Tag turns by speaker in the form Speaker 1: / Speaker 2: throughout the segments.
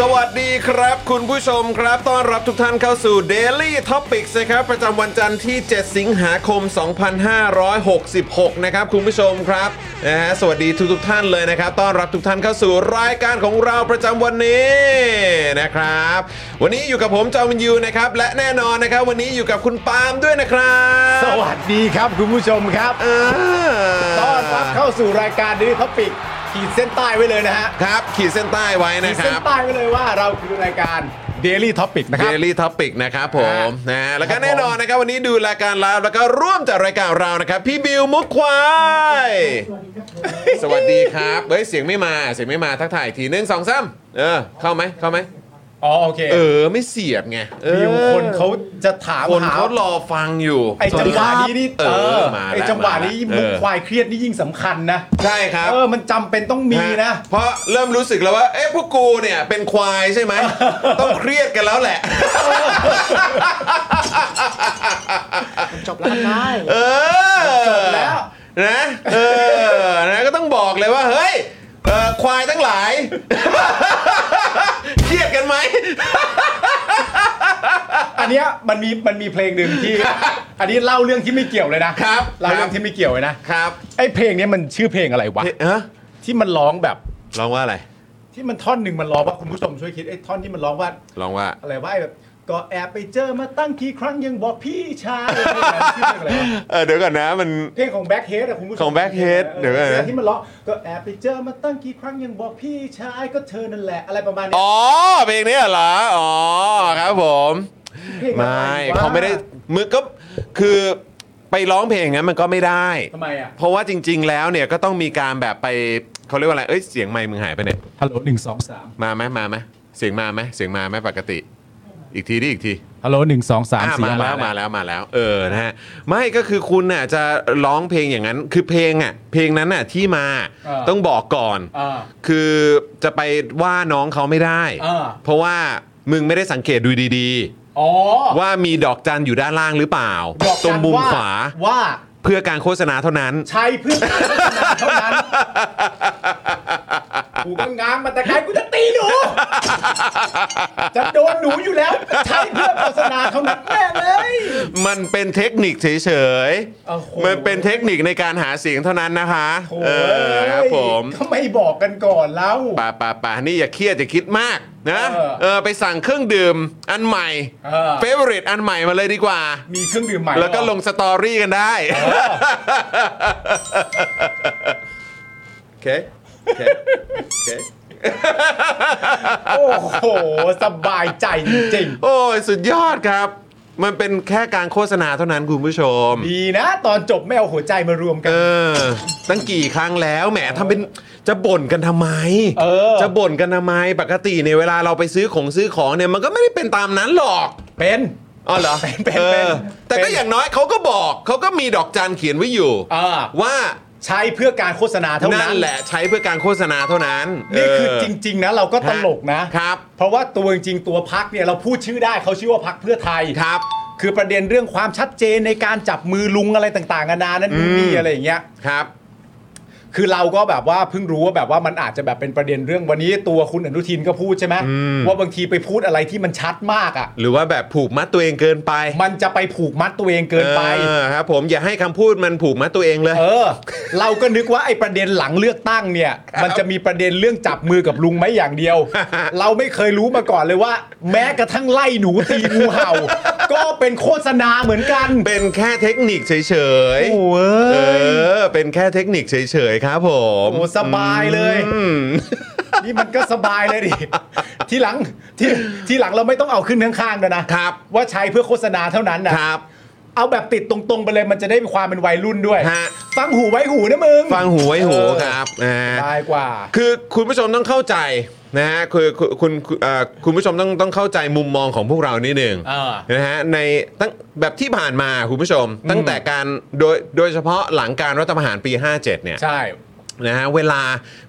Speaker 1: สวัสดีครับคุณผู้ชมครับต้อนรับทุกท่านเข้าสู่ Daily Topics นะครับ ประจำวันจันทร์ที่ 7 สิงหาคม 2566 นะครับคุณผู้ชมครับนะฮะสวัสดีทุกทท่านเลยนะครับต้อนรับทุกท่านเข้าสู่รายการของเราประจำวันนี้นะครับ วันนี้อยู่กับผมจอมินยูนะครับ และแน่นอนนะครับ วันนี้อยู่กับคุณปาล์มด้วยนะครับ
Speaker 2: สวัสดีครับคุณผู้ชมครับ
Speaker 1: อ่า
Speaker 2: ต้อนรับเข้าสู่รายการนี้เขาปิดขีดเส้นใต้ไว้เลยนะฮะ
Speaker 1: ครับ ขีดเส้นใต้ไว้
Speaker 2: ขี
Speaker 1: นะ
Speaker 2: ด
Speaker 1: ค
Speaker 2: เส้น
Speaker 1: รับ
Speaker 2: ใต้ไว้เลยว่าเราคือรายการ Daily Topic นะครับ
Speaker 1: Daily Topic นะครับผมนะฮะแล้วก็แน่นอนนะครับ วันนี้ดูรายการไลฟ์แล้วก็ร่วมจัดรายการเรานะครับ พี่บิวมุกควาย สวัสดีครับเฮ้ยเสียงไม่มาเสียงไม่มาทักทายอีกทีหนึ่งสองสามเออ เข้าไหมเข้าไหม
Speaker 2: อ๋อโอเค
Speaker 1: เออ ไม่เสียบไงเออ
Speaker 2: บิวคนเขาจะถาม
Speaker 1: คน
Speaker 2: หา
Speaker 1: เขารอฟังอยู่
Speaker 2: ไอจังหวะนี้นี่
Speaker 1: เออมา
Speaker 2: ไอ
Speaker 1: แล้
Speaker 2: จังหวะ
Speaker 1: มาแล้
Speaker 2: นี้มุก
Speaker 1: เออ
Speaker 2: ควายเครียดนี่ยิ่งสำคัญนะ
Speaker 1: ใช่ครับ
Speaker 2: เออมันจำเป็นต้องมีนะ
Speaker 1: ฮเพราะเริ่มรู้สึกแล้วว่าเอ๊ะพวกกูเนี่ยเป็นควายใช่ไห ม ต้องเครียดกันแล้วแหละ จบแล้วได้เออ
Speaker 2: จบแล้ว
Speaker 1: นะเออนะก็ต้องบอกเลยว่าเฮ้ยเอ่อควายทั้งหลาย เครียดกันไหม
Speaker 2: อันเนี้ยมันมีมันมีเพลงหนึ่งที่ อันนี้เล่าเรื่องที่ไม่เกี่ยวเลยนะครับ เล่าเรื่อ
Speaker 1: ค
Speaker 2: ง
Speaker 1: รับ
Speaker 2: ที่ไม่เกี่ยวเลยนะครับ ไอเพลงเนี้ยมันชื่อเพลงอะไรวะ
Speaker 1: เฮ้ยฮะ
Speaker 2: ที่มันร้องแบบ
Speaker 1: ลองว่าอะไร
Speaker 2: ที่มันท่อนหนึ่งมันร้องว่าคุณผู้ชมช่วยคิดไอ้ท่อนที่มันร้องว่า
Speaker 1: ลองว่า
Speaker 2: อะไรว่าไอ้แบบก็แอบไปเจอมาตั้งกี่ครั้งยังบอกพี่ชายชื่อเพลงอะไรวะ
Speaker 1: เออเดี๋ยวก่อนนะมัน
Speaker 2: เพลงของแบ็คเฮดอะคุณผู้ชม
Speaker 1: ของ Blackhead เดี๋ยวก่อนนะ
Speaker 2: ที่มันร้องก็แอบไปเจอมาตั้งกี่ครั้งยังบอกพี่ชายก็เธอนั่นแหละอะไรประมาณเนี้ย
Speaker 1: อ๋อเพลงนี้เหรออ๋อครับผม
Speaker 2: เพลงอะร
Speaker 1: ไม่
Speaker 2: วะ
Speaker 1: เขาไม่ได้มือก็คือไปร้องเพลงงั้นมันก็ไม่ได้
Speaker 2: ทำไมอ่ะ
Speaker 1: เพราะว่าจริง ๆ แล้วเนี่ยก็ต้องมีการแบบไปเขาเรียกว่าอะไรเอ้ยเสียงไมค์มึงหายไปเนี่ย
Speaker 2: ฮัลโหลหนึ่งสองสาม
Speaker 1: มาไหมมาไหมเสียงมาไหมเสียงมาไหมปกติ อีกทีดิอีกที
Speaker 2: ฮัลโหลหนึ่งสองสาม
Speaker 1: อ่ะ
Speaker 2: สี่
Speaker 1: มาแล้วมาแล้วมาแล้ว เออนะฮะไม่ก็คือคุณน่ะจะร้องเพลงอย่างนั้น คือเพลงอ่ะเพลงนั้นน่ะที่มาต้องบอกก่อน
Speaker 2: อ่า
Speaker 1: คือจะไปว่าน้องเขาไม่ได้
Speaker 2: เออ
Speaker 1: เพราะว่ามึงไม่ได้สังเกตดูดีๆ
Speaker 2: อ๋อ
Speaker 1: ว่ามีดอกจันอยู่ด้านล่างหรือเปล่า
Speaker 2: บอก
Speaker 1: ตร
Speaker 2: กั
Speaker 1: ง
Speaker 2: น
Speaker 1: มุม
Speaker 2: ว่า
Speaker 1: ขวา
Speaker 2: ว่า
Speaker 1: เพื่อการโฆษณาเท่านั้น
Speaker 2: ใช้เพื่อนเท่านั้นกูก็ง้างมาแต่ไกลกูจะตีหนู จะโดนหนูอยู่แล้ว ใช้เพื่อโฆษณาเท่านั้นแม่เลย
Speaker 1: มันเป็นเทคนิคเฉย
Speaker 2: โอ้โห
Speaker 1: ๆ มันเป็นเทคนิคในการหาเสียงเท่านั้นนะคะเออครับผม
Speaker 2: ทำไมบอกกันก่อนแล้ว
Speaker 1: ป่าป่าป่านี่อย่าเครียดอย่าคิดมากนะ
Speaker 2: เออ
Speaker 1: เออไปสั่งเครื่องดื่มอันใหม่
Speaker 2: เออ
Speaker 1: เฟเวอริตอันใหม่มาเลยดีกว่า
Speaker 2: มีเครื่องดื่มใหม่
Speaker 1: แล้วก็ลงสตอรี่กันได้โอเคโอเคโอเค
Speaker 2: โอ้โห สบายใจจริง
Speaker 1: โอ้ยสุดยอดครับ มันเป็นแค่การโฆษณาเท่านั้นคุณผู้ชม
Speaker 2: ๆดีนะ ตอนจบไม่เอาหัวใจมารวมกั
Speaker 1: เอน อ ตั้งกี่ครั้งแล้วแหมทำเป็นจะบ่นกันทำไม
Speaker 2: เออ
Speaker 1: จะบ่นกันทำไมปกติเนี่ยเวลาเราไปซื้อของซื้อของเนี่ยมันก็ไม่ได้เป็นตามนั้นหรอก
Speaker 2: เป็น
Speaker 1: อ๋อเหรอ
Speaker 2: เป็นเป็
Speaker 1: อ
Speaker 2: น
Speaker 1: อ
Speaker 2: เป็น
Speaker 1: แต่ก็อย่างน้อยเขาก็บอกเขาก็มีดอกจันเขียนไว้อยู่
Speaker 2: เออ
Speaker 1: ว่า
Speaker 2: ใช้เพื่อการโฆษณาเท่า
Speaker 1: นั่
Speaker 2: นั้น น
Speaker 1: แหละใช้เพื่อการโฆษณาเท่านั้น
Speaker 2: นี่คือ
Speaker 1: เ
Speaker 2: จริง ๆ นะเราก็ตลกนะ
Speaker 1: ครับ
Speaker 2: เพราะว่าตัวจริงๆตัวพักเนี่ยเราพูดชื่อได้เขาชื่อว่าพักเพื่อไทย
Speaker 1: ครับ
Speaker 2: คือประเด็นเรื่องความชัดเจนในการจับมือลุงอะไรต่างๆนานานั้นนู่นนี่อะไรอย่างเงี้ย
Speaker 1: ครับ
Speaker 2: คือเราก็แบบว่าเพิ่งรู้ว่าแบบว่ามันอาจจะแบบเป็นประเด็นเรื่องวันนี้ตัวคุณอนุทินก็พูดใช่ไหมว่าบางทีไปพูดอะไรที่มันชัดมากอ่ะ
Speaker 1: หรือว่าแบบผูกมัดตัวเองเกินไป
Speaker 2: มันจะไปผูกมัดตัวเองเกินไป
Speaker 1: ออครับ ผมอย่าให้คำพูดมันผูกมัดตัวเองเลย
Speaker 2: เออ เราก็นึกว่าไอ้ประเด็นหลังเลือกตั้งเนี่ย มันจะมีประเด็นเรื่องจับมือกับลุงไหมอย่างเดียว เราไม่เคยรู้มาก่อนเลยว่า แม้กระทั่งไล่หนูตีงูเห่า ก็เป็นโฆษณาเหมือนกัน
Speaker 1: เป็นแค่เทคนิคเฉย
Speaker 2: โอ้
Speaker 1: ๆ
Speaker 2: เว้ย
Speaker 1: เออ เป็นแค่เทคนิคเฉยๆครับ ผม
Speaker 2: โอ้สบายเลย
Speaker 1: อืม
Speaker 2: นี่มันก็สบายเลยดิ ทีหลังทีทีหลังเราไม่ต้องเอาขึ้นข้างๆด้วยนะครับ ว่าใช้เพื่อโฆษณาเท่านั้นนะครับ เอาแบบติดตรงๆไปเลยมันจะได้มีความเป็นวัยรุ่นด้วย
Speaker 1: ฮะ
Speaker 2: ฟังหูไว้หูนะมึง
Speaker 1: ฟังหูไว้หู
Speaker 2: เออ
Speaker 1: ครับอ่า
Speaker 2: ได้กว่า
Speaker 1: คือคุณผู้ชมต้องเข้าใจนะฮะคือคือคุณคุณเอ่อคุณผู้ชมต้องต้องเข้าใจมุมมองของพวกเรานิดหนึ่ง
Speaker 2: เออ
Speaker 1: นะฮะในตั้งแบบที่ผ่านมาคุณผู้ชม ตั้งแต่การโดยโดยเฉพาะหลังการรัฐประหารปี 57 เนี่ย
Speaker 2: ใช่
Speaker 1: นะฮะเวลา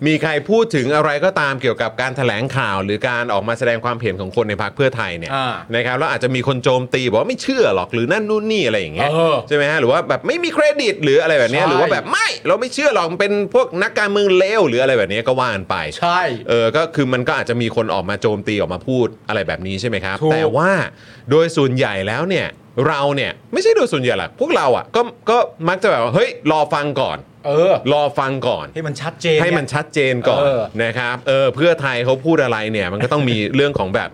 Speaker 1: มีใครพูดถึงอะไรก็ตามเกี่ยวกับการแถลงข่าว หรือการออกมาแสดงความเห็นของคนในพรรคเพื่อไทยเนี่ย
Speaker 2: อ่า
Speaker 1: นะครับแล้วอาจจะมีคนโจมตีบอกว่าไม่เชื่อหรอกหรือนั่นนู่นนี่อะไรอย่างเงี้ย
Speaker 2: เออ
Speaker 1: ใช่ไหมฮะหรือว่าแบบไม่มีเครดิตหรืออะไรแบบเนี้ย
Speaker 2: ใช่
Speaker 1: หรือว่าแบบไม่เราไม่เชื่อหรอกมันเป็นพวกนักการเมืองเลวหรืออะไรแบบเนี้ยก็ว่ากันไป
Speaker 2: ใช่
Speaker 1: เออ ก็คือมันก็อาจจะมีคนออกมาโจมตีออกมาพูดอะไรแบบนี้ใช่ไหมครับ
Speaker 2: ถูก
Speaker 1: แต่ว่าโดยส่วนใหญ่แล้วเนี่ยเราเนี่ยไม่ใช่โดยส่วนใหญ่หรอกพวกเราอ่ะก็ก็มักจะแบบว่าเฮ้ยรอฟังก่อน
Speaker 2: เออ
Speaker 1: รอฟังก่อน
Speaker 2: ให้มันชัดเจน
Speaker 1: ให้มันชัดเจนก่อน
Speaker 2: เออ
Speaker 1: นะครับเออเพื่อไทยเขาพูดอะไรเนี่ยมันก็ต้องมีเรื่องของแบบ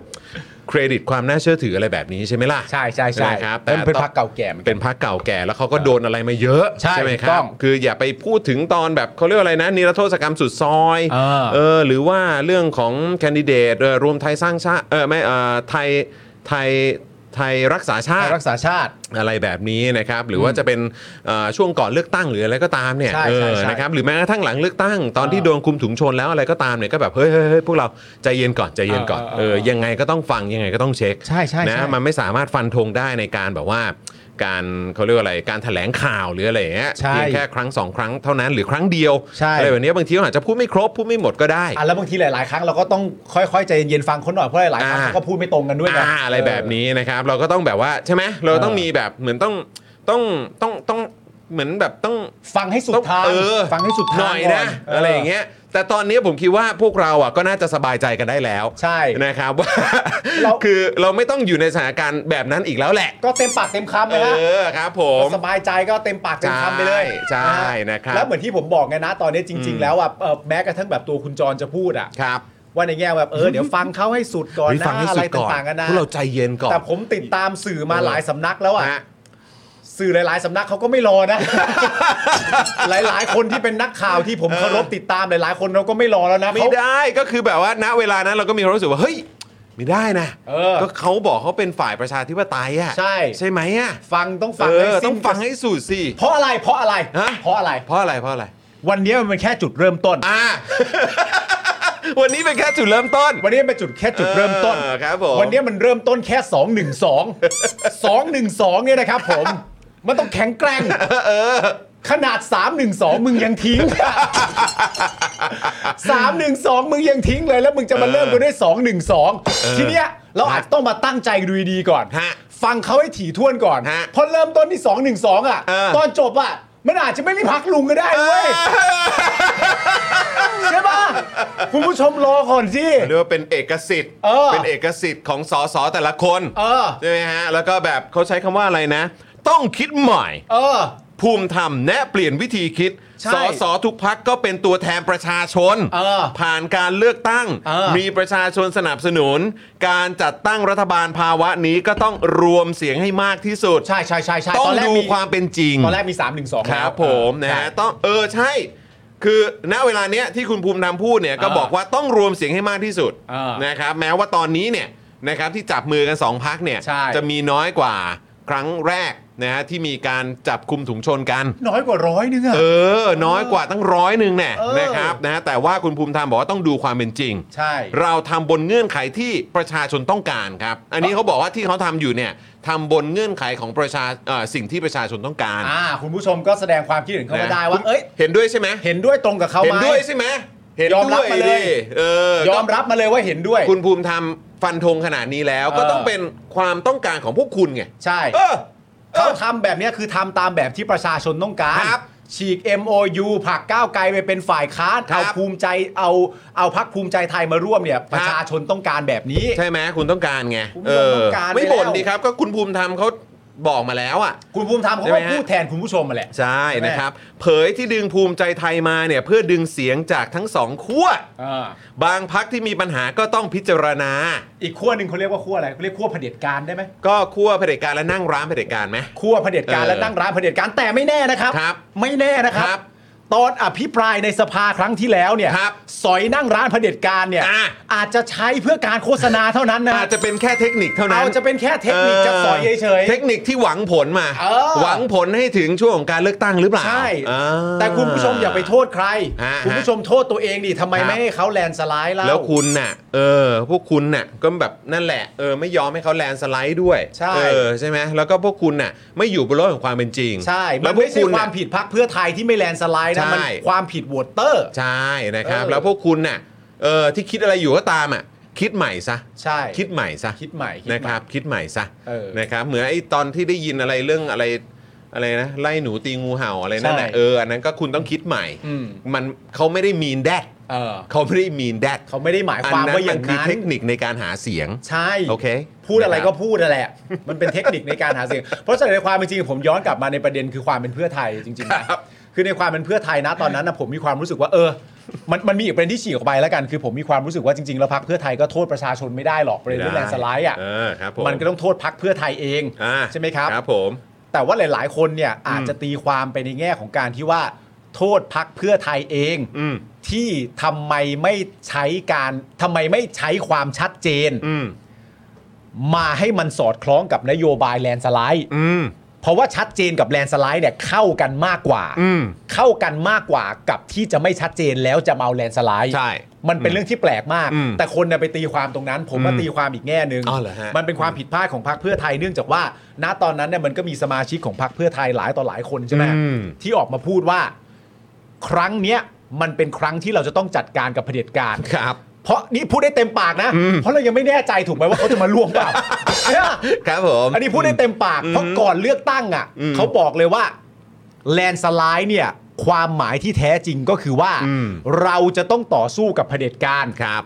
Speaker 1: เครดิตความน่าเชื่อถืออะไรแบบนี้ใช่ไหมล่ะ
Speaker 2: ใช่ใช่ใช่
Speaker 1: นะครับแต่
Speaker 2: มันเป็นพักเก่าแก่หมือนกัน
Speaker 1: เป็นพักเก่าแก่แล้วเขาก็โดนอะไรมาเยอะ
Speaker 2: ใช่
Speaker 1: ไหมค
Speaker 2: ถูกต้
Speaker 1: รั
Speaker 2: อง
Speaker 1: คืออย่าไปพูดถึงตอนแบบเขาเรียกว่าอะไรนะนิรโทษกรรมสุดซอย
Speaker 2: เออ
Speaker 1: เออหรือว่าเรื่องของแคนดิเดตเอ่อรวมไทยสร้างชาติเออไม่เออไทยไทยไทยรักษาชา
Speaker 2: า
Speaker 1: ติ
Speaker 2: รักษาชาติ
Speaker 1: อะไรแบบนี้นะครับหรือว่าจะเป็นเอ่อช่วงก่อนเลือกตั้งหรืออะไรก็ตามเนี่ย
Speaker 2: ใช่
Speaker 1: เอ
Speaker 2: ใช่
Speaker 1: อ
Speaker 2: ใช่
Speaker 1: นะครับหรือแม้กระทั่งหลังเลือกตั้ง ตอนที่
Speaker 2: เออ
Speaker 1: โดนคุมถุงชนแล้วอะไรก็ตามเนี่ยก็แบบเฮ้ยเฮ้ยเฮ้ยพวกเราใจเย็นก่อนใจเย็นก่อนเอ
Speaker 2: เออเออ
Speaker 1: อ
Speaker 2: เออ
Speaker 1: ยังไงก็ต้องฟังยังไงก็ต้องเช็ค
Speaker 2: ใช่ใช่
Speaker 1: นะ
Speaker 2: ใช่
Speaker 1: มันไม่สามารถฟันธงได้ในการแบบว่า การเขาเรียกว่าอะไรการถแถลงข่าวหรืออะไรอย่างเงี้ย
Speaker 2: ใช่
Speaker 1: เพียงแค่ครั้งสองครั้งเท่านั้นหรือครั้งเดียว
Speaker 2: ใช่
Speaker 1: อะไรแบบเนี้ยบางทีเราอาจจะพูดไม่ครบพูดไม่หมดก็ได้
Speaker 2: อ่ะแล้วบางทีหลาย ๆ ครั้งเราก็ต้องค่อย ๆ ใจเย็นๆฟังเขาหน่อยเพราะหลาย ๆ ครั้ง
Speaker 1: อ่า
Speaker 2: เขาก็พูดไม่ตรงกันด้วยนะ
Speaker 1: อ่าอะไรแบบนี้นะครับ เราก็ต้องแบบว่าใช่ไหมเราต้องมีแบบเหมือนต้องต้องต้องต้องเหมือนแบบต้อง
Speaker 2: ฟังให้สุด
Speaker 1: ต้อง
Speaker 2: ทาง
Speaker 1: เออ
Speaker 2: ฟังให้สุดทาง
Speaker 1: หน่อยนะ
Speaker 2: ก่
Speaker 1: อะไรอย่างเงี้ย แต่ตอนนี้ผมคิดว่าพวกเราอ่ะก็น่าจะสบายใจกันได้แล้ว
Speaker 2: ใช่
Speaker 1: นะครับว่า
Speaker 2: เรา
Speaker 1: คือเราไม่ต้องอยู่ในสถานการณ์แบบนั้นอีกแล้วแหละ
Speaker 2: ก็เต็มปากเต็มคำเล
Speaker 1: เอย
Speaker 2: นะ
Speaker 1: อครับผม
Speaker 2: สบายใจก็เต็มปากเต็มคำไปเลย
Speaker 1: ใช่
Speaker 2: นะฮะ
Speaker 1: นะครับ
Speaker 2: แล้วเหมือนที่ผมบอกไงนะตอนนี้จริง ๆ แล้วอ่ะเอ่อแม้กระทั่งแบบตัวคุณจรจะพูดอ่ะ
Speaker 1: ครับ
Speaker 2: ว่าในแง่แบบเออเดี๋ยวฟังเขาให้สุดก่อน
Speaker 1: เฮ้ย
Speaker 2: นะ
Speaker 1: ฟังให้
Speaker 2: อะ
Speaker 1: สุ
Speaker 2: ไร
Speaker 1: ดก่อน
Speaker 2: ต่างๆกันนะ
Speaker 1: พวกเราใจเย็นก่อน
Speaker 2: แต่ผมติดตามสื่อมาหลายสำนักแล้วอ่ะ
Speaker 1: ฮะ
Speaker 2: สื่อหลาย ๆ สำนักเขาก็ไม่รอ นะ หลาย ๆ คนที่เป็นนักข่าวที่ผมเคารพติดตามหลาย ๆ คนเราก็ไม่รอแล้วนะ
Speaker 1: ไม่
Speaker 2: เขา
Speaker 1: ได้ก็คือแบบว่าณเวลานั้นเราก็มีความรู้สึกว่า เฮ้ย ไม่ได้นะ
Speaker 2: เออ
Speaker 1: ก็เขาบอกเขาเป็นฝ่ายประชาธิปไตยอ่ะ
Speaker 2: ใช่
Speaker 1: ใช่ไหมอ่ะ
Speaker 2: ฟังต้องฟั
Speaker 1: เอง
Speaker 2: ให้
Speaker 1: อ
Speaker 2: สิ้น
Speaker 1: ต้องฟังให้สุดสิ
Speaker 2: เพราะอะไรเพราะอะไร
Speaker 1: ฮะ
Speaker 2: เพราะอะไร
Speaker 1: เพราะอะไรเพราะอะไร
Speaker 2: วันนี้มันเป็นแค่จุดเริ่มต้น
Speaker 1: อ่า วันนี้เป็นแค่จุดเริ่มต้น
Speaker 2: วันนี้เป็นจุดแค่จุดเริ่มต้น
Speaker 1: เออครับผม
Speaker 2: วันนี้มันเริ่มต้นแค่ 2 1 2 2 1 2เนี่ยนะครับผม มันต้องแข็งแกร่งขนาด 3 1 2 มึงยังทิ้ง 3 1 2 มึงยังทิ้งเลยแล้วมึงจะมาเริ่มกันด้วย 2 1 2 ทีเนี้ยเราอาจต้องมาตั้งใจดูดีๆก่อน
Speaker 1: ฮะ
Speaker 2: ฟังเขาให้ถี่ถ้วนก่อน
Speaker 1: ฮะ
Speaker 2: เพราะเริ่มต้นที่ 2 1 2 อ่ะ
Speaker 1: เออ
Speaker 2: ตอนจบอ่ะ มันอาจจะไม่มีพักลุงก็ได้เว้ยใช่ปะคุณผู้ชมรอก่อนสิ
Speaker 1: เรียกว่าเป็นเอกสิทธิ์
Speaker 2: เออ
Speaker 1: เป็นเอกสิทธิ์ของสสแต่ละคน
Speaker 2: เออ
Speaker 1: ใช่ไหมฮะ แล้วก็แบบเขาใช้คำว่าอะไรนะ ต้องคิดใหม่
Speaker 2: เออ
Speaker 1: ภูมิธรรมแนะเปลี่ยนวิธีคิด
Speaker 2: ใช่
Speaker 1: สสทุกพักก็เป็นตัวแทนประชาชน
Speaker 2: เออ
Speaker 1: ผ่านการเลือกตั้ง
Speaker 2: เออ
Speaker 1: มีประชาชนสนับสนุน การจัดตั้งรัฐบาลภาวะนี้ก็ต้องรวมเสียงให้มากที่สุด
Speaker 2: ใช่ใช่ใช่ใช่
Speaker 1: ต้อง
Speaker 2: ตอนแรก
Speaker 1: ดู
Speaker 2: มี
Speaker 1: ความเป็นจริง
Speaker 2: ตอนแรกมี 3 1 2
Speaker 1: ครับผมนะฮะต้องเออใช่ คือณเวลาเนี้ยที่คุณภูมิธรรมพูดเนี่ยก็
Speaker 2: เออ
Speaker 1: บอกว่าต้องรวมเสียงให้มากที่สุด
Speaker 2: เออ
Speaker 1: นะครับแม้ว่าตอนนี้เนี่ยนะครับที่จับมือกัน 2 พักเนี่ย
Speaker 2: ใช่
Speaker 1: จะมีน้อยกว่า ครั้งแรกนะฮะที่มีการจับคุมถุงชนกัน
Speaker 2: น้อยกว่าร้อยนึงอะ
Speaker 1: เออ น้อยกว่าตั้งร้อยหนึ่งแน่
Speaker 2: เออ
Speaker 1: นะครับนะฮะแต่ว่าคุณภูมิธรรมบอกว่าต้องดูความเป็นจริง
Speaker 2: ใช่
Speaker 1: เราทำบนเงื่อนไขที่ประชาชนต้องการครับ อันนี้เขาบอกว่าที่เขาทำอยู่เนี่ยทำบนเงื่อนไขของประชาเอ่อสิ่งที่ประชาชนต้องการ
Speaker 2: อ่า คุณผู้ชมก็แสดงความคิดเห็นเข้ามาได้ว่า
Speaker 1: นะ
Speaker 2: เอ้ย
Speaker 1: เห็นด้วยใช่ไหม
Speaker 2: เห็นด้วยตรงกับเขา
Speaker 1: เห็
Speaker 2: ไห
Speaker 1: น
Speaker 2: ม
Speaker 1: ด้วยใช่ไหมเห็น
Speaker 2: ยอมรั
Speaker 1: ด้
Speaker 2: บ
Speaker 1: ว
Speaker 2: มาเล
Speaker 1: ดิ
Speaker 2: ย
Speaker 1: เออ
Speaker 2: ยอมรับมาเลยว่าเห็นด้วย
Speaker 1: คุณภูมิธรรมฟันธงขนาดนี้แล้ว
Speaker 2: เออ
Speaker 1: ก็ต้องเป็นความต้องการของพวกคุณไง
Speaker 2: ใช่
Speaker 1: เออ
Speaker 2: เขาทำแบบเนี้ยคือทำตามแบบที่ประชาชนต้องการ
Speaker 1: ครับ
Speaker 2: ฉีก MOU ผลักก้าวไกลไปเป็นฝ่ายค้าน
Speaker 1: ครับ
Speaker 2: เอาภูมิใจเอาเอาพักภูมิใจไทยมาร่วมเนี่ย ประชาชนต้องการแบบนี้
Speaker 1: ใช่ไหมคุณต้องการไง
Speaker 2: คุณ
Speaker 1: เออ
Speaker 2: ต้องการ
Speaker 1: ไม่บ่น
Speaker 2: แล้ว
Speaker 1: ดีครับ ก็คุณภูมิธรรมเขาบอกมาแล้วอ่ะ
Speaker 2: คุณภูมิธรรมเขา
Speaker 1: ใช่ไหม
Speaker 2: ก็
Speaker 1: ฮะ
Speaker 2: พูดแทนคุณผู้ชมมาแหละ
Speaker 1: ใช่
Speaker 2: ใช่ไหม
Speaker 1: นะครับ เผยที่ดึงภูมิใจไทยมาเนี่ยเพื่อดึงเสียงจากทั้งสองขั้ว
Speaker 2: อ่า
Speaker 1: บางพักที่มีปัญหาก็ต้องพิจารณา
Speaker 2: อีกขั้วหนึ่งเขาเรียกว่าขั้วอะไรเขาเรียกขั้วเผด็จการได้ไหม
Speaker 1: ก็ขั้วเผด็จการและนั่งร้านเผด็จการไหม
Speaker 2: ขั้วเผด็จการ
Speaker 1: เออ
Speaker 2: และตั้งร้านเผด็จการแต่ไม่แน่นะครับ
Speaker 1: ครับ
Speaker 2: ไม่แน่นะครั
Speaker 1: ครับ บ
Speaker 2: ตอนอภิปรายในสภาครั้งที่แล้วเนี่ย
Speaker 1: ครับ
Speaker 2: สอยนั่งร้านเผด็จการเนี่ย
Speaker 1: อ่า
Speaker 2: อาจจะใช้เพื่อการโฆษณาเท่านั้นนะ
Speaker 1: อาจจะเป็นแค่เทคนิคเท่านั้น
Speaker 2: เอาจะเป็นแค่เทคนิคจะสอยเฉยๆ
Speaker 1: เทคนิคที่หวังผลมา
Speaker 2: เออ
Speaker 1: หวังผลให้ถึงช่วงของการเลือกตั้งหรือเปล่า
Speaker 2: ใช่
Speaker 1: อ่า
Speaker 2: แต่คุณผู้ชมอย่าไปโทษใคร
Speaker 1: ฮะ
Speaker 2: คุณผู้ชมโทษตัวเองดิทำไม
Speaker 1: ครับ
Speaker 2: ไม่ให้เขาแลนด์สไลด์เล่า
Speaker 1: แล้วคุณน่ะ เออ พวกคุณน่ะ ก็แบบนั่นแหละ เออ ไม่ยอมให้เขาแลนด์สไลด์ด้วย
Speaker 2: ใช่
Speaker 1: เออ ใช่ไหม แล้วก็พวกคุณน่ะ ไม่อยู่บนโลกของความเป็นจริง
Speaker 2: ใช่
Speaker 1: แล้
Speaker 2: มั
Speaker 1: วน พว
Speaker 2: ไม่
Speaker 1: ก
Speaker 2: ใช่
Speaker 1: คุณ
Speaker 2: ควา
Speaker 1: น่ะ
Speaker 2: มผิดพรรคเพื่อไทยที่ไม่แลนด์สไลด์นะ
Speaker 1: ใช่
Speaker 2: มันความผิดโหวตเตอร์
Speaker 1: ใช่นะครับ
Speaker 2: เออ
Speaker 1: แล้วพวกคุณน่ะ เออ ที่คิดอะไรอยู่ก็ตามอ่ะ คิดใหม่ซะ
Speaker 2: ใช่
Speaker 1: คิดใหม่ซะ
Speaker 2: คิดใหม่
Speaker 1: นะครับ คิดใหม่ซะ
Speaker 2: เออ
Speaker 1: นะครับ เหมือนไอ้ตอนที่ได้ยินอะไรเรื่องอะไร อะไรนะ ไล่หนูตีงูเห่าอะไรนั่นน่ะ
Speaker 2: ใช่
Speaker 1: เออ อันนั้นก็คุณต้องคิดใหม่
Speaker 2: อืม
Speaker 1: มันเขาไม่ได้มีนแดด
Speaker 2: เออ
Speaker 1: เขาไม่ได้มีนแดด
Speaker 2: เขาไม่ได้หมาย
Speaker 1: อั
Speaker 2: ความ
Speaker 1: นั้น
Speaker 2: ว่าอ
Speaker 1: มั
Speaker 2: ย่าน ง
Speaker 1: คือ
Speaker 2: นั้น
Speaker 1: เทคนิคในการหาเสียง
Speaker 2: ใช่
Speaker 1: โอเค
Speaker 2: พูดอะไร
Speaker 1: นะครับ
Speaker 2: ก็พูดนั่นแหละ มันเป็นเทคนิคในการหาเสียง เพราะฉะนั้นในความเป็นจริงผมย้อนกลับมาในประเด็นคือความเป็นเพื่อไทยจริงๆนะคือในความเป็นเพื่อไทยนะตอนนั้นนะผมมีความรู้สึกว่าเออ มันมันมีอีกประเด็นที่ฉีกออกไปแล้วกันคือผมมีความรู้สึกว่าจริงๆแล้วพรรคเพื่อไทยก็โทษประชาชนไม่ได้หรอกประเด็นเรื่องแลนด์สไลด์อ่ะ
Speaker 1: เอครับผ
Speaker 2: มันก็ต้องโทษพักเพื่อไทยเอง
Speaker 1: อ่า
Speaker 2: ใช่ไหมครับ
Speaker 1: ครับผม
Speaker 2: แต่ว่าหลาย ๆ คนเนี่ยอาจจะตีความไปในแง่ของการที่ว่า โทษพักเพื่อไทยเอง
Speaker 1: อืม
Speaker 2: ที่ทำไมไม่ใช้การทำไมไม่ใช้ความชัดเจน
Speaker 1: อืม
Speaker 2: มาให้มันสอดคล้องกับนโยบายแลนด์สไลด์
Speaker 1: อืม
Speaker 2: เพราะว่าชัดเจนกับแลนด์สไลด์เนี่ยเข้ากันมากกว่า
Speaker 1: อืม
Speaker 2: เข้ากันมากกว่ากับที่จะไม่ชัดเจนแล้วจะมาเอาแลนด์สไลด์
Speaker 1: ใช่
Speaker 2: มันเป็นเรื่องที่แปลกมาก
Speaker 1: อืม
Speaker 2: แต่คนน่ะไปตีความตรงนั้น ผมมา
Speaker 1: อืม
Speaker 2: ตีความอีกแง่หนึง
Speaker 1: อ๋อเหรอฮะ
Speaker 2: มันเป็นความผิดพลาดของพรรคเพื่อไทยเนื่องจากว่า ณตอนนั้นเนี่ยมันก็มีสมาชิกของพรรคเพื่อไทยหลายต่อหลายคนใช่ไห
Speaker 1: อืม
Speaker 2: ที่ออกมาพูดว่า ครั้งเนี้ยมันเป็นครั้งที่เราจะต้องจัดการกับเผด็จการ
Speaker 1: ครับ
Speaker 2: เพราะนี่พูดได้เต็มปากนะ
Speaker 1: อืม
Speaker 2: เพราะเรายังไม่แน่ใจถูกไหมว่าเขาจะมาร่วม เปล่า เนี่ย
Speaker 1: ครับผม
Speaker 2: อันนี้พูดได้เต็มปาก
Speaker 1: อืม
Speaker 2: เพราะก่อนเลือกตั้งอ่ะ
Speaker 1: อืม
Speaker 2: เขาบอกเลยว่าแลนสไลด์เนี่ย ความหมายที่แท้จริงก็คือว่า
Speaker 1: อืม
Speaker 2: เราจะต้องต่อสู้กับเผด็จการ
Speaker 1: ครับ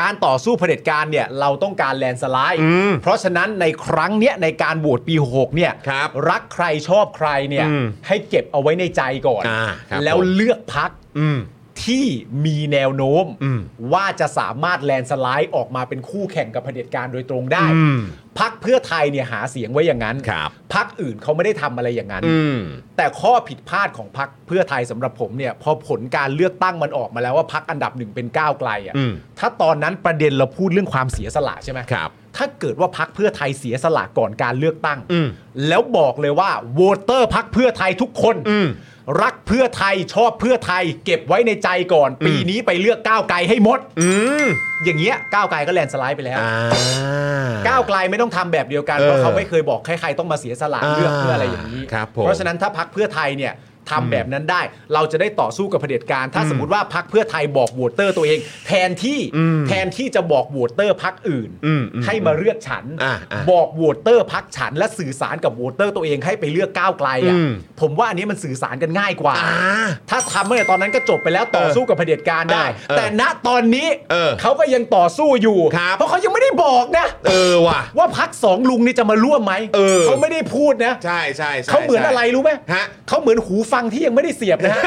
Speaker 2: การต่อสู้เผด็จการเนี่ย เราต้องการแลนสไลด์
Speaker 1: อืม
Speaker 2: เพราะฉะนั้นในครั้งเนี้ยในการโหวตปี6เนี่ย
Speaker 1: ครับ
Speaker 2: รักใครชอบใครเนี่ย
Speaker 1: อืม
Speaker 2: ให้เก็บเอาไว้ในใจก่อน
Speaker 1: อ่าครับ
Speaker 2: แล้ว
Speaker 1: ผม
Speaker 2: เลือกพัก
Speaker 1: อืม
Speaker 2: ที่มีแนวโน้ม
Speaker 1: อืม
Speaker 2: ว่าจะสามารถแลนด์สไลด์ออกมาเป็นคู่แข่งกับเผด็จการโดยตรงได้
Speaker 1: อืม
Speaker 2: พักเพื่อไทยเนี่ยหาเสียงไว้อย่างนั้น
Speaker 1: ครับ
Speaker 2: พักอื่นเขาไม่ได้ทำอะไรอย่างนั้น
Speaker 1: อืม
Speaker 2: แต่ข้อผิดพลาดของพักเพื่อไทยสำหรับผมเนี่ยพอผลการเลือกตั้งมันออกมาแล้วว่าพักอันดับหนึ่งเป็นก้าวไกลอะ
Speaker 1: อืม
Speaker 2: ถ้าตอนนั้นประเด็นเราพูดเรื่องความเสียสละใช่ไหม
Speaker 1: ครับ
Speaker 2: ถ้าเกิดว่าพักเพื่อไทยเสียสละก่อนการเลือกตั้ง
Speaker 1: อืม
Speaker 2: แล้วบอกเลยว่าโหวตเตอร์พักเพื่อไทยทุกคน
Speaker 1: อืม
Speaker 2: รักเพื่อไทยชอบเพื่อไทย เก็บไว้ในใจก่อน ปีนี้ไปเลือกก้าวไกลให้หมด
Speaker 1: อืม
Speaker 2: อย่างเงี้ยก้าวไกลก็แลนด์สไลด์ไปแล้ว
Speaker 1: อ่า
Speaker 2: ก้าวไกลไม่ต้องทำแบบเดียวกัน
Speaker 1: เออ
Speaker 2: เพราะเขาไม่เคยบอกใครๆต้องมาเสียสละ
Speaker 1: อ่า
Speaker 2: เลือกเพื่ออะไรอย่างนี้
Speaker 1: ครับผม
Speaker 2: เพราะฉะนั้นถ้าพักเพื่อไทยเนี่ยทำแบบนั้นได้ เราจะได้ต่อสู้กับเผด็จการ ถ้าสมมติว่าพักเพื่อไทยบอกโหวตเตอร์ตัวเอง แทนที่
Speaker 1: อืม
Speaker 2: แทนที่จะบอกโหวตเตอร์พักอื่น
Speaker 1: อืมอืม
Speaker 2: ให้มาเลือกฉัน
Speaker 1: อ่าอ่า
Speaker 2: บอกโหวตเตอร์พักฉัน และสื่อสารกับโหวตเตอร์ตัวเองให้ไปเลือกก้าวไกลอ่ะ
Speaker 1: อืม
Speaker 2: ผมว่าอันนี้มันสื่อสารกันง่ายกว่า
Speaker 1: อ่า
Speaker 2: ถ้าทำเมื่อไหร่ตอนนั้นก็จบไปแล้วต่อ
Speaker 1: เออ
Speaker 2: สู้กับเผด็จการได้
Speaker 1: เออเออ
Speaker 2: แต่ณตอนนี้
Speaker 1: เออ
Speaker 2: เขาก็ยังต่อสู้อยู่
Speaker 1: ครับ
Speaker 2: เพราะเขายังไม่ได้บอกนะ
Speaker 1: เออว่ะ
Speaker 2: ว่าพักสองลุงนี่จะมาร่วมไหม
Speaker 1: เออ
Speaker 2: เขาไม่ได้พูดนะ
Speaker 1: ใช่ใช่ใช่
Speaker 2: เขาเหมือน
Speaker 1: ใช่
Speaker 2: อะไรรู้ไหม
Speaker 1: ฮะ
Speaker 2: เขาเหมือนหูฟังที่ยังไม่ได้เสียบ นะฮะ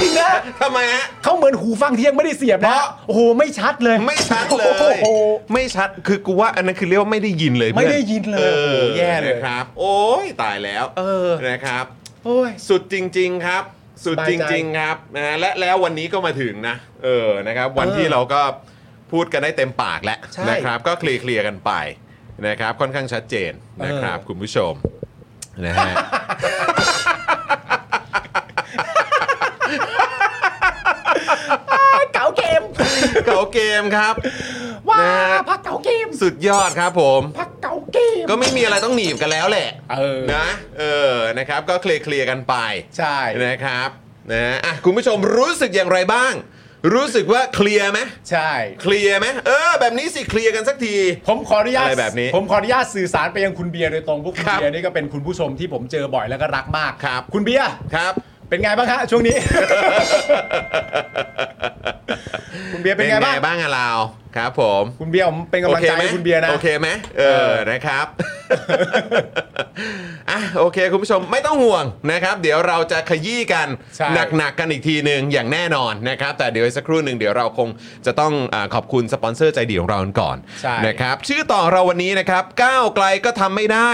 Speaker 2: จริงนะ
Speaker 1: ทำไมฮะ
Speaker 2: เขาเหมือนหูฟังที่ยังไม่ได้เสียบนะ
Speaker 1: เพราะ
Speaker 2: โอ้โหไม่ชัดเลย
Speaker 1: ไม่ชัดเล
Speaker 2: โอ้
Speaker 1: ย
Speaker 2: โห
Speaker 1: ไม่ชัด คือกูว่าอันนั้นคือเรียกว่าไม่ได้ยินเลย
Speaker 2: ไม่ได้ยินเลย
Speaker 1: เออ
Speaker 2: โอ้โหแย่เลย
Speaker 1: นะครับ โอ้ยตายแล้ว
Speaker 2: เออ
Speaker 1: นะครับ
Speaker 2: โอ้ย
Speaker 1: สุดจริง ๆ ครับ สุดจ
Speaker 2: สบายใจ
Speaker 1: ริง ๆ ครับนะฮะและแล้ววันนี้ก็มาถึงนะ เออนะครับ วัน
Speaker 2: เออ
Speaker 1: ที่เราก็พูดกันได้เต็มปากแล้ว
Speaker 2: ใช่
Speaker 1: นะครับ ก็เคลียร์ๆกันไป นะครับค่อนข้างชัดเจนนะครับคุณผู้ชมนะฮะ
Speaker 2: เก่าเกม
Speaker 1: เก่าเกมครับ
Speaker 2: ว้า
Speaker 1: นะฮะ
Speaker 2: พักเก่าเกม
Speaker 1: สุดยอดครับผม
Speaker 2: พักเก่าเกม
Speaker 1: ก็ไม่มีอะไรต้องหนีบกันแล้วแหละ
Speaker 2: เออ
Speaker 1: นะเออนะครับก็เคลียร์เคลียร์ๆกันไป
Speaker 2: ใช่
Speaker 1: นะครับนะฮะอ่ะคุณผู้ชมรู้สึกอย่างไรบ้าง รู้สึกว่าเคลียร์ไหม
Speaker 2: ใช่
Speaker 1: เคลียร์ไหมเออ แบบนี้สิเคลียร์กันสักที
Speaker 2: ผมขออนุญาต
Speaker 1: อะไรแบบนี้
Speaker 2: ผมขออนุญาตสื่อสารไปยังคุณเบียร์โดยตรงเพวกคุณ
Speaker 1: ครับ
Speaker 2: เบียร์นี่ก็เป็นคุณผู้ชมที่ผมเจอบ่อยแล้วก็รักมาก
Speaker 1: ครับ
Speaker 2: คุณเบียร์
Speaker 1: ครับ
Speaker 2: เป็นไงบ้างฮะช่ วงนี้ คุณเบียร์เป็นไงบ้าง
Speaker 1: บ้างอะเราครับผม
Speaker 2: คุณเบียร์ผมเป็นกำลังใจ
Speaker 1: โอไหม
Speaker 2: ให้คุณเบียร์นะ
Speaker 1: โอเคไหมเอ
Speaker 2: เอ
Speaker 1: อ
Speaker 2: อ
Speaker 1: นะครับ อ่ะโอเคคุณผู้ชมไม่ต้องห่วงนะครับ เดี๋ยวเราจะขยี้กัน
Speaker 2: ใช่
Speaker 1: หนักๆกันอีกทีหนึ่งอย่างแน่นอนนะครับ แต่เดี๋ยวอีกสักครู่หนึ่งเดี๋ยวเราคงจะต้องอาขอบคุณสปอนเซอร์ใจดีของเรากันก่อน
Speaker 2: ใช่
Speaker 1: นะครับชื่อต่อเราวันนี้นะครับก้าวไกลก็ทำไม่ได้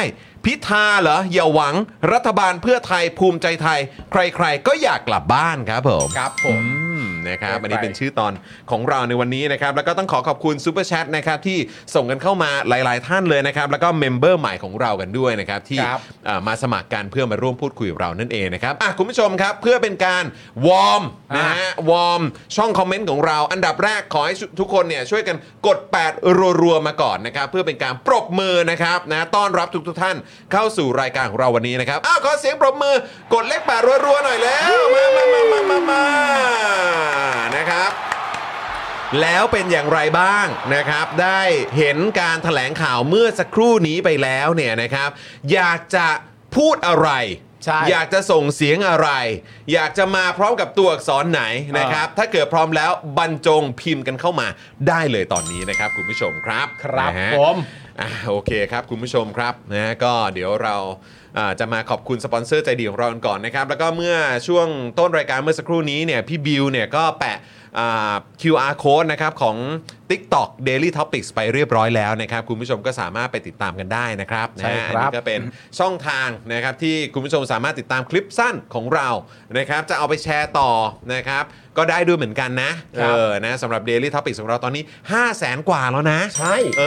Speaker 1: พิธาเหรออย่าหวังรัฐบาลเพื่อไทยภูมิใจไทย ใครๆ ก็อยากกลับบ้านครับผม
Speaker 2: ครับผม
Speaker 1: อืมนะครับ
Speaker 2: ไป
Speaker 1: อันนี้เป็นชื่อตอนของเราในวันนี้นะครับ แล้วก็ต้องขอขอบคุณซูเปอร์แชทนะครับที่ส่งกันเข้ามาหลาย ๆ ท่านเลยนะครับ แล้วก็เมมเบอร์ใหม่ของเรากันด้วยนะครับที่
Speaker 2: ครับ
Speaker 1: เอ่อมาสมัครกันเพื่อมาร่วมพูดคุยกับเรานั่นเองนะครับอ่ะคุณผู้ชมครับเพื่อเป็นการวอร์มนะฮะวอร์มช่องคอมเมนต์ของเรา อันดับแรกขอให้ทุกคนเนี่ยช่วยกันกด 8 รัวๆมาก่อนนะครับเพื่อเป็นการปรบมือนะครับนะต้อนรับทุกๆท่านเข้าสู่รายการของเราวันนี้นะครับอ้าวขอเสียงปรบมือกดเลขแปดรัวๆหน่อยแล้วมามามามามามานะครับ แล้วเป็นอย่างไรบ้างนะครับ ได้เห็นการแถลงข่าวเมื่อสักครู่นี้ไปแล้วเนี่ยนะครับ อยากจะพูดอะไร
Speaker 2: ใช่
Speaker 1: อยากจะส่งเสียงอะไร อยากจะมาพร้อมกับตัวอักษรไหนนะครับ ถ้าเกิดพร้อมแล้วบรรจงพิมพ์กันเข้ามาได้เลยตอนนี้นะครับ คุณผู้ชมครับ
Speaker 2: ครับ
Speaker 1: นะฮะ
Speaker 2: ผม
Speaker 1: อ่ะโอเคครับ คุณผู้ชมครับนะก็เดี๋ยวเราอ่าจะมาขอบคุณสปอนเซอร์ใจดีของเรากันก่อนนะครับ แล้วก็เมื่อช่วงต้นรายการเมื่อสักครู่นี้เนี่ยพี่บิวเนี่ยก็แปะอ่า QR code นะครับของ TikTok Daily Topics ไปเรียบร้อยแล้วนะครับ คุณผู้ชมก็สามารถไปติดตามกันได้นะครับนะ
Speaker 2: ใช่
Speaker 1: ฮะอั
Speaker 2: ครับ
Speaker 1: นี้ก็เป็นช่องทางนะครับที่คุณผู้ชมสามารถติดตามคลิปสั้นของเรานะครับ จะเอาไปแชร์ต่อนะครับ ก็ได้ด้วยเหมือนกันนะเออนะสำหรับ Daily Topics ของเราตอนนี้ 5 0 0แสนกว่าแล้วนะ
Speaker 2: ใช่
Speaker 1: เอ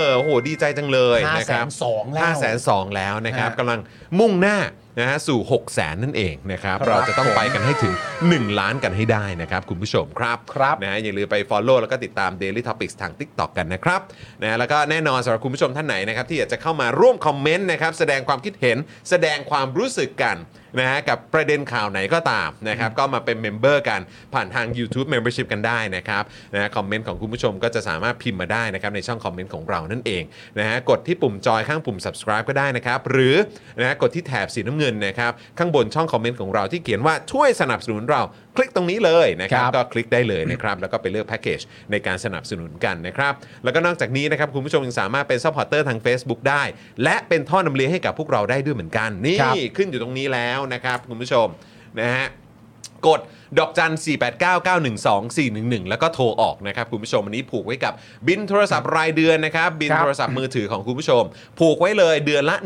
Speaker 1: อโอ้โห ดีใจจังเลย
Speaker 2: 502,000
Speaker 1: นะครับ
Speaker 2: แล้ว
Speaker 1: ห้าแสนสองแล้วนะครับ
Speaker 2: ฮะ
Speaker 1: กำลังมุ่งหน้านะฮะสู่6 0แสนนั่นเองนะครับ
Speaker 2: ครับ
Speaker 1: เราจะต้อง
Speaker 2: ผม
Speaker 1: ไปกันให้ถึง 1 ล้านกันให้ได้นะครับ คุณผู้ชมครับ
Speaker 2: ครับ
Speaker 1: นะฮะอย่าลืมไป Follow แล้วก็ติดตาม Daily Topics ทาง TikTok กันนะครับนะฮะแล้วก็แน่นอนสำหรับคุณผู้ชมท่านไหนนะครับ ที่อยากจะเข้ามาร่วมคอมเมนต์นะครับ แสดงความคิดเห็นแสดงความรู้สึกกันนะฮะกับประเด็นข่าวไหนก็ตามนะครับ ก็มาเป็นเมมเบอร์กันผ่านทาง YouTube Membership กันได้นะครับนะฮะคอมเมนต์ของคุณผู้ชมก็จะสามารถพิมพ์มาได้นะครับในช่องคอมเมนต์ของเรานั่นเองนะฮะกดที่ปุ่มจอยข้างปุ่ม subscribe ก็ได้นะครับ หรือนะฮะกดที่แถบสีน้ำเงินนะครับ ข้างบนช่องคอมเมนต์ของเราที่เขียนว่าช่วยสนับสนุนเราคลิกตรงนี้เลยนะครับ
Speaker 2: ครับ
Speaker 1: ก็คลิกได้เลยนะครับ แล้วก็ไปเลือกแพ็กเกจในการสนับสนุนกันนะครับ แล้วก็นอกจากนี้นะครับ คุณผู้ชมยังสามารถเป็นซัพพอร์เตอร์ทาง Facebook ได้ และเป็นท่อนำเลี้ยงให้กับพวกเราได้ด้วยเหมือนกันนี่
Speaker 2: ครับ
Speaker 1: ขึ้นอยู่ตรงนี้แล้วนะครับคุณผู้ชมนะฮะ กดดอกจัน 489912411 แล้วก็โทรออกนะครับ คุณผู้ชมอันนี้ผูกไว้กับบินโทรศัพท์รายเดือนนะครับ บิน
Speaker 2: ครับ
Speaker 1: โทรศัพท์มือถือของคุณผู้ชม ผูกไว้เลยเดือนละ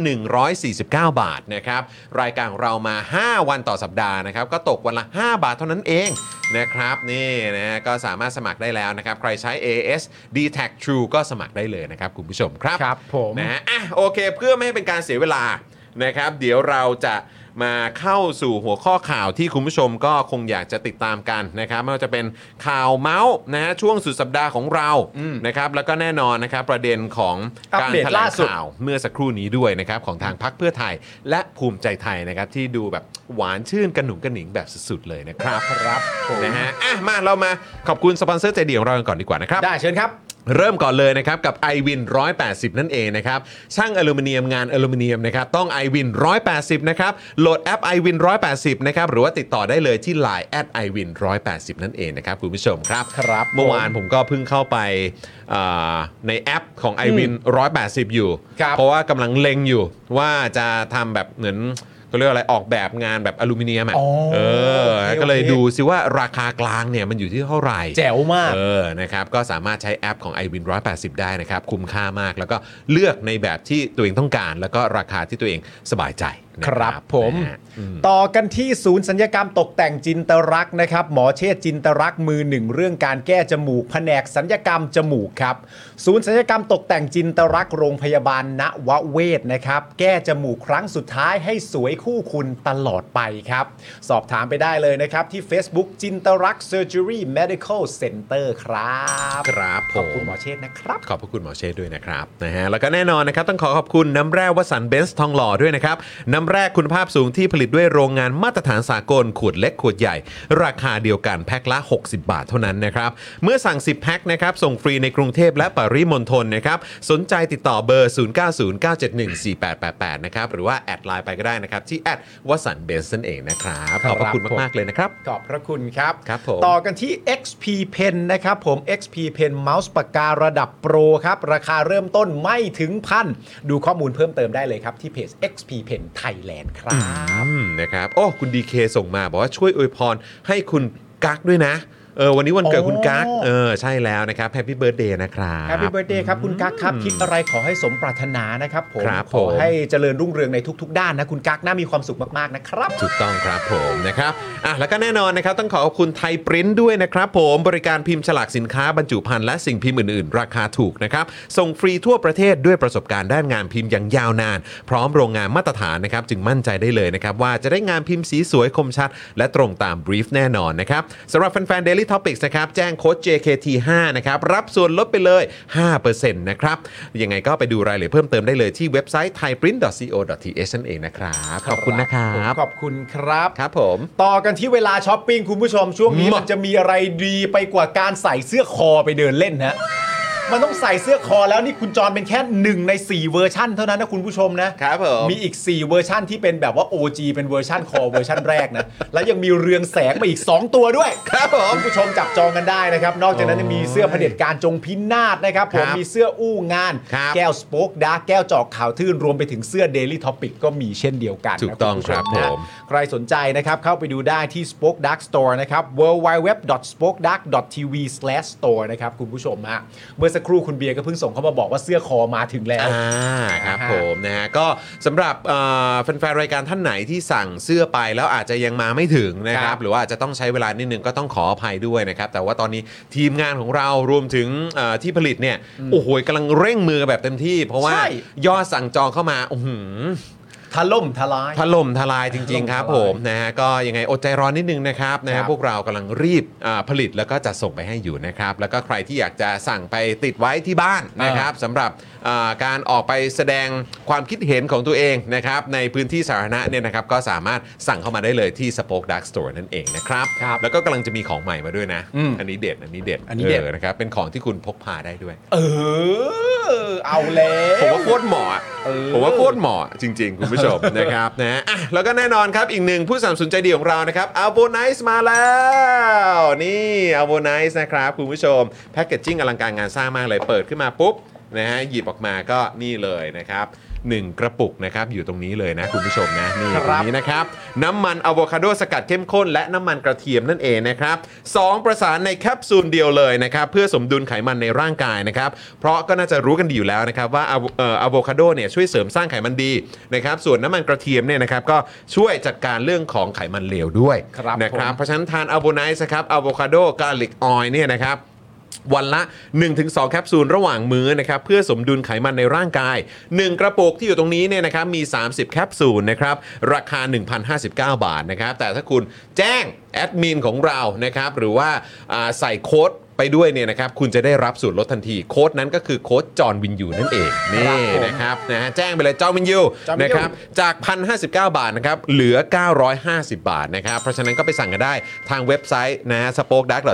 Speaker 1: 149 บาทนะครับ รายการของเรามา 5 วันต่อสัปดาห์นะครับ ก็ตกวันละ 5 บาทเท่านั้นเองนะครับ นี่นะฮะก็สามารถสมัครได้แล้วนะครับ ใครใช้ AS d t a c True ก็สมัครได้เลยนะครับ คุณผู้ชมครับ
Speaker 2: ครับผม
Speaker 1: นะฮะอ่ะโอเคเพื่อไม่ให้เป็นการเสียเวลานะครับ เดี๋ยวเราจะมาเข้าสู่หัวข้อข่าวที่คุณผู้ชมก็คงอยากจะติดตามกันนะครับไม่ว่าจะเป็นข่าวเมาส์นะฮะช่วงสุดสัปดาห์ของเรานะครับแล้วก็แน่นอนนะครับประเด็นของการ
Speaker 2: อัปเดต
Speaker 1: แถล
Speaker 2: ล่าง สุด
Speaker 1: ข่าวเมื่อสักครู่นี้ด้วยนะครับของทางพักเพื่อไทยและภูมิใจไทยนะครับที่ดูแบบหวานชื่นกระหนุ่งกระหนิงแบบสุดๆเลยนะครับ
Speaker 2: ครับผม
Speaker 1: นะฮะอ่ะมาเรามาขอบคุณสปอนเซอร์ใจดีของเรากันก่อนดีกว่านะครับ
Speaker 2: ได้เชิญครับ
Speaker 1: เริ่มก่อนเลยนะครับกับ i w วิน180 นั่นเองนะครับช่างอลูมิเนียมงานอลูมิเนียมนะครับต้อง i w วิน180 นะครับโหลดแอป i w วิน180 นะครับหรือว่าติดต่อได้เลยที่ Line แอด i w วิน180 นั่นเองนะครับคุณผู้ชมครับ
Speaker 2: ครับ
Speaker 1: เมื่อวานผมก็เพิ่งเข้าไปอ่าในแอปของ i w วิน180 อยู่
Speaker 2: ครับ
Speaker 1: เพราะว่ากำลังเล็งอยู่ว่าจะทำแบบเหมือนก็เรียกว่าอะไรออกแบบงานแบบอลูมิเนียมอ่ะ
Speaker 2: อ๋อ
Speaker 1: เออ
Speaker 2: โอเคโอเค
Speaker 1: ก็เลยดูซิว่าราคากลางเนี่ยมันอยู่ที่เท่าไหร่
Speaker 2: แจ๋วมาก
Speaker 1: เออ นะครับ ก็สามารถใช้แอปของ i w วิน180 ได้นะครับ คุ้มค่ามาก แล้วก็เลือกในแบบที่ตัวเองต้องการ แล้วก็ราคาที่ตัวเองสบายใจ นะ
Speaker 2: ค
Speaker 1: ค
Speaker 2: รั
Speaker 1: รั
Speaker 2: บบ ผม
Speaker 1: นะฮะอืม
Speaker 2: ต่อกันที่ศูนย์สัญญกรรมตกแต่งจินตรักษณ์นะครับ หมอเชษจินตรักษณ์มือหนึ่งเรื่องการแก้จมูกแผนกสัญญกรรมจมูกครับ ศูนย์สัญญกรรมตกแต่งจินตรักษณ์โรงพยาบาลณวเวศนะครับ แก้จมูกครั้งสุดท้ายให้สวยคู่คุณตลอดไปครับ สอบถามไปได้เลยนะครับ ที่ Facebook จินตรักเซอร์เจอรี่เมดิคอลเซ็นเตอร์ครับ
Speaker 1: ครับผม
Speaker 2: ขอบคุณหมอเชษนะครับ
Speaker 1: ขอบพระคุณหมอเชษฐ์ด้วยนะครับนะฮะแล้วก็แน่นอนนะครับ ต้องขอขอบคุณน้ำแร่วสันเบนซ์ทองหล่อด้วยนะครับ น้ำแร่คุณภาพสูงที่ผลิตด้วยโรงงานมาตรฐานสากลขวดเล็กขวดใหญ่ ราคาเดียวกันแพ็คละ 60 บาทเท่านั้นนะครับ เมื่อสั่ง 10 แพ็คนะครับ ส่งฟรีในกรุงเทพและปริมณฑลนะครับ สนใจติดต่อเบอร์ 0909714888 นะครับ หรือว่าแอดไลน์ไปก็ได้นะครับ ที่แอดวสันเบนซ์นั่นเองนะครับ
Speaker 2: ค
Speaker 1: ขอ
Speaker 2: รับ
Speaker 1: บพระคุณมากๆเลยนะครับ
Speaker 2: ขอบพระคุณครับ
Speaker 1: ครับผม
Speaker 2: ต่อกันที่ XP Pen นะครับผม XP Pen เมาส์ปากการะดับโปรครับ ราคาเริ่มต้นไม่ถึงพัน ดูข้อมูลเพิ่มเติมได้เลยครับ ที่เพจ XP Pen Thailand ครับ
Speaker 1: อืมนะครับโอ้คุณดีเคส่งมาบอกว่าช่วยอวยพรให้คุณกั๊กด้วยนะเออวันนี้วันเกิด
Speaker 2: อ๋อ
Speaker 1: คุณกั๊กเออใช่แล้วนะครับแฮปปี้เบิร์ดเดย์นะครับ
Speaker 2: Happy Birthday ครับ คุณกั๊กครับ คิดอะไรขอให้สมปรารถนานะครับผม
Speaker 1: ครับ
Speaker 2: ขอ
Speaker 1: ผม
Speaker 2: ให้เจริญรุ่งเรืองในทุก ๆ ด้านนะ คุณกั๊กน่ามีความสุขมาก ๆ นะครับ
Speaker 1: ถูกต้องครับผมนะครับอ่ะแล้วก็แน่นอนนะครับต้องขอขอบคุณไทยปริ้นด้วยนะครับผมบริการพิมพ์ฉลากสินค้าบรรจุภัณฑ์และสิ่งพิมพ์อื่นๆ ราคาถูกนะครับส่งฟรีทั่วประเทศด้วยประสบการณ์ด้านงานพิมพ์อย่างยาวนาน พร้อมโรงงานมาตรฐานนะครับจึงมั่นใจได้เลยนะครับว่าจะได้งานพิมพ์สีสวยคมชัด และตรงตามบรีฟแน่นอนนะครับสำหรับแฟนๆ Daily Topics นะครับแจ้งโค้ด JKT5 นะครับรับส่วนลดไปเลย 5%นะครับยังไงก็ไปดูรายละเอียดเพิ่มเติมได้เลยที่เว็บไซต์ thaiprint.co.th นั่นเองนะครับขอบคุณนะครับ
Speaker 2: ขอบคุณครับ
Speaker 1: ครับผม
Speaker 2: ต่อกันที่เวลาช้อปปิ้งคุณผู้ชมช่วงนี้
Speaker 1: มามั
Speaker 2: มันจะมีอะไรดีไปกว่าการใส่เสื้อคอไปเดินเล่นฮะมันต้องใส่เสื้อคอแล้วนี่คุณจอนเป็นแค่หนึ่งใน 4 เวอร์ชั่นเท่านั้นนะคุณผู้ชมนะครับ
Speaker 1: ผม
Speaker 2: มีอีก 4 เวอร์ชั่นที่เป็นแบบว่า OG เป็นเวอร์ชั่นคอเวอร์ชั่นแรกนะ แล้วยังมีเรืองแสงมาอีก 2 ตัวด้วย
Speaker 1: ครับผม
Speaker 2: คุณผู้ชมจับจองกันได้นะครับ นอกจากนั้นยังมีเสื้อเผด็จการจงพินาศนะครับผม
Speaker 1: ครับ
Speaker 2: มีเสื้ออู้งาน
Speaker 1: ครับ
Speaker 2: แก้วสป็อกดาแก้วจอกข่าวทื่นรวมไปถึงเสื้อ Daily Topic ก็มีเช่นเดียวกันนะ
Speaker 1: ถูกต้อง
Speaker 2: ณผู้ช
Speaker 1: ครับ
Speaker 2: นะ
Speaker 1: ผม
Speaker 2: ใครสนใจนะครับ เข้าไปดูได้ที่ Spoke Dark Store นะครับ www.spokedark.tv/store นะครับคุณผู้ชมฮะเมื่อสักครู่คุณเบียร์ก็เพิ่งส่งเข้ามาบอกว่าเสื้อคอมาถึงแล้ว
Speaker 1: อ่าครับผมนะฮะก็สำหรับเอ่อแฟนๆรายการท่านไหนที่สั่งเสื้อไปแล้วอาจจะยังมาไม่ถึงนะค
Speaker 2: ครั
Speaker 1: รับ
Speaker 2: บ
Speaker 1: หรือว่าอาจจะต้องใช้เวลานิดนึงก็ต้องขออภัยด้วยนะครับ แต่ว่าตอนนี้ทีมงานของเรารวมถึงเอ่อที่ผลิตเนี่ยโอ้โหกำลังเร่งมือแบบเต็มที่ เพราะว่า
Speaker 2: ใช่
Speaker 1: ยอดสั่งจองเข้ามาอื้อหือ
Speaker 2: ถล่มทลาย
Speaker 1: ถล่มทลายจริง ๆ ครับ
Speaker 2: ถ
Speaker 1: ผ
Speaker 2: ล่ม
Speaker 1: ม
Speaker 2: ทลาย
Speaker 1: นะฮะก็ยังไงอดใจรอนิดนึงนะครับนะ
Speaker 2: ครั
Speaker 1: ฮะ
Speaker 2: บ
Speaker 1: พวกเรากำลังรีบอ่าผลิตแล้วก็จัดส่งไปให้อยู่นะครับ แล้วก็ใครที่อยากจะสั่งไปติดไว้ที่บ้านนะครับสำหรับอ่าการออกไปแสดงความคิดเห็นของตัวเองนะครับในพื้นที่สาธารณะเนี่ยนะครับก็สามารถสั่งเข้ามาได้เลยที่ Spoke Dark Store นั่นเองนะครับ
Speaker 2: ครับ
Speaker 1: แล้วก็กำลังจะมีของใหม่มาด้วยนะ
Speaker 2: อืม
Speaker 1: นนี้เด็ดอันนี้เด็ด
Speaker 2: อันนี้เด็ด
Speaker 1: นะครับเป็นของที่คุณพกพาได้ด้วย
Speaker 2: เออ เอาแล้ว
Speaker 1: ผมว่าโคตรเหมาะอะ
Speaker 2: เออ
Speaker 1: ผมว่าโคตรเหมาะจริง ๆ คุณผู้ชม นะครับนะอ่ะแล้วก็แน่นอนครับอีกหนึ่งผู้สนัมสนุนใจดีของเรานะครับอาโบไนซ์มาแล้ว นี่อาโบไนซ์นะครับ คุณผู้ชม แพคเกจจิ้งอลังการงานสร้างมากเลยเปิดขึ้นมาปุ๊บนะฮะหยิบออกมาก็นี่เลยนะครับหนึ่งกระปุกนะครับอยู่ตรงนี้เลยนะคุณผู้ชมนะนี่
Speaker 2: ครับ
Speaker 1: ตรงนี้นะครับน้ำมันอะโวคาโดสกัดเข้มข้นและน้ำมันกระเทียมนั่นเองนะครับสองประสานในแคปซูลเดียวเลยนะครับเพื่อสมดุลไขมันในร่างกายนะครับเพราะก็น่าจะรู้กันดีอยู่แล้วนะครับว่าอะโวเอ่ออะโวคาโดเนี่ยช่วยเสริมสร้างไขมันดีนะครับส่วนน้ำมันกระเทียมเนี่ยนะครับก็ช่วยจัดการเรื่องของไขมันเลวด้วย
Speaker 2: ครับ
Speaker 1: นะครับ
Speaker 2: ผม
Speaker 1: เพราะฉะนั้นทานอะโวไนซ์นะครับอะโวคาโดกาลิกออยเนี่ยนะครับ วันละ 1-2 แคปซูลระหว่างมื้อนะครับเพื่อสมดุลไขมันในร่างกาย 1 กระปุกที่อยู่ตรงนี้เนี่ยนะครับมี 30 แคปซูลนะครับราคา 1,059 บาทนะครับแต่ถ้าคุณแจ้งแอดมินของเรานะครับหรือว่าอ่าใส่โค้ดไปด้วยเนี่ยนะครับคุณจะได้รับส่วนลดทันที โค้ดนั้นก็คือโค้ดจอห์นวินยูนั่นเองนี่นะครับนะฮะแจ้งไปเลยจอห์นวินยู
Speaker 2: จอห์นวินยู
Speaker 1: นะครับ จาก 1,059 บาทนะครับ เหลือ 950 บาทนะครับ เพราะฉะนั้นก็ไปสั่งกันได้ทางเว็บไซต์นะ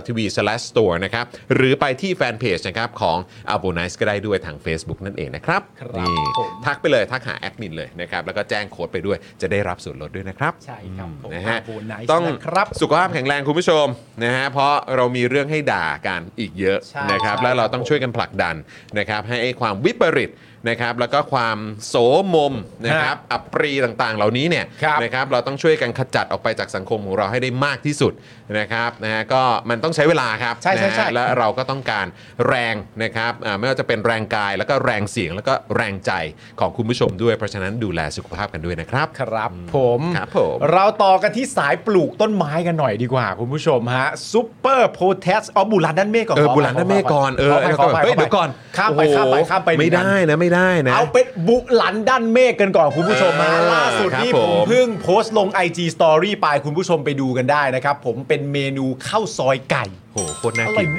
Speaker 1: spokedark.tv/store นะครับ หรือไปที่แฟนเพจนะครับ ของ a b o n i c e ก็ได้ด้วยทาง Facebook นั่นเองนะครับ
Speaker 2: ครับ
Speaker 1: นี่
Speaker 2: ผม
Speaker 1: ทักไปเลย ทักหาแอดมินเลยนะครับ แล้วก็แจ้งโค้ดไปด้วยจะได้รับส่วนลดด้วยนะครับ
Speaker 2: ใช่ครับผม
Speaker 1: นะฮะ
Speaker 2: โบนัส
Speaker 1: ต้อง
Speaker 2: นะครับ
Speaker 1: สุขภาพแข็งแรงคุณผู้ชมนะฮะเพราะเรามีเรื่องให้ด่ากัน การอีกเยอะ
Speaker 2: ใช่
Speaker 1: นะครับ
Speaker 2: ใช่
Speaker 1: และเรา
Speaker 2: ครับ
Speaker 1: ต้องช่วยกันผลักดันนะครับ ให้ไอ้ความวิปริตนะครับ แล้วก็ความโสมมนะครับอัปรีต่างๆ เหล่านี้เนี่ย
Speaker 2: ครับ
Speaker 1: นะครับ เราต้องช่วยกันขจัดออกไปจากสังคมของเราให้ได้มากที่สุดนะครับนะฮะก็มันต้องใช้เวลาครับ
Speaker 2: ใช่ใช่
Speaker 1: นะฮะ
Speaker 2: ใช่
Speaker 1: และเราก็ต้องการแรงนะครับอ่าไม่ว่าจะเป็นแรงกายแล้วก็แรงเสียงแล้วก็แรงใจของคุณผู้ชมด้วยเพราะฉะนั้นดูแลสุขภาพกันด้วยนะครับ
Speaker 2: ครับผม
Speaker 1: ครับผม
Speaker 2: เราต่อกันที่สายปลูกต้นไม้กันหน่อยดีกว่าคุณผู้ชมฮะซูเปอร์โพแทสอ๋อบุรันด้านเมฆก่อน
Speaker 1: เออ
Speaker 2: ขภัย
Speaker 1: บุรันด้านเมฆก่อนเออ
Speaker 2: ขภัย
Speaker 1: แล้ว
Speaker 2: ข
Speaker 1: ก็
Speaker 2: ภั
Speaker 1: แบบเฮ้ยเดี๋ยวก่อน
Speaker 2: ข้ามไป
Speaker 1: โอ้โห
Speaker 2: ข้ามไปข้ามไป
Speaker 1: ไม่
Speaker 2: หนึ่ง
Speaker 1: ได้
Speaker 2: อัน
Speaker 1: นะไม่ได้นะ
Speaker 2: เอาเป็นบุหลันด้านเมฆกันก่อนคุณผู้ชมมา
Speaker 1: เออ
Speaker 2: ล่าสุดนี่
Speaker 1: ครับผ
Speaker 2: ผ
Speaker 1: ม
Speaker 2: มเพิ่งโพสต์ลง IG Story ไปคุณผู้ชมไปดูกันได้นะครับ ผมเป็นเมนูข้าวซอยไก่
Speaker 1: โหโคตรน่า
Speaker 2: อร่
Speaker 1: กิ
Speaker 2: อย
Speaker 1: น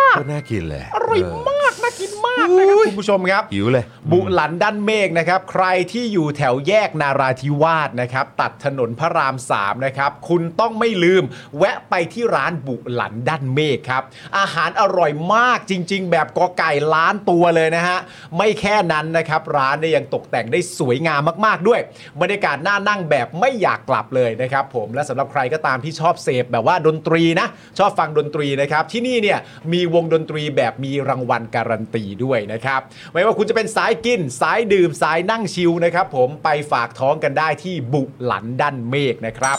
Speaker 1: เลย
Speaker 2: มาก
Speaker 1: โคตรน่ากินเลย
Speaker 2: อร่อยมากน่ากินมากนะครับคุณผู้ชมครับ
Speaker 1: หิวเลย
Speaker 2: บุหลันด้านเมฆนะครับ ใครที่อยู่แถวแยกนาราธิวาสนะครับ ตัดถนนพระราม 3 นะครับ คุณต้องไม่ลืม แวะไปที่ร้านบุหลันด้านเมฆครับ อาหารอร่อยมากจริง ๆ แบบกอไก่ล้านตัวเลยนะฮะ ไม่แค่นั้นนะครับ ร้านเนี่ยยังตกแต่งได้สวยงามมากๆด้วย บรรยากาศน่านั่งแบบไม่อยากกลับเลยนะครับผมและสำหรับใครก็ตามที่ชอบเสพแบบว่าดนตรีนะ ชอบฟังดนตรีนะครับ ที่นี่เนี่ยมีวงดนตรีแบบมีรางวัลการันตีด้วยนะครับ ไม่ว่าคุณจะเป็นสายกิน สายดื่มสายนั่งชิลนะครับผมไปฝากท้องกันได้ที่บุหลันด้านเมฆนะครับ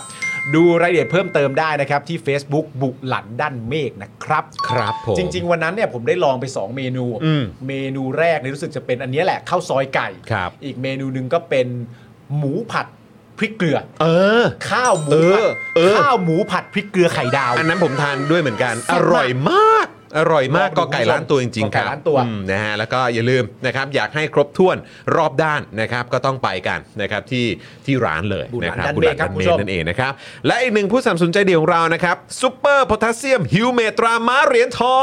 Speaker 2: ดูรายละเอียดเพิ่มเติมได้นะครับ ที่ Facebook บุหลันด้านเมฆนะครับ
Speaker 1: ครับผม
Speaker 2: จริง ๆ วันนั้นเนี่ยผมได้ลองไป 2 เมนู
Speaker 1: อืม
Speaker 2: เมนูแรกเนี่ยรู้สึกจะเป็นอันเนี้ยแหละข้าวซอยไก่
Speaker 1: ครับ
Speaker 2: อีกเมนูหนึ่งก็เป็นหมูผัดพริกเกลือ
Speaker 1: เออ
Speaker 2: ข้าวหมู
Speaker 1: เอ
Speaker 2: ผัด
Speaker 1: อเออ
Speaker 2: ข้าวหมูผัดพริกเกลือไข่ดาว
Speaker 1: อันนั้นผมทานด้วยเหมือนกัน
Speaker 2: แซ่
Speaker 1: อบ
Speaker 2: มาก
Speaker 1: ร่อยมาก อร่อยมาก
Speaker 2: ล
Speaker 1: ก็
Speaker 2: องดู
Speaker 1: ไก่ร้านตัวจริง
Speaker 2: กอ
Speaker 1: ๆค
Speaker 2: ไก่
Speaker 1: รับ
Speaker 2: ล้านตัว
Speaker 1: อืมนะฮะแล้วก็อย่าลืมนะครับอยากให้ครบถ้วนรอบด้านนะครับก็ต้องไปกันนะครับที่ที่ร้านเลยนะครั
Speaker 2: บุญหลานด้านเมฆครับคุณผู้ชม
Speaker 1: นั่นเองนะครับ และอีกหนึ่งผู้สนัมสนุนใจดีของเรานะครับซูเปอร์โพแทสเซียมฮิวเมตราม้าเหรียญทอ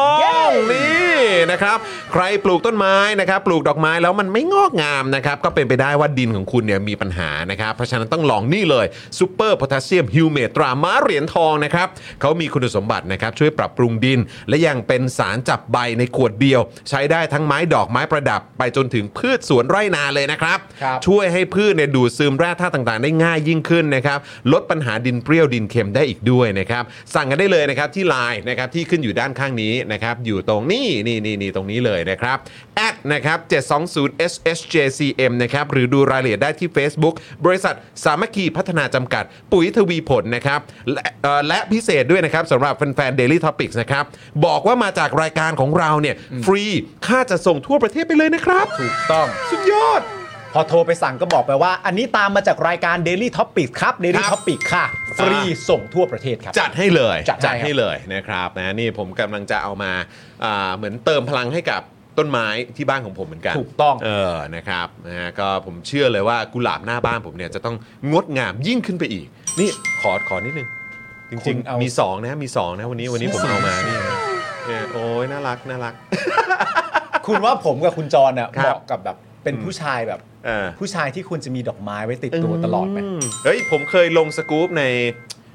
Speaker 1: งนี่นะครับใครปลูกต้นไม้นะครับปลูกดอกไม้แล้วมันไม่งอกงามนะครับก็เป็นไปได้ว่าดินของคุณเนี่ยมีปัญหานะครับเพราะฉะนั้นต้องลองนี่เลยซูเปอร์โพแทสเซียมฮิวเมตราม้าเหรียญทองนะครับเขามีคุณสมบัตินะครับช่วยปรับปรุงดิน และยังเป็นสารจับใบในขวดเดียว ใช้ได้ทั้งไม้ดอกไม้ประดับ ไปจนถึงพืชสวนไร่นาเลยนะครับ
Speaker 2: ครับ
Speaker 1: ช่วยให้พืชเนี่ยดูดซึมแร่ธาตุต่างๆ ได้ง่ายยิ่งขึ้นนะครับ ลดปัญหาดินเปรี้ยวดินเค็มได้อีกด้วยนะครับ สั่งกันได้เลยนะครับที่ไลน์นะครับที่ขึ้นอยู่ด้านข้างนี้นะครับ อยู่ตรงนี้นี่นี่นี่ตรงนี้เลยนะครับแอดนะครับ 720 SSJCM นะครับ หรือดูรายละเอียดได้ที่ Facebook บริษัทสามัคคีพัฒนาจำกัด ปุ๋ยทวีผลนะครับ และเอ่อและพิเศษด้วยนะครับสำหรับแฟนๆ Daily Topics นะครับ บอกว่ามาจากรายการของเราเนี่ยฟรีค่าจะส่งทั่วประเทศไปเลยนะครับ
Speaker 2: ถูกต้อง
Speaker 1: สุดยอด
Speaker 2: พอโทรไปสั่งก็บอกไปว่า อันนี้ตามมาจากรายการ Daily Topic ครับ
Speaker 1: ค
Speaker 2: Daily
Speaker 1: รับ
Speaker 2: Topic ค่ะ ฟรีส่งทั่วประเทศครับ
Speaker 1: จัดให้เลย
Speaker 2: จัดให้
Speaker 1: ให้เลยนะครับนะนี่ผมกำลังจะเอามาอ่าเหมือนเติมพลังให้กับต้นไม้ที่บ้านของผมเหมือนกัน
Speaker 2: ถูกต้อง
Speaker 1: เออนะครับนะฮะก็ผมเชื่อเลยว่ากุหลาบหน้าบ้านผมเนี่ยจะต้องงดงามยิ่งขึ้นไปอีก นี่ขอขอนิดนึง จริง
Speaker 2: คุณเอา
Speaker 1: ๆ มี 2 นะมี 2 นะวันนี้วันนี้ผมเอามานี่นะเนี่ยโอ้ยน่ารักน่ารัก
Speaker 2: คุณว่าผมกับคุณจรเนี่ย
Speaker 1: ครั
Speaker 2: เห
Speaker 1: บ
Speaker 2: มาะกับแบบเป็นผู้ชายแบบ
Speaker 1: เออ
Speaker 2: ผู้ชายที่ควรจะมีดอกไม้ไว้ติดตัวตลอดไหม
Speaker 1: มเฮ้ย ผมเคยลงสกู๊ปใน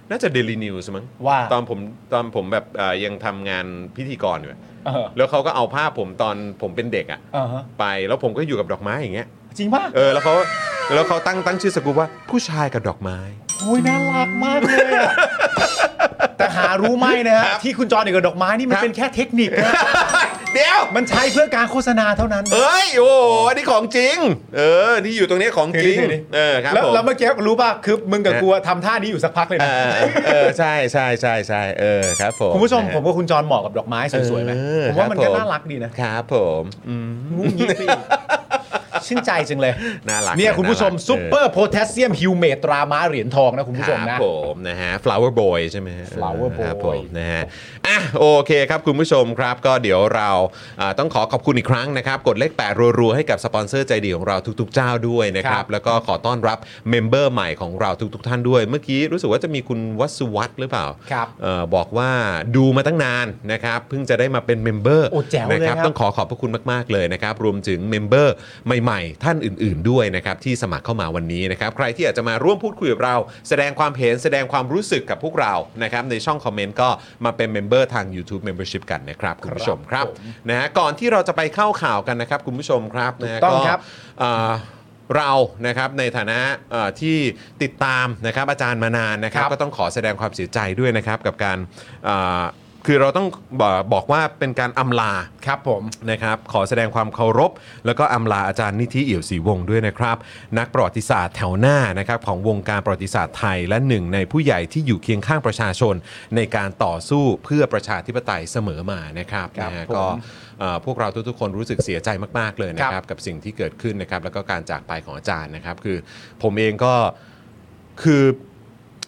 Speaker 1: น่าจะเดลีนิวส์มั้ง
Speaker 2: ว่า
Speaker 1: ตอนผมตอนผมแบบเอ่อยังทำงานพิธีกรอยู่อะ
Speaker 2: เออ
Speaker 1: แล้วเขาก็เอาภาพผมตอนผมเป็นเด็กอะ
Speaker 2: อ่าฮะ
Speaker 1: ไปแล้วผมก็อยู่กับดอกไม้อย่างเงี้ย
Speaker 2: จริงป่ะ
Speaker 1: เออแล้วเขาแล้วเขาตั้งตั้งชื่อสกูปว่าผู้ชายกับดอกไม้
Speaker 2: โอ้ยน่ารักมากเลยอะแต่หารู้ไหมนะฮะที่คุณจรเอกกับดอกไม้นี่มั
Speaker 1: คน รับ
Speaker 2: เป็นแค่เทคนิคนะ
Speaker 1: เดี๋ยว
Speaker 2: มันใช้เพื่อการโฆษณาเท่านั้น
Speaker 1: เอ้ยโอ้โหอันนี้ของจริง เออที่อยู่ตรงเนี้ยของจริง
Speaker 2: ถือดิถือดิ
Speaker 1: เออครับ
Speaker 2: แล้ว
Speaker 1: ผม
Speaker 2: แล้วเมื่อกี้รู้ป่ะคือมึงกับกูอะทำท่านี้อยู่สักพักเลย
Speaker 1: เอ
Speaker 2: นะ
Speaker 1: อเออใช่ใช่ใช่ใช่เออครับผม
Speaker 2: คุณผู้ชม
Speaker 1: นะฮะ
Speaker 2: ผมว่าคุณจรเหมาะกับดอกไม้สวยๆไหม
Speaker 1: เออ
Speaker 2: ผมว่ามัน
Speaker 1: ค
Speaker 2: ก็
Speaker 1: บผ
Speaker 2: น่ารักดี นะครับ
Speaker 1: ผมอืม
Speaker 2: งุ้งยิ้มไปอีกชื่นใจจังเลย
Speaker 1: น่ารัก
Speaker 2: เนี่ยคุณผู้ชม
Speaker 1: น่ารัก
Speaker 2: ซูเปอร์โพแทสเซียมฮิวเมตราม้าเหรียญทองนะคุณผู้ชม
Speaker 1: ครั
Speaker 2: นะ
Speaker 1: บผมนะฮะ flower boy ใช่ไหมฮะ
Speaker 2: Flower Boy
Speaker 1: ครับผม นะฮะ อ่ะโอเคครับคุณผู้ชมครับ ก็เดี๋ยวเราอ่าต้องขอขอบคุณอีกครั้งนะครับ กดเลขแปดรัวๆให้กับสปอนเซอร์ใจดีของเราทุกๆเจ้าด้วยนะค
Speaker 2: ค
Speaker 1: รั
Speaker 2: รับ บ
Speaker 1: แล้วก็ขอต้อนรับเมมเบอร์ใหม่ของเราทุก ๆ ท่านด้วย เมื่อกี้รู้สึกว่าจะมีคุณวัสวัตรหรือเปล่า
Speaker 2: ครับ
Speaker 1: เอ่อบอกว่าดูมาตั้งนานนะครับเพิ่งจะได้มาเป็นเมมเบอร์
Speaker 2: โอ้แจ๋วเลย
Speaker 1: นะครั
Speaker 2: ครับ
Speaker 1: ต้องขอขอบพระคุณมากๆเลยนะครับ รวมถึงเมมเบอร์ใหม่ๆ ท่านอื่น ๆ ด้วยนะครับที่สมัครเข้ามาวันนี้นะครับใครที่อยากจะมาร่วมพูดคุยกับเรา แสดงความเห็นแสดงความรู้สึกกับพวกเรานะครับในช่องคอมเมนต์ก็มาเป็นเมมเบอร์ทาง YouTube Membership กันนะครับคุณผู้ชมครับนะฮะก่อนที่เราจะไปเข้าข่าวกันนะครับคุณผู้ชมครับนะฮะ
Speaker 2: ถูกต้อง
Speaker 1: ก็
Speaker 2: ครับ
Speaker 1: เอ่อเรานะครับในฐานะเอ่อที่ติดตามนะครับอาจารย์มานานนะครับ
Speaker 2: ครับ
Speaker 1: ก็ต้องขอแสดงความเสียใจด้วยนะครับกับการเอ่อ คือเราต้องบอกบอกว่าเป็นการอำลา
Speaker 2: ครับผม
Speaker 1: นะครับขอแสดงความเคารพ แล้วก็อำลาอาจารย์นิธิเอี่ยวศรีวงศ์ด้วยนะครับ นักประวัติศาสตร์แถวหน้านะครับของวงการประวัติศาสตร์ไทย และหนึ่งในผู้ใหญ่ที่อยู่เคียงข้างประชาชน ในการต่อสู้เพื่อประชาธิปไตยเสมอมานะครับ
Speaker 2: ครับ
Speaker 1: นะฮะ
Speaker 2: ผม
Speaker 1: ก็เอ่อพวกเราทุกๆคนรู้สึกเสียใจมากๆเลยนะค
Speaker 2: ครั
Speaker 1: รับบ กับสิ่งที่เกิดขึ้นนะครับแล้วก็การจากไปของอาจารย์นะครับ คือผมเองก็คือ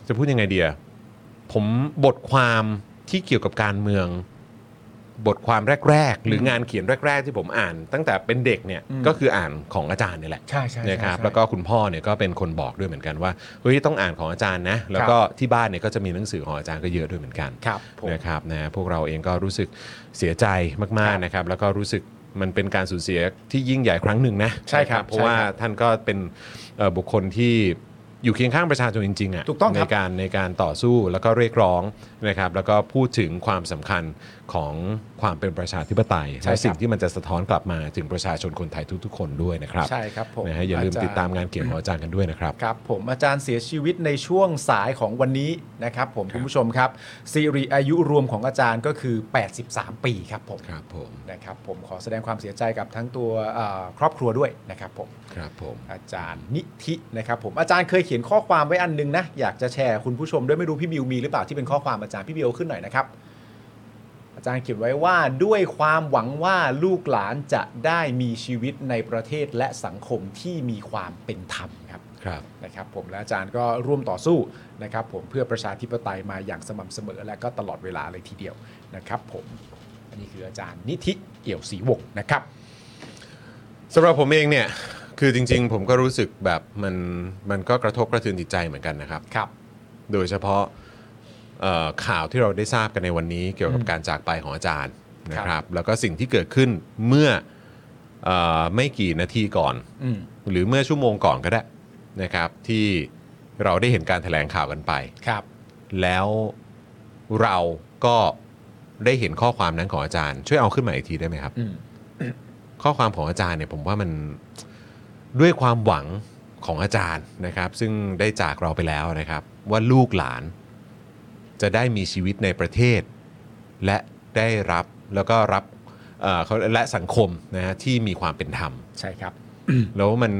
Speaker 1: จะพูดยังไงเดียผมบทความที่เกี่ยวกับการเมือง บทความแรก ๆ หรืองานเขียนแรก ๆ ที่ผมอ่าน ตั้งแต่เป็นเด็กเนี่ย
Speaker 2: อืม
Speaker 1: ก็คืออ่านของอาจารย์เนี่ยแหละ
Speaker 2: ใช่ใช่ใช่
Speaker 1: นะครับ
Speaker 2: ใช่
Speaker 1: แล้วก็คุณพ่อเนี่ยก็เป็นคนบอกด้วยเหมือนกันว่าเฮ้ยต้องอ่านของอาจารย์นะแล้วก็ที่บ้านเนี่ยก็จะมีหนังสือของอาจารย์ก็เยอะด้วยเหมือนกัน
Speaker 2: ครับผม
Speaker 1: นะครับนะพวกเราเองก็รู้สึกเสียใจมากๆนะครับแล้วก็รู้สึกมันเป็นการสูญเสียที่ยิ่งใหญ่ครั้งหนึ่งนะ
Speaker 2: ใช่ครับ
Speaker 1: นะเพราะว่า
Speaker 2: ใช่ครับ
Speaker 1: ท่านก็เป็นเอ่อบุคคลที่อยู่เคียงข้างประชาชนจริงๆอ่ะ
Speaker 2: ถูกต้องค
Speaker 1: ใน
Speaker 2: รับ
Speaker 1: การในการต่อสู้แล้วก็เรียกร้องนะครับแล้วก็พูดถึงความสำคัญของความเป็นประชาธิปไตย
Speaker 2: ใช่
Speaker 1: และ
Speaker 2: ครับ
Speaker 1: สิ่งที่มันจะสะท้อนกลับมาถึงประชาชนคนไทยทุกๆ คนด้วยนะครับ
Speaker 2: ใช่ครับผม
Speaker 1: นะฮะอย่าลืม
Speaker 2: จร
Speaker 1: ติดตามงานเขียนของอาจารย์กันด้วยนะครับ
Speaker 2: ครับผมอาจารย์เสียชีวิตในช่วงสายของวันนี้นะครับผมคุณผู้ชมครับสิริอายุรวมของอาจารย์ก็คือ 83 ปีครับผม
Speaker 1: ครับผม
Speaker 2: นะครับผมขอแสดงความเสียใจกับทั้งตัวเอ่อครอบครัวด้วยนะครับผม
Speaker 1: ครับผม
Speaker 2: อาจารย์นิธินะครับผมอาจารย์เคยเขียนข้อความไว้อันหนึงนะ อยากจะแชร์คุณผู้ชมด้วยไม่รู้พี่บิวมีหรือเปล่าที่เป็นข้อความอาจารย์พี่บิวเอาขึ้นหน่อยนะครับ อาจารย์เขียนไว้ว่าด้วยความหวังว่าลูกหลานจะได้มีชีวิตในประเทศและสังคมที่มีความเป็นธรรมครับ
Speaker 1: ครับ
Speaker 2: นะครับ ผมและอาจารย์ก็ร่วมต่อสู้นะครับ ผมเพื่อประชาธิปไตยมาอย่างสม่ำเสมอและก็ตลอดเวลาเลยทีเดียวนะครับ ผมอันนี้คืออาจารย์นิธิเอี่ยวศรีวงศ์นะครับ
Speaker 1: สำหรับผมเองเนี่ยคือจริง ๆ ผมก็รู้สึกแบบมันมันก็กระทบกระเทือนจิตใจเหมือนกันนะครับ
Speaker 2: ครับ
Speaker 1: โดยเฉพาะเอ่อข่าวที่เราได้ทราบกันในวันนี้เกี่ยวกับ
Speaker 2: อืม
Speaker 1: การจากไปของอาจารย์นะค
Speaker 2: ครั
Speaker 1: รับ
Speaker 2: บ
Speaker 1: แล้วก็สิ่งที่เกิดขึ้นเมื่อเอ่อไม่กี่นาทีก่อน
Speaker 2: อืม
Speaker 1: หรือเมื่อชั่วโมงก่อนก็ได้นะครับ ที่เราได้เห็นการแถลงข่าวกันไป
Speaker 2: ครับ
Speaker 1: แล้วเราก็ได้เห็นข้อความนั้นของอาจารย์ ช่วยเอาขึ้นมาอีกทีได้ไหมครับ
Speaker 2: อืม
Speaker 1: ข้อความของอาจารย์เนี่ยผมว่ามันด้วยความหวังของอาจารย์นะครับ ซึ่งได้จากเราไปแล้วนะครับ ว่าลูกหลานจะได้มีชีวิตในประเทศ และได้รับแล้วก็รับเอ่อเขาและสังคมนะฮะที่มีความเป็นธรรม
Speaker 2: ใช่ครับ
Speaker 1: แล้วมัน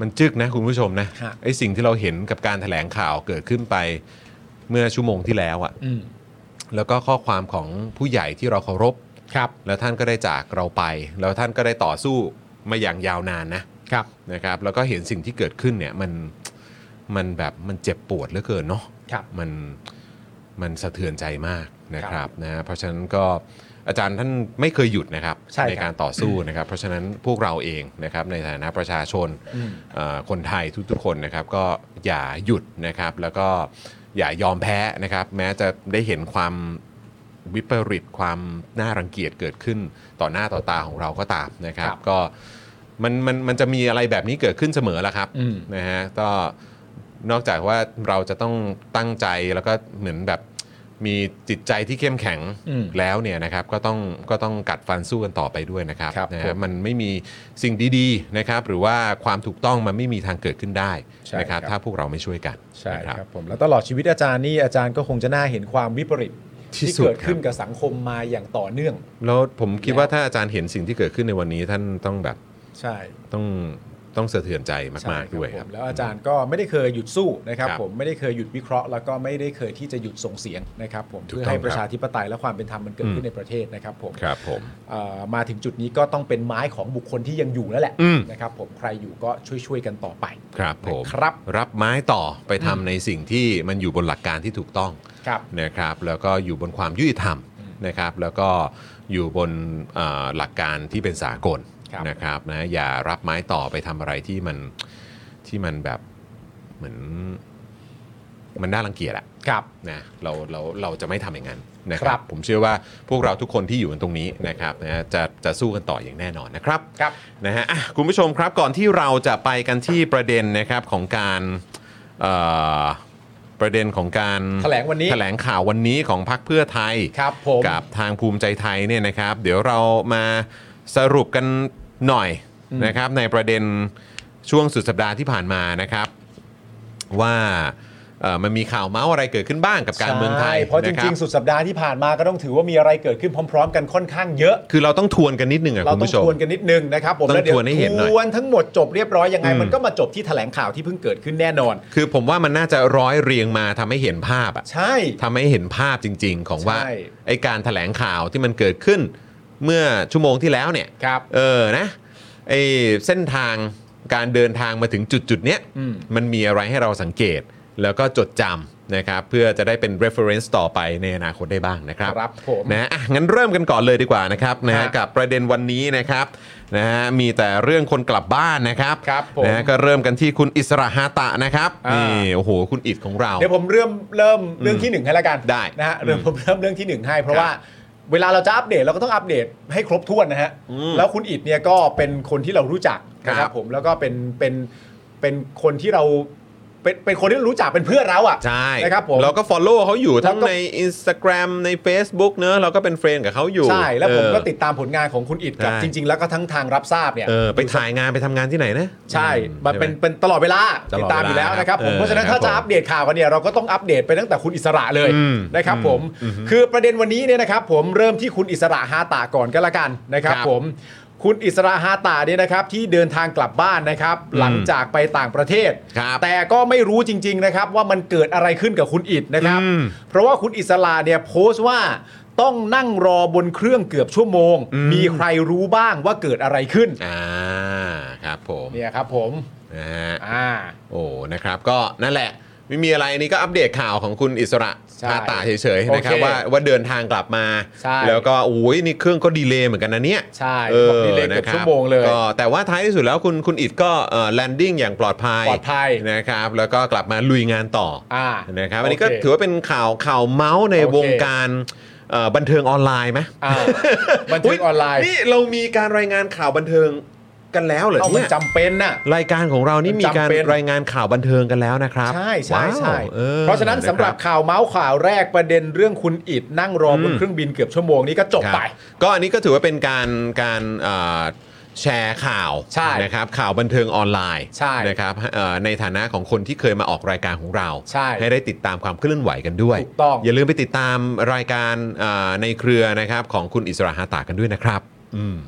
Speaker 1: มันจึกนะคุณผู้ชมนะ
Speaker 2: ฮะ
Speaker 1: ไอสิ่งที่เราเห็นกับการถแถลงข่าวเกิดขึ้นไปเมื่อชั่วโมงที่แล้วอะ
Speaker 2: อืม
Speaker 1: แล้วก็ข้อความของผู้ใหญ่ที่เราเคารพ
Speaker 2: ครับ
Speaker 1: แล้วท่านก็ได้จากเราไป แล้วท่านก็ได้ต่อสู้มาอย่างยาวนานนะครับ นะครับ แล้วก็เห็นสิ่งที่เกิดขึ้นเนี่ยมันมันแบบมันเจ็บปวดเหลือเกินเนาะ
Speaker 2: ครับ
Speaker 1: มันมันสะเทือนใจมากนะค
Speaker 2: ครั
Speaker 1: รับบ นะฮะเพราะฉะนั้นก็อาจารย์ท่านไม่เคยหยุดนะครับ
Speaker 2: ใช่ครับ
Speaker 1: การต่อสู้นะครับ เพราะฉะนั้นพวกเราเองนะครับในฐานะประชาชน
Speaker 2: อืม
Speaker 1: เอ่อคนไทยทุกๆคนนะครับก็อย่าหยุดนะครับแล้วก็อย่ายอมแพ้นะครับแม้จะได้เห็นความวิปริตความน่ารังเกียจเกิดขึ้นต่อหน้าต่อตาของเราก็ตามนะครับ
Speaker 2: ครับ
Speaker 1: ก็มันมันมันจะมีอะไรแบบนี้เกิดขึ้นเสมอแหละครับ
Speaker 2: อืม
Speaker 1: นะฮะก็นอกจากว่าเราจะต้องตั้งใจแล้วก็เหมือนแบบมีจิตใจที่เข้มแข็ง
Speaker 2: อืม
Speaker 1: แล้วเนี่ยนะครับก็ต้องก็ต้องกัดฟันสู้กันต่อไปด้วยนะครับ
Speaker 2: ครับ
Speaker 1: นะ
Speaker 2: ผ
Speaker 1: ฮะ
Speaker 2: ม
Speaker 1: มันไม่มีสิ่งดีๆนะครับหรือว่าความถูกต้องมันไม่มีทางเกิดขึ้นได้
Speaker 2: ใช่
Speaker 1: นะครับ
Speaker 2: ครับ
Speaker 1: ถ้าพวกเราไม่ช่วยกัน
Speaker 2: ใช่
Speaker 1: นะ
Speaker 2: ครับผมแล้วตลอดชีวิตอาจารย์นี่อาจารย์ก็คงจะน่าเห็นความวิปริต
Speaker 1: ที่
Speaker 2: ที่
Speaker 1: สุด
Speaker 2: เกิดขึ้นกับสังคมมาอย่างต่อเนื่อง
Speaker 1: แล้วผมคิด
Speaker 2: แล้ว
Speaker 1: ว่าถ้าอาจารย์เห็นสิ่งที่เกิดขึ้นในวันนี้ท่านต้องแบบ
Speaker 2: ใช่
Speaker 1: ต้องต้องสะเทือนใจ
Speaker 2: ใช่
Speaker 1: มาก
Speaker 2: ค
Speaker 1: ๆด้วย
Speaker 2: รับผ
Speaker 1: ครับ
Speaker 2: มแล้วอาจารย์ก็ไม่ได้เคยหยุดสู้นะครับ
Speaker 1: ครับ
Speaker 2: ผมไม่ได้เคยหยุดวิเคราะห์แล้วก็ไม่ได้เคยที่จะหยุดส่งเสียงนะครับ ผม
Speaker 1: ถูกต้อง
Speaker 2: เพื่อให้ประชาธิปไตยและความเป็นธรรมมันเกิดขึ้
Speaker 1: อื
Speaker 2: น
Speaker 1: ม
Speaker 2: ในประเทศนะครับผม
Speaker 1: ครับผม
Speaker 2: เอ่อมาถึงจุดนี้ก็ต้องเป็นไม้ของบุคคลที่ยังอยู่นั่นแหละ
Speaker 1: อืม
Speaker 2: นะครับผมใครอยู่ก็ช่วยๆกันต่อไป
Speaker 1: ครับผม
Speaker 2: ครับ
Speaker 1: รับไม้ต่อไปทำในสิ่งที่มันอยู่บนหลักการที่ถูกต้อง
Speaker 2: ครับ
Speaker 1: นะครับแล้วก็อยู่บนความยุติธรรมนะครับแล้วก็อยู่บนเอ่อหลักการที่เป็นสากล
Speaker 2: ครับ
Speaker 1: นะครับนะอย่ารับไม้ต่อไปทำอะไรที่มันที่มันแบบเหมือนมันน่ารังเกียจอะ
Speaker 2: ครับ
Speaker 1: นะเราเราเราจะไม่ทำอย่างนั้นนะค
Speaker 2: ครั
Speaker 1: รับ
Speaker 2: บ
Speaker 1: ผมเชื่อว่าพวกเราทุกคนที่อยู่กันตรงนี้นะครับนะจะจะสู้กันต่ออย่างแน่นอนนะครับ
Speaker 2: ครับ
Speaker 1: นะฮะอ่ะคุณผู้ชมครับก่อนที่เราจะไปกันที่ประเด็นนะครับของการเอ่อประเด็นของการ
Speaker 2: แถลงวันนี้
Speaker 1: แถลงข่าววันนี้ของพรรคเพื่อไทย
Speaker 2: ครับผม
Speaker 1: กับทางภูมิใจไทยเนี่ยนะครับ เดี๋ยวเรามาสรุปกันหน่อยนะครับในประเด็นช่วงสุดสัปดาห์ที่ผ่านมานะครับ ว่า เอ่อมันมีข่าวเมาส์อะไรเกิดขึ้นบ้างกับการเมืองไทย
Speaker 2: ใช่เพราะจ
Speaker 1: นค
Speaker 2: ริ
Speaker 1: บ
Speaker 2: ง ๆ สุดสัปดาห์ที่ผ่านมาก็ต้องถือว่ามีอะไรเกิดขึ้นพร้อม ๆ กันค่อนข้างเยอะ
Speaker 1: คือเราต้องทวนกันนิดนึงอะ
Speaker 2: เรา
Speaker 1: คุณ
Speaker 2: ต้อง
Speaker 1: ผู้ชม
Speaker 2: ทวนกันนิดนึงนะครับผม
Speaker 1: ต้อง
Speaker 2: แล้วเดี๋ย
Speaker 1: ทวนให้เห็นหน่อย
Speaker 2: ทวนทั้งหมดจบเรียบร้อยยังไง
Speaker 1: อืม
Speaker 2: มันก็มาจบที่แถลงข่าวที่เพิ่งเกิดขึ้นแน่นอน
Speaker 1: คือผมว่ามันน่าจะร้อยเรียงมาทำให้เห็นภาพอะ
Speaker 2: ใช่
Speaker 1: ทำให้เห็นภาพจริง ๆ ของว่า
Speaker 2: ใช่
Speaker 1: ไอการถแถลงข่าวที่มันเกิดขึ้น เมื่อชั่วโมงที่แล้วเนี่ย
Speaker 2: ครับ
Speaker 1: เออนะไอเส้นทางการเดินทางมาถึงจุดจุดๆเนี้ย
Speaker 2: อืม
Speaker 1: มันมีอะไรให้เราสังเกตแล้วก็จดจำนะครับเพื่อจะได้เป็น reference ต่อไปในอนาคตได้บ้างนะครับ
Speaker 2: ครับผม
Speaker 1: นะอ่ะงั้นเริ่มกันก่อนเลยดีกว่านะครับนะฮะ
Speaker 2: ฮะ
Speaker 1: กับประเด็นวันนี้นะครับนะฮะมีแต่เรื่องคนกลับบ้านนะครับ
Speaker 2: ครับผม
Speaker 1: นะฮะก็เริ่มกันที่คุณอิสระฮาตะนะครับ
Speaker 2: อ่านี่
Speaker 1: นี่โอ้โหคุณอิดของเรา
Speaker 2: เดี๋ยวผมเริ่มเริ่มเรื่องที่หนึ่งให้ละกัน
Speaker 1: ได้
Speaker 2: นะฮะเริ่ม
Speaker 1: อืม
Speaker 2: ผมเริ่มเรื่องที่หนึ่งให้ เพราะ
Speaker 1: ครับ
Speaker 2: ว่าเวลาเราจะอัปเดตเราก็ต้องอัปเดตให้ครบถ้วนนะฮะ
Speaker 1: อืม
Speaker 2: แล้วคุณอิดเนี่ยก็เป็นคนที่เรารู้จักนะค
Speaker 1: ครั
Speaker 2: รับบ ผมแล้วก็เป็นเป็นเป็นคนที่เราเป็นเป็นคนที่รู้จักเป็นเพื่อนเราอ่ะ
Speaker 1: ใช่
Speaker 2: นะครับผม
Speaker 1: เราก็ follow เขาอยู่ทั้ง
Speaker 2: แล้วก็
Speaker 1: ใน Instagram ใน Facebook เนอะเราก็เป็นเฟรนด์กับเขาอยู่
Speaker 2: ใช่แล้วผมก็
Speaker 1: เออ
Speaker 2: ติดตามผลงานของคุณอิดกับ
Speaker 1: ใช่
Speaker 2: จริง ๆ แล้วก็ทั้งทางรับทราบเนี่ย
Speaker 1: เออไปถ่ายงานไปทำงานที่ไหนนะ
Speaker 2: ใช่
Speaker 1: อื
Speaker 2: มันเป็น
Speaker 1: ใช่ไห
Speaker 2: เป็นตลอดเวลา
Speaker 1: ตลอดเวลา
Speaker 2: ติดตามอยู่แล้วนะครับผ
Speaker 1: เอ
Speaker 2: ม
Speaker 1: อ
Speaker 2: เพราะฉะนั้น
Speaker 1: ครับ
Speaker 2: ถ้า
Speaker 1: ผ
Speaker 2: จะ
Speaker 1: ม
Speaker 2: อัปเดตข่าวกันเนี่ยเราก็ต้องอัปเดตไปตั้งแต่คุณอิสระเลย
Speaker 1: อืม
Speaker 2: นะครับผม
Speaker 1: อืม
Speaker 2: คือประเด็นวันนี้เนี่ยนะครับผมเริ่มที่คุณอิสระฮาตาก่อนก็แล้วกันนะครับ
Speaker 1: ครับ
Speaker 2: ผม คุณอิสระฮาตาเนี่ยนะครับที่เดินทางกลับบ้านนะครับ
Speaker 1: อืม
Speaker 2: หลังจากไปต่างประเทศ
Speaker 1: ครับ
Speaker 2: แต่ก็ไม่รู้จริงๆนะครับว่ามันเกิดอะไรขึ้นกับคุณอิดนะครับ
Speaker 1: อืม
Speaker 2: เพราะว่าคุณอิสระเนี่ยโพสต์ว่าต้องนั่งรอบนเครื่องเกือบชั่วโมง มีใครรู้บ้างว่าเกิดอะไรขึ้น
Speaker 1: อ่าครับผม
Speaker 2: เนี่ยครับผม
Speaker 1: นะฮะ
Speaker 2: อ่า
Speaker 1: โอ้นะครับ ก็นั่นแหละ ไม่มีอะไรอันนี้ก็อัปเดตข่าวของคุณอิสระ
Speaker 2: ใช่
Speaker 1: พาตาเฉยๆนะครับ
Speaker 2: โอเค
Speaker 1: ว่าว่าเดินทางกลับมา
Speaker 2: ใช่
Speaker 1: แล้วก็โอ้ยนี่เครื่องก็ดีเลย์เหมือนกันนะเนี่ย
Speaker 2: ใช่
Speaker 1: เอ
Speaker 2: บอก
Speaker 1: อ
Speaker 2: ดีเลยเกือบ
Speaker 1: นะครับ
Speaker 2: ชั่วโมงเลย
Speaker 1: ก็แต่ว่าท้ายที่สุดแล้วคุณคุณอิดก็เอ่อแลนดิ้งอย่างปลอดภัย
Speaker 2: ปลอดภัย
Speaker 1: นะครับ แล้วก็กลับมาลุยงานต่ออา นะครับอันนี้ก็
Speaker 2: โอเค
Speaker 1: ถือว่าเป็นข่าวข่าวเมาส์ใน
Speaker 2: โอเค
Speaker 1: วงการเอ่อบันเทิงออนไลน์ไหม
Speaker 2: อ่าบันทึกออนไลน์
Speaker 1: นี่เรามีการรายงานข่าวบันเทิงกันแล้วเหรอ
Speaker 2: เอามัน
Speaker 1: เนี่ย
Speaker 2: จำเป็นน่ะ
Speaker 1: รายการของเรานี่มีการ
Speaker 2: จำเป็น
Speaker 1: รายงานข่าวบันเทิงกันแล้วนะครับ
Speaker 2: ใช่ใช่ใช่
Speaker 1: ว้าวออ
Speaker 2: เพราะฉะนั้นสำหรับข่าวเมาส์ข่าวแรกประเด็นเรื่องคุณอิดนั่งรอบนเครื่องบินเกือบชั่วโมงนี้ก็จบ
Speaker 1: ครับ
Speaker 2: ไป
Speaker 1: ก็อันนี้ก็ถือว่าเป็นการการเอ่อแชร์ข่าว
Speaker 2: ใช่
Speaker 1: นะครับข่าวบันเทิงออนไลน์
Speaker 2: ใช่
Speaker 1: นะครับเอ่อในฐานะของคนที่เคยมาออกรายการของเรา
Speaker 2: ใช่
Speaker 1: ได้ติดตามความเคลื่อนไหวกันด้วย
Speaker 2: ถูกต้อง
Speaker 1: อย่าลืมไปติดตามรายการเอ่อในเครือนะครับของคุณอิสระหาตากันด้วยนะครับ อืม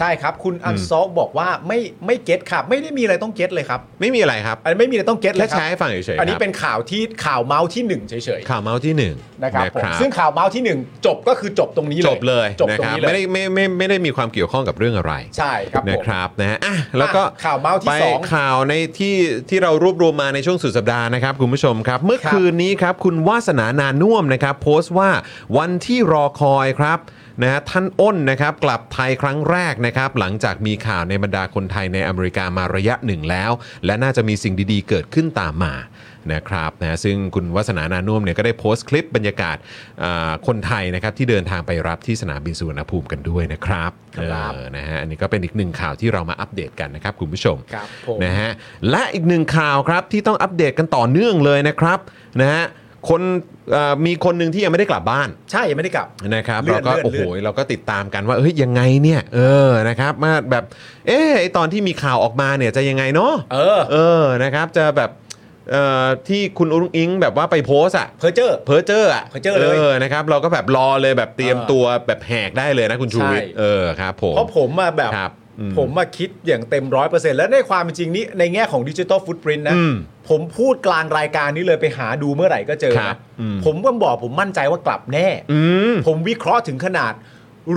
Speaker 2: ใช่ครับ คุณอันซอบอกว่าไม่ไม่เก็ตครับ ไม่ได้มีอะไรต้องเก็ตเลยครับ
Speaker 1: ไม่มีอะไรครับ
Speaker 2: อันนไม่มีอะไรต้องเก็ตเล
Speaker 1: แค่
Speaker 2: ยค
Speaker 1: แช
Speaker 2: รั
Speaker 1: ร์ให้ฟังเฉยๆ
Speaker 2: อันนี้
Speaker 1: ครับ
Speaker 2: เป็นข่าวที่ข่าวเมาส์ที่หนึ่งเฉย
Speaker 1: ข่าวเมาส์ที่หนึ่ง
Speaker 2: ๆนะครับผม
Speaker 1: บ
Speaker 2: ซึ่งข่าวเมาส์ที่หนึ่งจบก็คือจบตรงนี้เลย
Speaker 1: จบเลย
Speaker 2: จบ
Speaker 1: นะ
Speaker 2: ตร
Speaker 1: ค
Speaker 2: ง
Speaker 1: รับ
Speaker 2: นี้
Speaker 1: ไม่
Speaker 2: เล
Speaker 1: ได้
Speaker 2: ย
Speaker 1: ไม่ไม่ไม่ได้มีความเกี่ยวข้องกับเรื่องอะไร
Speaker 2: ใช่ครับ
Speaker 1: นะ
Speaker 2: ผม
Speaker 1: ครับนะฮะอ่ะแล้วก็
Speaker 2: อ่ะข่าวเมาส์ที่
Speaker 1: ไป
Speaker 2: สอง
Speaker 1: ข่าวในที่ที่เรารวบรวมมาในช่วงสุดสัปดาห์นะครับคุณผู้ชมครับ เมื่อ
Speaker 2: ครับ
Speaker 1: คืนนี้ครับคุณวาสนานานุ่วมนะครับ โพสต์ว่าวันที่รอคอยครับนะฮะท่านอ้นนะครับกลับไทยครั้งแรกนะครับ หลังจากมีข่าวในบรรดาคนไทยในอเมริกามาระยะหนึ่งแล้ว และน่าจะมีสิ่งดีๆ เกิดขึ้นตามมา นะครับนะซึ่งคุณวัฒนานานุ่มเนี่ยก็ได้โพสต์คลิปบรรยากาศอ่าคนไทยนะครับที่เดินทางไปรับที่สนามบินสุวรรณภูมิกันด้วยนะครับ
Speaker 2: ครับ
Speaker 1: เออนะฮะอันนี้ก็เป็นอีกหนึ่งข่าวที่เรามาอัปเดตกันนะครับคุณผู้ชม
Speaker 2: ครับผม
Speaker 1: นะฮะและอีกหนึ่งข่าวครับที่ต้องอัปเดตกันต่อเนื่องเลยนะครับนะฮะคนเอ่อมีคนหนึ่งที่ยังไม่ได้กลับบ้าน
Speaker 2: ใช่ยังไม่ได้กลับ
Speaker 1: นะครับ
Speaker 2: เลื่
Speaker 1: เรา
Speaker 2: อน
Speaker 1: ก็
Speaker 2: เลื่อน
Speaker 1: โอ้โห
Speaker 2: เลื่อน
Speaker 1: เราก็ติดตามกันว่าเฮ้ยยังไงเนี่ยเออนะครับมาแบบเอ๊ะไอ้ตอนที่มีข่าวออกมาเนี่ยจะยังไงเนาะ
Speaker 2: เออ
Speaker 1: เออนะครับจะแบบเอ่อที่คุณอุ้งอิงแบบว่าไปโพสต์อะ
Speaker 2: เพอร์เจอร์
Speaker 1: เพอเจอร์อะ
Speaker 2: เพ้อเจ้อเลย
Speaker 1: นะครับเราก็แบบรอเลยแบบเตรียม
Speaker 2: เออ
Speaker 1: ตัวแบบแหกได้เลยนะคุณชูวิทย์
Speaker 2: ใช่
Speaker 1: เออครับผม
Speaker 2: เพราะผมมาแบบ
Speaker 1: ครับอืม
Speaker 2: ผมมาคิดอย่างเต็มร้อยเปอร์เซ็นต์แล้วในความเป็นจริงนี้ในแง่ของดิจิ t a ลฟุตปริน t นะ
Speaker 1: อืม
Speaker 2: ผมพูดกลางรายการนี้เลยไปหาดูเมื่อไหร่ก็เจอ
Speaker 1: ครั
Speaker 2: นะ
Speaker 1: บอืม
Speaker 2: ผมก็บอกผมมั่นใจว่ากลับแน่
Speaker 1: อืม
Speaker 2: ผมวิเคราะห์ถึงขนาด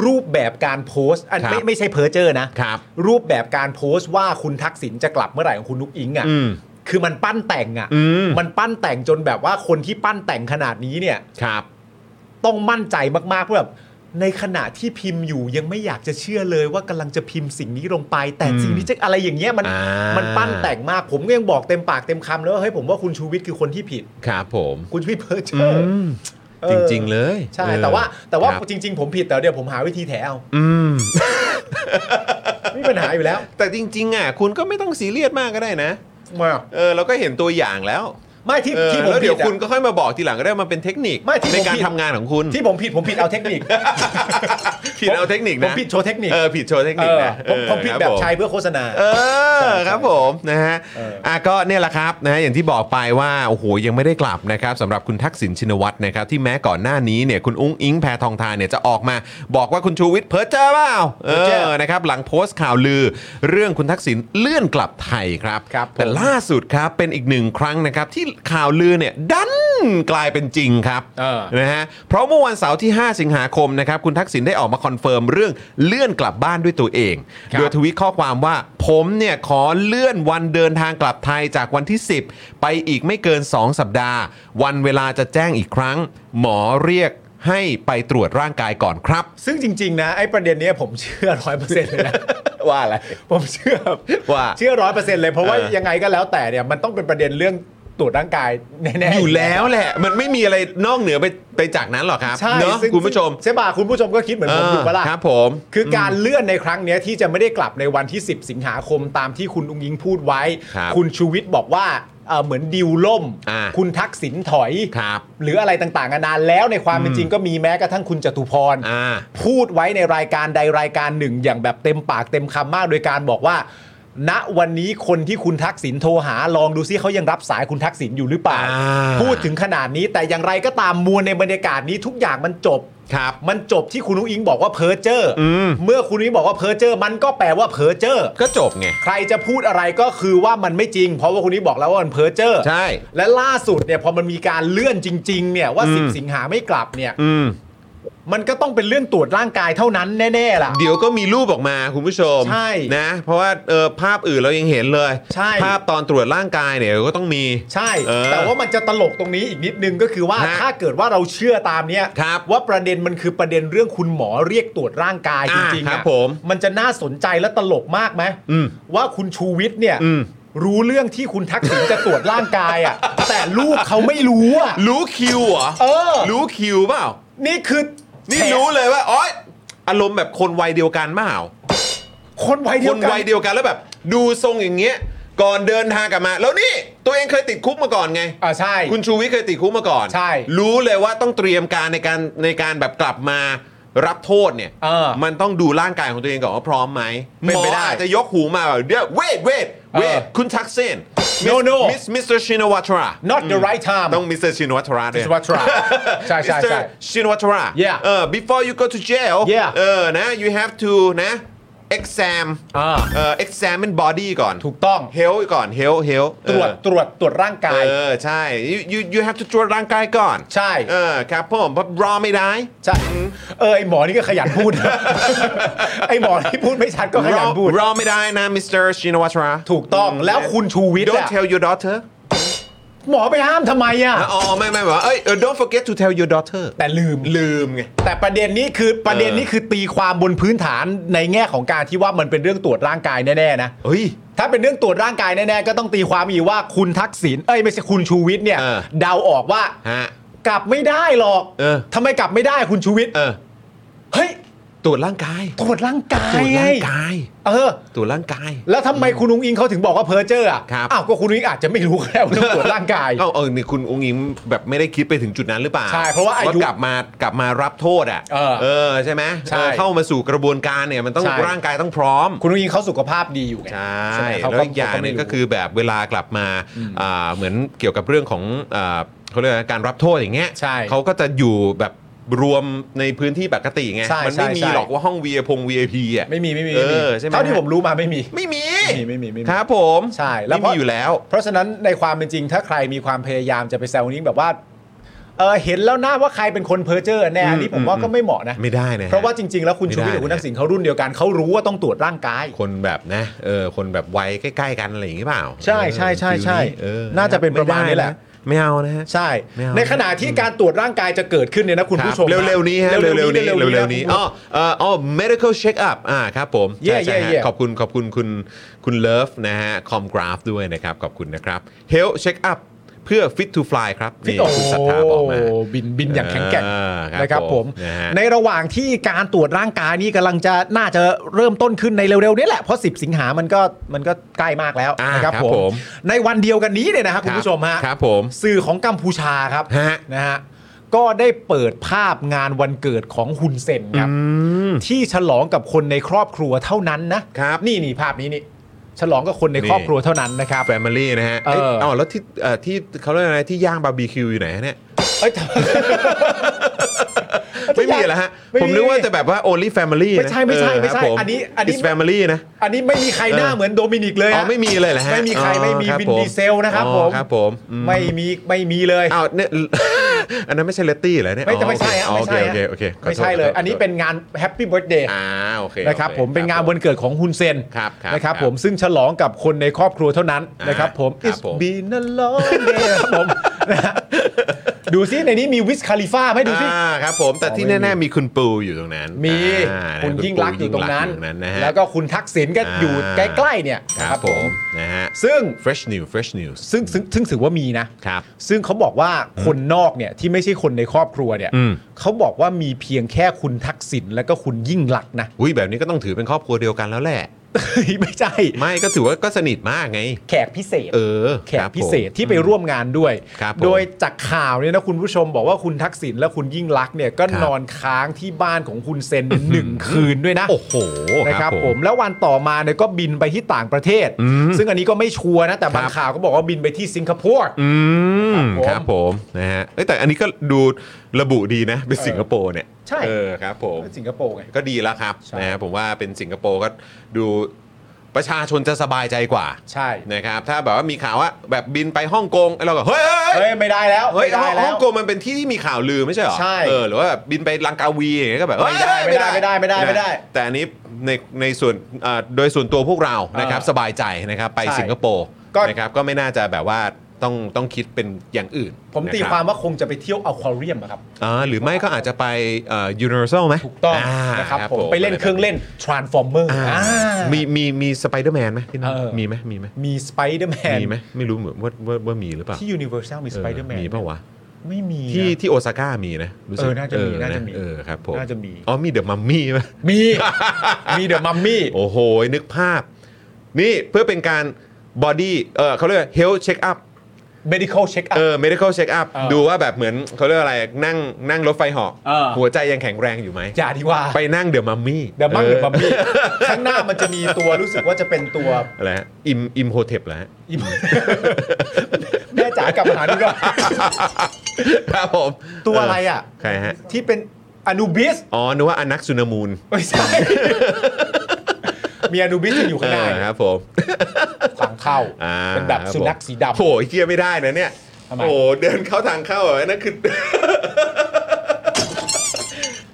Speaker 2: รูปแบบการโพสต์ อัน
Speaker 1: ครับ
Speaker 2: ไม่ไม่ใช่เพอเจอร์นะครับ รูปแบบการโพสต์ว่าคุณทักษิณจะกลับเมื่อไหร่ของคุณนุกอิง
Speaker 1: อืม
Speaker 2: อะ่ะคือมันปั้นแต่ง
Speaker 1: อืม
Speaker 2: อะ่ะมันปั้นแต่งจนแบบว่าคนที่ปั้นแต่งขนาดนี้เนี่ย
Speaker 1: ครับ
Speaker 2: ต้องมั่นใจมากๆเพื่อแบบในขณะที่พิมพ์อยู่ยังไม่อยากจะเชื่อเลยว่ากำลังจะพิมพ์สิ่งนี้ลงไป แต่
Speaker 1: อืม
Speaker 2: สิ่งนี้จะอะไรอย่างเงี้ยมัน
Speaker 1: อ่ามั
Speaker 2: มันปั้นแต่งมากผมก็ยังบอกเต็มปากเต็มคำแล้วว่าเฮ้ยผมว่าคุณชูวิทย์คือคนที่ผิด
Speaker 1: ครับผม
Speaker 2: คุณชูวิทย์เพ้อเจ
Speaker 1: อื
Speaker 2: อร์
Speaker 1: มจริง ๆ เลย
Speaker 2: ใช่
Speaker 1: เออ
Speaker 2: แต่ว่าแต่ว่า
Speaker 1: ครับ
Speaker 2: จริง ๆ ผมผิดแต่เดี๋ยวผมหาวิธีแถเอา
Speaker 1: อืม
Speaker 2: ไม่มีปัญหาอยู่แล้ว
Speaker 1: แต่จริงๆอ่ะคุณก็ไม่ต้องซีเรียสมากก็ได้นะ
Speaker 2: มา
Speaker 1: เออเราก็เห็นตัวอย่างแล้ว
Speaker 2: ไม่ที่
Speaker 1: เออ
Speaker 2: ที่ผม
Speaker 1: แล้ว
Speaker 2: ผิ
Speaker 1: เดี๋ยว
Speaker 2: ดอะ
Speaker 1: คุณก็ค่อยมาบอกทีหลังก็ได้มันเป็นเทคนิค
Speaker 2: ไม่ที่ผม
Speaker 1: ในการ
Speaker 2: ผิด
Speaker 1: ทำงานของคุณ
Speaker 2: ที่ผมผิดผมผิดเอาเทคนิค
Speaker 1: ผิดเอาเทคนิค
Speaker 2: ผ
Speaker 1: นะ
Speaker 2: มผิดโชว์เทคนิค
Speaker 1: เออผิดโชว์เทคนิคนะ
Speaker 2: เออผมผมผิด
Speaker 1: เออครั
Speaker 2: แบบ
Speaker 1: ผม
Speaker 2: ใช้เพื่อโฆษณา
Speaker 1: เออ
Speaker 2: ใช่ใช่
Speaker 1: ครับผมนะฮะ
Speaker 2: เออ
Speaker 1: อ่ะก็เนี่ยแหละครับนะฮะอย่างที่บอกไปว่าโอ้โหยังไม่ได้กลับนะครับสำหรับคุณทักษิณชินวัตรนะครับที่แม้ก่อนหน้านี้เนี่ยคุณอุ้งอิงแพทองทานเนี่ยจะออกมา บอกว่าคุณชูวิทย์เพ้อเจ้าเปล่าเอ
Speaker 2: เพ้อเจ้อ
Speaker 1: อนะครับหลังโพสต์ข่าวลือ เรื่องคุณทักษิณเลื่อนกลับไทยครับ
Speaker 2: ครับผม
Speaker 1: แต่ล่าสุดครับเป็นอีกหนึ่งครั้งนะครับที่ข่าวลือเนี่ยดันกลายเป็นจริงครับ
Speaker 2: เออ
Speaker 1: นะฮะเพราะเมื่อวันเสาร์ที่ 5 สิงหาคมนะครับคุณทักษิณได้ออกมาคอนเฟิร์มเรื่องเลื่อนกลับบ้านด้วยตัวเอง
Speaker 2: ครับ
Speaker 1: โดยทวิตข้อความว่า ผมเนี่ยขอเลื่อนวันเดินทางกลับไทยจากวันที่ 10 ไปอีกไม่เกิน 2 สัปดาห์ วันเวลาจะแจ้งอีกครั้ง หมอเรียกให้ไปตรวจร่างกายก่อนครับ
Speaker 2: ซึ่งจริง ๆ นะ ไอ้ประเด็นเนี้ยผมเชื่อร้อยเปอร์เซ็นต์เลยนะ
Speaker 1: ว่าอะไร
Speaker 2: ผมเชื่อ
Speaker 1: ว่า
Speaker 2: เชื่อร้อยเปอร์เซ็นต์เลยเพราะว่า
Speaker 1: เออ
Speaker 2: ยังไงก็แล้วแต่เนี่ยมันต้องเป็นประเด็นเรื่องตรวจร่างกายแน่ๆ
Speaker 1: อยู่แล้วแหละ มันไม่มีอะไรนอกเหนือไปไปจากนั้นหรอกครับ
Speaker 2: ใช่
Speaker 1: เนาะ
Speaker 2: ซึ่ง
Speaker 1: คุณผู้ชม
Speaker 2: ใช่ป่ะคุณผู้ชมก็คิดเหมือนผมถูกปะล่ะ
Speaker 1: ครับผม
Speaker 2: คือการเลื่อนในครั้งเนี้ยที่จะไม่ได้กลับในวันที่ 10 สิงหาคมตามที่คุณอุ้งยิงพูดไว้
Speaker 1: ครับ
Speaker 2: คุณชูวิทย์บอกว่าเอ่อเหมือนดิวล่ม
Speaker 1: อ่า
Speaker 2: คุณทักษิณถอย
Speaker 1: ครับ
Speaker 2: หรืออะไรต่างๆนานาแล้วในความเป็นจริงก็มีแม้กระทั่งคุณจตุพร
Speaker 1: อ่า
Speaker 2: พูดไว้ในรายการใดรายการหนึ่ง อย่างแบบเต็มปากเต็มคำมากโดยการบอกว่า ณวันนี้คนที่คุณทักษิณโทรหาลองดูซิเขายังรับสายคุณทักษิณอยู่หรือเปล่า
Speaker 1: อ่า
Speaker 2: พูดถึงขนาดนี้แต่อย่างไรก็ตามมวลในบรรยากาศนี้ทุกอย่างมันจบ
Speaker 1: ครับ
Speaker 2: มันจบที่คุณนุ้งอิงบอกว่าเพอเจอร์
Speaker 1: อืม
Speaker 2: เมื่อคุณนุ้งอิ๊งบอกว่าเพอเจอร์มันก็แปลว่าเพอเจอร์
Speaker 1: ก็จบไง
Speaker 2: ใครจะพูดอะไรก็คือว่ามันไม่จริง เพราะว่าคุณนุ้งอิ๊งบอกแล้วว่ามันเพอเจอร์
Speaker 1: ใช่
Speaker 2: และล่าสุดเนี่ยพอมันมีการเลื่อนจริง ๆ เนี่ยว่า
Speaker 1: อืม
Speaker 2: สิบสิงหาไม่กลับเนี่ย
Speaker 1: อืม
Speaker 2: มันก็ต้องเป็นเรื่องตรวจร่างกายเท่านั้นแน่ๆล่ะ
Speaker 1: เดี๋ยวก็มีรูปออกมาคุณผู้ชม
Speaker 2: ใช่
Speaker 1: นะ เพราะว่าเออภาพอื่นเรายังเห็นเลย
Speaker 2: ใช่
Speaker 1: ภาพตอนตรวจร่างกายเนี่ยก็ต้องมี
Speaker 2: ใช่
Speaker 1: เออ
Speaker 2: แต่ว่ามันจะตลกตรงนี้อีกนิดนึงก็คือว่า
Speaker 1: ฮะ
Speaker 2: ถ้าเกิดว่าเราเชื่อตามเนี้ย
Speaker 1: ครับ
Speaker 2: ว่าประเด็นมันคือประเด็นเรื่องคุณหมอเรียกตรวจร่างกายจ
Speaker 1: อ่า
Speaker 2: ริงๆ
Speaker 1: ครับ
Speaker 2: อะ
Speaker 1: ผม
Speaker 2: มันจะน่าสนใจและตลกมากไหม
Speaker 1: อืม
Speaker 2: ว่าคุณชูวิทย์เนี่ย
Speaker 1: อืม
Speaker 2: รู้เรื่องที่คุณทักษิณจะตรวจร่างกาย อ่ะ แต่ลูกเขาไม่รู้อ่ะ
Speaker 1: รู้คิวเหรอ
Speaker 2: เออ
Speaker 1: รู้คิวเปล่า
Speaker 2: นี่คือ
Speaker 1: นี่รู้เลยว่าอ๋อยอารมณ์แบบคนวัยเดียวกันเปล่า
Speaker 2: คนวัยเดี
Speaker 1: ค
Speaker 2: ยวน กั
Speaker 1: วัยเดียวกันแล้วแบบ ดูทรงอย่างเงี้ย ก่อนเดินทางกลับมา แล้วนี่ตัวเองเคยติดคุกมาก่อนไง
Speaker 2: อ่าใช่
Speaker 1: คุณชูวิทย์เคยติดคุกมาก่อน
Speaker 2: ใช่
Speaker 1: รู้เลยว่าต้องเตรียมการในการในการแบบกลับมารับโทษเนี่ย
Speaker 2: เออ
Speaker 1: มันต้องดูร่างกายของตัวเองก่อนว่าพร้อมไหม
Speaker 2: เป็นไปได้
Speaker 1: หมออาจจะยกหูมาแบบเดี๋ยวเวทเวทเวท
Speaker 2: เออ
Speaker 1: คุณทักษิณ
Speaker 2: No, no
Speaker 1: มิสมิสเตอร์ชินวัตรา
Speaker 2: not the right time
Speaker 1: ต้องมิสเตอร์ชินวัตราด้วย
Speaker 2: Mr. Watra ใช่ใช่ใช่
Speaker 1: ชินวัตรา
Speaker 2: Yeah
Speaker 1: เออ before you go to jail
Speaker 2: Yeah
Speaker 1: เออนะ you have to นะ exam
Speaker 2: อ่า
Speaker 1: เออ examine body ก่อน
Speaker 2: ถูกต้อง
Speaker 1: health ก่อน health health
Speaker 2: ตรวจ
Speaker 1: เออ
Speaker 2: ตรวจตรวจร่างกาย
Speaker 1: เออ ใช่ you you you have to ตรวจร่างกายก่อน
Speaker 2: ใช่
Speaker 1: เออครับผมเพราะรอไม่ได้
Speaker 2: ใช่เออไอหมอนี่ก็ขยันพู ด ไอหมอที่พูดไม่ชัดก็ขยันพูด
Speaker 1: รอรอไม่ได้นะมิสเตอร์ชินวัตรา
Speaker 2: ถูกต้องแล้วคุณชูวิทย์อะ
Speaker 1: Don't tell your daughter
Speaker 2: หมอไปห้ามทำไมอ่ะ
Speaker 1: อ๋อไม่ไม่ไม่ว่าเอ้ยเออ don't forget to tell your daughter
Speaker 2: แต่ลืม
Speaker 1: ลืมไง
Speaker 2: แต่ประเด็นนี้คือประเด็นนี้คือตีความบนพื้นฐานในแง่ของการที่ว่ามันเป็นเรื่องตรวจร่างกายแน่ๆนะ
Speaker 1: เฮ้ย
Speaker 2: ถ้าเป็นเรื่องตรวจร่างกายแน่ๆก็ต้องตีความอีกว่าคุณทักษิณเอ้ยไม่ใช่คุณชูวิทย์เนี่ย
Speaker 1: เออ
Speaker 2: เดาออกว่า
Speaker 1: ฮะ
Speaker 2: กลับไม่ได้หรอก
Speaker 1: เออ
Speaker 2: ทำไมกลับไม่ได้คุณชูวิทย์
Speaker 1: เออ
Speaker 2: เฮ้ย
Speaker 1: ตรวจร่างกาย
Speaker 2: ตรวจร่างกาย
Speaker 1: ตรวจ
Speaker 2: ไง
Speaker 1: ร่างกาย
Speaker 2: เออ
Speaker 1: ตรวจร่างกาย
Speaker 2: แล้วทำไมคุณนุ้งอิงเขาถึงบอกว่าเพอเจอร์อ่ะ
Speaker 1: ครับ
Speaker 2: อ้าว ก็คุณนุ้งอิงอาจจะไม่รู้แล้ว เรื่องตรวจร่างกาย
Speaker 1: เอ้าเออนี่คุณองค์อิงแบบไม่ได้คิดไปถึงจุดนั้นหรือเปล่า
Speaker 2: ใช่เพราะว่าอายุ
Speaker 1: กลับมากลับมารับโทษอ่ะ
Speaker 2: เออ
Speaker 1: ใช่ไหม
Speaker 2: ใช่
Speaker 1: เออเข้ามาสู่กระบวนการเนี่ยมันต้อง
Speaker 2: ใช่
Speaker 1: ร่างกายต้องพร้อม
Speaker 2: คุณนุ้งอิงเขาสุขภาพดีอยู่ไง
Speaker 1: ใช่
Speaker 2: ไหมเขา
Speaker 1: แล้วอีกอย่างหนึง
Speaker 2: ไม่รู้
Speaker 1: ก็คือแบบเวลากลับมาอ่าเหมือนเกี่ยวกับเรื่องของอ่าเขาเรียกอะไรการรับโทษอย่างเงี้ย
Speaker 2: ใช่
Speaker 1: เขาก็จะอยู่แบบรวมในพื้นที่ปกติไง
Speaker 2: ใช่
Speaker 1: มัไม่
Speaker 2: ใช่
Speaker 1: มี
Speaker 2: ใช่
Speaker 1: หรอกว่าห้อง v i p ง VIP อ่ะ
Speaker 2: ไม่มีไม่มี
Speaker 1: เออ
Speaker 2: ไม่มี
Speaker 1: ใช่ไหม
Speaker 2: เท่าที่ผมรู้มาไม่มี
Speaker 1: ไม่มี
Speaker 2: ไม่มีไม่มีไม่มี
Speaker 1: ครับผม
Speaker 2: ใช่แล้
Speaker 1: แล้ว
Speaker 2: ว
Speaker 1: มี
Speaker 2: เพราะ
Speaker 1: อยู่แล้ว
Speaker 2: เพราะฉะนั้นในความเป็นจริงถ้าใครมีความพยายามจะไปแซวนิ้งแบบว่าเออเห็นแล้วนะว่าใครเป็นคนเพอเจอร์แน่อันนี้ผมว่าก็ไม่เหมาะนะ
Speaker 1: ไม่ได้นะฮ
Speaker 2: เพราะว่าจริง ๆ แล้วคุณชูวิทย์กับคุณ
Speaker 1: ไม่ได้
Speaker 2: ทักษิณเขารุ่นเดียวกันเขารู้ว่าต้องตรวจร่างกาย
Speaker 1: คนแบบนะเออคนแบบวัยใกล้ ๆ กันอะไรอย่างงี้เปล่า
Speaker 2: ใช่ใช่ใช่
Speaker 1: ฟิลนี้
Speaker 2: ใช่
Speaker 1: ออ
Speaker 2: น่าจะเป็นประมาณนี้แหละ
Speaker 1: ไม่ได้นไม่เอานะฮะ
Speaker 2: ใช่
Speaker 1: ไม่เอา
Speaker 2: ในขณะที่การตรวจร่างกายจะเกิดขึ้นเนี่ยนะคุณผู้ชม
Speaker 1: ครับเร็วๆนี้ฮะ
Speaker 2: เร็
Speaker 1: เร็
Speaker 2: ว
Speaker 1: วๆ
Speaker 2: ๆนี้
Speaker 1: นี้
Speaker 2: เร็
Speaker 1: เร็
Speaker 2: ว
Speaker 1: ว
Speaker 2: ๆ
Speaker 1: ๆ
Speaker 2: นี้
Speaker 1: นี้อ๋อเอ่ออ๋อ medical check up อ่าครับผม
Speaker 2: เย่
Speaker 1: ใช่ใช่
Speaker 2: เย่เย่
Speaker 1: ฮะขอบคุณขอบคุณคุณคุณเลิฟนะฮะคอมกราฟด้วยนะครับ ขอบคุณนะครับ health check up เพื่อ Fit to Fly ครับ
Speaker 2: ฟิต
Speaker 1: นี่
Speaker 2: โอ
Speaker 1: คุณศรัทธาบอกมา
Speaker 2: บินบินอย่างแข็งแกร่ง
Speaker 1: อ่าครับ
Speaker 2: นะครับผม
Speaker 1: ผมนะฮะ
Speaker 2: ในระหว่างที่การตรวจร่างกายนี่กำลังจะน่าจะเริ่มต้นขึ้นในเร็วๆนี้แหละ เพราะ 10 สิงหามันก็มันก็ใกล้มากแล้ว
Speaker 1: อ่า
Speaker 2: นะครับ
Speaker 1: ครับ
Speaker 2: ผ
Speaker 1: ผม ม
Speaker 2: ในวันเดียวกันนี้เนี่ยนะครับคุณผู้ชมฮะ
Speaker 1: ครับผม
Speaker 2: สื่อของกัมพูชาครับ
Speaker 1: ฮะ
Speaker 2: นะฮะก็ได้เปิดภาพงานวันเกิดของฮุนเซนครับที่ฉลองกับคนในครอบครัวเท่านั้นนะครับ นี่นี่ภาพนี้นี่ฉลองกับคนในครอบครัวเท่านั้นนะครับ
Speaker 1: แฟมิลี่นะฮะ
Speaker 2: เออ
Speaker 1: เยอแล้วที่เอ่อที่เขาเรียกอะไรที่ย่างบาร์บีคิวอยู่ไหนฮะเนี่ย
Speaker 2: เอ้ย
Speaker 1: ไม่มีแล้วฮะ
Speaker 2: ไม่มี
Speaker 1: ผมนึกว่าจะแบบว่า only family
Speaker 2: ไม่ใช่ไม่ใช่ไม่ใช่
Speaker 1: เครับผ
Speaker 2: อันนี้อันนี้
Speaker 1: it's family นะ
Speaker 2: อันนี้ไม่มีใครหน้า
Speaker 1: เออ
Speaker 2: เหมือนโดมินิกเลย
Speaker 1: อ๋อ
Speaker 2: ฮะ
Speaker 1: ไม่มีเลยเหรอฮะ
Speaker 2: ไม่มีใคร
Speaker 1: อ๋อ
Speaker 2: ไม่มี
Speaker 1: รับ
Speaker 2: วิน
Speaker 1: ผ
Speaker 2: ดีเซลนะครับ
Speaker 1: อ๋อ
Speaker 2: ผม
Speaker 1: ครับผมอืม
Speaker 2: ไม่มีไม่มีเลย
Speaker 1: อ้าวเนี่ย อันนั้นไม่ใช่เลตตี้เหรอเนี่ย
Speaker 2: ไม่แต่ไม่ใช่ฮะ
Speaker 1: อ๋อ
Speaker 2: ไม่
Speaker 1: โอเค
Speaker 2: ใช่
Speaker 1: โอเค
Speaker 2: ฮะ
Speaker 1: โอเคขโทษ
Speaker 2: ไม่ใช่เลย
Speaker 1: ขโทษ
Speaker 2: อันนี้เป็นงานแฮปปี้เบิร์ a เดย์
Speaker 1: อ่าโอเค
Speaker 2: นะครับ
Speaker 1: โอ
Speaker 2: ผมเป็นงาน
Speaker 1: ผม
Speaker 2: วันเกิดของฮุนเซน
Speaker 1: ครับครับ
Speaker 2: นะครับ
Speaker 1: ครับ
Speaker 2: ผมซึ่งฉลองกับคนในครอบครัวเท่านั้น
Speaker 1: อ่า
Speaker 2: นะครับผม
Speaker 1: ครับ
Speaker 2: It's
Speaker 1: ผม
Speaker 2: been a long day ครับผมนะฮะดูซิในนี้มีวิสคาลิฟ่าไหมดูซิ
Speaker 1: อ่าครับผมแต่ที่แน่ๆมีคุณปูอยู่ตรงนั้น
Speaker 2: มี
Speaker 1: อ่า
Speaker 2: คุณ
Speaker 1: ปู
Speaker 2: ยิ่งรักษณ์อยู่ตรงนั้น
Speaker 1: ยิ่ลักษณ์อยู่ตรงนั้นนะฮะ
Speaker 2: แล้วก็คุณทักษิณก็
Speaker 1: อ่า
Speaker 2: อยู่ใกล้ๆเนี่ย
Speaker 1: ครับผมนะฮะ
Speaker 2: ซึ่ง
Speaker 1: fresh news fresh news
Speaker 2: ซึ่งซึ่งซึ่งถือว่ามีนะ
Speaker 1: ครับ
Speaker 2: ซึ่งเขาบอกว่าคนนอกเนี่ยที่ไม่ใช่คนในครอบครัวเนี่ย
Speaker 1: อืม
Speaker 2: เขาบอกว่ามีเพียงแค่คุณทักษิณและก็คุณยิ่งลักษณ์นะ
Speaker 1: อุ้ยแบบนี้ก็ต้องถือเป็นครอบครัวเดียวกันแล้วแหละ
Speaker 2: ไม่ใช่
Speaker 1: ไม่ก็ถือว่าก็สนิทมากไง
Speaker 2: แขกพิเศษ
Speaker 1: เออ
Speaker 2: แข
Speaker 1: ค
Speaker 2: ก
Speaker 1: รับผม
Speaker 2: พิเศษที่ไปร่วมงานด้วย
Speaker 1: ครับผม
Speaker 2: โดยจากข่าวเนี่ยนะคุณผู้ชมบอกว่าคุณทักษิณและคุณยิ่งลักษณ์เนี่ยก็
Speaker 1: ครับ
Speaker 2: นอนค้างที่บ้านของคุณเซนหนึ่งคืนด้วยนะ
Speaker 1: โอ้โห
Speaker 2: นะ
Speaker 1: ค
Speaker 2: ค
Speaker 1: รั
Speaker 2: รั
Speaker 1: บบ ผ
Speaker 2: ผม มแล้ววันต่อมาเนี่ยก็บินไปที่ต่างประเทศ ซึ่งอันนี้ก็ไม่ชัวร์นะ แต่บาง
Speaker 1: ครับ
Speaker 2: ข่าวก็บอกว่าบินไปที่สิงคโปร์
Speaker 1: อืมค
Speaker 2: ครั
Speaker 1: รับบ ผ
Speaker 2: ผม
Speaker 1: นะฮะเอ้ยแต่อันนี้ก็ดูระบุดีนะเป็นสิงคโปร์เนี่ย
Speaker 2: ใช่
Speaker 1: เออครับผม
Speaker 2: สิงคโปร์ไง
Speaker 1: ก็ดีแล้วครับ
Speaker 2: ใช่
Speaker 1: นะฮะผมว่าเป็นสิงคโปร์ก็ดูประชาชนจะสบายใจกว่า
Speaker 2: ใช่
Speaker 1: นะครับถ้าแบบว่ามีข่าวว่าแบบบินไปฮ่องกงเราก็เฮ้ยเฮ้ย
Speaker 2: เฮ้ยไม่ได้แล้ว
Speaker 1: เฮ้ย
Speaker 2: ไม่ได้แล้
Speaker 1: ฮ่
Speaker 2: ว
Speaker 1: องกงมันเป็นที่ที่มีข่าวลือไม่ใช่เหรอ
Speaker 2: ใช่
Speaker 1: เออหรือว่าแบบบินไปลังกาวีอย่างเงี้ยก็แบบเฮ้ย
Speaker 2: ไม่ได้ไม่ได้ไม่ได้ไม่ได้ไม่ได้
Speaker 1: แต่อันนี้ในในส่วนเอ่อโดยส่วนตัวพวกเรานะครับ
Speaker 2: เออ
Speaker 1: สบายใจนะครับไป
Speaker 2: ใช่
Speaker 1: สิงคโปร์
Speaker 2: ก็
Speaker 1: นะครับก็ไม่น่าจะแบบว่าต้องต้องคิดเป็นอย่างอื่น
Speaker 2: ผมตี
Speaker 1: นะรับ
Speaker 2: ความว่าคงจะไปเที่ยวอควาเรียมอะครับ
Speaker 1: อ่าหรือไม่ก็อาจจะไปเอ่อ Universal ไหม
Speaker 2: ถูกต้อง
Speaker 1: า
Speaker 2: นะครับผมไปเล่นเครื่องเล่น Transformer
Speaker 1: อ่า
Speaker 2: อ่า
Speaker 1: มีมีมีสไปเดอร์แมนไหมที่นั่น
Speaker 2: เออ
Speaker 1: มีไหมมีไหม
Speaker 2: มีสไปเดอร์แมน
Speaker 1: มีไหมไม่รู้เหมือนว่าว่าว่ามีหรือเปล่า
Speaker 2: ที่ Universal มีสไปเดอร์แมน
Speaker 1: มีเปล่าวะ
Speaker 2: ไม่มี
Speaker 1: ที่
Speaker 2: นะ
Speaker 1: ที่โอซาก้ามีนะรู้สึก
Speaker 2: เออน่าจะมี
Speaker 1: เ
Speaker 2: น่าจะมี
Speaker 1: เออครับผม
Speaker 2: น่าจะมี
Speaker 1: อ๋อมีเดอะมัมมี่ไหม
Speaker 2: มี มีเดอะมัมมี่
Speaker 1: โอ้โห นึกภาพ นี่เพื่อเป็นการบอดี้เออเขาเรียกเฮลท์เช็คอัพ
Speaker 2: medical check
Speaker 1: เอ
Speaker 2: up
Speaker 1: อ medical check up
Speaker 2: เออ
Speaker 1: ดูว่าแบบเหมือนเขาเรียกอะไรนั่งนั่งรถไฟเหาะ
Speaker 2: เออ
Speaker 1: หัวใจยังแข็งแรงอยู่ไหม
Speaker 2: อย่าดีกว่า
Speaker 1: ไปนั่งเดอะมัมมี่
Speaker 2: เดอะมัมหรือมัมมี่ ข้างหน้ามันจะมีตัว รู้สึกว่าจะเป็นตัว
Speaker 1: อะไรฮะอิมอิมโฮเทปแล้ว
Speaker 2: อิมแม่จ๋ากลับมาหาดี กว่า
Speaker 1: ครับผม
Speaker 2: ตัวอะไรอ่ะ
Speaker 1: ใครฮะ
Speaker 2: ที่เป็นอนูบิส
Speaker 1: อ๋อนึกว่าอนักสุนมูล
Speaker 2: ไม่ ใช่ มีอนูบิสอยู่ข้างหน้า
Speaker 1: เออครับผม
Speaker 2: ทางเข้า
Speaker 1: อ่า
Speaker 2: เป็นแบบสุนัขสีดำ
Speaker 1: โอ้ยเทียไม่ได้นะเนี่ย
Speaker 2: ทำไม
Speaker 1: โอ้เดินเข้าทางเข้าอ่ะนั่นคือ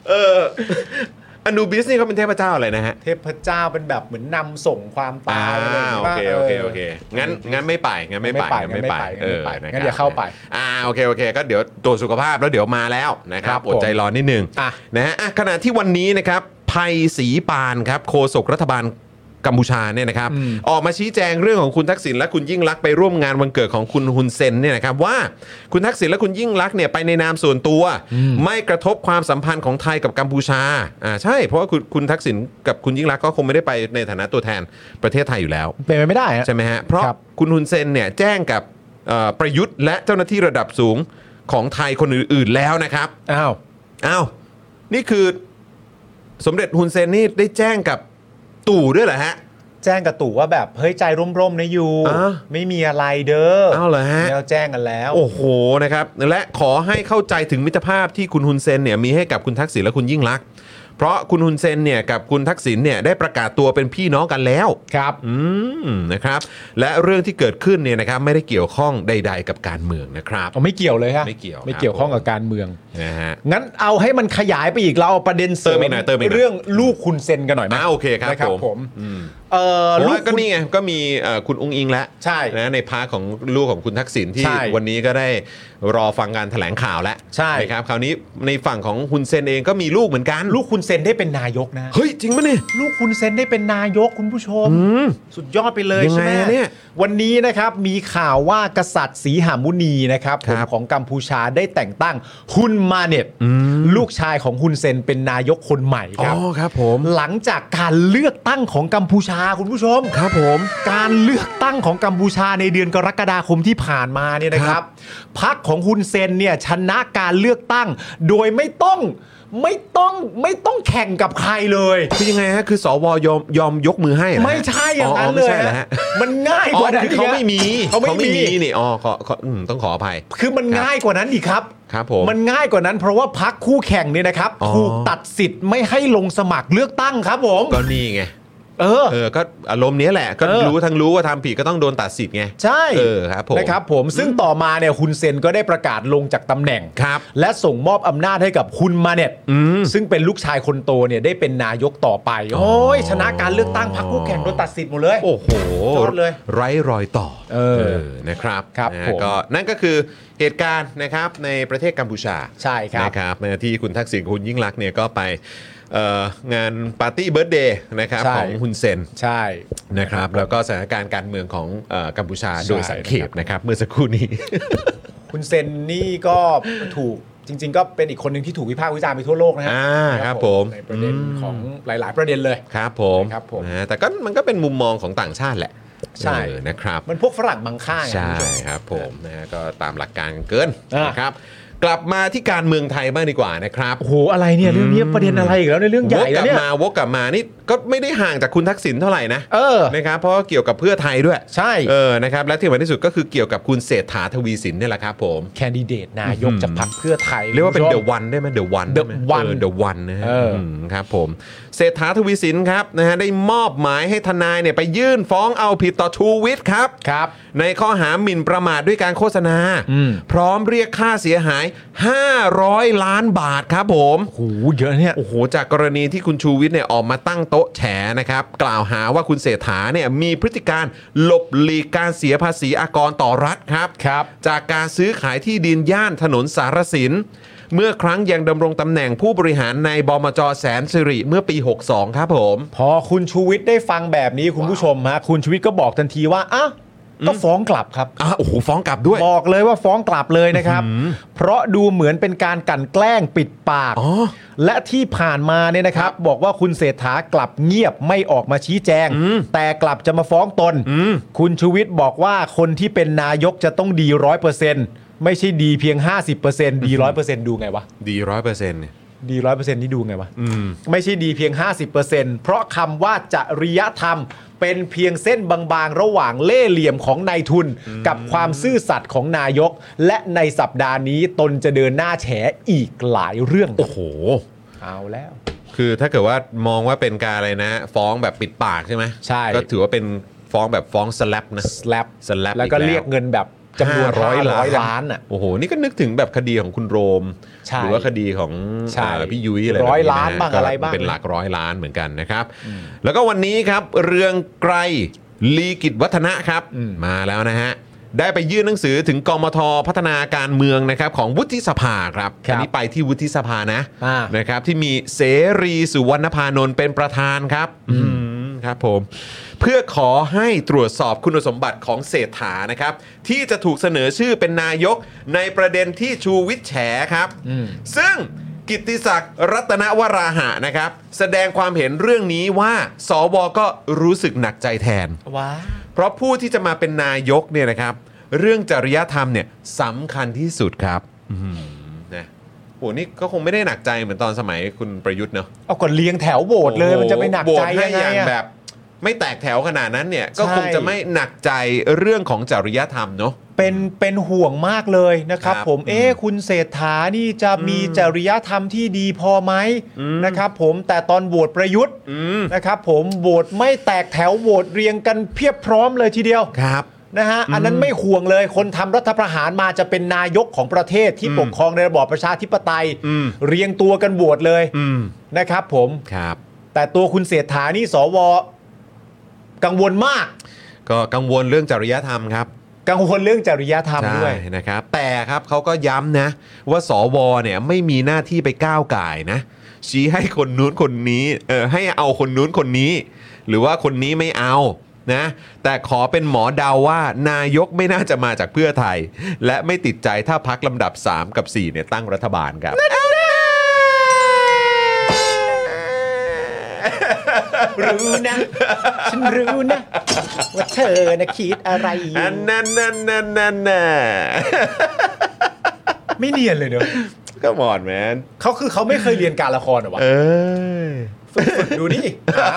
Speaker 1: เอออนูบิสนี่เขาเป็นเทพเจ้าอะไรนะฮะ
Speaker 2: เทพเจ้าเป็นแบบเหมือนนำส่งความตา
Speaker 1: อ่าย
Speaker 2: อะไรอย่าง
Speaker 1: โอ
Speaker 2: งี้ป่ะ
Speaker 1: เคโอเคโอเคงั้นงั้นไม่ไปงั้นไม่ไป
Speaker 2: งั้นไม่ไป
Speaker 1: เออ
Speaker 2: งั้น
Speaker 1: ะครับ
Speaker 2: ไม่ไปงั้นอย่าเข้าไป
Speaker 1: อ่าโอเคโอเค ก็เดี๋ยวตรวจสุขภาพแล้วเดี๋ยวมาแล้วนะครั
Speaker 2: ครับ บ
Speaker 1: อดใจรอนิดนึง
Speaker 2: อ่ะ
Speaker 1: นะฮะอ่ะขณะที่วันนี้นะครับภัยสีปานครับโฆษกรัฐบาลกัมพูชาเนี่ยนะครับออกมาชี้แจงเรื่องของคุณทักษิณและคุณยิ่งลักษณ์ไปร่วมงานวันเกิดของคุณฮุนเซนเนี่ยนะครับว่าคุณทักษิณและคุณยิ่งลักษณ์เนี่ยไปในนามส่วนตัว ไม่กระทบความสัมพันธ์ของไทยกับกัมพูชาอ่าใช่เพราะว่าคุณคุณทักษิณกับคุณยิ่งลักษณ์ก็คงไม่ได้ไปในฐานะตัวแทนประเทศไทยอยู่แล้ว
Speaker 2: เป็นไปไม่ได้ฮะ
Speaker 1: ใช่ไหมฮะ เพราะ
Speaker 2: ครับ
Speaker 1: คุณฮุนเซนเนี่ยแจ้งกับเอ่อประยุทธ์และเจ้าหน้าที่ระดับสูงของไทยคนอื่นๆแล้วนะครับ
Speaker 2: อ้าว
Speaker 1: อ้าว นี่คือสมเด็จฮุนเซนนี่ได้แจ้งกับตู่ด้วยเหรอฮะ
Speaker 2: แจ้งกับตู่ว่าแบบเฮ้ยใจร่มๆนะยู
Speaker 1: อ่ะ
Speaker 2: ไม่มีอะไรเด้อ
Speaker 1: เอาเหรอฮะ
Speaker 2: แล้วแจ้งกันแล้ว
Speaker 1: โอ้โหนะครับ และขอให้เข้าใจถึงมิตรภาพที่คุณฮุนเซนเนี่ยมีให้กับคุณทักษิณและคุณยิ่งลักษณ์เพราะคุณฮุนเซนเนี่ยกับคุณทักษิณเนี่ยได้ประกาศตัวเป็นพี่น้องกันแล้ว
Speaker 2: ครับ
Speaker 1: อืมนะครับ และเรื่องที่เกิดขึ้นเนี่ยนะครับไม่ได้เกี่ยวข้องใด ๆ กับการเมืองนะครับ
Speaker 2: ไม่เกี่ยวเลยฮะ
Speaker 1: ไม่เกี่ยว
Speaker 2: ไม่เกี่ย
Speaker 1: ค
Speaker 2: ว
Speaker 1: รับ
Speaker 2: ข้องกับการเมือง
Speaker 1: นะฮะ
Speaker 2: งั้นเอาให้มันขยายไปอีกเราเอาประเด็นสริ
Speaker 1: เติมอีกหน่อยเติมอีกหน่อย
Speaker 2: เรื่องลูกคุณเซนกันหน่อยไหม
Speaker 1: อ่าโอเคครับ
Speaker 2: นะ
Speaker 1: ผม
Speaker 2: ผมเออ
Speaker 1: เพราะ
Speaker 2: ลูก
Speaker 1: ว่าก็
Speaker 2: คุณ
Speaker 1: นี่ไงก็มีเอ่อคุณอุ้งอิงแล้ว
Speaker 2: ใช่
Speaker 1: นะในพาร์ทของลูกของคุณทักษิณที่
Speaker 2: ใช่
Speaker 1: วันนี้ก็ได้รอฟังการแถลงข่าวแล้ว
Speaker 2: ใช่
Speaker 1: นะครับคราวนี้ในฝั่งของคุณเซนเองก็มีลูกเหมือนกัน
Speaker 2: ลูกคุณ คุณเซนได้เป็นนายกนะ
Speaker 1: เฮ้ย จริงปะเนี่ย
Speaker 2: ลูกคุณเซนได้เป็นนายกคุณผู้ชม สุดยอดไปเลย
Speaker 1: ยังไง
Speaker 2: ใช่ไหม
Speaker 1: อะเนี่ย
Speaker 2: วันนี้นะครับมีข่าวว่ากษัตริย์สีหามุนีนะครับ
Speaker 1: ครับ
Speaker 2: ผมของกัมพูชาได้แต่งตั้งฮุนมาเน็ตลูกชายของฮุนเซนเป็นนายกคนใหม่ครับ
Speaker 1: อ๋อครับผม
Speaker 2: หลังจากการเลือกตั้งของกัมพูชาคุณผู้ชม
Speaker 1: ครับผม
Speaker 2: การเลือกตั้งของกัมพูชาในเดือนกรกฎาคมที่ผ่านมาเนี่ยนะครับพักของฮุนเซนเนี่ยชนะการเลือกตั้ง โดยไม่ต้องไม่ต้องไม่ต้องแข่งกับใครเลย
Speaker 1: คือยังไงฮะ คือสวยอมยอมยกมือให้เหรอฮะ
Speaker 2: ไม่ใช่อย่างนั้น
Speaker 1: ไม่
Speaker 2: เลย
Speaker 1: ใช่หรอฮะ
Speaker 2: มันง่าย
Speaker 1: อ๋
Speaker 2: ก
Speaker 1: อ
Speaker 2: ว่านั้น
Speaker 1: คือเขา
Speaker 2: กนะ
Speaker 1: ไม่มี
Speaker 2: เขาไม่มี
Speaker 1: นี่อ๋อขอขออืมต้องขออภัย
Speaker 2: คือมันง่ายกว่านั้นอีกครับ
Speaker 1: ครับผม
Speaker 2: มันง่ายกว่านั้นเพราะว่าพักคู่แข่งเนี่ยนะครับ
Speaker 1: อ๋อ
Speaker 2: ถูกตัดสิทธิ์ไม่ให้ลงสมัครเลือกตั้งครับผม
Speaker 1: ก็นี่ไง
Speaker 2: เออ
Speaker 1: เออ ก็อารมณ์เนี้ยแหละ ก็
Speaker 2: เออ
Speaker 1: รู้ทั้งรู้ว่าทำผิดก็ต้องโดนตัดสิทธิ์ไง
Speaker 2: ใช่
Speaker 1: เออครับผม
Speaker 2: นะครับผมซึ่งต่อมาเนี่ยฮุนเซนก็ได้ประกาศลงจากตำแหน่ง
Speaker 1: ครับ
Speaker 2: และส่งมอบอำนาจให้กับฮุนมาเน็ตซึ่งเป็นลูกชายคนโตเนี่ยได้เป็นนายกต่อไป โอ้ยชนะการเลือกตั้งพรรคคู่แข่งโดนตัดสิทธิ์หมดเลย
Speaker 1: โอ้โห
Speaker 2: จอดเลย
Speaker 1: ไร้รอยต่อ
Speaker 2: เออ
Speaker 1: นะครับ
Speaker 2: ครับ
Speaker 1: นะฮะ
Speaker 2: ผม
Speaker 1: ก็นั่นก็คือเหตุการณ์นะครับในประเทศกัมพูชา
Speaker 2: ใช่ครับ
Speaker 1: นะครับนะที่คุณทักษิณคุณยิ่งรักษณ์เนี่ยก็ไปเอ่องานปาร์ตี้เบิร์ดเดย์นะครับ
Speaker 2: ใช่
Speaker 1: ของฮุนเซน
Speaker 2: ใช่
Speaker 1: นะครับแล้วก็สถานการณ์การเมืองของเอ่อกัมพูชา
Speaker 2: ใช่
Speaker 1: โดยสังเขปนะครับ เมื่อสักครู่นี้
Speaker 2: คุณเซนนี่ก็ถูกจริง ๆ ก็เป็นอีกคนหนึ่งที่ถูกวิพากษ์วิจารณ์ไปทั่วโลกนะฮะ
Speaker 1: อ่าครับผม
Speaker 2: ในประเด็นของหลาย ๆ ประเด็นเลย
Speaker 1: ครับผม
Speaker 2: ครับผม
Speaker 1: นะฮะแต่ก็มันก็เป็นมุมมองของต่างชาติแหละ
Speaker 2: ใช่
Speaker 1: เออนะครับ
Speaker 2: มันพวกฝรั่งบางค่าไง
Speaker 1: ใช่
Speaker 2: ณผู้ชม
Speaker 1: ครับผมนะฮะก็ตามหลักการกันเกิน
Speaker 2: อ่ะ
Speaker 1: นะครับ กลับมาที่การเมืองไทยบ้างดีกว่านะครับ
Speaker 2: โอ้โหอะไรเนี่ยเรื่องนี้ประเด็นอะไรอีกแล้วในยเรื่องให
Speaker 1: ว
Speaker 2: ญ่
Speaker 1: กก
Speaker 2: แล้
Speaker 1: ลั
Speaker 2: วเนี่ย
Speaker 1: มาวกกลับมานี่ก็ไม่ได้ห่างจากคุณทักษิณเท่าไหร่นะ
Speaker 2: เออ
Speaker 1: นะครับเพราะเกี่ยวกับเพื่อไทยด้วย
Speaker 2: ใช่
Speaker 1: เออนะครับและที่สำคัญที่สุดก็คือเกี่ยวกับคุณเศรษฐาทวีสินเนี่ยแหละครับผม
Speaker 2: แคนดิเดตนายกจากพรรคเพื่อไทย
Speaker 1: เรียกว่าเป็น The One ได้ไหม The One
Speaker 2: The
Speaker 1: ได้ไหม
Speaker 2: One
Speaker 1: เออ The One นะฮะ
Speaker 2: เอออื
Speaker 1: มครับผม เศรษฐาทวีสินครับนะฮะได้มอบหมายให้ทนายเนี่ยไปยื่นฟ้องเอาผิดต่อชูวิทย์ครับ
Speaker 2: ครับ
Speaker 1: ในข้อหาหมิ่นประมาทด้วยการโฆษณา
Speaker 2: อืม
Speaker 1: พร้อมเรียกค่าเสียหาย 500 ล้านบาทครับผม
Speaker 2: โอ้โหเยอะเนี่ย
Speaker 1: โอ้โห จากกรณีที่คุณชูวิทย์เนี่ยออกมาตั้งโต๊ะแฉนะครับ กล่าวหาว่าคุณเศรษฐาเนี่ยมีพฤติการหลบหลีกการเสียภาษีอากรต่อรัฐครับ
Speaker 2: ครับ
Speaker 1: จากการซื้อขายที่ดินย่านถนนสารสิน เมื่อครั้งยังดำรงตำแหน่งผู้บริหารในบมจแสนสิริเมื่อปี 62 ครับผม
Speaker 2: พอคุณชูวิทย์ได้ฟังแบบนี้คุณผู้ชมฮะคุณชูวิทย์ก็บอกทันทีว่าอ่ะก็ฟ้องกลับครับ
Speaker 1: อ่ะโอ้โห ฟ้องกลับด้วย
Speaker 2: บอกเลยว่าฟ้องกลับเลยนะครับ เพราะดูเหมือนเป็นการกลั่นแกล้งปิดปาก
Speaker 1: อ๋อ
Speaker 2: และที่ผ่านมาเนี่ยนะครับ บอกว่าคุณเศรษฐากลับเงียบไม่ออกมาชี้แจง แต่กลับจะมาฟ้องตน คุณชูวิทย์บอกว่าคนที่เป็นนายกจะต้องดีร้อยเปอร์เซ็นต์ไม่ใช่ดีเพียง 50%ดีร้อยเปอร์เซ็นต์ดูไงวะ
Speaker 1: ดีร้อยเปอร์เซ็นต์เนี่ย
Speaker 2: ดีร้อยเปอร์เซ็นต์นี่ดูไงวะไม่ใช่ดีเพียง 50%เพราะคำว่าจริยธรรม เป็นเพียงเส้นบางๆ ระหว่างเล่ห์เหลี่ยมของนายทุน กับความซื่อสัตย์ของนายก และในสัปดาห์นี้ตนจะเดินหน้าแฉอีกหลายเรื่อง
Speaker 1: โอ้โห
Speaker 2: เอาแล้ว
Speaker 1: คือถ้าเกิดว่ามองว่าเป็นการอะไรนะ ฟ้องแบบปิดปากใช่ไหม
Speaker 2: ใช่
Speaker 1: ก็ถือว่าเป็นฟ้องแบบฟ้องสแลปนะ
Speaker 2: slap
Speaker 1: slap
Speaker 2: แล้วก็
Speaker 1: อีกแล้ว
Speaker 2: เรียกเงินแบบจำนวนร้อยล้านล้านอ่ะ
Speaker 1: โอ้โห นี่ก็นึกถึงแบบคดีของคุณโรม
Speaker 2: ใช่
Speaker 1: หรือว่าคดีของ
Speaker 2: ใช่
Speaker 1: เอ่อพี่ยุ้ยอะไรแบ
Speaker 2: ร้อย
Speaker 1: บะ
Speaker 2: ล้านบ้าง
Speaker 1: ก็
Speaker 2: อะไรบ้าง
Speaker 1: เป็นหลักร้อยล้านเหมือนกันนะครับ แล้วก็วันนี้ครับ เรืองไกรลีกิจวัฒนะครับ มาแล้วนะฮะ ได้ไปยื่นหนังสือถึงกมทพัฒนาการเมืองนะครับของวุฒิสภาครับ
Speaker 2: ครับ
Speaker 1: อันนี้ไปที่วุฒิสภานะ
Speaker 2: อ่าน
Speaker 1: นะครับที่มีเสรีสุวรรณพานนท์เป็นประธานครับอืมครับผม เพื่อขอให้ตรวจสอบคุณสมบัติของเศรษฐานะครับ ที่จะถูกเสนอชื่อเป็นนายกในประเด็นที่ชูวิทย์แฉครับ ซึ่งกิตติศักดิ์รัตนวราหะนะครับ แสดงความเห็นเรื่องนี้ว่า สวก็รู้สึกหนักใจแทน
Speaker 2: ว้า
Speaker 1: เพราะผู้ที่จะมาเป็นนายกเนี่ยนะครับ เรื่องจริยธรรมเนี่ยสำคัญที่สุดครับอืมนะโหนี่ก็คงไม่ได้หนักใจเหมือนตอนสมัยคุณประยุทธ์เนาะ
Speaker 2: เอาก็เลี้ยงแถวโบสถ์เลยมันจะไปหนักใจ
Speaker 1: โวตให้
Speaker 2: ยังไง
Speaker 1: อย่าง
Speaker 2: อะ
Speaker 1: แบบ ไม่แตกแถวขนาดนั้นเนี่ย ก็
Speaker 2: ใช่
Speaker 1: คงจะไม่หนักใจเรื่องของจริยธรรมเนาะ
Speaker 2: เป็นเป็นห่วงมากเลยนะครับ
Speaker 1: ครับ
Speaker 2: ผมเอ๊ะคุณเศรษฐานี่จะมีจริยธรรมที่ดีพอไหมนะครับผมแต่ตอนโหวตประยุทธ์
Speaker 1: ม
Speaker 2: นะครับผมโหวตไม่แตกแถวโหวตเรียงกันเพียบพร้อมเลยทีเดียว
Speaker 1: ครับ
Speaker 2: นะฮะอันนั้นไม่ห่วงเลย คนทำรัฐประหารมาจะเป็นนายกของประเทศที่ปกครองในระบอบประชาธิปไตย
Speaker 1: อืม
Speaker 2: เรียงตัวกันโหวตเลย
Speaker 1: อืม
Speaker 2: นะครับผม
Speaker 1: ครับ
Speaker 2: แต่ตัวคุณเศรษฐานี่สวกังวลมาก
Speaker 1: ก็กังวลเรื่องจริยธรรมครับ
Speaker 2: กังวลเรื่องจริยธรรม
Speaker 1: ใช่
Speaker 2: ด้วย
Speaker 1: นะครับ แต่ครับเขาก็ย้ำนะ ว่าสวเนี่ยไม่มีหน้าที่ไปก้าวไก่ายนะ ชี้ให้คนนู้นคนนี้เออให้เอาคนนู้นคนนี้ หรือว่าคนนี้ไม่เอานะแต่ขอเป็นหมอเดาวว่านายกไม่น่าจะมาจากเพื่อไทย และไม่ติดใจถ้าพักลำดับ 3 กับ 4เนี่ยตั้งรัฐบาลครับ
Speaker 2: รู้นะ ฉันรู้นะ ว่าเธอนะคิดอะไรอยู่
Speaker 1: อันนั้นนั่นนั่นนั่นน่ะ
Speaker 2: ไม่เนียนเลยเนอะ
Speaker 1: Come on man
Speaker 2: เขาคือเขาไม่เคยเรียนการละครเหรอวะ
Speaker 1: เออ
Speaker 2: ฝึกๆดูนี่หา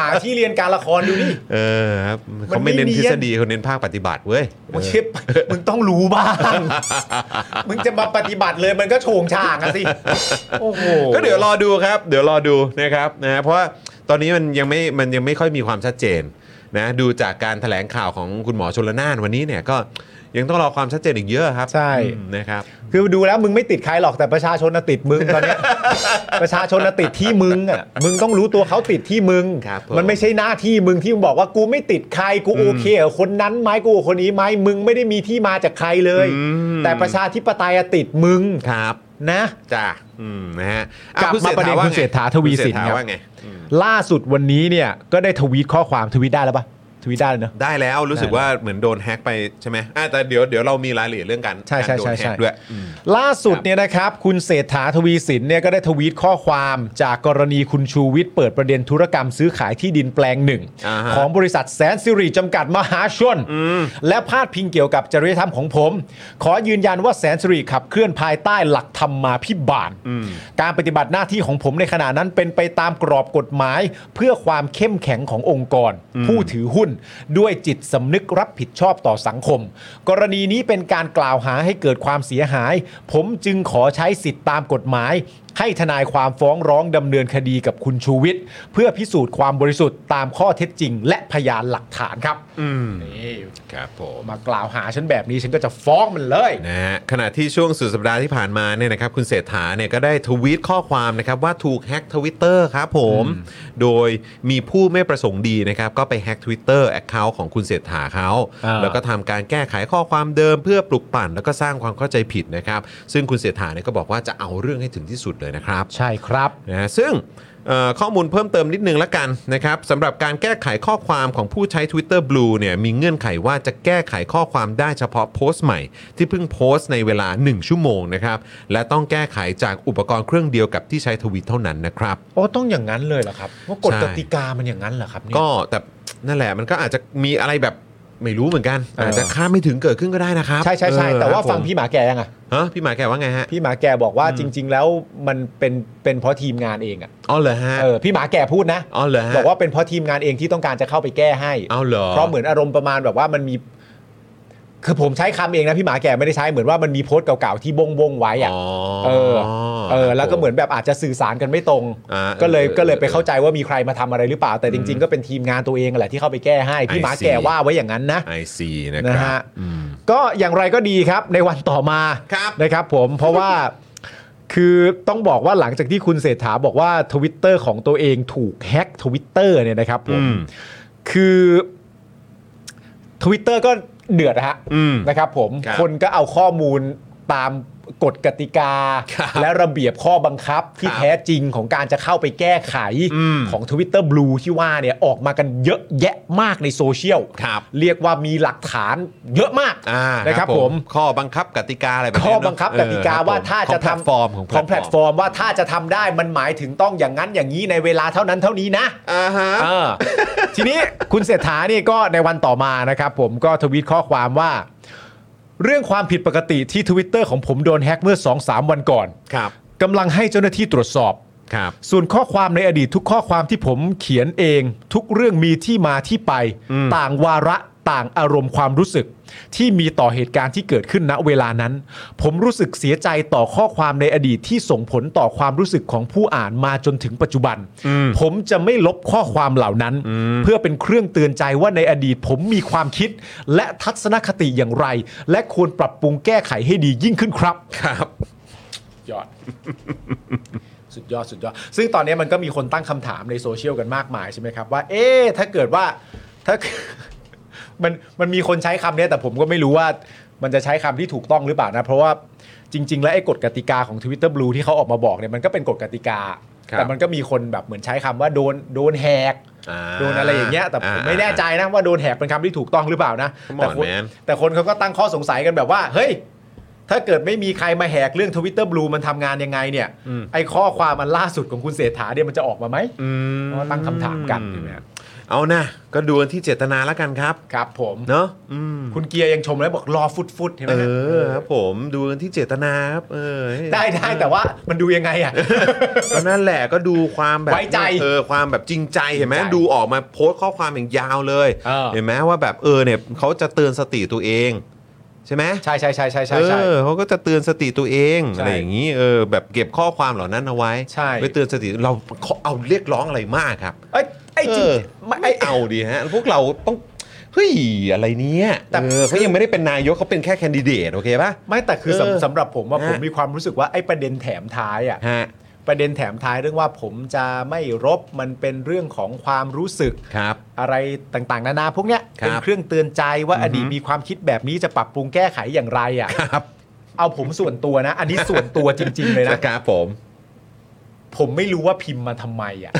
Speaker 2: หาที่เรียนการละครดูนี่
Speaker 1: เออครับ
Speaker 2: มัน
Speaker 1: เขาไม่เน้น
Speaker 2: ไม่เนี
Speaker 1: ท
Speaker 2: ยน
Speaker 1: ฤษฎีเขาเน้นภาคปฏิบัติเว้ย
Speaker 2: มึงเชฟมึงต้องรู้บ้าง มึงจะมาปฏิบัติเลยมันก็โฉงฉางอะสิ โอ้โห
Speaker 1: ก็เดี๋ยวรอดูครับ เดี๋ยวรอดูนะครับนะฮะเพราะว่าตอนนี้มันยังไม่มันยังไม่ค่อยมีความชัดเจนนะดูจากการแถลงข่าวของคุณหมอชลนานวันนี้เนี่ยก็ยังต้องรอความชัดเจนอีกเยอะครับ
Speaker 2: ใช่
Speaker 1: อืมนะครับ
Speaker 2: คือดูแล้วมึงไม่ติดใครหรอกแต่ประชาชนน่ะติดมึงตอนเนี้ย ประชาชนน่ะติดที่มึงอ่ะมึงต้องรู้ตัวเขาติดที่มึง
Speaker 1: ครับผม
Speaker 2: มันไม่ใช่หน้าที่มึงที่มึงบอกว่ากูไม่ติดใครกูโอเคกับคนนั้นไหมกูกับคนนี้ไหมมึงไม่ได้มีที่มาจากใครเลย
Speaker 1: อืม
Speaker 2: แต่ประชาธิปไตยอะติดมึง
Speaker 1: ครับ
Speaker 2: นะ
Speaker 1: จ้าอืมนะฮะอ่ะ
Speaker 2: กลับ
Speaker 1: คุณ
Speaker 2: มาประเด็น
Speaker 1: ว่
Speaker 2: คุณเศรษฐาทวีสิน
Speaker 1: คุณ
Speaker 2: ค
Speaker 1: เศรษ
Speaker 2: รับ
Speaker 1: ฐาว่าไงอืม
Speaker 2: ล่าสุดวันนี้เนี่ยก็ได้ทวีตข้อความทวีตได้แล้วปะทวีตได้เลยเนอะ
Speaker 1: ได้แล้วรู้สึกว่าเหมือนโดนแฮ็กไปใช่ไหมอ่ะแต่เดี๋ยวเดี๋ยวเรามีรายละเอียดเรื่องการ
Speaker 2: ใช่
Speaker 1: กา
Speaker 2: ใช่
Speaker 1: รโดน
Speaker 2: ใช่
Speaker 1: แฮ็
Speaker 2: ใช่
Speaker 1: กด้วยอืม
Speaker 2: ล่าสุดเนี่ยนะครับ คุณเศรษฐาทวีสินเนี่ยก็ได้ทวีตข้อความจากกรณีคุณชูวิทย์เปิดประเด็นธุรกรรมซื้อขายที่ดินแปลงหนึ่ง
Speaker 1: อ่าฮะ
Speaker 2: ของบริษัทแสนสิริจำกัดมหาชน และพาดพิงเกี่ยวกับจริยธรรมของผม ขอยืนยันว่าแสนสิริขับเคลื่อนภายใต้หลักธรรมมาพิบาล การปฏิบัติหน้าที่ของผมในขณะนั้นเป็นไปตามกรอบกฎหมาย เพื่อความเข้มแข็งขององค์กร ผู้ถือหุ้น ด้วยจิตสำนึกรับผิดชอบต่อสังคม กรณีนี้เป็นการกล่าวหาให้เกิดความเสียหาย ผมจึงขอใช้สิทธิ์ตามกฎหมาย ให้ทนายความฟ้องร้องดำเนินคดีกับคุณชูวิทย์เพื่อพิสูจน์ความบริสุทธิ์ตามข้อเท็จจริง และพยานหลักฐานครับนี่
Speaker 1: ครับผม
Speaker 2: มากล่าวหาฉันแบบนี้ฉันก็จะฟ้องมันเลย
Speaker 1: นะฮะขณะที่ช่วงสุดสัปดาห์ที่ผ่านมาเนี่ยนะครับคุณเศรษฐาเนี่ยก็ได้ทวีตข้อความนะครับว่าถูกแฮ็กทวิตเตอร์ครับผม โดยมีผู้ไม่ประสงค์ดีนะครับก็ไปแฮ็ก Twitter Account ของคุณเศรษฐาเขา
Speaker 2: อ่า
Speaker 1: แล้วก็ทำการแก้ไขข้อความเดิมเพื่อปลุกปั่น แล้วก็สร้างความเข้าใจผิดนะครับ ซึ่งคุณเศรษฐาเนี่ยก็บอกว่าจะเอาเรื่องให้ถึงที่สุดเลยนะครับ
Speaker 2: ใช่ครับ
Speaker 1: นะฮะซึ่งเอ่อข้อมูลเพิ่มเติมนิดนึงละกันนะครับสำหรับการแก้ไขข้อความของผู้ใช้ Twitter Blue เนี่ยมีเงื่อนไขว่าจะแก้ไขข้อความได้เฉพาะโพสต์ใหม่ ที่เพิ่งโพสต์ในเวลา 1 ชั่วโมงนะครับและต้องแก้ไขจากอุปกรณ์เครื่องเดียวกับที่ใช้ทวิตเท่านั้นนะครับ
Speaker 2: โอ้ต้องอย่างนั้นเลยเหรอครับว่ากฎ
Speaker 1: ใช่
Speaker 2: กติกามันอย่างนั้นเหรอครับเนี่ย
Speaker 1: ก็แต่นั่นแหละมันก็อาจจะมีอะไรแบบไม่รู้เหมือนกัน
Speaker 2: เอออ
Speaker 1: อาจจะคาดไม่ถึงเกิดขึ้นก็ได้นะครับ
Speaker 2: ใช่ใช่ใช่
Speaker 1: เออ
Speaker 2: แต่ว่า
Speaker 1: ครับ
Speaker 2: ฟังพี่หมาแกยังอะ
Speaker 1: ฮะพี่หมายแกว่าไงฮะ
Speaker 2: พี่หมาแกบอกว่าจริง ๆ แล้วมันเป็นเป็นเพราะทีมงานเองอะ
Speaker 1: อ๋อเหรอฮะ
Speaker 2: เออพี่หมาแกพูดนะ
Speaker 1: อ๋อเหรอฮะ
Speaker 2: บอกว่าเป็นเพราะทีมงานเองที่ต้องการจะเข้าไปแก้ให้
Speaker 1: เอาเหรอ
Speaker 2: เพราะเหมือนอารมณ์ประมาณแบบว่ามันมี คือผมใช้คำเองนะพี่หมาแกไม่ได้ใช้เหมือนว่ามันมีโพสต์เก่าๆที่บงบงๆไว้อะ
Speaker 1: อ๋อ
Speaker 2: เออเออ แล้ว
Speaker 1: ครั
Speaker 2: ก็
Speaker 1: บผ
Speaker 2: เหมือนแบบอาจจะสื่อสารกันไม่ตรง
Speaker 1: อ่า
Speaker 2: ก็เลย
Speaker 1: เออ
Speaker 2: ก็เลยไปเข้าใจว่ามีใครมาทำอะไรหรือเปล่าแต่จริง ๆ ก็เป็นทีมงานตัวเองแหละที่เข้าไปแก้ให้พี่หมา
Speaker 1: I see
Speaker 2: แกว่าไว้อย่างนั้นนะ
Speaker 1: ไอซีนะค
Speaker 2: นะ
Speaker 1: รั
Speaker 2: ฮะ
Speaker 1: บอืม
Speaker 2: ก็อย่างไรก็ดีครับในวันต่อมา
Speaker 1: ครับ
Speaker 2: นะครับผมเพราะว่า คือต้องบอกว่าหลังจากที่คุณเศรษฐาบอกว่าทวิตเตอร์ของตัวเองถูกแฮ็กทวิตเตอร์เนี่ยนะครับผมคือทวิตเตอร์ก็เดือดนะฮะ
Speaker 1: อืม
Speaker 2: นะครับผม
Speaker 1: ครับ
Speaker 2: นก็เอาข้อมูลตามกฎกติกา
Speaker 1: ครับ
Speaker 2: และระเบียบข้อบังคับที่
Speaker 1: ครับ
Speaker 2: แท้จริงของการจะเข้าไปแก้ไข
Speaker 1: อืม
Speaker 2: ของ Twitter Blue ที่ว่าเนี่ยออกมากันเยอะแยะมากในโซเชียล
Speaker 1: ครับ
Speaker 2: เรียกว่ามีหลักฐานเยอะมาก
Speaker 1: อ่า
Speaker 2: นะครับผม
Speaker 1: ข้อบังคับกติกาอะไรแบบนี้
Speaker 2: ข้อ
Speaker 1: เนะ
Speaker 2: บังคับกติกา
Speaker 1: เออครับ
Speaker 2: ว่าถ้าจะ
Speaker 1: ของแพลต
Speaker 2: ทำ
Speaker 1: ฟอร์มของ
Speaker 2: ของแพลตฟอร์มว่าถ้าจะทำได้มันหมายถึงต้องอย่างนั้นอย่างนี้ในเวลาเท่านั้นเท่านี้นะ
Speaker 1: อ่าฮะ
Speaker 2: เออ ทีนี้คุณเศรษฐานี่ก็ในวันต่อมานะครับผมก็ทวีตข้อความว่า เรื่องความผิดปกติที่ Twitter ของผมโดนแฮ็กเมื่อ 2-3 วันก่อน
Speaker 1: ครับ
Speaker 2: กำลังให้เจ้าหน้าที่ตรวจสอบ
Speaker 1: ครับ
Speaker 2: ส่วนข้อความในอดีตทุกข้อความที่ผมเขียนเอง ทุกเรื่องมีที่มาที่ไป ต่างวาระต่างอารมณ์ความรู้สึก ที่มีต่อเหตุการณ์ที่เกิดขึ้นณเวลานั้น ผมรู้สึกเสียใจต่อข้อความในอดีตที่ส่งผลต่อความรู้สึกของผู้อ่านมาจนถึงปัจจุบัน ผมจะไม่ลบข้อความเหล่านั้น เพื่อเป็นเครื่องเตือนใจว่าในอดีตผมมีความคิด และทัศนคติอย่างไร และควรปรับปรุงแก้ไขให้ดียิ่งขึ้นครับ
Speaker 1: ครับ
Speaker 2: ยอด สุดยอดสุดยอด ซึ่งตอนนี้มันก็มีคนตั้งคำถามในโซเชียลกันมากมายใช่ไหมครับว่า เอ๊ะถ้าเกิดว่า ถ้า มันมันมีคนใช้คำเนี้ยแต่ผมก็ไม่รู้ว่ามันจะใช้คำที่ถูกต้องหรือเปล่านะ เพราะว่าจริง ๆ แล้วไอ้กฎกติกาของ Twitter Blue ที่เขาออกมาบอกเนี่ยมันก็เป็นกฎกติกา
Speaker 1: ครับ
Speaker 2: แต่มันก็มีคนแบบเหมือนใช้คำว่าโดนโดนแหก
Speaker 1: อ่า
Speaker 2: โดนอะไรอย่างเงี้ยแต่ผมไม่แน่ใจนะว่าโดนแหกเป็นคำที่ถูกต้องหรือเปล่านะ
Speaker 1: Come
Speaker 2: แต่
Speaker 1: on,
Speaker 2: คน
Speaker 1: man
Speaker 2: แต่คนเขาก็ตั้งข้อสงสัยกันแบบว่า เฮ้ย ถ้าเกิดไม่มีใครมาแหกเรื่องทวิตเตอร์บลูมันทำงานยังไงเนี่ย ไอ้ข้อความมันล่าสุดของคุณเศรษฐาเนี่ยมันจะออกมาไหม
Speaker 1: อืม
Speaker 2: ก็ตั้งคำถามกันใช่ไหมฮะ
Speaker 1: เอานะก็ดูกันที่เจตนาแล้วกันครับ
Speaker 2: ครับผม
Speaker 1: เนอะอืม
Speaker 2: คุณเกียร์ยังชมแล้วบอกรอฟุตฟุตๆเห็นไหม
Speaker 1: เอ
Speaker 2: ฮะ
Speaker 1: อครับผมดูกันที่เจตนาครับเออ
Speaker 2: ได้ได้แต่ว่ามันดูยังไงอ่ะ
Speaker 1: ก็นั่นแหละก็ดูความแบบ
Speaker 2: ไว้ใจ
Speaker 1: เออความแบบจริงใจเห็นไหม
Speaker 2: จริงใจ
Speaker 1: ดูออกมาโพสต์ข้อความอย่างยาวเลย
Speaker 2: เออ
Speaker 1: นไหมว่าแบบเออเนี่ยเขาจะเตือนสติตัวเอง ใช่ไหม
Speaker 2: ใช่ใช่ใช่ใช่ใช่
Speaker 1: เอ
Speaker 2: ใช่
Speaker 1: อเขาก็จะเตือนสติตัวเอง
Speaker 2: ใช่
Speaker 1: อะไรอย่างนี้เออแบบเก็บข้อความเหล่านั้นเอาไว้
Speaker 2: ใช่
Speaker 1: ไว้เตือนสติเราเอาเรียกร้องอะไรมากครับ
Speaker 2: เอ้ยไอ้จริง
Speaker 1: เออ
Speaker 2: ไม่
Speaker 1: ไม่
Speaker 2: ไอ้
Speaker 1: เอาดีฮะพวกเราต้องเฮ้ยอะไรเนี้ย
Speaker 2: แต่
Speaker 1: เออเขายังไม่ได้เป็นนายกเขาเป็นแค่แคนดิเดตโอเคปะ
Speaker 2: ไม่แต่คือสำ
Speaker 1: เออ
Speaker 2: สำหรับผมว่า
Speaker 1: ฮะ
Speaker 2: ผมมีความรู้สึกว่าไอ้ประเด็นแถมท้ายอ่ะ
Speaker 1: ฮะ
Speaker 2: ประเด็นแถมท้ายเรื่องว่าผมจะไม่รบมันเป็นเรื่องของความรู้สึก
Speaker 1: ครับ
Speaker 2: อะไรต่างๆ นานาพวกเนี้ย
Speaker 1: ครับ
Speaker 2: เป็นเครื่องเตือนใจว่าอดีตมีความคิดแบบนี้จะปรับปรุงแก้ไขอย่างไรอ่ะ
Speaker 1: ครับ
Speaker 2: เอาผมส่วนตัวนะ อันนี้ส่วนตัวจริง ๆ เลยนะครับ
Speaker 1: ผม
Speaker 2: ผมไม่รู้ว่าพิมพ์มาทำไม อ่ะ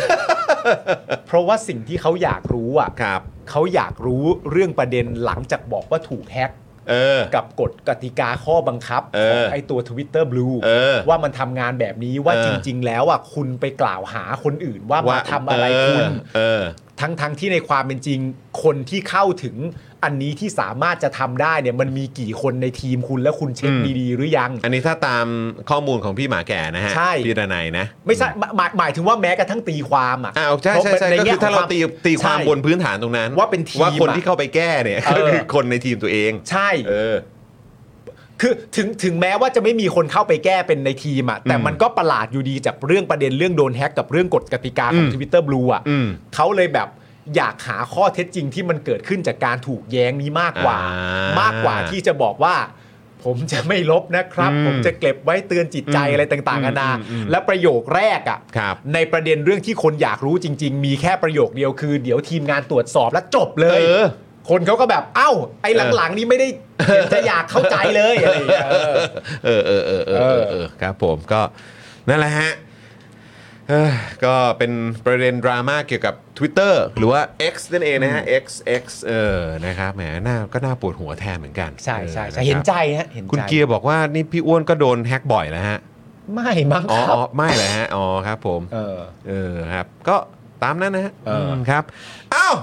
Speaker 2: เพราะว่าสิ่งที่เขาอยากรู้อ่ะ
Speaker 1: ครับ
Speaker 2: เขาอยากรู้เรื่องประเด็นหลังจากบอกว่าถูกแฮ็ก
Speaker 1: เออ
Speaker 2: กับกฎกติกาข้อบังคับ
Speaker 1: เออ
Speaker 2: ของไอตัว Twitter Blue
Speaker 1: เออ
Speaker 2: ว่ามันทำงานแบบนี้ว่า
Speaker 1: เออ
Speaker 2: จริง ๆ แล้วอ่ะคุณไปกล่าวหาคนอื่นว่ามาทำอะไรคุณ
Speaker 1: เออ
Speaker 2: ทั้งๆที่ในความเป็นจริงคนที่เข้าถึงอันนี้ที่สามารถจะทำได้เนี่ยมันมีกี่คนในทีมคุณและคุณเช็ค
Speaker 1: อืม
Speaker 2: ดีๆหรือยัง
Speaker 1: อันนี้ถ้าตามข้อมูลของพี่หมาแก่นะฮะ
Speaker 2: ใช่
Speaker 1: พี่ดนัยนะ
Speaker 2: ไม่ใช่หมายหมายหมายถึงว่าแม้กระทั่งตีความอ่ะ
Speaker 1: อ้าวใช่ใช่ใช่
Speaker 2: พะใน
Speaker 1: ก็
Speaker 2: แง่
Speaker 1: คือถ้าเรา
Speaker 2: ของ
Speaker 1: ตีตีความ
Speaker 2: ใช่
Speaker 1: บนพื้นฐานตรงนั้น
Speaker 2: ว่าเป็นทีม
Speaker 1: ว่าคน
Speaker 2: อะ
Speaker 1: ที่เข้าไปแก้เนี่ย
Speaker 2: เออ
Speaker 1: ก็คือคนในทีมตัวเอง
Speaker 2: ใช่
Speaker 1: เออ
Speaker 2: คือถึงถึงแม้ว่าจะไม่มีคนเข้าไปแก้เป็นในทีมอะแต่มันก็ประหลาดอยู่ดีจากเรื่องประเด็นเรื่องโดนแฮกกับเรื่องกฎกติกาของ
Speaker 1: อืม
Speaker 2: ทวิตเตอร์บลูอะ
Speaker 1: อืม
Speaker 2: เขาเลยแบบอยากหาข้อเท็จจริงที่มันเกิดขึ้นจากการถูกแย้งนี้มากกว่า
Speaker 1: อ่
Speaker 2: มากกว่าที่จะบอกว่า ผมจะไม่ลบนะครับ
Speaker 1: อืม
Speaker 2: ผมจะเก็บไว้เตือนจิตใจ
Speaker 1: อืม
Speaker 2: อะไรต่างๆนานา
Speaker 1: อืมอืมอืม
Speaker 2: และประโยคแรกอะ
Speaker 1: ครับ
Speaker 2: ในประเด็นเรื่องที่คนอยากรู้จริง ๆ มีแค่ประโยคเดียวคือ เดี๋ยวทีมงานตรวจสอบแล้วจบเล
Speaker 1: เอย อ
Speaker 2: คนเขาก็แบบ เอ้า ไอ้หลังๆ นี่ไม่ได้เห็นจะอยากเข้าใจเลยอะไรอย่างเงี้ยเออ
Speaker 1: เออเออเออเออเออเออครับผมก็นั่นแหละฮะเอ้อก็เป็นประเด็นดราม่าเกี่ยวกับ Twitter หรือว่า X นั่นเองนะฮะ X X เออนะครับแหมหน้าก็น่าปวดหัวแทนเหมือนกัน
Speaker 2: ใช่ใช่
Speaker 1: อ
Speaker 2: ใช่
Speaker 1: อ
Speaker 2: เห็น
Speaker 1: นะครับ
Speaker 2: ใจฮะเห็นใจ
Speaker 1: คุณเกียร์บอกว่านี่พี่อ้วนก็โดนแฮ็กบ่อยแล้วฮะ
Speaker 2: ไม่มั้ง
Speaker 1: อ๋อ
Speaker 2: ครั
Speaker 1: อ๋
Speaker 2: บ
Speaker 1: อไม่เลยฮะ อ๋อครับผม
Speaker 2: เออ
Speaker 1: เออครับ ก็ตามนั้นนะฮะ
Speaker 2: เออ
Speaker 1: ม
Speaker 2: อื
Speaker 1: ครับ อ้าว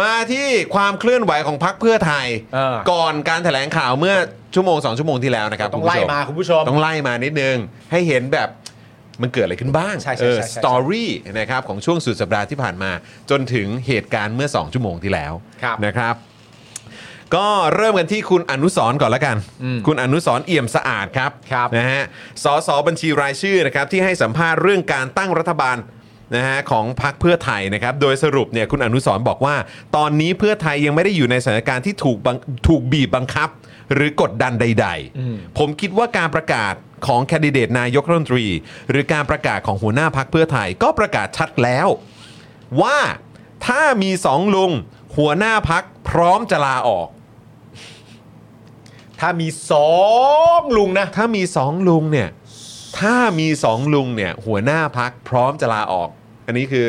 Speaker 1: มาที่ความเคลื่อนไหวของพักเพื่อไทย
Speaker 2: เออ
Speaker 1: ก่อนการแถลงข่าวเมื่อชั่วโมง 2 ชั่วโมงที่แล้วนะครับ
Speaker 2: ต้อง
Speaker 1: คุณผู้
Speaker 2: ไล่
Speaker 1: ช
Speaker 2: มาคุณผู้ชม
Speaker 1: ต้องไล่มานิดนึง ให้เห็นแบบมันเกิดอะไรขึ้นบ้าง
Speaker 2: ใช่ใช่
Speaker 1: เออ
Speaker 2: ใช่ใช่
Speaker 1: สตอรี่นะครับของช่วงสุดสัปดาห์ที่ผ่านมา จนถึงเหตุการณ์เมื่อ 2 ชั่วโมงที่แล้ว
Speaker 2: ครับ
Speaker 1: นะครับ ก็เริ่มกันที่คุณอนุสรณ์ก่อนละกัน คุณอนุสรณ์เอี่ยมสะอาดครับ
Speaker 2: ครับ
Speaker 1: นะฮะสสบัญชีรายชื่อนะครับที่ให้สัมภาษณ์เรื่องการตั้งรัฐบาลนะฮะของพรรคเพื่อไทยนะครับโดยสรุปเนี่ยคุณอนุสรณ์บอกว่า ตอนนี้เพื่อไทยยังไม่ได้อยู่ในสถานการณ์ที่ถูกบังถูกบีบบังคับ หรือกดดันใด
Speaker 2: อืม
Speaker 1: ๆ ผมคิดว่าการประกาศของแคนดิเดตนายกรัฐมนตรี หรือการประกาศของหัวหน้าพักเพื่อไทยก็ประกาศชัดแล้ว ว่าถ้ามีสองลุงหัวหน้าพักพร้อมจะลาออก
Speaker 2: ถ้ามีสองลุงนะ
Speaker 1: ถ้ามีสองลุงเนี่ย ถ้ามีสองลุงเนี่ยหัวหน้าพักพร้อมจะลาออก อันนี้คือ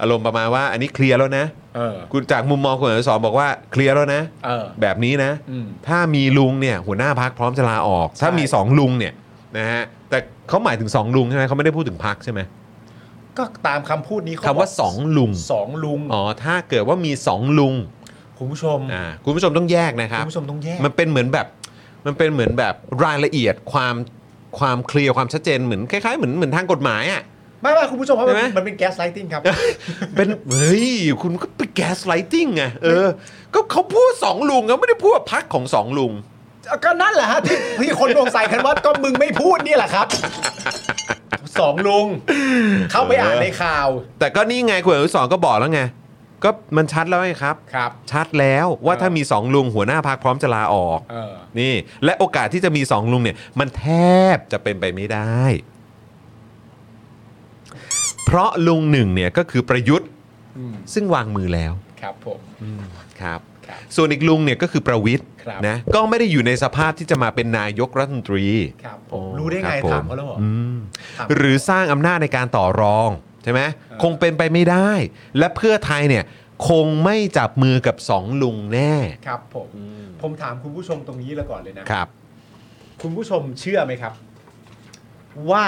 Speaker 1: อารมณ์ประมาณว่า อันนี้เคลียร์แล้วนะ
Speaker 2: เออ
Speaker 1: คุณจากมุมมองคุณอนุสรณ์บอกว่าเคลียร์แล้วนะ
Speaker 2: เออ
Speaker 1: แบบนี้นะ
Speaker 2: อืม
Speaker 1: ถ้ามีลุงเนี่ยหัวหน้าพักพร้อมจะลาออก ถ้า
Speaker 2: ใช่
Speaker 1: มีสองลุงเนี่ยนะฮะแต่เขาหมายถึงสองลุงใช่ไหมเขาไม่ได้พูดถึงพักใช่ไหม
Speaker 2: ก็ตามคำพูดนี้เข
Speaker 1: คำว่า
Speaker 2: บก
Speaker 1: สองลุง
Speaker 2: สองลุง
Speaker 1: อ๋อถ้าเกิดว่ามีสองลุง
Speaker 2: คุณผู้ชม
Speaker 1: อ่าคุณผู้ชมต้องแยกนะครั
Speaker 2: คุ
Speaker 1: บ
Speaker 2: ณผู้ชมต้องแยก
Speaker 1: มันเป็นเหมือนแบบมันเป็นเหมือนแบบรายละเอียดความความเคลียร์ความชัดเจนเหมือนคล้ายๆเหมือนเหมือนทางกฎหมายอ่ะ
Speaker 2: ไม่ไม่คุณผู้ชมครับ
Speaker 1: ใช่
Speaker 2: มัน
Speaker 1: ไหม
Speaker 2: มันเป็นแก๊สไลติงครับ
Speaker 1: เป็นเฮ้ย คุณก็ไปแก๊สไลติงไงเออ ก็เขาพูดสองลุงเขาไม่ได้พูดว่าพักของสองลุง
Speaker 2: ก็นั่นแหละฮะที่ที่คนดวงใส่กันว่าก็มึงไม่พูดนี่แหละครับสองลุง เข้าไปอ่านในข่าว
Speaker 1: แต่ก็นี่ไงคุณอนุสรณ์ก็บอกแล้วไง ก็มันชัดแล้วไงครับ
Speaker 2: ครับ
Speaker 1: ชัดแล้วว่า
Speaker 2: เออ
Speaker 1: ถ้ามีสองลุงหัวหน้าพักพร้อมจะลาออก
Speaker 2: เออ
Speaker 1: นี่ และโอกาสที่จะมีสองลุงเนี่ย มันแทบจะเป็นไปไม่ได้ เพราะลุงหนึ่งเนี่ยก็คือประยุทธ์ ซึ่งวางมือแล้ว
Speaker 2: ครับผม
Speaker 1: ครับ
Speaker 2: ครับ
Speaker 1: ส่วนอีกลุงเนี่ยก็คือประวิทย์
Speaker 2: ครับ
Speaker 1: นะ ก็ไม่ได้อยู่ในสภาพที่จะมาเป็นนายกรัฐมนตรี
Speaker 2: ครับ
Speaker 1: โอ้
Speaker 2: รู้ได้ไง
Speaker 1: คบผ
Speaker 2: ถามเขาแล้วเหรอ
Speaker 1: ม
Speaker 2: ถาม
Speaker 1: หรือสร้างอำนาจในการต่อรองใช่ไหมคงเป็นไปไม่ได้ และเพื่อไทยเนี่ยคงไม่จับมือกับสองลุงแน่
Speaker 2: ครับผม ผมถามคุณผู้ชมตรงนี้ละก่อนเลยนะ
Speaker 1: ครับ
Speaker 2: คุณผู้ชมเชื่อไหมครับ ว่า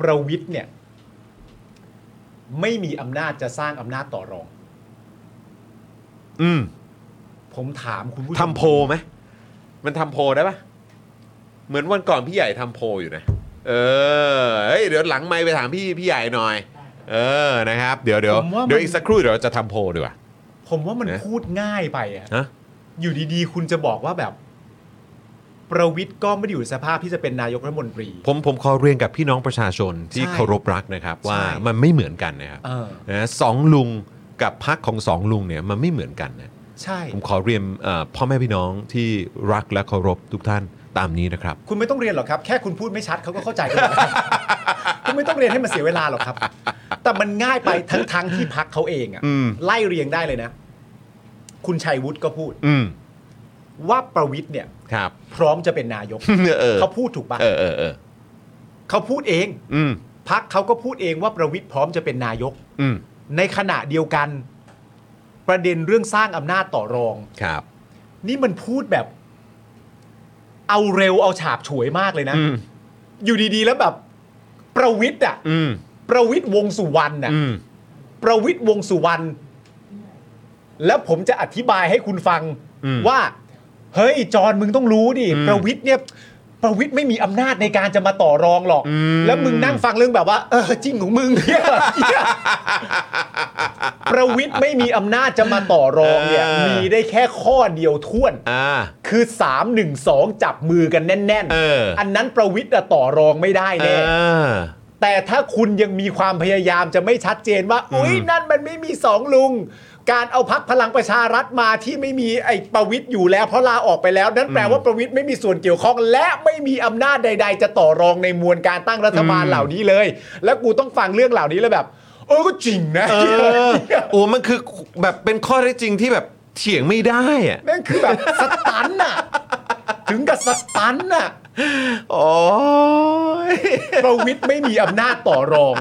Speaker 2: ประวิทย์เนี่ย ไม่มีอำนาจจะสร้างอำนาจต่อรอง
Speaker 1: อืม
Speaker 2: ผมถามคุณผู้ชม
Speaker 1: ทำโพลไหมมันทำโพลได้ปะเหมือนวันก่อนพี่ใหญ่ทำโพลอยู่นะ เออเฮ้ยเดี๋ยวหลังไม่ไปถามพี่พี่ใหญ่หน่อย เออนะครับ เดี๋ยวเดี๋ยวเดี๋ยวอีกสักครู่เดี๋ยวเราจะทำโพลดีกว่า
Speaker 2: ผมว่ามัน
Speaker 1: นะ
Speaker 2: พูดง่ายไปอะ
Speaker 1: นะ
Speaker 2: อยู่ดีๆ คุณจะบอกว่าแบบ ประวิทย์ก็ไม่ได้อยู่ในสภาพที่จะเป็นนายกรัฐมนตรี
Speaker 1: ผมผมขอเรียนกับพี่น้องประชาชนที่
Speaker 2: ใช่
Speaker 1: เคารพรักนะครับ ว่า
Speaker 2: ใช่
Speaker 1: มันไม่เหมือนกันนะครับ
Speaker 2: เออ
Speaker 1: นะสองลุงกับพักของสองลุงเนี่ยมันไม่เหมือนกันนะ
Speaker 2: ใช่
Speaker 1: ผมขอเรียนเอ่อพ่อแม่พี่น้องที่รักและเคารพทุกท่านตามนี้นะครับ
Speaker 2: คุณไม่ต้องเรียนหรอกครับ แค่คุณพูดไม่ชัดเขาก็เข้าใจกันหมด แล้วครับ คุณไม่ต้องเรียนให้มันเสียเวลาหรอกครับ แต่มันง่ายไปทั้งทั้งๆที่พักเขาเองอะ
Speaker 1: อืม
Speaker 2: ไล่เรียงได้เลยนะ คุณชัยวุฒิก็พูด
Speaker 1: อืม
Speaker 2: ว่าประวิทย์เนี่ย
Speaker 1: ครับ
Speaker 2: พร้อมจะเป็นนายก
Speaker 1: เออ
Speaker 2: เขาพูดถูกปะ
Speaker 1: เออเออเออ
Speaker 2: เขาพูดเอง
Speaker 1: อืม
Speaker 2: พักเขาก็พูดเองว่าประวิทย์พร้อมจะเป็นนายก
Speaker 1: อืม
Speaker 2: ในขณะเดียวกัน ประเด็นเรื่องสร้างอำนาจต่อรอง
Speaker 1: ครับ
Speaker 2: นี่มันพูดแบบ เอาเร็วเอาฉาบฉวยมากเลยนะ
Speaker 1: อืม
Speaker 2: อยู่ดีๆ แล้วแบบ ประวิทย์อะ
Speaker 1: อืม
Speaker 2: ประวิทย์วงษ์สุวรรณอะ
Speaker 1: อืม
Speaker 2: ประวิทย์วงษ์สุวรรณแล้วผมจะอธิบายให้คุณฟัง
Speaker 1: อืม
Speaker 2: ว่า เฮ้ยจอนมึงต้องรู้ดิ
Speaker 1: อืม
Speaker 2: ประวิทย์เนี่ย ประวิทย์ไม่มีอำนาจในการจะมาต่อรองหรอก
Speaker 1: อืม
Speaker 2: แล้วมึงนั่งฟังเรื่องแบบว่า เออจริงของมึงเนี่ย เหี้ยประวิทย์ไม่มีอำนาจจะมาต่อรองเนี่ย มีได้แค่ข้อเดียวท่วน
Speaker 1: อ่า
Speaker 2: คือ 3 1 2 จับมือกันแน่น
Speaker 1: เออ
Speaker 2: อันนั้นประวิทย์อะต่อรองไม่ได้
Speaker 1: เอ
Speaker 2: แน่
Speaker 1: อ
Speaker 2: แต่ถ้าคุณยังมีความพยายามจะไม่ชัดเจนว่า อุ๊ย นั่นมันไม่มีสองลุง การเอาพักพลังประชารัฐมาที่ไม่มีไอ้ประวิทย์อยู่แล้วเพราะลาออกไปแล้ว นั่นแปลว่าประวิทย์ไม่มีส่วนเกี่ยวข้อง และไม่มีอำนาจใด ๆ จะต่อรองในมวลการตั้งรัฐบาลเหล่านี้เลย แล้วกูต้องฟังเรื่องเหล่านี้แล้วแบบ เออก็จริงนะ
Speaker 1: เออโอ้มันคือแบบเป็นข้อเท็จจริงที่แบบเถียงไม่ได้อะ
Speaker 2: นั่นคือแบบสตันน่ะถึงกับสตันน่ะ
Speaker 1: โอ้ย
Speaker 2: ประวิทย์ไม่มีอำนาจต่อรอง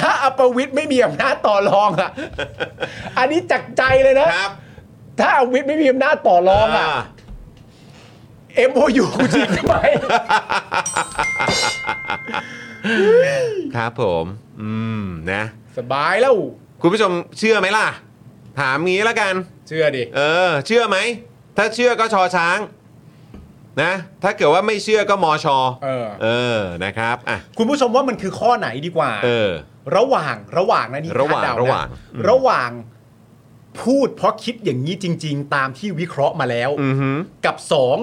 Speaker 2: ถ้าอประวิทย์ไม่มีอำนาจต่อรองอ่ะ อันนี้จากใจเลยนะ
Speaker 1: ครับ
Speaker 2: ถ้าอวิทย์ไม่มีอำนาจต่อรองอ่ะ
Speaker 1: า
Speaker 2: MOU กูจริงไหม
Speaker 1: ครับผม อืม นะ
Speaker 2: สบายแล้ว
Speaker 1: คุณผู้ชมเชื่อไหมล่ะ ถามงี้แล้วกัน
Speaker 2: เชื่อดิ
Speaker 1: เออ เชื่อไหม ถ้าเชื่อก็ชอช้าง นะ ถ้าเกิดว่าไม่เชื่อก็มอชอ
Speaker 2: เออ
Speaker 1: เออ นะครับ อ่ะ
Speaker 2: คุณผู้ชมว่ามันคือข้อไหนดีกว่า
Speaker 1: เออ
Speaker 2: ระหว่างระหว่างนะนี่
Speaker 1: ระหว่าง
Speaker 2: คดเดน
Speaker 1: ระหว่างอืม
Speaker 2: ระหว่างพูดเพราะคิดอย่างนี้จริง ๆ ตามที่วิเคราะห์มาแล้ว
Speaker 1: อือหือ
Speaker 2: กับสอง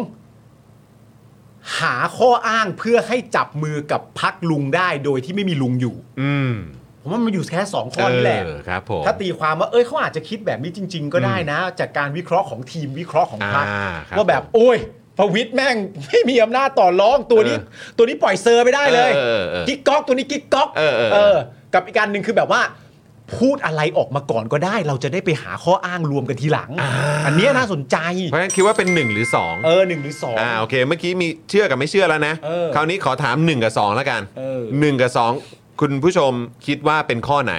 Speaker 2: หาข้ออ้างเพื่อให้จับมือกับพักลุงได้โดยที่ไม่มีลุงอยู่
Speaker 1: อืม
Speaker 2: ผมว่ามันอยู่แค่สองข้อนี้แหละ
Speaker 1: เออครับผม
Speaker 2: ถ้าตีความว่าเอ้ยเขาอาจจะคิดแบบนี้จริง ๆ ก็ได้นะ จากการวิเคราะห์ของทีมวิเคราะห์ของพรรค
Speaker 1: อ่าครับ
Speaker 2: ว่าแบบ โอ้ยประวิทย์แม่ง ไม่มีอำนาจต่อรองตัวนี้
Speaker 1: เอ
Speaker 2: ตัวนี้ปล่อยเซอร์ไม่ได้เลย
Speaker 1: เออเออเออ
Speaker 2: กิ๊กก๊อกตัวนี้กิ๊กก๊อก
Speaker 1: เออเออเออ
Speaker 2: กับอีกการหนึ่งคือแบบว่า พูดอะไรออกมาก่อนก็ได้ เราจะได้ไปหาข้ออ้างรวมกันทีหลัง อันเนี้ยน่าสนใจ
Speaker 1: เพราะฉะนั้นคิดว่าเป็น 1 หรือ
Speaker 2: เอ
Speaker 1: 2
Speaker 2: อหนึ่งหรือสอง
Speaker 1: อ่า โอเค เมื่อกี้มีเชื่อกับไม่เชื่อแล้วนะ
Speaker 2: เออ
Speaker 1: คราวนี้ขอถาม 1 กับ 2 แล้วกัน
Speaker 2: เออ
Speaker 1: หนึ่งกับ 2 คุณผู้ชมคิดว่าเป็นข้อไหน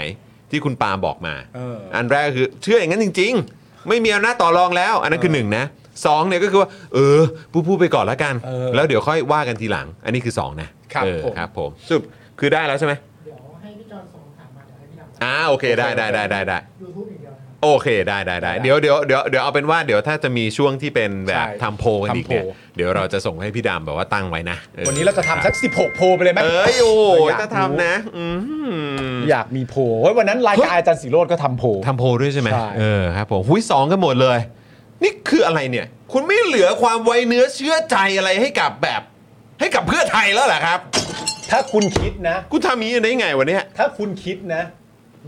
Speaker 1: ที่คุณปาบอกมา
Speaker 2: เออ
Speaker 1: อันแรกคือ เชื่ออย่างนั้นจริง ๆ ไม่มีอำนาจต่อรองแล้ว อันนั้นคือหนึ่งนะสองเนี่ยก็คือว่า เออพูดพูดไปก่อนแล้วกัน
Speaker 2: เออ
Speaker 1: แล้วเดี๋ยวค่อยว่ากันทีหลัง อันนี้คือสองนะครับ เออ
Speaker 2: ผม
Speaker 1: ครับผมสรุดคือได้แล้วใช่ไหม
Speaker 3: เดี๋ยวให้พี่จอนส่งถามมาเดี๋ยวให้พี่ท
Speaker 1: อ่าโอเคได้ได้ได้ได้ได้
Speaker 3: ำยูทูบอย่างเดียวนะครับ
Speaker 1: โอเคได้ได้ได้เดี๋ยวเดี๋ยวเดี๋ยวเดี๋ยวเอาเป็นว่าเดี๋ยวถ้าจะมีช่วงที่เป็นแบบ
Speaker 2: ใช่
Speaker 1: ทำโพลกันอีกเนี่ย
Speaker 2: ทำโพล
Speaker 1: เดี๋ยวเราจะส่งให้พี่ดำแบบว่าตั้งไว้นะออ
Speaker 2: วันนี้เราจะทำสัก 16 โพลไปเลยไหม
Speaker 1: เอ้ยโอ้ย
Speaker 2: ยาก
Speaker 1: จะทำนะอืม
Speaker 2: อยากมีโพลเฮ้ยวันนั้นรายการอาจารย์สีโรดก็ทำโพล
Speaker 1: ทำโพลด้วยใช่ไหม
Speaker 2: ใช่
Speaker 1: เออครับผมหุยสองกันหมดเลย นี่คืออะไรเนี่ย คุณไม่เหลือความไวเนื้อเชื่อใจอะไรให้กับแบบ ให้กับเพื่อไทยแล้วเหรอครับ
Speaker 2: ถ้าคุณคิดนะ
Speaker 1: กูทำอย่างนี้ได้ไงวะเนี่ย
Speaker 2: ถ้าคุณคิดนะ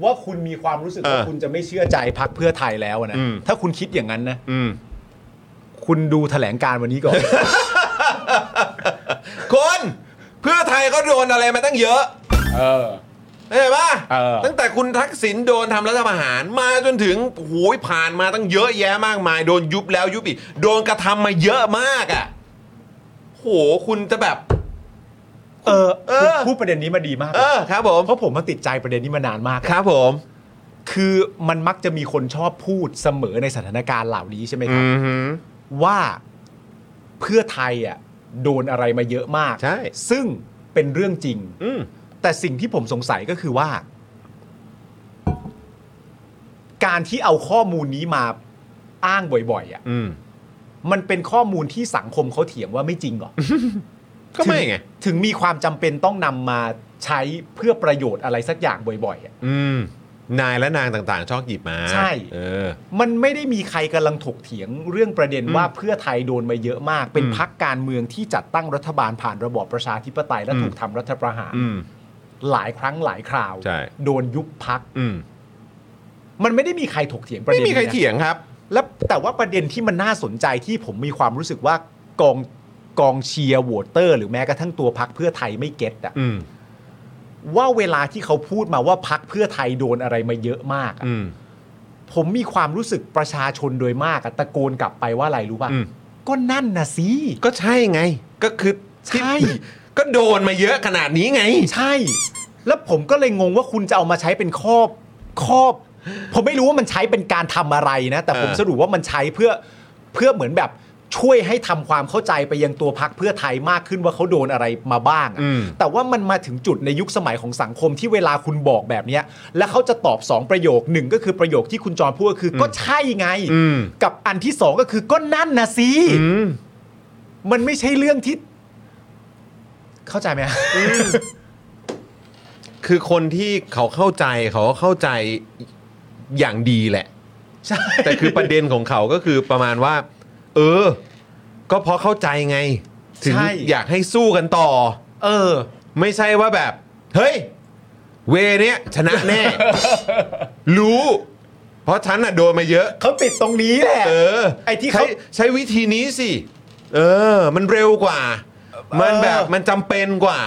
Speaker 2: ว่าคุณมีความรู้สึกว่า
Speaker 1: เออ
Speaker 2: คุณจะไม่เชื่อใจพักเพื่อไทยแล้วนะ
Speaker 1: อืม
Speaker 2: ถ้าคุณคิดอย่างนั้นนะ
Speaker 1: อืม
Speaker 2: คุณดูแถลงการวันนี้ก่อน
Speaker 1: คนเพื่อไทยเขาโดนอะไรมาตั้งเยอะ
Speaker 2: เออ
Speaker 1: เห็นปะ
Speaker 2: เออ
Speaker 1: ตั้งแต่คุณทักษิณโดนทำรัฐประหารมาจนถึงโอ้โหผ่านมาตั้งเยอะแยะมากมาย โดนยุบแล้วยุบอีกโดนกระทำมาเยอะมากอ่ะโหคุณจะแบบ
Speaker 2: เออ
Speaker 1: เออ
Speaker 2: พูดประเด็นนี้มาดีมาก
Speaker 1: เออครับผม
Speaker 2: เพราะผมมาติดใจประเด็นนี้มานานมาก
Speaker 1: ครับผม
Speaker 2: คือมันมักจะมีคนชอบพูดเสมอในสถานการณ์เหล่านี้ใช่ไหมค
Speaker 1: อื
Speaker 2: รับ
Speaker 1: อหือ
Speaker 2: ว่าเพื่อไทยอ่ะโดนอะไรมาเยอะมาก
Speaker 1: ใช่
Speaker 2: ซึ่งเป็นเรื่องจริง
Speaker 1: อืม
Speaker 2: แต่สิ่งที่ผมสงสัยก็คือว่า การที่เอาข้อมูลนี้มาอ้างบ่อยๆอ่ะ
Speaker 1: อืม
Speaker 2: มันเป็นข้อมูลที่สังคมเขาเถียงว่าไม่จริงเหรอ
Speaker 1: ก็ไม่ไง
Speaker 2: ถึงมีความจำเป็นต้องนำมาใช้เพื่อประโยชน์อะไรสักอย่างบ่อยๆอ่ะ
Speaker 1: อืม นายและนางต่างๆ ชอบหยิบมา
Speaker 2: ใช่
Speaker 1: เออ
Speaker 2: มันไม่ได้มีใครกำลังถกเถียงเรื่องประเด็นว่าเพื่อไทยโดนมาเยอะมาก เป็น
Speaker 1: อืม
Speaker 2: พักการเมืองที่จัดตั้งรัฐบาลผ่านระบอบประชาธิปไตยและถูกทำรัฐประหาร
Speaker 1: อืม
Speaker 2: หลายครั้งหลายคราว
Speaker 1: ใช่
Speaker 2: โดนยุบพัก
Speaker 1: อืม
Speaker 2: มันไม่ได้มีใครถกเถียงประเด็
Speaker 1: ไม่
Speaker 2: น
Speaker 1: มีใคร
Speaker 2: นี้นะ
Speaker 1: เถียงครับ
Speaker 2: แล้วแต่ว่าประเด็นที่มันน่าสนใจที่ผมมีความรู้สึกว่ากองกองเชียร์โหวตเตอร์ หรือแม้กระทั่งตัวพักเพื่อไทยไม่เก็ตอะ
Speaker 1: อืม
Speaker 2: ว่าเวลาที่เขาพูดมาว่าพักเพื่อไทยโดนอะไรมาเยอะมากอะ
Speaker 1: อืม
Speaker 2: ผมมีความรู้สึกประชาชนโดยมากอะตะโกนกลับไปว่าอะไรรู้ป่ะ
Speaker 1: อืม
Speaker 2: ก็นั่นนะสิ
Speaker 1: ก็ใช่ไง ก็คือที่
Speaker 2: ใช่
Speaker 1: ก็โดนมาเยอะขนาดนี้ไง
Speaker 2: ใช่ แล้วผมก็เลยงงว่าคุณจะเอามาใช้เป็นครอบครอบ ผมไม่รู้ว่ามันใช้เป็นการทำอะไรนะ แต่ผม
Speaker 1: เออ
Speaker 2: สรุปว่ามันใช้เพื่อเพื่อเหมือนแบบช่วยให้ทำความเข้าใจไปยังตัวพักเพื่อไทยมากขึ้นว่าเขาโดนอะไรมาบ้างอะแต่ว่ามันมาถึงจุดในยุคสมัยของสังคมที่เวลาคุณบอกแบบเนี้ย แล้วเขาจะตอบสองประโยคหนึ่งก็คือประโยคที่คุณจอมพูดก็คืออก็ใช่ไง กับอันที่สองก็คือก็นั่นนะสิมันไม่ใช่เรื่องที่ เข้าใจไหมฮะ
Speaker 1: คือคนที่เขาเข้าใจเขาก็เข้าใจอย่างดีแหละ
Speaker 2: ใช่
Speaker 1: แต่คือประเด็นของเขาก็คือประมาณว่า เออ ก็เพราะเข้าใจไง ถึง
Speaker 2: ใช่
Speaker 1: อยากให้สู้กันต่อ
Speaker 2: เออ
Speaker 1: ไม่ใช่ว่าแบบ เฮ้ย เวเนี้ยชนะ แน่ รู้ เพราะฉันน่ะโดนมาเยอะ
Speaker 2: เขาติดตรงนี้แหละ
Speaker 1: เออ
Speaker 2: ไอ้ที่
Speaker 1: ใช้
Speaker 2: เขา
Speaker 1: ใช้วิธีนี้สิ เออ มันเร็วกว่า มันแบบมันจำเป็นกว่า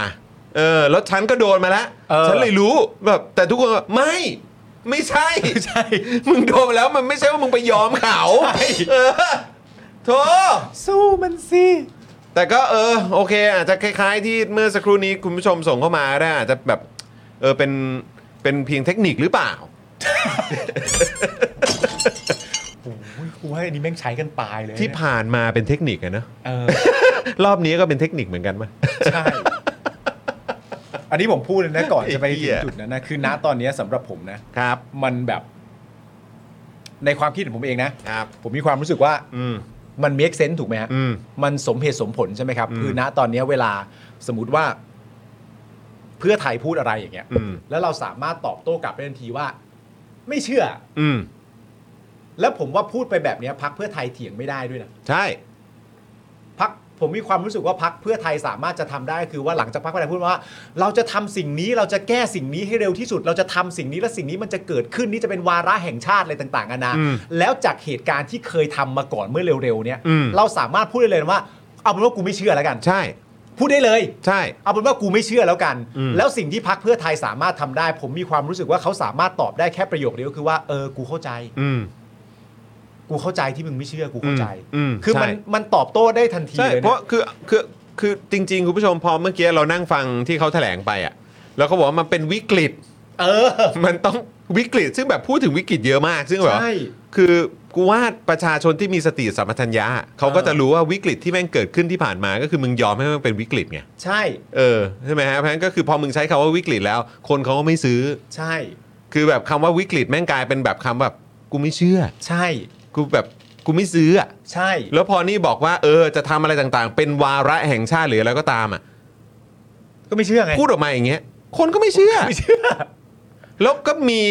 Speaker 1: เออ แล้วฉันก็โดนมาแล้ว
Speaker 2: เออ
Speaker 1: ฉันเลยรู้แบบ แต่ทุกคนก็ไม่ ไม่ใช่
Speaker 2: ใช่
Speaker 1: มึงโดนมาแล้วมันไม่ใช่ว่ามึงไปยอมเขาเออโถ
Speaker 2: สู้มันสิ
Speaker 1: แต่ก็เออโอเค อาจจะคล้ายๆ ที่เมื่อสักครู่นี้คุณผู้ชมส่งเข้ามาได้อาจจะแบบเออเป็นเป็นเพียงเทคนิคหรือเปล่า
Speaker 2: กูว่าอันนี้แม่งใช้กันตายเลย
Speaker 1: ที่ผ่านมาเป็นเทคนิคอะเนอะ
Speaker 2: เออ
Speaker 1: รอบนี้ก็เป็นเทคนิคเหมือนกันไหม
Speaker 2: ใช่ อันนี้ผมพูดเลยนะก่อนจะไป
Speaker 1: ไอ้เหี้ย
Speaker 2: ถึงจุดนั้นนะ คือณตอนเนี้ยสำหรับผมนะ
Speaker 1: ครับ
Speaker 2: มันแบบ ในความคิดของผมเองนะ
Speaker 1: ครับ
Speaker 2: ผมมีความรู้สึกว่า
Speaker 1: อืม
Speaker 2: มันเมคเซน s ์ถูกไหมฮะ
Speaker 1: อืม
Speaker 2: มันสมเหตุสมผลใช่ไหมครับ
Speaker 1: อืม
Speaker 2: คือณตอนเนี้ยเวลาสมมติว่า เพื่อไทยพูดอะไรอย่างเงี้ย
Speaker 1: อืม
Speaker 2: แล้วเราสามารถตอบโต้กลับได้ทันทีว่า ไม่เชื่อ
Speaker 1: อืม
Speaker 2: แล้วผมว่าพูดไปแบบเนี้ยพักเพื่อไทยเถียงไม่ได้ด้วยนะ
Speaker 1: ใช่
Speaker 2: พักผมมีความรู้สึกว่าพักเพื่อไทยสามารถจะทำได้คือว่าหลังจากพักเพื่อไทยพูดว่า เราจะทำสิ่งนี้เราจะแก้สิ่งนี้ให้เร็วที่สุด เราจะทำสิ่งนี้และสิ่งนี้มันจะเกิดขึ้นนี่จะเป็นวาระแห่งชาติอะไรต่างๆนานา
Speaker 1: อืม
Speaker 2: แล้วจากเหตุการณ์ที่เคยทำมาก่อนเมื่อเร็วๆเนี้ย
Speaker 1: อืม
Speaker 2: เราสามารถพูดได้เลยว่า เอาเป็นว่ากูไม่เชื่อแล้วกัน
Speaker 1: ใช่
Speaker 2: พูดได้เลย
Speaker 1: ใช่
Speaker 2: เอาเป็นว่ากูไม่เชื่อแล้วกัน
Speaker 1: อืม
Speaker 2: แล้วสิ่งที่พักเพื่อไทยสามารถทำได้ ผมมีความรู้สึกว่าเขาสามารถตอบได้แค่ประโยคเดียวคือว่าเออกูเข้าใจ
Speaker 1: อืม
Speaker 2: กูเข้าใจที่มึงไม่เชื่อกูเข้าใจ
Speaker 1: อืมอืม
Speaker 2: คือมัน
Speaker 1: ใช่
Speaker 2: มันตอบโต้ได้ทันที
Speaker 1: ใช่
Speaker 2: เลย
Speaker 1: เพ
Speaker 2: นะ
Speaker 1: ราะคือคือคือจริง ๆ คุณผู้ชมพอเมื่อกี้เรานั่งฟังที่เขาแถลงไปอ่ะ แล้วเขาบอกว่ามันเป็นวิกฤต
Speaker 2: เออ
Speaker 1: มันต้องวิกฤต ซึ่งแบบพูดถึงวิกฤตเยอะมาก ซึ่งแบบ
Speaker 2: ใช่
Speaker 1: คือกูว่าประชาชนที่มีสติสัมปชัญญะเขาก็จะรู้ว่าวิกฤตที่แม่งเกิดขึ้นที่ผ่านมา ก็คือมึงยอมให้มันเป็นวิกฤตไง
Speaker 2: ใช่
Speaker 1: เออ ใช่ไหมฮะ เพราะฉะนั้นก็คือพอมึงใช้คำว่าวิกฤตแล้ว คนเขาก็ไม่ซื้อ
Speaker 2: ใช่
Speaker 1: คือแบบคำว่าวิกฤตแม่งกลายเป็นแบบคำแบบกูไม่เชื่อ
Speaker 2: ใช่
Speaker 1: กูแบบกูไม่ซื้ออะ
Speaker 2: ใช่
Speaker 1: แล้วพอนี่บอกว่าเออจะทำอะไรต่างๆ เป็นวาระแห่งชาติหรืออะไรก็ตามอ่ะ
Speaker 2: ก็ไม่เชื่อไง
Speaker 1: พูดออกมาอย่างเงี้ย คนก็ไม่เชื่อ
Speaker 2: ไม่เชื่อ
Speaker 1: แล้วก็มี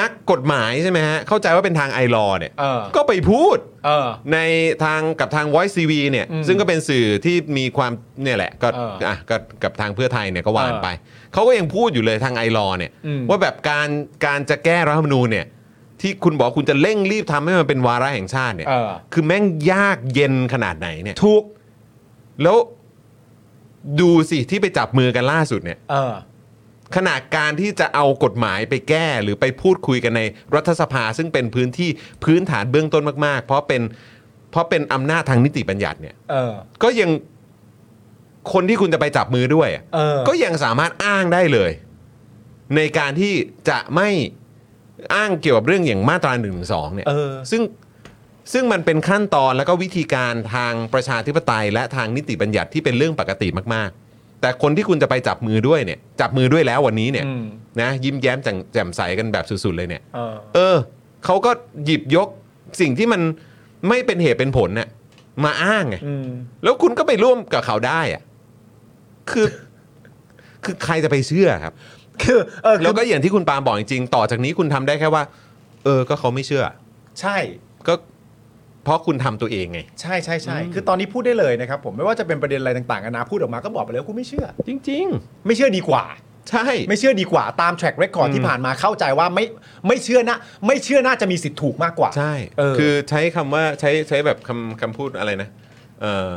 Speaker 1: นักกฎหมายใช่ไหมฮะ เข้าใจว่าเป็นทางไอรอเนี่ย
Speaker 2: เออ
Speaker 1: ก็ไปพูด
Speaker 2: เออ
Speaker 1: ในทางกับทาง Voice CV เนี่ย
Speaker 2: อืม
Speaker 1: ซึ่งก็เป็นสื่อที่มีความเนี่ยแหละ ก็
Speaker 2: เอออ่
Speaker 1: อ่ะก็กับทางเพื่อไทยเนี่ยก็วาน
Speaker 2: เออ
Speaker 1: ไป เขาก็ยังพูดอยู่เลยทางไอรอเนี่ย
Speaker 2: อืม
Speaker 1: ว่าแบบการการจะแก้รัฐธรรมนูญเนี่ย ที่คุณบอกคุณจะเร่งรีบทำให้มันเป็นวาระแห่งชาติเนี่ย
Speaker 2: เออ
Speaker 1: คือแม่งยากเย็นขนาดไหนเนี่ย
Speaker 2: ถูก
Speaker 1: แล้วดูสิที่ไปจับมือกันล่าสุดเนี่ย
Speaker 2: เออ
Speaker 1: ขณะการที่จะเอากฎหมายไปแก้หรือไปพูดคุยกันในรัฐสภา ซึ่งเป็นพื้นที่พื้นฐานเบื้องต้นมาก ๆ เพราะเป็นเพราะเป็นอำนาจทางนิติบัญญัติเนี่ย
Speaker 2: เออ
Speaker 1: ก็ยังคนที่คุณจะไปจับมือด้วยอะ
Speaker 2: เออ
Speaker 1: ก็ยังสามารถอ้างได้เลย ในการที่จะไม่อ้างเกี่ยวกับเรื่องอย่างมาตราหนึ่งสองเนี่ย
Speaker 2: เออ
Speaker 1: ซึ่งซึ่งมันเป็นขั้นตอนแล้วก็วิธีการทางประชาธิปไตย และทางนิติบัญญัติที่เป็นเรื่องปกติมากๆ แต่คนที่คุณจะไปจับมือด้วยเนี่ย จับมือด้วยแล้ววันนี้เนี่ย
Speaker 2: อืม
Speaker 1: นะยิ้มแย้มแจ่มแจ่มใสกันแบบสุดๆเลยเนี่ย
Speaker 2: เออ
Speaker 1: เออเขาก็หยิบยกสิ่งที่มันไม่เป็นเหตุเป็นผลเนี่ยมาอ้างไง
Speaker 2: อืม
Speaker 1: แล้วคุณก็ไปร่วมกับเขาได้อะคือ คือใครจะไปเชื่อครับ
Speaker 2: คือเออคื
Speaker 1: แล้ว
Speaker 2: อ
Speaker 1: ก็อย่างที่คุณปาล์มบอกจริงๆต่อจากนี้คุณทำได้แค่ว่า เออ ก็เขาไม่เชื่อ
Speaker 2: ใช่
Speaker 1: ก็เพราะคุณทำตัวเองไง
Speaker 2: ใช่ใช่ใช่คือตอนนี้พูดได้เลยนะครับผมไม่ว่าจะเป็นประเด็นอะไรต่างๆกันานะพูดออกมาก็บอกไปเลยว่ากูไม่เชื่อ
Speaker 1: จริง
Speaker 2: ไม่เชื่อดีกว่า
Speaker 1: ๆ ใช่
Speaker 2: ไม่เชื่อดีกว่าตาม track record ที่ผ่านมาเข้าใจว่าไม่ไม่เชื่อนะ ไม่เชื่อน่าจะมีสิทธิ์ถูกมากกว่า
Speaker 1: ใช่
Speaker 2: เออ
Speaker 1: คือใช้คำว่าใช้ใช้แบบคำคำพูดอะไรนะเออ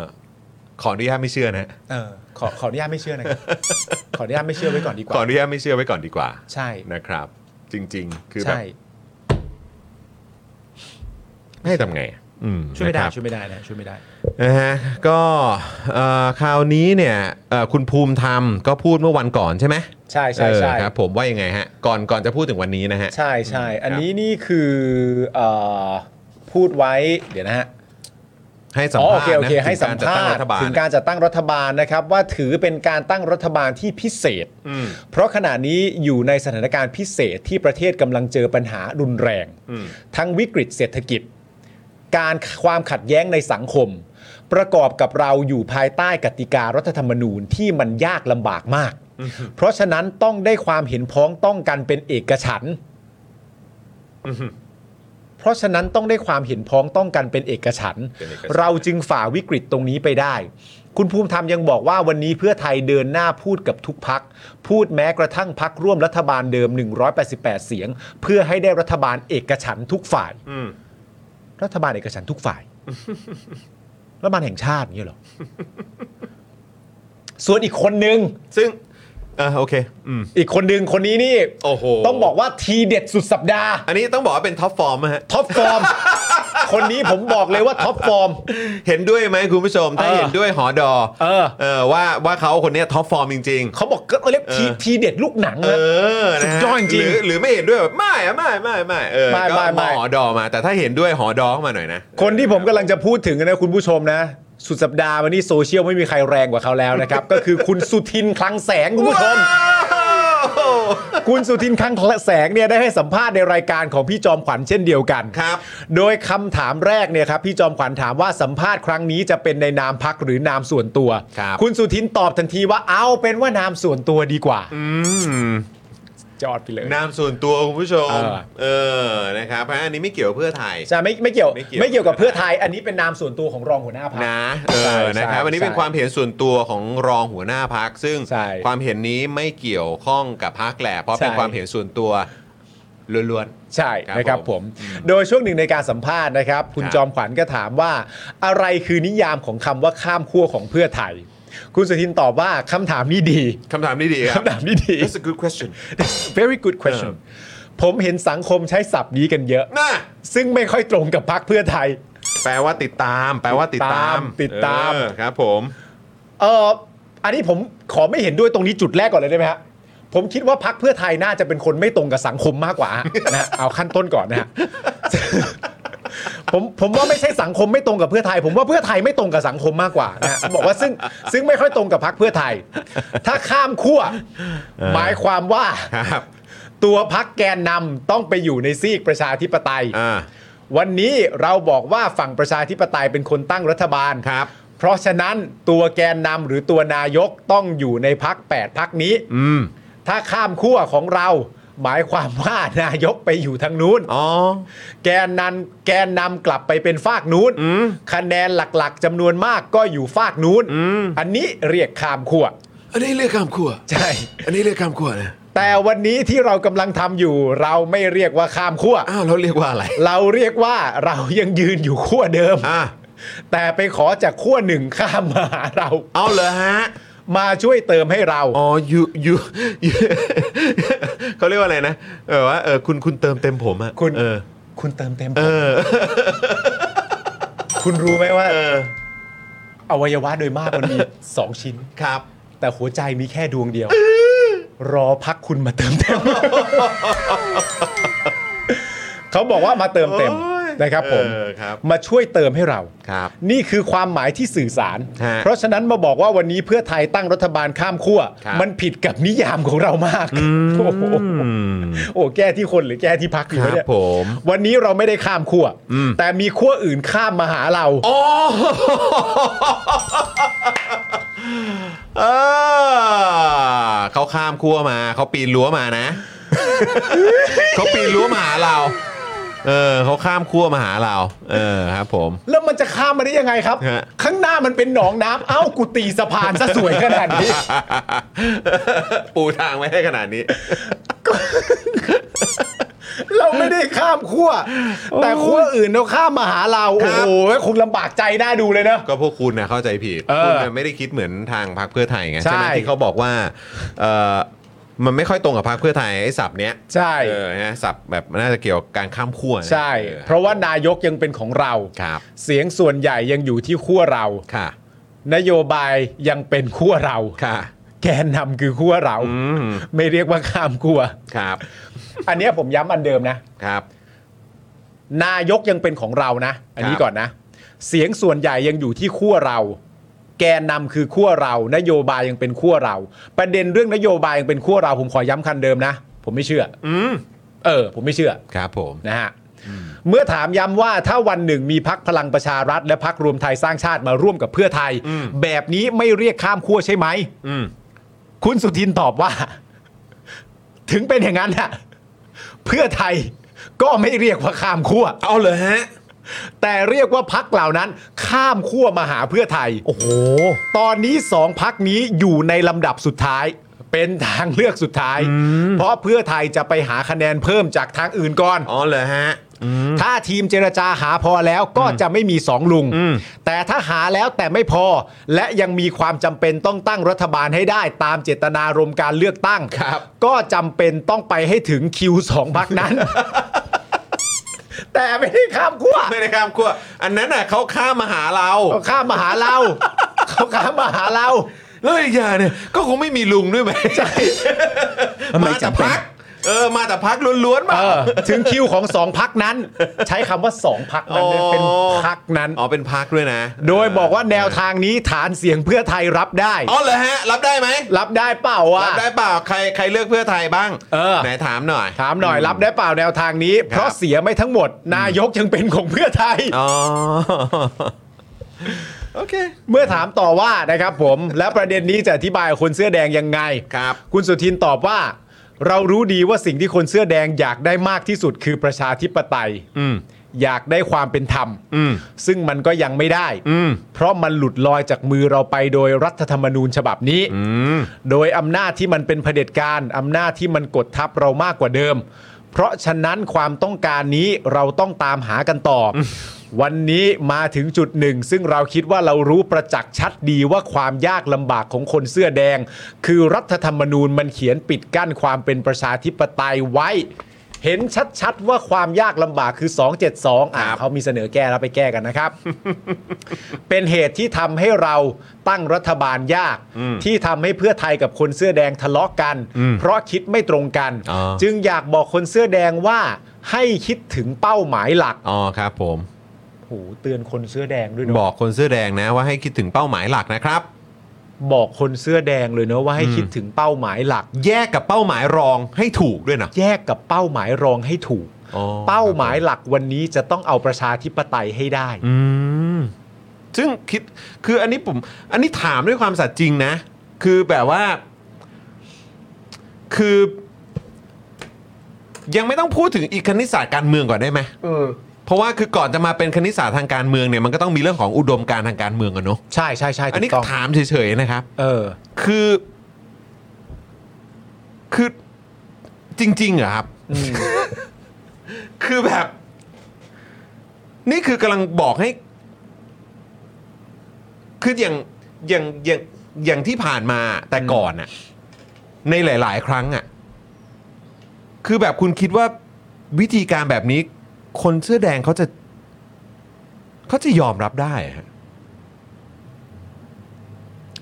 Speaker 1: ขออนุญาตไม่เชื่อนะ
Speaker 2: เออขอขออนุญาตไม่เชื่อนะครับ ขออนุญาตไม่เชื่อไว้ก่อนดีก
Speaker 1: ขอ
Speaker 2: ว่า
Speaker 1: อนุญาตไม่เชื่อไว้ก่อนดีกว่า
Speaker 2: ใช่
Speaker 1: นะครับ จริง ๆ คือแบบ
Speaker 2: ใช่
Speaker 1: ให้ทำไงอะอืม
Speaker 2: ช่วยไม่ได้
Speaker 1: นะครับ
Speaker 2: ช่วยไม่ได้นะช่วยไม่ได้
Speaker 1: นะฮะก็เอ่อคราวนี้เนี่ยเอ่อคุณภูมิธรรมก็พูดเมื่อวันก่อนใช่ไหม
Speaker 2: ใช่ใช่ใช่
Speaker 1: เออครับผมว่ายังไงฮะ ก่อนก่อนจะพูดถึงวันนี้นะฮะ
Speaker 2: ใช่ใช่อันนี้นี่คือเอ่อพูดไว้เดี๋ยวนะฮะ
Speaker 1: ให้สัม
Speaker 2: อ๋อ
Speaker 1: ภา
Speaker 2: โอ
Speaker 1: ษ
Speaker 2: เค
Speaker 1: ณ์
Speaker 2: โอ
Speaker 1: นะ
Speaker 2: เคให้สัม
Speaker 1: ถึงกรจัดตั้
Speaker 2: ภา
Speaker 1: ง
Speaker 2: ษ
Speaker 1: รั
Speaker 2: ณ์
Speaker 1: ฐบาล
Speaker 2: ถึงการจัดตั้งรัฐบาลนะครับ ว่าถือเป็นการตั้งรัฐบาลที่พิเศษ
Speaker 1: อืม
Speaker 2: เพราะขณะนี้อยู่ในสถานการณ์พิเศษที่ประเทศกำลังเจอปัญหารุนแรง
Speaker 1: อืม
Speaker 2: ทั้งวิกฤตเศรษฐกิจ การความขัดแย้งในสังคม ประกอบกับเราอยู่ภายใต้กติการัฐธรรมนูญที่มันยากลำบากมาก เพราะฉะนั้นต้องได้ความเห็นพ้องต้องกันเป็นเอกฉันท์เพราะฉะนั้นต้องได้ความเห็นพ้องต้องกันเป็นเอกฉันท์
Speaker 1: เป็นเอกฉันท์
Speaker 2: เราจึงฝ่าวิกฤตตรงนี้ไปได้ คุณภูมิธรรมยังบอกว่าวันนี้เพื่อไทยเดินหน้าพูดกับทุกพัก พูดแม้กระทั่งพักร่วมรัฐบาลเดิม 188 เสียง เพื่อให้ได้รัฐบาลเอกฉันท์ทุกฝ่าย
Speaker 1: อืม
Speaker 2: รัฐบาลเอกฉันท์ทุก ฝ่าย รัฐบาลแห่งชาติอย่างเงี้ยเหรอ ส่วนอีกคนนึง
Speaker 1: ซึ่งเออโอเคอืม
Speaker 2: อีกคนนึงคนนี้นี่
Speaker 1: โอ้โห
Speaker 2: ต้องบอกว่าทีเด็ดสุดสัปดาห์
Speaker 1: อันนี้ต้องบอกว่าเป็นท็อปฟอร์มนะฮะ
Speaker 2: ท็อปฟอร์ ม คนนี้ผมบอกเลยว่าท็อปฟอร์ม
Speaker 1: เห็นด้วยไหมคุณผู้ชม ถ้า
Speaker 2: เออ
Speaker 1: เห็นด้วยหอดอ
Speaker 2: เออ
Speaker 1: เออว่าว่าเขาคนเนี้ยท็อปฟอร์มจริง
Speaker 2: เขาบอกก็เรียกที
Speaker 1: เออ
Speaker 2: ทีเด็ดลูกหนัง
Speaker 1: ๆ เอ
Speaker 2: นะ
Speaker 1: อนะฮะ
Speaker 2: สุดยอดจริง
Speaker 1: หรือหรือไม่เห็นด้วยแบบไม่อะไม่ไม่ไม่เออ
Speaker 2: ไม่
Speaker 1: ก็
Speaker 2: ไม่ไม่
Speaker 1: หอดอมา แต่ถ้าเห็นด้วยหอดอเข้ามาหน่อยนะ
Speaker 2: คนที่ผมกำลังจะพูดถึงนะคุณผู้ชมนะ สุดสัปดาห์วันนี้โซเชียลไม่มีใครแรงกว่าเขาแล้วนะครับ ก็คือคุณสุทินคลังแสงคุณผู้ช
Speaker 1: ว้าว
Speaker 2: มคุณสุทินคลังแสงเนี่ยได้ให้สัมภาษณ์ในรายการของพี่จอมขวัญเช่นเดียวกัน
Speaker 1: ครับ
Speaker 2: โดยคำถามแรกเนี่ยครับพี่จอมขวัญถามว่าสัมภาษณ์ครั้งนี้จะเป็นในนามพักหรือนามส่วนตัว
Speaker 1: ครับ
Speaker 2: ณสุทินตอบทันทีว่าเอาเป็นว่านามส่วนตัวดีกว่า
Speaker 1: อืม
Speaker 2: จอดไปเลย
Speaker 1: นามส่วนตัวคุณผู้ชม
Speaker 2: เออ
Speaker 1: เออนะครับเพราะอันนี้ไม่เกี่ยวกับเพื่อไทย
Speaker 2: ใช่ไม่ไม่เกี่ยว
Speaker 1: ไม่เกี่ยว
Speaker 2: ไม่เกี่ยวกับเพื่อไทย อันนี้เป็นนามส่วนตัวของรองหัวหน้าพรรค
Speaker 1: นะเอ
Speaker 2: ใช่
Speaker 1: อนะครับ
Speaker 2: ใช่
Speaker 1: อันนี้เป็น
Speaker 2: ใช่
Speaker 1: ความเห็นส่วนตัวของรองหัวหน้าพัก ซึ่ง
Speaker 2: ใช่
Speaker 1: ความเห็นนี้ไม่เกี่ยวข้องกับพักแหละเพราะเป็น
Speaker 2: ใช่
Speaker 1: ความเห็นส่วนตัวล้วน
Speaker 2: ใช่
Speaker 1: ครับ
Speaker 2: นะครับผม โดยช่วงหนึ่งในการสัมภาษณ์นะครับ คุณ
Speaker 1: ครับ
Speaker 2: จอมขวัญก็ถามว่า อะไรคือนิยามของคำว่าข้ามขั้วของเพื่อไทย คุณสุทินตอบว่าคำถามนี้ดี
Speaker 1: ๆคำถามนี้ดีครับ
Speaker 2: คำถามนี้ดี
Speaker 1: That's a good question
Speaker 2: very good question ผมเห็นสังคมใช้ศัพท์นี้กันเยอะ
Speaker 1: น่ะ
Speaker 2: ซึ่งไม่ค่อยตรงกับพักเพื่อไทย
Speaker 1: แปลว่าติดตาม แปลว่าติดตาม
Speaker 2: ติดตาม
Speaker 1: เออครับผม
Speaker 2: เอออันนี้ผมขอไม่เห็นด้วยตรงนี้จุดแรกก่อนเลยได้ไหมฮะผมคิดว่าพักเพื่อไทยน่าจะเป็นคนไม่ตรงกับสังคมมากกว่าฮะ นะฮะเอาขั้นต้นก่อนนะ ฮะ ผมผมว่าไม่ใช่สังคมไม่ตรงกับเพื่อไทย ผมว่าเพื่อไทยไม่ตรงกับสังคมมากกว่านะฮะบอกว่าซึ่งซึ่งไม่ค่อยตรงกับพักเพื่อไทย ถ้าข้ามขั้วหมายความว่า
Speaker 1: ครับ
Speaker 2: ตัวพักแกนนำต้องไปอยู่ในซีกประชาธิปไตย
Speaker 1: อ่า
Speaker 2: วันนี้เราบอกว่าฝั่งประชาธิปไตยเป็นคนตั้งรัฐบาล
Speaker 1: ครับ
Speaker 2: เพราะฉะนั้นตัวแกนนำหรือตัวนายกต้องอยู่ในพัก8พักนี้
Speaker 1: อืม
Speaker 2: ถ้าข้ามขั้วของเรา หมายความว่านายกไปอยู่ทางนู้น
Speaker 1: อ๋อ
Speaker 2: แกนนั้นแกนนำกลับไปเป็นฝากนู้น
Speaker 1: อืม
Speaker 2: คะแนนหลักๆจำนวนมากก็อยู่ฝากนู้นอันนี้เรียกข้ามขั้ว
Speaker 1: อันนี้เรียกคำขัว
Speaker 2: ใช่
Speaker 1: อันนี้เรียกคำขัวนะ
Speaker 2: แต่วันนี้ที่เรากำลังทำอยู่ เราไม่เรียกว่าข้ามขั้ว
Speaker 1: อ้าวเราเรียกว่าอะไร
Speaker 2: เราเรียกว่าเรายังยืนอยู่ขั้วเดิม
Speaker 1: อ่า
Speaker 2: แต่ไปขอจากขั้วหนึ่งข้ามมาหาเรา
Speaker 1: เอาเหรอฮะ
Speaker 2: มาช่วยเติมให้เรา
Speaker 1: อ๋อยู ยูยูเขาเรียกว่าอะไรนะเออว่าเออคุณคุณเติมเต็มผมอะ
Speaker 2: คุณ
Speaker 1: เออ
Speaker 2: คุณเติมเต็ม
Speaker 1: เออ
Speaker 2: คุณรู้ไหมว่า
Speaker 1: เออ
Speaker 2: อวัยวะโดยมากมันมี สองชิ้น
Speaker 1: ครับ
Speaker 2: แต่หัวใจมีแค่ดวงเดียว รอพักคุณมาเติมเต็ ม เขาบอกว่ามาเติมเต็ม
Speaker 1: โอ้ย
Speaker 2: นะครับผม
Speaker 1: เออครับ
Speaker 2: มาช่วยเติมให้เรา
Speaker 1: ครับ
Speaker 2: นี่คือความหมายที่สื่อสาร
Speaker 1: ฮะ
Speaker 2: เพราะฉะนั้นมาบอกว่าวันนี้เพื่อไทยตั้งรัฐบาลข้ามขั้ว
Speaker 1: ครับ
Speaker 2: มันผิดกับนิยามของเรามาก โอ้โห
Speaker 1: อืม
Speaker 2: โอ้แก้ที่คนหรือแก้ที่พักอยู่วะ
Speaker 1: ครั
Speaker 2: เนี่ย
Speaker 1: บผม
Speaker 2: วันนี้เราไม่ได้ข้ามขั้ว
Speaker 1: อืม
Speaker 2: แต่มีขั้วอื่นข้ามมาหาเรา
Speaker 1: โอ้เออเขาข้ามขั้วมา เขาปีนรั้วมานะ เขาปีนรั้วมาหาเรา เออเขาข้ามขั้วมาหาเรา เออครับผม
Speaker 2: แล้วมันจะข้ามมาได้ยังไงครับ
Speaker 1: ฮะ
Speaker 2: ข้างหน้ามันเป็นหนองน้ำเอ้ากูตีสะพานซะสวยขนาด นี้
Speaker 1: ปูทางไว้ให้ขนาดนี้
Speaker 2: เราไม่ได้ข้ามขั้วแต่ขั้วอื่นเราข้ามมาหาเรา
Speaker 1: ครั
Speaker 2: โอ้
Speaker 1: บ
Speaker 2: โหคงลำบากใจน่าดูเลยเนอะ
Speaker 1: ก็พวกคุณนะเข้าใจผิด
Speaker 2: เออ
Speaker 1: คุณน่ะไม่ได้คิดเหมือนทางพรรคเพื่อไทยไง
Speaker 2: ใช่
Speaker 1: ใช่ไหมที่เขาบอกว่าเอ่อมันไม่ค่อยตรงกับพรรคเพื่อไทยไอ้สับเนี้ย
Speaker 2: ใช่
Speaker 1: เออฮะสับแบบน่าจะเกี่ยวกับการข้ามขั้วนะ
Speaker 2: ใช่
Speaker 1: ออ
Speaker 2: เพราะว่านายกยังเป็นของเรา
Speaker 1: ครับ
Speaker 2: เสียงส่วนใหญ่ยังอยู่ที่ขั้วเรา
Speaker 1: ค่ะ
Speaker 2: นโยบายยังเป็นขั้วเรา
Speaker 1: ค่ะ
Speaker 2: แกนนำคือขั้วเรา
Speaker 1: อืม
Speaker 2: ไม่เรียกว่าข้ามขั้ว
Speaker 1: ครับ
Speaker 2: อันเนี้ยผมย้ำอันเดิมนะ
Speaker 1: ครับ
Speaker 2: นายกยังเป็นของเรานะ อันนี้
Speaker 1: ครับ
Speaker 2: ก่อนนะ เสียงส่วนใหญ่ยังอยู่ที่ขั้วเรา แกนนำคือขั้วเรา นโยบายยังเป็นขั้วเรา ประเด็นเรื่องนโยบายยังเป็นขั้วเรา ผมขอย้ำคันเดิมนะ ผมไม่เชื่ออเออ ผมไม่เชื่อ
Speaker 1: ครับผม
Speaker 2: นะฮะเมื่อถามย้ำว่าถ้าวันหนึ่งมีพักพลังประชารัฐ และพักรวมไทยสร้างชาติมาร่วมกับเพื่อไทย
Speaker 1: อืม
Speaker 2: แบบนี้ไม่เรียกข้ามขั้วใช่ไหม
Speaker 1: อืม
Speaker 2: คุณสุทินตอบว่า ถึงเป็นอย่างนั้นน่ะเพื่อไทยก็ไม่เรียกว่าข้ามขั้ว
Speaker 1: เอาเลยฮะ
Speaker 2: แต่เรียกว่าพักเหล่านั้นข้ามขั้วมาหาเพื่อไทย
Speaker 1: โอ้โห
Speaker 2: ตอนนี้สองพักนี้อยู่ในลำดับสุดท้าย เป็นทางเลือกสุดท้าย เพราะเพื่อไทยจะไปหาคะแนนเพิ่มจากทางอื่นก่อน
Speaker 1: อ๋อเลยฮะ
Speaker 2: ถ้าทีมเจรจาหาพอแล้วก็จะไม่มีสองลุง แต่ถ้าหาแล้วแต่ไม่พอ และยังมีความจำเป็นต้องตั้งรัฐบาลให้ได้ตามเจตนารมณ์การเลือกตั้ง
Speaker 1: ครับ
Speaker 2: ก็จำเป็นต้องไปให้ถึงคิวสองพัก นั้น แต่ไม่ได้ข้ามขั้ว
Speaker 1: ไม่ได้ข้ามขั้วอันนั้นน่ะเขาข้ามมาหาเรา
Speaker 2: เขาข้ามมาหาเรา เขาข้ามมาหาเรา
Speaker 1: แล้วอีกอย่างเนี่ยก็คงไม่มีลุงด้วยไหมใช่มาแต่พักเออมาแต่พักล้วนๆมา
Speaker 2: เออ ถึงคิวของสองพักนั้น ใช้คำว่าสองพักนั้นเนี่ย
Speaker 1: อ๋อ
Speaker 2: เป็นพักนั้น
Speaker 1: อ๋อเป็นพักด้วยนะ
Speaker 2: โดยบอกว่าแนวทางนี้ฐานเสียงเพื่อไทยรับได้
Speaker 1: อ๋อเหรอฮะ รับได้ไหม
Speaker 2: รับได้เปล่าอ่ะ
Speaker 1: รับได้เปล่าใครใครเลือกเพื่อไทยบ้าง
Speaker 2: เออ
Speaker 1: ไหนถามหน่อย
Speaker 2: ถามหน่อยรับได้เปล่าแนวทางนี้ เพราะเสียไม่ทั้งหมด นายกยังเป็นของเพื่อไทย
Speaker 1: อ๋อ โอเค
Speaker 2: เมื่อถามต่อว่านะครับผม และประเด็นนี้จะอธิบายกับคนเสื้อแดงยังไง
Speaker 1: ครับ
Speaker 2: คุณสุทินตอบว่า เรารู้ดีว่าสิ่งที่คนเสื้อแดงอยากได้มากที่สุดคือประชาธิปไตย
Speaker 1: อืม
Speaker 2: อยากได้ความเป็นธรรม
Speaker 1: อืม
Speaker 2: ซึ่งมันก็ยังไม่ได้
Speaker 1: อืม
Speaker 2: เพราะมันหลุดลอยจากมือเราไปโดยรัฐธรรมนูญฉบับนี้
Speaker 1: อืม
Speaker 2: โดยอำนาจที่มันเป็นเผด็จการอำนาจที่มันกดทับเรามากกว่าเดิม เพราะฉะนั้นความต้องการนี้เราต้องตามหากันต่ออวันนี้มาถึงจุดหนึ่ง ซึ่งเราคิดว่าเรารู้ประจักษ์ชัดดีว่าความยากลำบากของคนเสื้อแดง คือรัฐธรรมนูญมันเขียนปิดกั้นความเป็นประชาธิปไตยไว้ เห็นชัดๆว่าความยากลำบากคือ 272อ่า
Speaker 1: ครับ
Speaker 2: เขามีเสนอแก้แล้วไปแก้กันนะครับ เป็นเหตุที่ทำให้เราตั้งรัฐบาลยาก ที่ทำให้เพื่อไทยกับคนเสื้อแดงทะเลาะกัน เพราะคิดไม่ตรงกัน
Speaker 1: อ๋อ
Speaker 2: จึงอยากบอกคนเสื้อแดงว่าให้คิดถึงเป้าหมายหลัก
Speaker 1: อ๋อครับผม
Speaker 2: โอ้โหเตือนคนเสื้อแดงด้วยเนาะ
Speaker 1: บอกคนเสื้อแดงนะว่าให้คิดถึงเป้าหมายหลักนะครับ
Speaker 2: บอกคนเสื้อแดงเลยเนาะว่าให้คิดถึงเป้าหมายหลัก
Speaker 1: แยกกับเป้าหมายรองให้ถูกด้วยนะ
Speaker 2: แยกกับเป้าหมายรองให้ถูก
Speaker 1: อ๋อ
Speaker 2: เป้าหมายหลักวันนี้จะต้องเอาประชาธิปไตยให้ได้
Speaker 1: อืม ซึ่งคิดคืออันนี้ผม อันนี้ถามด้วยความสัตย์จริงนะ คือแบบว่า คือ ยังไม่ต้องพูดถึงอีกคณิตศาสตร์การเมืองก่อนได้ไหมเพราะว่าคือก่อนจะมาเป็นคณิตศาสตร์ทางการเมืองเนี่ยมันก็ต้องมีเรื่องของอุดมการณ์ทางการเมืองกันเนอะ
Speaker 2: ใช่ใช่ใช่
Speaker 1: อัน
Speaker 2: ถู
Speaker 1: นี้
Speaker 2: กต้อง
Speaker 1: ถามเฉยๆนะครับ
Speaker 2: เออ
Speaker 1: คือ คือจริงๆเหรอครับ คือแบบ นี่คือกำลังบอกให้ คืออย่างอย่างอย่าง อย่างที่ผ่านมาแต่ก่อนอะในหลาย ๆ ครั้งอะคือแบบคุณคิดว่าวิธีการแบบนี้ คนเสื้อแดงเขาจะเขาจะยอมรับได้อะฮะ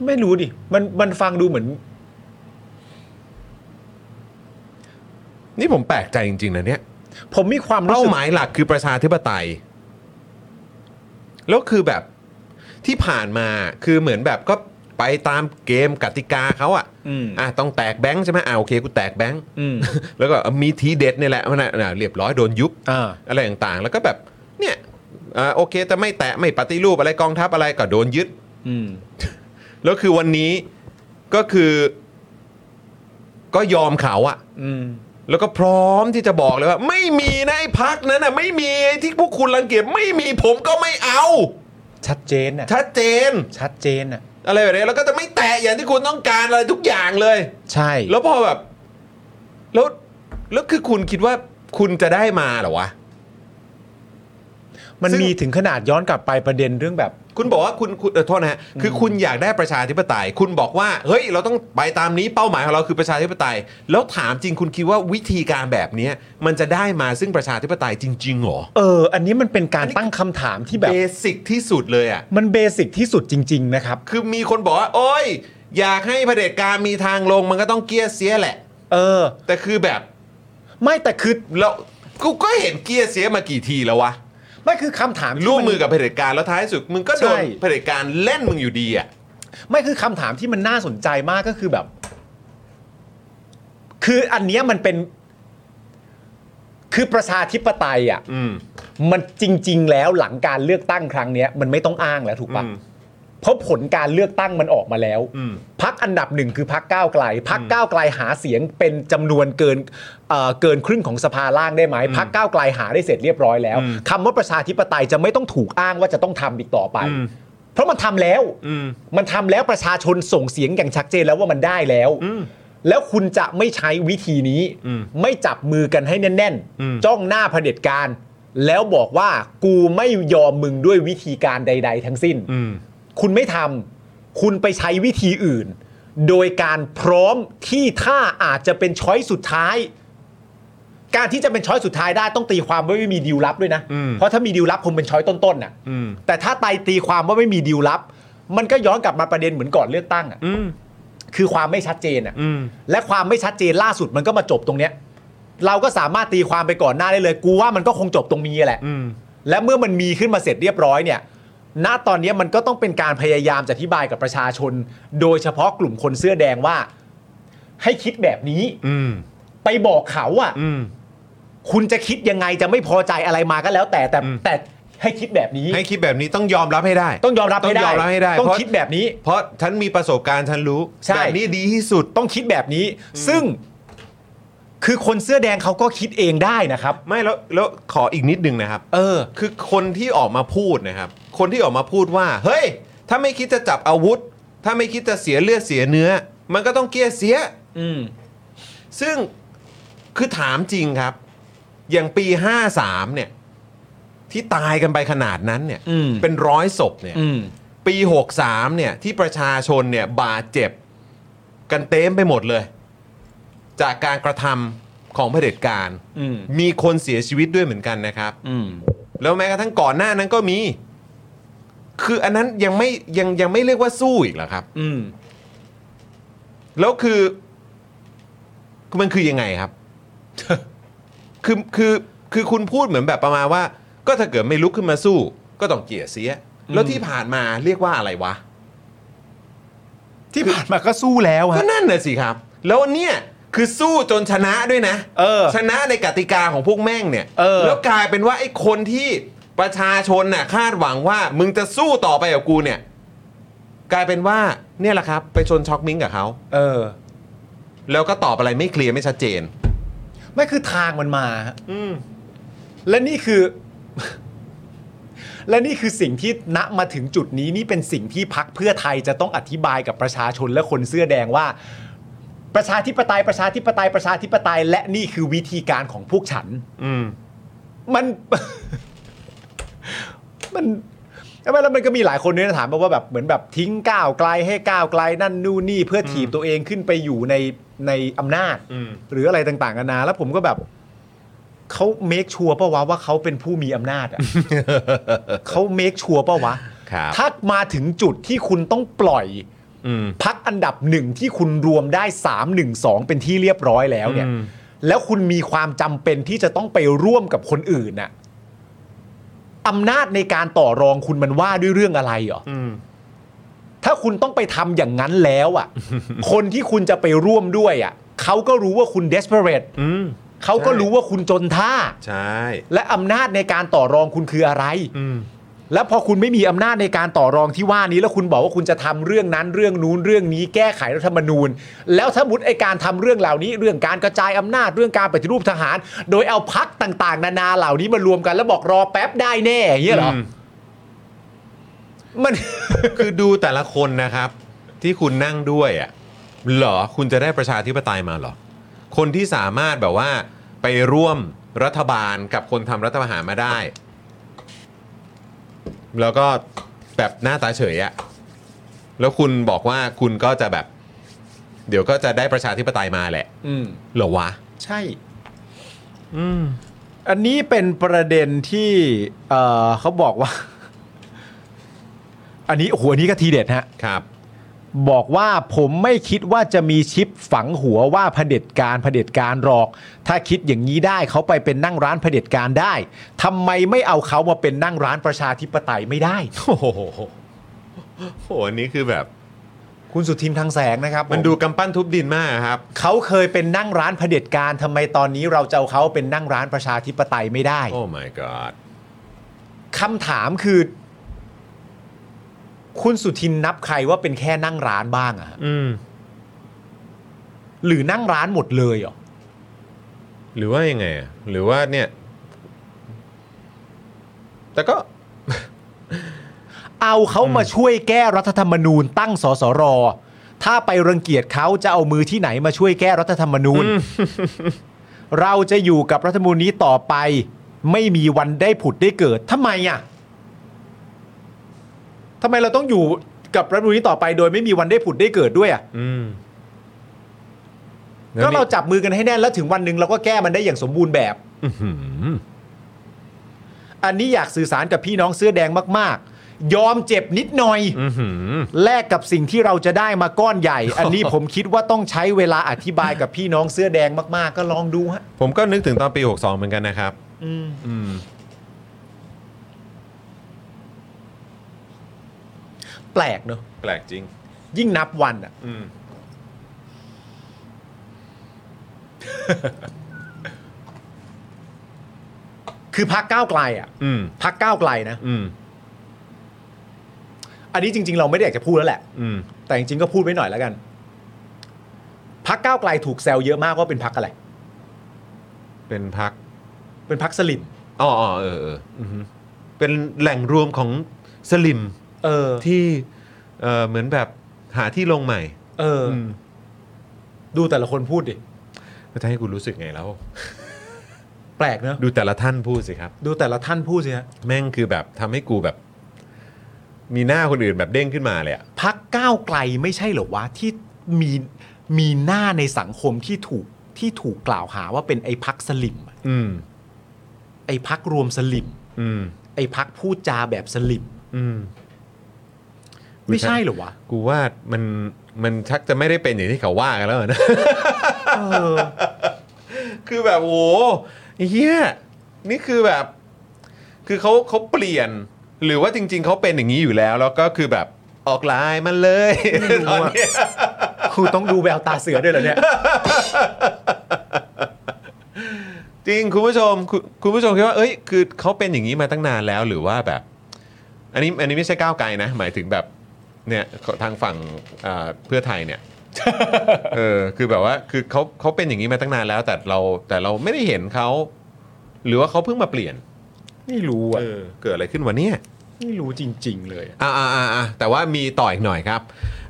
Speaker 2: ไม่รู้ดิ มันมันฟังดูเหมือน
Speaker 1: นี่ผมแปลกใจจริง ๆ นะเนี่ย
Speaker 2: ผมมีความรู้
Speaker 1: เป้า
Speaker 2: สึก
Speaker 1: หมายหลักคือประชาธิปไตย แล้วคือแบบที่ผ่านมาคือเหมือนแบบก็ไปตามเกมกติกาเขาอะ
Speaker 2: อืม
Speaker 1: อ่ะต้องแตกแบงค์ใช่ไหมอ่าโอเคกูแตกแบงค์
Speaker 2: อืม
Speaker 1: แล้วก็มีทีเด็ดเนี่ยแหละมันน่ะน่ะเรียบร้อยโดนยุบ
Speaker 2: อ่า
Speaker 1: อะไรต่างๆ แล้วก็แบบเนี่ยอ่าโอเคแต่ไม่แตะไม่ปฏิรูปอะไรกองทัพอะไรก็โดนยึด
Speaker 2: อืม
Speaker 1: แล้วคือวันนี้ก็คือก็ยอมเขาอะ
Speaker 2: อืม
Speaker 1: แล้วก็พร้อมที่จะบอกเลยว่า ไม่มีนะไอ้พักนั้นน่ะไม่มีไอ้ที่พวกคุณรังเกียจไม่มีผมก็ไม่เอา
Speaker 2: ชัดเจนอ่ะ
Speaker 1: ชัดเจน
Speaker 2: ชัดเจนอ่ะ
Speaker 1: อะไรแบบนี้แล้วก็จะไม่แตะอย่างที่คุณต้องการอะไรทุกอย่างเลย
Speaker 2: ใช่
Speaker 1: แล้วพอแบบแล้วแล้วคือคุณคิดว่าคุณจะได้มาเหรอวะ
Speaker 2: มัน
Speaker 1: ซึ่ง
Speaker 2: มีถึงขนาดย้อนกลับไปประเด็นเรื่องแบบ
Speaker 1: คุณบอกว่าคุณคุณเอ่อโทษนะฮะคือคุณอยากได้ประชาธิปไตย คุณบอกว่า เฮ้ย เราต้องไปตามนี้เป้าหมายของเราคือประชาธิปไตย แล้วถามจริงคุณคิดว่าวิธีการแบบเนี้ยมันจะได้มาซึ่งประชาธิปไตยจริงๆเหรอ
Speaker 2: เออ อันนี้มันเป็นกา
Speaker 1: อั
Speaker 2: ร
Speaker 1: นนี้
Speaker 2: ตั้งคำถามที่แบบ
Speaker 1: เบสิกที่สุดเลยอ่ะ
Speaker 2: มันเบสิกที่สุดจริง ๆ นะครับ
Speaker 1: คือมีคนบอกว่าโอ้ย อยากให้เผด็จการมีทางลงมันก็ต้องเกียร์เสียแหละ
Speaker 2: เออ
Speaker 1: แต่คือแบบ
Speaker 2: ไม่แต่คือ
Speaker 1: เรากูก็เห็นเกียร์เสียมากี่ทีแล้ววะ
Speaker 2: ไม่คือคำถามที่น
Speaker 1: ร่วมมือกับเผด็จการแล้วท้ายสุดมึงก็โดน
Speaker 2: ใช่
Speaker 1: เผด็จการเล่นมึงอยู่ดีอ่ะ
Speaker 2: ไม่คือคำถามที่มันน่าสนใจมากก็คือแบบ คืออันเนี้ยมันเป็น คือประชาธิปไตยอ่ะ
Speaker 1: อืม
Speaker 2: มันจริง ๆ แล้วหลังการเลือกตั้งครั้งเนี้ย มันไม่ต้องอ้างแล้วถูกปะ
Speaker 1: อืม
Speaker 2: เพราะผลการเลือกตั้งมันออกมาแล้ว
Speaker 1: อืม
Speaker 2: พักอันดับหนึ่งคือพักก้าวไกลพักก้าวไกลหาเสียงเป็นจำนวนเกินเอ่อเกินครึ่งของสภาล่างได้ไหมพักก้าวไกลหาได้เสร็จเรียบร้อยแล้วคำว่าประชาธิปไตยจะไม่ต้องถูกอ้างว่าจะต้องทำอีกต่อไป เพราะมันทำแล้ว
Speaker 1: อืม
Speaker 2: มันทำแล้วประชาชนส่งเสียงอย่างชัดเจนแล้วว่ามันได้แล้ว แล้วคุณจะไม่ใช้วิธีนี้
Speaker 1: อืม
Speaker 2: ไม่จับมือกันให้แน่น
Speaker 1: อืม
Speaker 2: ๆ จ้องหน้าเผด็จการ แล้วบอกว่ากูไม่ยอมมึงด้วยวิธีการใด ๆ ทั้งสิ้น
Speaker 1: อืม
Speaker 2: คุณไม่ทำ คุณไปใช้วิธีอื่น โดยการพร้อมที่ถ้าอาจจะเป็นช้อยสุดท้าย การที่จะเป็นช้อยสุดท้ายได้ต้องตีความว่าไม่มีดีลลับด้วยนะ
Speaker 1: อืม
Speaker 2: เพราะถ้ามีดีลลับคงเป็นช้อยต้นๆน่ะ
Speaker 1: อืม
Speaker 2: แต่ถ้าไตรตีความว่าไม่มีดีลลับ มันก็ย้อนกลับมาประเด็นเหมือนก่อนเลือกตั้งอ่ะ
Speaker 1: อืม
Speaker 2: คือความไม่ชัดเจนอ่ะ
Speaker 1: อืม
Speaker 2: และความไม่ชัดเจนล่าสุดมันก็มาจบตรงเนี้ย เราก็สามารถตีความไปก่อนหน้าได้เลย กูว่ามันก็คงจบตรงมีแหละ
Speaker 1: อืม
Speaker 2: และเมื่อมันมีขึ้นมาเสร็จเรียบร้อยเนี่ย ณ ตอนนี้มันก็ต้องเป็นการพยายามจะอธิบายกับประชาชน โดยเฉพาะกลุ่มคนเสื้อแดงว่า ให้คิดแบบนี้
Speaker 1: อืม
Speaker 2: ไปบอกเขาอ่ะ
Speaker 1: อืม
Speaker 2: คุณจะคิดยังไงจะไม่พอใจอะไรมาก็แล้ว แต่แต่
Speaker 1: อืม
Speaker 2: แต่ให้คิดแบบนี้
Speaker 1: ให้คิดแบบนี้ต้องยอมรับให้ได้
Speaker 2: ต้องยอมรับให้
Speaker 1: ต้
Speaker 2: ได้
Speaker 1: องยอมรับให้ได้
Speaker 2: ต้อง
Speaker 1: เพราะ
Speaker 2: คิดแบบนี้
Speaker 1: เพราะฉันมีประสบการณ์ฉันรู้
Speaker 2: ใช่
Speaker 1: แบบนี้ดีที่สุด
Speaker 2: ต้องคิดแบบนี้ ซึ่งคือคนเสื้อแดงเขาก็คิดเองได้นะครับ
Speaker 1: ไม่แล้วแล้วขออีกนิดนึงนะครับ
Speaker 2: เออ
Speaker 1: คือคนที่ออกมาพูดนะครับ คนที่ออกมาพูดว่า เฮ้ย ถ้าไม่คิดจะจับอาวุธ ถ้าไม่คิดจะเสียเลือดเสียเนื้อ มันก็ต้องเกลียเสีย
Speaker 2: อืม
Speaker 1: ซึ่งคือถามจริงครับ อย่างปี 53 เนี่ย ที่ตายกันไปขนาดนั้นเนี่ย
Speaker 2: อืม
Speaker 1: เป็นร้อยศพเนี่ย
Speaker 2: อืม
Speaker 1: ปี 63 เนี่ย ที่ประชาชนเนี่ย บาดเจ็บ กันเต็มไปหมดเลย จากการกระทำของเผด็จการ
Speaker 2: อืม
Speaker 1: มีคนเสียชีวิตด้วยเหมือนกันนะครับ
Speaker 2: อืม
Speaker 1: แล้วแม้กระทั่งก่อนหน้านั้นก็มี คืออันนั้นยังไม่ยังยังไม่เรียกว่าสู้อีกเหรอครับ
Speaker 2: อืม
Speaker 1: แล้วคือมันคือยังไงครับ คือคือคือคุณพูดเหมือนแบบประมาณว่า ก็ถ้าเกิดไม่ลุกขึ้นมาสู้ ก็ต้องเกลียเสีย แล้วที่ผ่านมาเรียกว่าอะไรวะ
Speaker 2: ที่ผ่านมาก็สู้แล้ว
Speaker 1: ก็
Speaker 2: ฮะ
Speaker 1: นั่นน่ะสิครับ แล้วเนี่ยคือสู้จนชนะด้วยนะ
Speaker 2: เออ
Speaker 1: ชนะในกติกาของพวกแม่งเนี่ย
Speaker 2: เออ
Speaker 1: แล้วกลายเป็นว่าไอ้คนที่ประชาชนน่ะคาดหวังว่ามึงจะสู้ต่อไปกับกูเนี่ย กลายเป็นว่าเนี่ยแหละครับ ไปชนช็อกมิ้งกับเขา
Speaker 2: เออ
Speaker 1: แล้วก็ตอบอะไรไม่เคลียร์ไม่ชัดเจน
Speaker 2: ไม่คือทางมันมาฮะ
Speaker 1: อืม
Speaker 2: และนี่คือ และนี่คือสิ่งที่ณมาถึงจุดนี้นี่เป็นสิ่งที่พักเพื่อไทยจะต้องอธิบายกับประชาชนและคนเสื้อแดงว่า ประชาธิปไตยประชาธิปไตยประชาธิปไตย และนี่คือวิธีการของพวกฉัน
Speaker 1: อืม
Speaker 2: มัน มัน แล้วมันแล้วมันก็มีหลายคนเนี่ยถามมาว่าแบบเหมือนแบบทิ้งก้าวไกลให้ก้าวไกลนั่นนู่นนี่เพื่อถีบตัวเองขึ้นไปอยู่ในในอำนาจ
Speaker 1: อืม
Speaker 2: หรืออะไรต่างๆกันานาแล้วผมก็แบบเขาเมคชัวร์ป่าวะว่าเขาเป็นผู้มีอำนาจ อะ เขาเมคชัวร์ป่าวะ
Speaker 1: ครับ
Speaker 2: ถ้ามาถึงจุดที่คุณต้องปล่อย
Speaker 1: อืม
Speaker 2: พักอันดับหนึ่งที่คุณรวมได้ 3 1 2 เป็นที่เรียบร้อยแล้วเนี่ย
Speaker 1: อืม
Speaker 2: แล้วคุณมีความจำเป็นที่จะต้องไปร่วมกับคนอื่นน่ะอำนาจในการต่อรองคุณมันว่าด้วยเรื่องอะไรเหรอ
Speaker 1: อืม
Speaker 2: ถ้าคุณต้องไปทำอย่างนั้นแล้ว อ่ะ คนที่คุณจะไปร่วมด้วยอ่ะเขาก็รู้ว่าคุณ desperate
Speaker 1: อืม
Speaker 2: เขาก็
Speaker 1: ใช่
Speaker 2: รู้ว่าคุณจนท่า
Speaker 1: ใช่
Speaker 2: และอำนาจในการต่อรองคุณคืออะไร
Speaker 1: อืม
Speaker 2: และพอคุณไม่มีอำนาจในการต่อรองที่ว่านี้แล้วคุณบอกว่าคุณจะทำเรื่องนั้นเรื่องนู้นเรื่องนี้แก้ไขรัฐธรรมนูญ แล้วถ้ามุดไอการทำเรื่องเหล่านี้ เรื่องการกระจายอำนาจเรื่องการปฏิรูปทหาร โดยเอาพักต่างๆ นานาเหล่านี้มารวมกันแล้วบอกรอแป๊บได้แน่อย่างเงี้ยเหรอ
Speaker 1: อืม
Speaker 2: มัน
Speaker 1: คือดูแต่ละคนนะครับ ที่คุณนั่งด้วยอ่ะเหรอคุณจะได้ประชาธิปไตยมาเหรอ คนที่สามารถแบบว่า ไปร่วมรัฐบาลกับคนทำรัฐประหารมาได้ แล้วก็แบบหน้าตาเฉยอะแล้วคุณบอกว่าคุณก็จะแบบ เดี๋ยวก็จะได้ประชาธิปไตยมาแหละ
Speaker 2: อืม
Speaker 1: เหรอวะ
Speaker 2: ใช่ อันนี้เป็นประเด็นที่เอ่อเขาบอกว่า อันนี้โอ้โหอันนี้ก็ทีเด็ดฮะ
Speaker 1: ครับ
Speaker 2: บอกว่าผมไม่คิดว่าจะมีชิปฝังหัวว่าเผด็จการเผด็จการหรอก ถ้าคิดอย่างนี้ได้เขาไปเป็นนั่งร้านเผด็จการได้ทำไมไม่เอาเขามาเป็นนั่งร้านประชาธิปไตยไม่ได้
Speaker 1: โอ้โหโหอันนี้คือแบบ
Speaker 2: คุณสุทินทางแสงนะครับ
Speaker 1: มันดูกำปั้นทุบดินมากครับ
Speaker 2: เขาเคยเป็นนั่งร้านเผด็จการทำไมตอนนี้เราจะเอาเขาเป็นนั่งร้านประชาธิปไตยไม่ได้
Speaker 1: โอ้ my god
Speaker 2: คำถามคือ คุณสุทินนับใครว่าเป็นแค่นั่งร้านบ้างอะฮะ
Speaker 1: อืม
Speaker 2: หรือนั่งร้านหมดเลยเหรอ
Speaker 1: หรือว่ายังไงอะหรือว่าเนี่ย แต่ก็
Speaker 2: เอาเขามาช่วยแก้รัฐธรรมนูญตั้งสสร ถ้าไปรังเกียจเขาจะเอามือที่ไหนมาช่วยแก้รัฐธรรมนูญ เราจะอยู่กับรัฐธรรมนูญนี้ต่อไป ไม่มีวันได้ผุดได้เกิดทำไมอ่ะทำไมเราต้องอยู่กับรัฐธรรมนูญนี้ต่อไป โดยไม่มีวันได้ผุดได้เกิดด้วยอ่ะ
Speaker 1: อืม
Speaker 2: ก็เราจับมือกันให้แน่นแล้วถึงวันหนึ่งเราก็แก้มันได้อย่างสมบูรณ์แบบ
Speaker 1: อื้อหือ
Speaker 2: อันนี้อยากสื่อสารกับพี่น้องเสื้อแดงมาก ๆ ยอมเจ็บนิดหน่อย
Speaker 1: อื้อหือ
Speaker 2: แลกกับสิ่งที่เราจะได้มาก้อนใหญ่ อันนี้ผมคิดว่าต้องใช้เวลาอธิบายกับพี่น้องเสื้อแดงมากๆ ก็ลองดูฮะ
Speaker 1: ผมก็นึกถึงตอนปี 62 เหมือนกันนะครับ อืม
Speaker 2: แปลกเนอะ
Speaker 1: แปลกจริง
Speaker 2: ยิ่งนับวันอ่ะ
Speaker 1: อืม
Speaker 2: คือพักก้าวไกลอ่ะ
Speaker 1: อืม
Speaker 2: พักก้าวไกลนะ
Speaker 1: อืม
Speaker 2: อันนี้จริง ๆ เราไม่ได้อยากจะพูดแล้วแหละ
Speaker 1: อืม
Speaker 2: แต่จริงๆก็พูดไว้หน่อยแล้วกันพักก้าวไกลถูกแซวเยอะมากว่าเป็นพักอะไร
Speaker 1: เป็นพัก
Speaker 2: เป็นพักสลิม
Speaker 1: อ๋ออ๋อเออเอออื้อหือเป็นแหล่งรวมของสลิม
Speaker 2: เออ
Speaker 1: ที่ เออเหมือนแบบหาที่ลงใหม่
Speaker 2: เอออ
Speaker 1: อืม
Speaker 2: ดูแต่ละคนพูดดิ
Speaker 1: แล้วจะให้กูรู้สึกไงแล้ว
Speaker 2: แปลกเนอะ
Speaker 1: ดูแต่ละท่านพูดสิครับ
Speaker 2: ดูแต่ละท่านพูดสิฮะ
Speaker 1: แม่งคือแบบทำให้กูแบบ มีหน้าคนอื่นแบบเด้งขึ้นมาเลยอะ
Speaker 2: พักก้าวไกลไม่ใช่เหรอวะที่มีมีหน้าในสังคมที่ถูกที่ถูกกล่าวหาว่าเป็นไอ้พักสลิมอะ
Speaker 1: อืม
Speaker 2: ไอ้พักรวมสลิม
Speaker 1: อืม
Speaker 2: ไอ้พักพูดจาแบบสลิม
Speaker 1: อืม
Speaker 2: ไม่ใช่เหรอวะ
Speaker 1: กูว่ามันมันชักจะไม่ได้เป็นอย่างที่เขาว่ากันแล้วนะ คือแบบโหไอ้เฮียนี่คือแบบ คือเขาเขาเปลี่ยน หรือว่าจริง ๆเขาเป็นอย่างนี้อยู่แล้ว แล้วก็คือแบบออกไลน์มันเลย
Speaker 2: ไม่รู้
Speaker 1: ตอน
Speaker 2: อะ
Speaker 1: เนี้ย
Speaker 2: ครูต้องดูแววตาเสือด้วยเหรอเนี่ย
Speaker 1: จริงคุณผู้ชมคุณคุณผู้ชมคิดว่าเอ้ยคือเขาเป็นอย่างนี้มาตั้งนานแล้วหรือว่าแบบ อันนี้อันนี้ไม่ใช่ก้าวไกลนะ หมายถึงแบบเนี่ยทางฝั่งอ่าเพื่อไทย เนี่ย เออคือแบบว่าคือเขาเขาเป็นอย่างนี้มาตั้งนานแล้ว แต่เราแต่เราไม่ได้เห็นเขาหรือว่าเขาเพิ่งมาเปลี่ยน
Speaker 2: ไม่รู้อ่ะ
Speaker 1: เออเกิดอะไรขึ้นวะเนี่ย
Speaker 2: ไม่รู้จริง ๆ เลยอะ
Speaker 1: อ่าอ่าอ่าอ่าแต่ว่ามีต่ออีกหน่อยครับ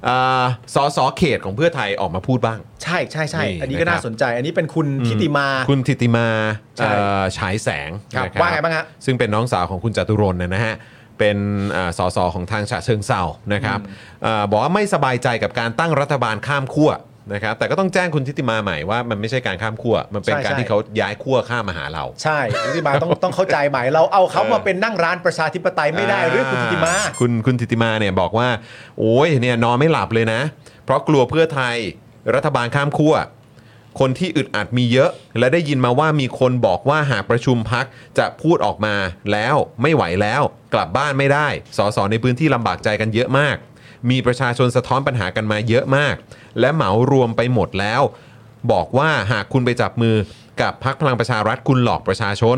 Speaker 1: อ่าสสเขตของเพื่อไทยออกมาพูดบ้าง
Speaker 2: ใช่ใช่ใช่
Speaker 1: นี่
Speaker 2: อันนี้ก็
Speaker 1: นะครับ
Speaker 2: น่าสนใจ อันนี้เป็นคุณทิติมา
Speaker 1: คุณทิติมา
Speaker 2: ใช่
Speaker 1: เอ่อฉายแสง
Speaker 2: ครับ
Speaker 1: นะ
Speaker 2: ว่าไงบ้างฮะ
Speaker 1: ซึ่งเป็นน้องสาวของคุณจตุรนต์นะนะฮะ เป็นอ่าสสของทางฉะเชิงเซานะครับอาบอกว่าไม่สบายใจกับการตั้งรัฐบาลข้ามขั้วนะครับแต่ก็ต้องแจ้งคุณทิติมาใหม่ว่ามันไม่ใช่การข้ามขั้วมันเป็น
Speaker 2: ใช่
Speaker 1: การ
Speaker 2: ใช่
Speaker 1: ที่เขาย้ายขั้วข้ามมาหาเรา
Speaker 2: ใช่คุณธิติมาต้องต้องเข้าใจใหม่เราเอาเขามาเป็นนั่งร้านประชาธิปไตยไม่ได้หรือคุณธิติมา
Speaker 1: คุณคุณทิติมาเนี่ยบอกว่า โอ้ยเนี่ยนอนไม่หลับเลยนะ เพราะกลัวเพื่อไทยรัฐบาลข้ามขั้วคนที่อึดอัดมีเยอะ และได้ยินมาว่ามีคนบอกว่าหากประชุมพักจะพูดออกมาแล้วไม่ไหวแล้วกลับบ้านไม่ได้สสในพื้นที่ลำบากใจกันเยอะมาก มีประชาชนสะท้อนปัญหากันมาเยอะมาก และเหมารวมไปหมดแล้ว บอกว่าหากคุณไปจับมือกับพักพลังประชารัฐคุณหลอกประชาชน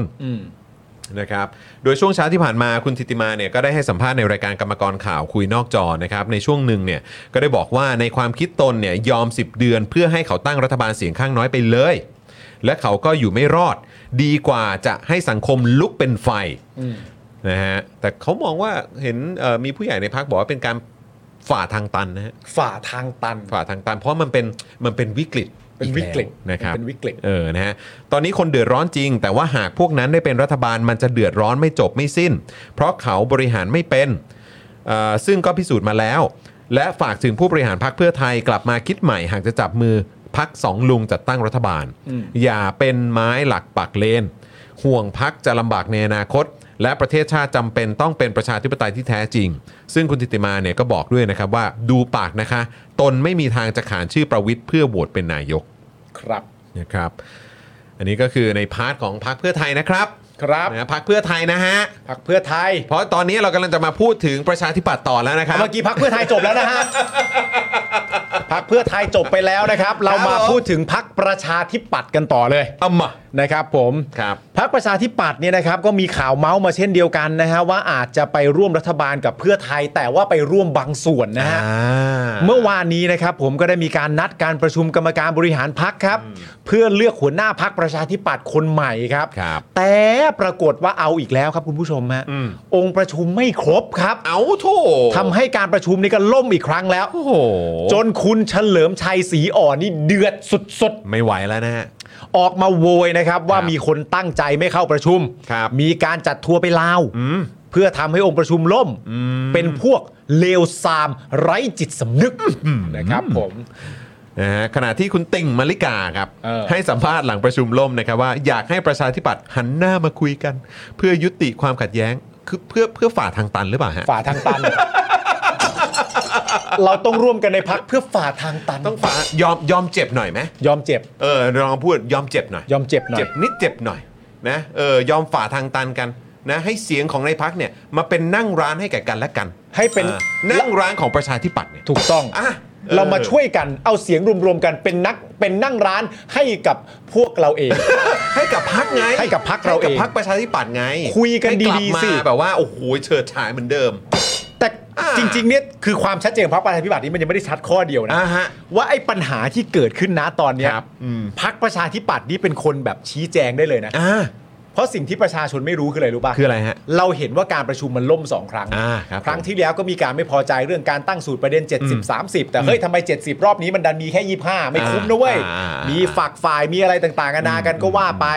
Speaker 1: นะครับ โดยช่วงเช้าที่ผ่านมาคุณทิติมาเนี่ยก็ได้ให้สัมภาษณ์ในรายการกรรมกรข่าวคุยนอกจอนะครับ ในช่วงหนึ่งเนี่ยก็ได้บอกว่าในความคิดตนเนี่ยยอม 10 เดือน เพื่อให้เขาตั้งรัฐบาลเสียงข้างน้อยไปเลย และเขาก็อยู่ไม่รอด ดีกว่าจะให้สังคมลุกเป็นไฟนะฮะ แต่เขามองว่าเห็นเอ่อมีผู้ใหญ่ในพักบอกว่าเป็นการฝ่าทางตันนะฮะ
Speaker 2: ฝ่าทางตัน
Speaker 1: ฝ่าทางตันเพราะมันเป็นมันเป็นวิกฤต
Speaker 2: เป็นวิกฤต
Speaker 1: อีแล้นะครับ
Speaker 2: เป็นวิกฤต
Speaker 1: เออนะฮะตอนนี้คนเดือดร้อนจริง แต่ว่าหากพวกนั้นได้เป็นรัฐบาลมันจะเดือดร้อนไม่จบไม่สิ้น เพราะเขาบริหารไม่เป็นเอ่อซึ่งก็พิสูจน์มาแล้ว และฝากถึงผู้บริหารพรรคเพื่อไทยกลับมาคิดใหม่ หากจะจับมือพักสองลุงจัดตั้งรัฐบาล อย่าเป็นไม้หลักปักเลน ห่วงพักจะลำบากในอนาคต และประเทศชาติจำเป็นต้องเป็นประชาธิปไตยที่แท้จริง ซึ่งคุณทิติมาเนี่ยก็บอกด้วยนะครับว่าดูปากนะคะ ตนไม่มีทางจะขานชื่อประวิทย์เพื่อโหวตเป็นนายก
Speaker 2: ครับ
Speaker 1: นะครับ อันนี้ก็คือในพาร์ทของพักเพื่อไทยนะครับ
Speaker 2: ครับ
Speaker 1: นะพักเพื่อไทยนะฮะ
Speaker 2: พักเพื่อไทย
Speaker 1: เพราะตอนนี้เรากำลังจะมาพูดถึงประชาธิปัตย์ต่อแล้วนะครับ
Speaker 2: เมื่อกี้พักเพื่อไทยจบแล้วนะฮะพักเพื่อไทยจบไปแล้วนะครับ เรามา
Speaker 1: ครับผม
Speaker 2: พูดถึงพักประชาธิปัตย์กันต่อเลย
Speaker 1: เอามา
Speaker 2: นะครับ ผม
Speaker 1: ครับ
Speaker 2: พักประชาธิปัตย์เนี่ยนะครับ ก็มีข่าวเมาส์มาเช่นเดียวกันนะฮะว่าอาจจะไปร่วมรัฐบาลกับเพื่อไทย แต่ว่าไปร่วมบางส่วนนะฮะ เมื่อวานนี้นะครับผมก็ได้มีการนัดการประชุมกรรมการบริหารพักครับ เพื่อเลือกหัวหน้าพักประชาธิปัตย์คนใหม่ครับ
Speaker 1: ครับ
Speaker 2: แต่ปรากฏว่าเอาอีกแล้วครับคุณผู้ชมฮะองค์ประชุมไม่ครบครับ
Speaker 1: เอาโถ
Speaker 2: ทำให้การประชุมนี้ก็ล่มอีกครั้งแล้ว
Speaker 1: โอ้โห
Speaker 2: จนคุณเฉลิมชัยศรีอ่อนนี่เดือดสุด
Speaker 1: ไม่ไหวแล้วนะฮะ
Speaker 2: ๆ ออกมาโวยนะครับว่า
Speaker 1: ครับ
Speaker 2: มีคนตั้งใจไม่เข้าประชุม
Speaker 1: ครับ
Speaker 2: มีการจัดทัวร์ไปลาว
Speaker 1: อืม
Speaker 2: เพื่อทำให้องค์ประชุมล่ม เป็นพวกเลวซามไร้จิตสำนึกนะครับผม
Speaker 1: นะฮะขณะที่คุณติ่งมาริกาครับ
Speaker 2: เออ
Speaker 1: ให้สัมภาษณ์หลังประชุมล่มนะครับว่าอยากให้ประชาธิปัตย์หันหน้ามาคุยกัน เพื่อยุติความขัดแย้งคือเพื่อเพื่อฝ่าทางตันหรือเปล่าฮะ
Speaker 2: ฝ่าทาง ตัน เราต้องร่วมกันในพักเพื่อฝ่าทางตัน
Speaker 1: ต้องฝ่ายอมยอมเจ็บหน่อยไหม
Speaker 2: ยอมเจ็บ
Speaker 1: เออลองพูดยอมเจ็บหน่อย
Speaker 2: ยอมเจ็บหน่อย
Speaker 1: เจ็บนิดเจ็บหน่อยนะเออยอมฝ่าทางตันกันนะให้เสียงของในพักเนี่ยมาเป็นนั่งร้านให้แก่กันและกัน
Speaker 2: ให้เป็น
Speaker 1: ออนั่งร้านของประชาธิปัตย์เนี่ย
Speaker 2: ถูกต้อง
Speaker 1: อ่ะเออ
Speaker 2: เรามาช่วยกันเอาเสียงรวมๆกันเป็นนักเป็นนั่งร้านให้กับพวกเราเอง
Speaker 1: ให้กับพักไง
Speaker 2: ให้กับพรรคเราเอง
Speaker 1: ให้กับพักประชาธิปัตย์ไง
Speaker 2: คุยกัน
Speaker 1: ให้ลับ
Speaker 2: ดีๆสิ
Speaker 1: มาแบบว่าโอ้โหเฉิดฉายเหมือนเดิม
Speaker 2: แต่
Speaker 1: อ่า
Speaker 2: จริงๆเนี่ยคือความชัดเจนของพรรคประชาธิปัตย์นี่มันยังไม่ได้ชัดข้อเดียวนะ
Speaker 1: อ่าฮะ
Speaker 2: ว่าไอ้ปัญหาที่เกิดขึ้นนะตอนเนี้ย
Speaker 1: ครับอืม
Speaker 2: พักประชาธิปัตย์นี่เป็นคนแบบชี้แจงได้เลยนะ
Speaker 1: อ่า
Speaker 2: เพราะสิ่งที่ประชาชนไม่รู้คืออะไรรู้ป่ะ
Speaker 1: คืออะไรฮะ
Speaker 2: เราเห็นว่าการประชุมมันล่มสองครั้ง
Speaker 1: อ่าครับ
Speaker 2: ครั้งที่แล้วก็มีการไม่พอใจเรื่องการตั้งสูตรประเด็น 70 30 แต่เฮ้ยทำไม 70 รอบนี้มันดันมีแค่ 25 ไม่คุ้มนะเว้ย
Speaker 1: อ่ามี
Speaker 2: มีฝักฝ่ายมีอะไรต่างๆนานากันก็ว่าไป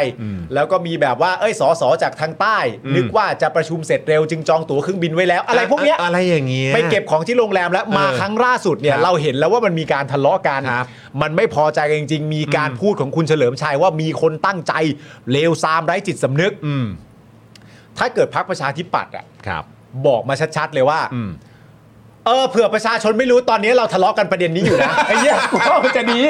Speaker 2: แล้วก็มีแบบว่าเอ้ยสอสอจากทางใต้
Speaker 1: อืม
Speaker 2: นึกว่าจะประชุมเสร็จเร็วจึงจองตั๋วเครื่องบินไว้แล้ว อะไรพวกเนี้ย
Speaker 1: อะไรอย่างเงี้ย
Speaker 2: ไปเก็บของที่โรงแรมแล้วมา
Speaker 1: เออ
Speaker 2: ครั้งล่าสุดเนี่
Speaker 1: ค
Speaker 2: ย
Speaker 1: รับ
Speaker 2: เราเห็นแล้วว่ามันมีการทะเลาะกัน
Speaker 1: ครับ
Speaker 2: มันไม่พอใจกันจริง ๆ มีการพูดของคุณเฉลิมชัยว่ามีคนตั้งใจเลวซามไร้จิตสำนึก
Speaker 1: อืม
Speaker 2: ถ้าเกิดพรรคประชาธิปัตย์อ่ะ
Speaker 1: ครับ
Speaker 2: บอกมาชัดๆเลยว่า
Speaker 1: อืม
Speaker 2: เออเผื่อประชาชนไม่รู้ตอนนี้เราทะเลาะกันประเด็นนี้อยู่นะ ไอ้เหี้ยกูว่ามันจะดี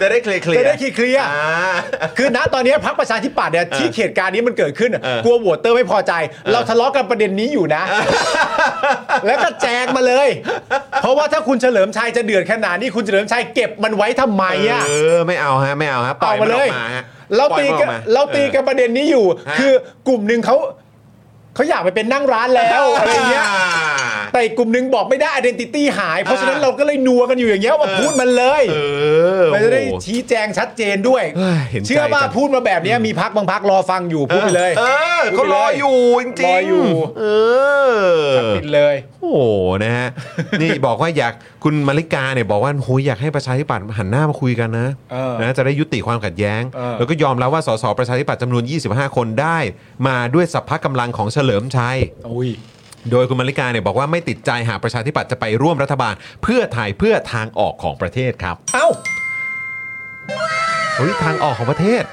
Speaker 1: จะได้เคลียร์
Speaker 2: จะได้เคลียร์
Speaker 1: อ่า
Speaker 2: คือณตอนนี้พรรคประชาธิปัตย์เนี่ยที่เหตุการณ์นี้มันเกิดขึ้นอะ
Speaker 1: เออก
Speaker 2: ลัวโหวตเตอร์ไม่พอใจ เราทะเลาะกันประเด็นนี้อยู่นะ แล้วก็แจกมาเลย เพราะว่าถ้าคุณเฉลิมชัยจะเดือดขนาดนี้คุณเฉลิมชัยเก็บมันไว้ทำไมอ่ะ
Speaker 1: เออ ไม่เอาฮะ ไม่เอาฮะ ปล่อ
Speaker 2: เอา
Speaker 1: ย
Speaker 2: มา
Speaker 1: มัน
Speaker 2: เล
Speaker 1: ออย กมาฮะ
Speaker 2: เรา
Speaker 1: ปล่
Speaker 2: ตี
Speaker 1: อยมัน
Speaker 2: กัน
Speaker 1: ออม
Speaker 2: เราตีกันประเด็นนี้อยู่
Speaker 1: ฮะ
Speaker 2: คือกลุ่มหนึ่งเขาเขาอยากไปเป็นนั่งร้าน แล้วอะไรเงี้ย
Speaker 1: อ่า
Speaker 2: แต่อีกกลุ่มหนึงบอกไม่ได้ identity หาย เพราะฉะนั้น
Speaker 1: อ่า
Speaker 2: เราก็เลยนัวกันอยู่อย่างเงี้ยว่าพูดมันเลย
Speaker 1: เออ
Speaker 2: มันจะได้
Speaker 1: โอ้โห
Speaker 2: ชี้แจงชัดเจนด้วย
Speaker 1: เฮ้ยเห็นใจ
Speaker 2: อว่า
Speaker 1: จัง
Speaker 2: พูดมาแบบเนี้ยมีพักบางพักรอฟังอยู่พูดไปเลย
Speaker 1: เออเขารออยู่จริงๆ
Speaker 2: รออยู่
Speaker 1: เออ
Speaker 2: ปิดเลย
Speaker 1: โอ้โหนะฮะ นี่บอกว่าอยากคุณมาริกาเนี่ยบอกว่าโหอยากให้ประชาธิปัตย์หันหน้ามาคุยกันนะ
Speaker 2: เออ
Speaker 1: นะจะได้ยุติความขัดแย้ง
Speaker 2: เออ
Speaker 1: แล้วก็ยอมแล้วว่าสสประชาธิปัตย์จำนวน 25 คนได้ มาด้วยสัพพะกำลังของเฉลิมชัย
Speaker 2: อุ้ย
Speaker 1: โดยคุณมาริกาเนี่ยบอกว่าไม่ติดใจหากประชาธิปัตย์จะไปร่วมรัฐบาล เพื่อไทยเพื่อทางออกของประเทศครับ
Speaker 2: เอ้า
Speaker 1: เฮ้ยทางออกของประเทศ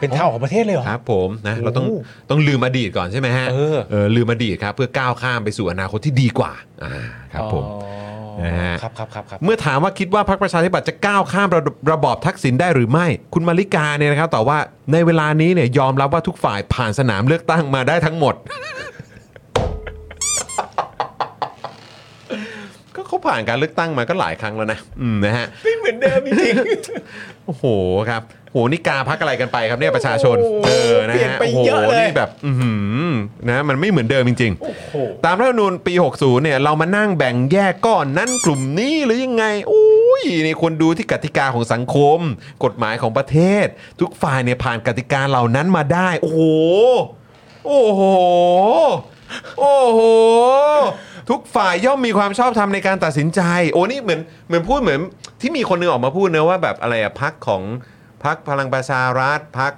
Speaker 2: เป็นเท่าของประเทศเลยเหรอ
Speaker 1: ครับผมนะเราต้อง
Speaker 2: โอ้
Speaker 1: ต้องลืมอดีตก่อนใช่ไหมฮะ
Speaker 2: เออ
Speaker 1: ลืมอดีตครับเพื่อก้าวข้ามไปสู่อนาคตที่ดีกว่าอ่าครับผม
Speaker 2: อ๋อ
Speaker 1: นะฮะ
Speaker 2: ครับครับครับครับ
Speaker 1: เมื่อถามว่าคิดว่าพรรคประชาธิปัตย์จะก้าวข้ามระระบอบทักษิณได้หรือไม่ คุณมาริกาเนี่ยนะครับตอบว่าในเวลานี้เนี่ยยอมรับว่าทุกฝ่ายผ่านสนามเลือกตั้งมาได้ทั้งหมด ก็เขาผ่านการเลือกตั้งมาก็หลายครั้งแล้วนะอืมนะฮะ
Speaker 2: ไม่เหมือนเดิมจ ริง
Speaker 1: โอ้โหครับโหนี่กาพักอะไรกันไปครับเนี่ยประชาชนเออนะ
Speaker 2: เปลี่ยน
Speaker 1: ฮะ
Speaker 2: ไป
Speaker 1: โอ้โห
Speaker 2: เยอะเลย
Speaker 1: นี่แบบอื้อหือนะมันไม่เหมือนเดิมจริง ๆ
Speaker 2: โอ้โห
Speaker 1: ตามรัฐธรรมนูญปี 60 เนี่ย เรามานั่งแบ่งแยกก้อนนั้นกลุ่มนี้หรือยังไงอุ้ยนี่ควรดูที่กติกาของสังคม กฎหมายของประเทศ ทุกฝ่ายเนี่ยผ่านกติกาเหล่านั้นมาได้ โอ้โห โอ้โห โอ้โห ทุกฝ่ายย่อมมีความชอบธรรมในการตัดสินใจ โอ้นี่เหมือนเหมือนพูดเหมือน ที่มีคนหนึงออกมาพูดเนะว่าแบบอะไรอะพักของพักพลังประชารัฐพัก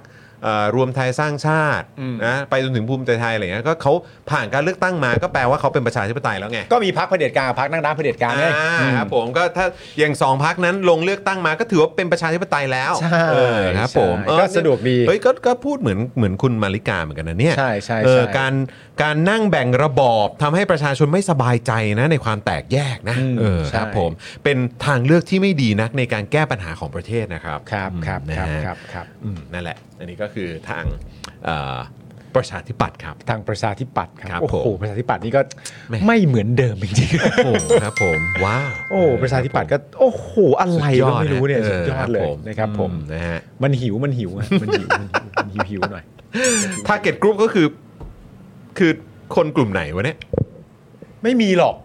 Speaker 1: รวมไทยสร้างชาติ
Speaker 2: อืม
Speaker 1: นะไปจนถึงภูมิใจไทยอะไรเงี้ยก็เขาผ่านการเลือกตั้งมาก็แปลว่าเขาเป็นประชาธิปไตยแล้วไง
Speaker 2: ก็มีพักเผด็จการกับพักนั่งร้านเผด็จการไง
Speaker 1: อ่าครับผมก็ถ้าอย่างสองพักนั้นลงเลือกตั้งมาก็ถือว่าเป็นประชาธิปไตยแล้ว
Speaker 2: ใช่
Speaker 1: เออครับผม
Speaker 2: ใช่
Speaker 1: เออ
Speaker 2: ก็สะดวกดี
Speaker 1: เฮ้ยก็ก็พูดเหมือนเหมือนคุณมาริกาเหมือนกันนะเนี่ย
Speaker 2: ใช่ใช่
Speaker 1: เออ
Speaker 2: ใช่
Speaker 1: การการนั่งแบ่งระบอบทำให้ประชาชนไม่สบายใจนะในความแตกแยกนะ
Speaker 2: อืม
Speaker 1: เออ
Speaker 2: ใช่
Speaker 1: ครับผมเป็นทางเลือกที่ไม่ดีนักในการแก้ปัญหาของประเทศนะครับ
Speaker 2: ครับครับ
Speaker 1: อืมนะครับ ฮะ
Speaker 2: ครับครับ
Speaker 1: อืมนั่นแหละ อันนี้ก็คือทางเอ่อประชาธิปัตย์ครับ
Speaker 2: ทางประชาธิปัตย์ค
Speaker 1: ครั
Speaker 2: รั
Speaker 1: บบ
Speaker 2: โอ้โห
Speaker 1: ผม
Speaker 2: ประชาธิปัตย์นี่ก็
Speaker 1: แหม่
Speaker 2: ไม่เหมือนเดิมจริง
Speaker 1: โอ้โหครับผมว้าว
Speaker 2: ๆโอ้โหประชาธิปัตย์ก็โอ้โหอะไรก็ไม่รู้เนี่ย
Speaker 1: อ
Speaker 2: สุดยอดเลย
Speaker 1: บผม
Speaker 2: นะครับผม
Speaker 1: อืนะฮะ
Speaker 2: มันหิวมันหิวอะมันหิวมันหิวมันหิวหิวหน่อย
Speaker 1: t า r g เก็ตกลุ่มก็คือ คือคนกลุ่มไหนวะเนี่ย
Speaker 2: ไม่มีหรอก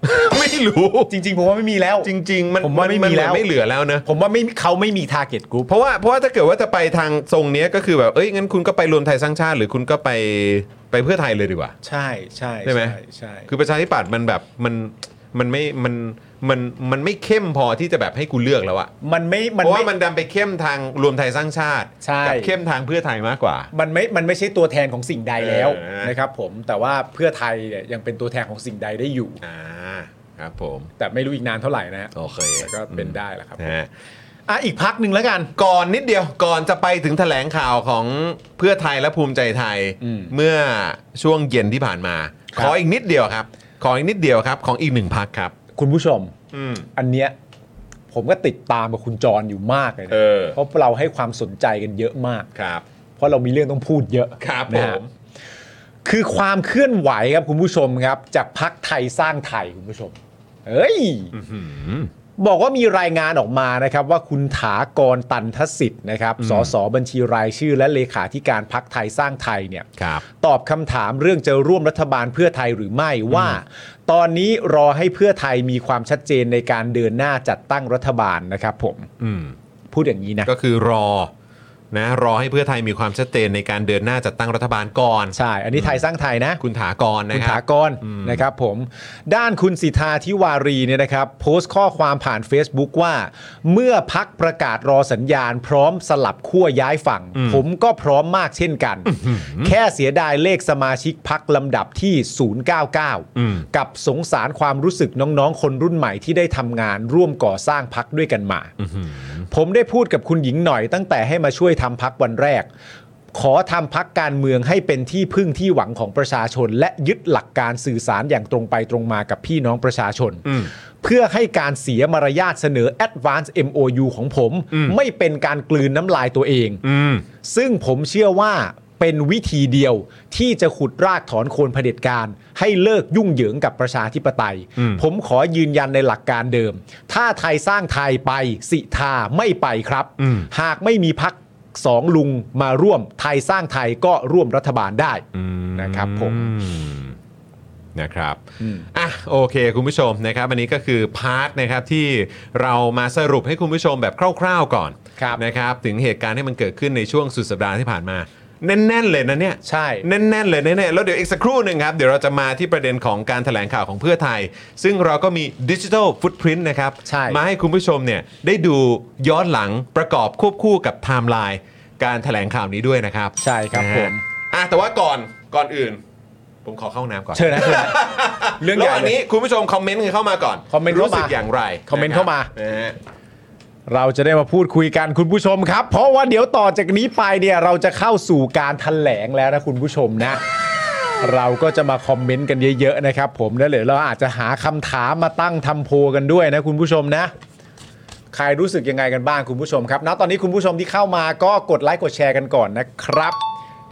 Speaker 1: ไม่รู้
Speaker 2: จริงๆผมว่าไม่มีแล้ว
Speaker 1: จริง ๆ มัน
Speaker 2: ผมว่าไม่
Speaker 1: น
Speaker 2: มี
Speaker 1: เห
Speaker 2: แล้ว
Speaker 1: ไม่เหลือแล้วนะ
Speaker 2: ผมว่าไม่เขาไม่มีทาร์เก็ตกลุ่ม
Speaker 1: เพราะว่าเพราะว่าถ้าเกิดว่าจะไปทางทรงเนี้ยก็คือแบบเอ้ยงั้นคุณก็ไปรวมไทยสร้างชาติ หรือคุณก็ไปไปเพื่อไทยเลยดีกว่า
Speaker 2: ใช่ใช่
Speaker 1: ใช่ไหม
Speaker 2: ใช่
Speaker 1: คือประชาธิปัตย์มันแบบมันมันไม่มันมันมันไม่เข้มพอที่จะแบบให้กูเลือกแล้วอะ
Speaker 2: มันไม่มัน
Speaker 1: เพราะว่า
Speaker 2: ไม่
Speaker 1: มันดันไปเข้มทางรวมไทยสร้างชาติ
Speaker 2: ใช่
Speaker 1: กัเข้มทางเพื่อไทยมากกว่า
Speaker 2: มันไม่ มันไม่ใช่ตัวแทนของสิ่งใดแล้ว
Speaker 1: เออ
Speaker 2: นะครับผมแต่ว่าเพื่อไทยเนี่ยยังเป็นตัวแทนของสิ่งใดได้อยู่
Speaker 1: อ่าครับผม
Speaker 2: แต่ไม่รู้อีกนานเท่าไหร่นะฮะ
Speaker 1: โอเค
Speaker 2: แต่ก็เป็นได้แหละครับ
Speaker 1: นะฮะ
Speaker 2: อ่ะอีกพักหนึ่งแล้วกัน
Speaker 1: ก่อนนิดเดียวก่อนจะไปถึงแถลงข่าวของเพื่อไทยและภูมิใจไทย
Speaker 2: อืม
Speaker 1: เมื่อช่วงเย็นที่ผ่านมา
Speaker 2: ครั
Speaker 1: ข
Speaker 2: บ
Speaker 1: ออีกนิดเดียวครับ ขออีกนิดเดียวครับ ของอีกหนึ่งพักครับ
Speaker 2: คุณผู้ชม
Speaker 1: อืม
Speaker 2: อันเนี้ยผมก็ติดตามกับคุณจรอยู่มากเลยนะ
Speaker 1: เออ
Speaker 2: เพราะเราให้ความสนใจกันเยอะมาก
Speaker 1: ครับ
Speaker 2: เพราะเรามีเรื่องต้องพูดเยอะ
Speaker 1: ครับ
Speaker 2: นะ
Speaker 1: ผ
Speaker 2: ฮะ
Speaker 1: ม
Speaker 2: คือความเคลื่อนไหวครับคุณผู้ชมครับ จากพักไทยสร้างไทยคุณผู้ชม เอ้ย บอกว่ามีรายงานออกมานะครับ ว่าคุณถากรตันทสิทธิ์นะครับสสบัญชีรายชื่อ และเลขาธิการพักไทยสร้างไทยเนี่ย
Speaker 1: ครับ
Speaker 2: ตอบคำถามเรื่องจะร่วมรัฐบาลเพื่อไทยหรือไม่ว่า ตอนนี้รอให้เพื่อไทยมีความชัดเจนในการเดินหน้าจัดตั้งรัฐบาลนะครับผม
Speaker 1: อืม
Speaker 2: พูดอย่างนี้นะ
Speaker 1: ก็คือรอ นะ รอให้เพื่อไทยมีความชัดเจนในการเดินหน้าจัดตั้งรัฐบาลก่อน
Speaker 2: ใช่ อันนี้ไทยสร้างไทยนะ
Speaker 1: คุณถากรนะ
Speaker 2: คุณ
Speaker 1: ครั
Speaker 2: ถา
Speaker 1: บ
Speaker 2: กรนะครับผม ด้านคุณสิทธาทิวารีเนี่ยนะครับ โพสต์ข้อความผ่าน Facebook ว่า เมื่อพักประกาศรอสัญญาณ พร้อมสลับขั้วย้ายฝั่ง ผมก็พร้อมมากเช่นกัน แค่เสียดายเลขสมาชิกพักลำดับที่
Speaker 1: อืม
Speaker 2: 099 กับสงสารความรู้สึกน้องๆ คนรุ่นใหม่ที่ได้ทำงานร่วมก่อสร้างพักด้วยกันมา ผมได้พูดกับคุณหญิงหน่อยตั้งแต่ให้มาช่วยทำพักวันแรก ขอทำพักการเมืองให้เป็นที่พึ่งที่หวังของประชาชน และยึดหลักการสื่อสารอย่างตรงไปตรงมากับพี่น้องประชาชน เพื่อให้การเสียมารยาทเสนอ Advance MOU ของผม ไม่เป็นการกลืนน้ำลายตัวเอง
Speaker 1: อืม
Speaker 2: ซึ่งผมเชื่อว่าเป็นวิธีเดียวที่จะขุดรากถอนโคนเผด็จการ ให้เลิกยุ่งเหยิงกับประชาธิปไตย
Speaker 1: อืม
Speaker 2: ผมขอยืนยันในหลักการเดิม ถ้าไทยสร้างไทยไปสิทาไม่ไปครับ หากไม่มีพักสองลุงมาร่วมไทยสร้างไทยก็ร่วมรัฐบาลได้
Speaker 1: อืม
Speaker 2: นะครับผม
Speaker 1: นะครับ
Speaker 2: อืม
Speaker 1: อ่ะโอเค คุณผู้ชมนะครับอันนี้ก็คือพาร์ทนะครับที่เรามาสรุปให้คุณผู้ชมแบบคร่าวๆก่อน
Speaker 2: ครับ
Speaker 1: นะครับถึงเหตุการณ์ที่มันเกิดขึ้นในช่วงสุดสัปดาห์ที่ผ่านมา แน่นๆเลยนะเนี่ย
Speaker 2: ใช่
Speaker 1: แน่นๆเลยแน่ๆแล้วเดี๋ยวอีกสักครู่หนึ่งครับ เดี๋ยวเราจะมาที่ประเด็นของการแถลงข่าวของเพื่อไทย ซึ่งเราก็มีดิจิทัลฟุตพิ i น t นะครับ
Speaker 2: ใช่
Speaker 1: มาให้คุณผู้ชมเนี่ยได้ดูย้อนหลังประกอบควบคู่กับไทม์ไลน์การแถลงข่าวนี้ด้วยนะครับ
Speaker 2: ใช่ครับผม
Speaker 1: อ่ะแต่ว่าก่อนก่อนอื่น ผมขอเข้าห้องน้ำก่อน
Speaker 2: เชิญนะเชิญนะเรื่อง
Speaker 1: แล้
Speaker 2: ให
Speaker 1: ว
Speaker 2: ญ่
Speaker 1: อัน
Speaker 2: เล
Speaker 1: นี้
Speaker 2: ย
Speaker 1: คุณผู้ชมคอมเมนต์กันเข้ามาก่อน
Speaker 2: คอมเมนต์เข้ามา
Speaker 1: รู้สึกอย่างไร
Speaker 2: คอมเมนต์เข้ามา
Speaker 1: นะฮะ
Speaker 2: เราจะได้มาพูดคุยกันคุณผู้ชมครับ เพราะว่าเดี๋ยวต่อจากนี้ไปเนี่ยเราจะเข้าสู่การแถลงแล้วนะคุณผู้ชมนะ เราก็จะมาคอมเมนต์กันเยอะๆนะครับ ผมแล้วเดี๋ยวเราอาจจะหาคำถามมาตั้งทำโพลกันด้วยนะคุณผู้ชมนะ ใครรู้สึกยังไงกันบ้างคุณผู้ชมครับณตอนนี้คุณผู้ชมที่เข้ามาก็กดไลค์กดแชร์กันก่อนนะครับ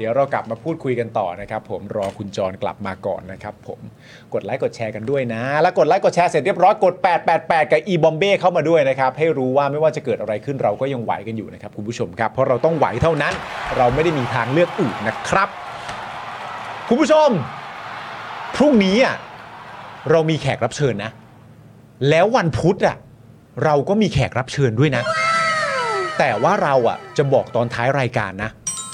Speaker 2: เดี๋ยวเรากลับมาพูดคุยกันต่อนะครับ ผมรอคุณจรกลับมาก่อนนะครับ ผมกดไลค์กดแชร์กันด้วยนะ แล้วกดไลค์กดแชร์เสร็จเรียบร้อยกด 888 กับ e b o m b a y เข้ามาด้วยนะครับ ให้รู้ว่าไม่ว่าจะเกิดอะไรขึ้นเราก็ยังไหวกันอยู่นะครับคุณผู้ชมครับ เพราะเราต้องไหวเท่านั้น เราไม่ได้มีทางเลือกอื่นนะครับ คุณผู้ชม พรุ่งนี้อ่ะเรามีแขกรับเชิญนะ แล้ววันพุธอ่ะเราก็มีแขกรับเชิญด้วยนะ แต่ว่าเราอ่ะจะบอกตอนท้ายรายการนะ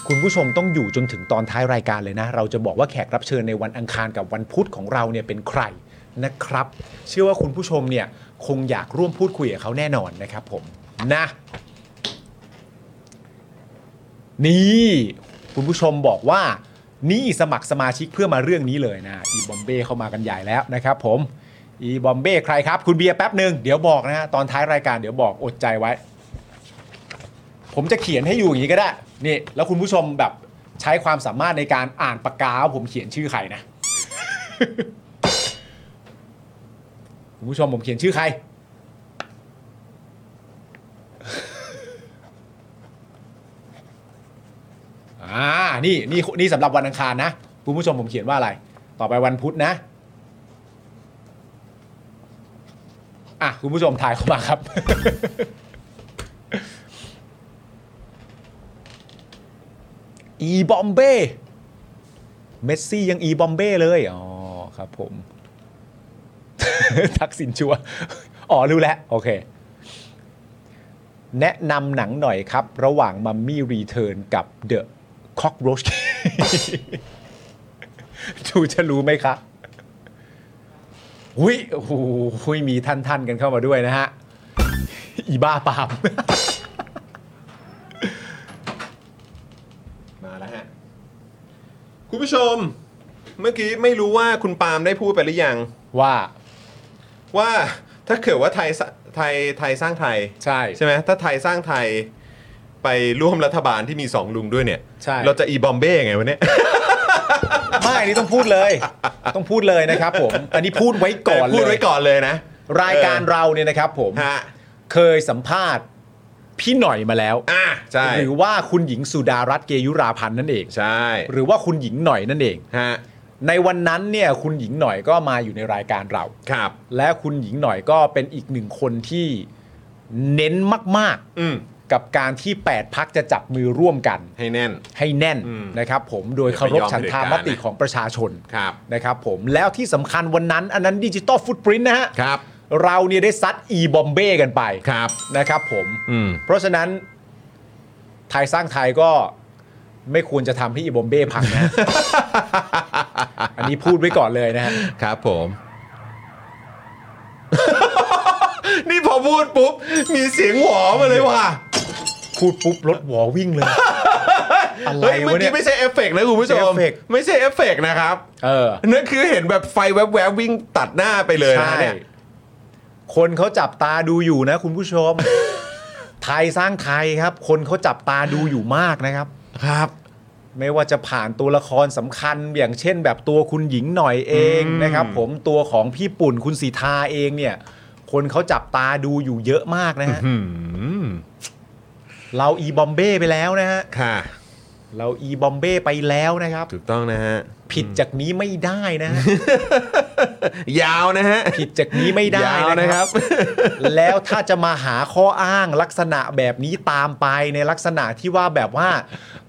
Speaker 2: คุณผู้ชมต้องอยู่จนถึงตอนท้ายรายการเลยนะ เราจะบอกว่าแขกรับเชิญในวันอังคารกับวันพุธของเราเนี่ยเป็นใครนะครับ เชื่อว่าคุณผู้ชมเนี่ยคงอยากร่วมพูดคุยกับเขาแน่นอนนะครับผมนะ นี่คุณผู้ชมบอกว่า นี่สมัครสมาชิกเพื่อมาเรื่องนี้เลยนะอีบอมเบ้เข้ามากันใหญ่แล้วนะครับผมอีบอมเบ้ใครครับ คุณเบียร์แป๊บหนึ่งเดี๋ยวบอกนะฮะตอนท้ายรายการเดี๋ยวบอกอดใจไว้ ผมจะเขียนให้อยู่อย่างนี้ก็ได้ นี่ แล้วคุณผู้ชมแบบใช้ความสามารถในการอ่านปากกาว่าผมเขียนชื่อใครนะ คุณผู้ชมผมเขียนชื่อใคร อ่า นี่นี่นี่สำหรับวันอังคารนะ คุณผู้ชมผมเขียนว่าอะไร ต่อไปวันพุธนะ อ่ะ คุณผู้ชมถ่ายเข้ามาครับ อีบอมเบ้ เมสซี่ยังอีบอมเบ้เลย อ๋อ ครับผม ทักษิณชัวร์อ๋อ รู้แล้ว โอเค แนะนำหนังหน่อยครับ ระหว่างมัมมี่รีเทิร์นกับเดอะคอกโรช ดูจะรู้ไหมครับอุ้ยโอ้โหมีท่านท่านๆกันเข้ามาด้วยนะฮะ อีบ้าปาม
Speaker 1: มาแล้วฮะ คุณผู้ชม เมื่อกี้ไม่รู้ว่าคุณปาล์มได้พูดไปหรือยัง
Speaker 2: ว่า
Speaker 1: ว่าถ้าเกิดว่าไทยสร้างไทยไทยสร้างไทย
Speaker 2: ใช่
Speaker 1: ใช่ไหมถ้าไทยสร้างไทยไปร่วมรัฐบาลที่มีสองลุงด้วยเนี่ย
Speaker 2: ใช่
Speaker 1: เราจะอีบอมเบ้ไงวันนี้
Speaker 2: ไม่อันนี้ต้องพูดเลย ต้องพูดเลยนะครับผม อันนี้พูดไว้ก่อนเลย
Speaker 1: พูดไว้ก่อนเลยนะ
Speaker 2: รายการเราเนี่ยนะครับผม
Speaker 1: ฮะ
Speaker 2: เคยสัมภาษณ์พี่หน่อยมาแล้ว
Speaker 1: อ่ะใช่
Speaker 2: หรือว่าคุณหญิงสุดารัตน์เกยุราพันธ์นั่นเอง
Speaker 1: ใช่
Speaker 2: หรือว่าคุณหญิงหน่อยนั่นเอง
Speaker 1: ฮะ
Speaker 2: ในวันนั้นเนี่ยคุณหญิงหน่อยก็มาอยู่ในรายการเรา
Speaker 1: ครับ
Speaker 2: และคุณหญิงหน่อยก็เป็นอีกหนึ่งคนที่เน้นมาก
Speaker 1: อืม
Speaker 2: ๆ กับการที่ 8 พักจะจับมือร่วมกัน
Speaker 1: ให้แน่น
Speaker 2: ให้แน่น
Speaker 1: อืม
Speaker 2: นะครับผมโดยเคารพฉันทามติของประชาชน
Speaker 1: ครับ
Speaker 2: นะครับผมแล้วที่สำคัญวันนั้นอันนั้นดิจิตอลฟุตปรินต์นะฮะ
Speaker 1: ครับ
Speaker 2: เราเนี่ยได้ซัดอีบอมเบ้กันไป
Speaker 1: ครับ
Speaker 2: นะครับผม
Speaker 1: อืม
Speaker 2: เพราะฉะนั้นไทยสร้างไทยก็ไม่ควรจะทำให้อีบอมเบ้พังนะฮะ อันนี้พูดไว้ก่อนเลยนะฮะ
Speaker 1: ครับผม นี่พอพูดปุ๊บ มีเสียงหวอมาเลยว่ะ
Speaker 2: พูดปุ๊บรถหวอวิ่งเลย อะไร
Speaker 1: เฮ้ยเมื่อ
Speaker 2: วะเนี่
Speaker 1: กี้
Speaker 2: ย
Speaker 1: ไม่ใช่เอฟเฟกต์นะคุณผู้ชม
Speaker 2: ไม่ใช่เอฟเฟกต์
Speaker 1: ไม่ใช่เอฟเฟกต์นะครับ
Speaker 2: เออ
Speaker 1: นั่นคือเห็นแบบไฟแวบๆวิ่งตัดหน้าไปเลย
Speaker 2: ใช่
Speaker 1: นะเนี่ย
Speaker 2: คนเขาจับตาดูอยู่นะ คุณผู้ชม ไทยสร้างไทยครับ คนเขาจับตาดูอยู่มากนะครับ
Speaker 1: ครับ
Speaker 2: ไม่ว่าจะผ่านตัวละครสำคัญอย่างเช่น แบบตัวคุณหญิงหน่อยเอง
Speaker 1: อืม
Speaker 2: นะครับผมตัวของพี่ปุ่นคุณสีทาเองเนี่ย คนเขาจับตาดูอยู่เยอะมากนะฮะ
Speaker 1: หืม
Speaker 2: เราอีบอมเบ้ไปแล้วนะฮะ
Speaker 1: ค่ะ
Speaker 2: เราอีบอมเบ้ไปแล้วนะครับ
Speaker 1: ถูกต้องนะฮะ
Speaker 2: ผิดจากนี้ไม่ได้นะฮะ
Speaker 1: ยาวนะฮะ
Speaker 2: ผิดจากนี้ไม่ได้
Speaker 1: ยาวนะครับ
Speaker 2: แล้วถ้าจะมาหาข้ออ้างลักษณะแบบนี้ตามไปในลักษณะที่ว่าแบบว่า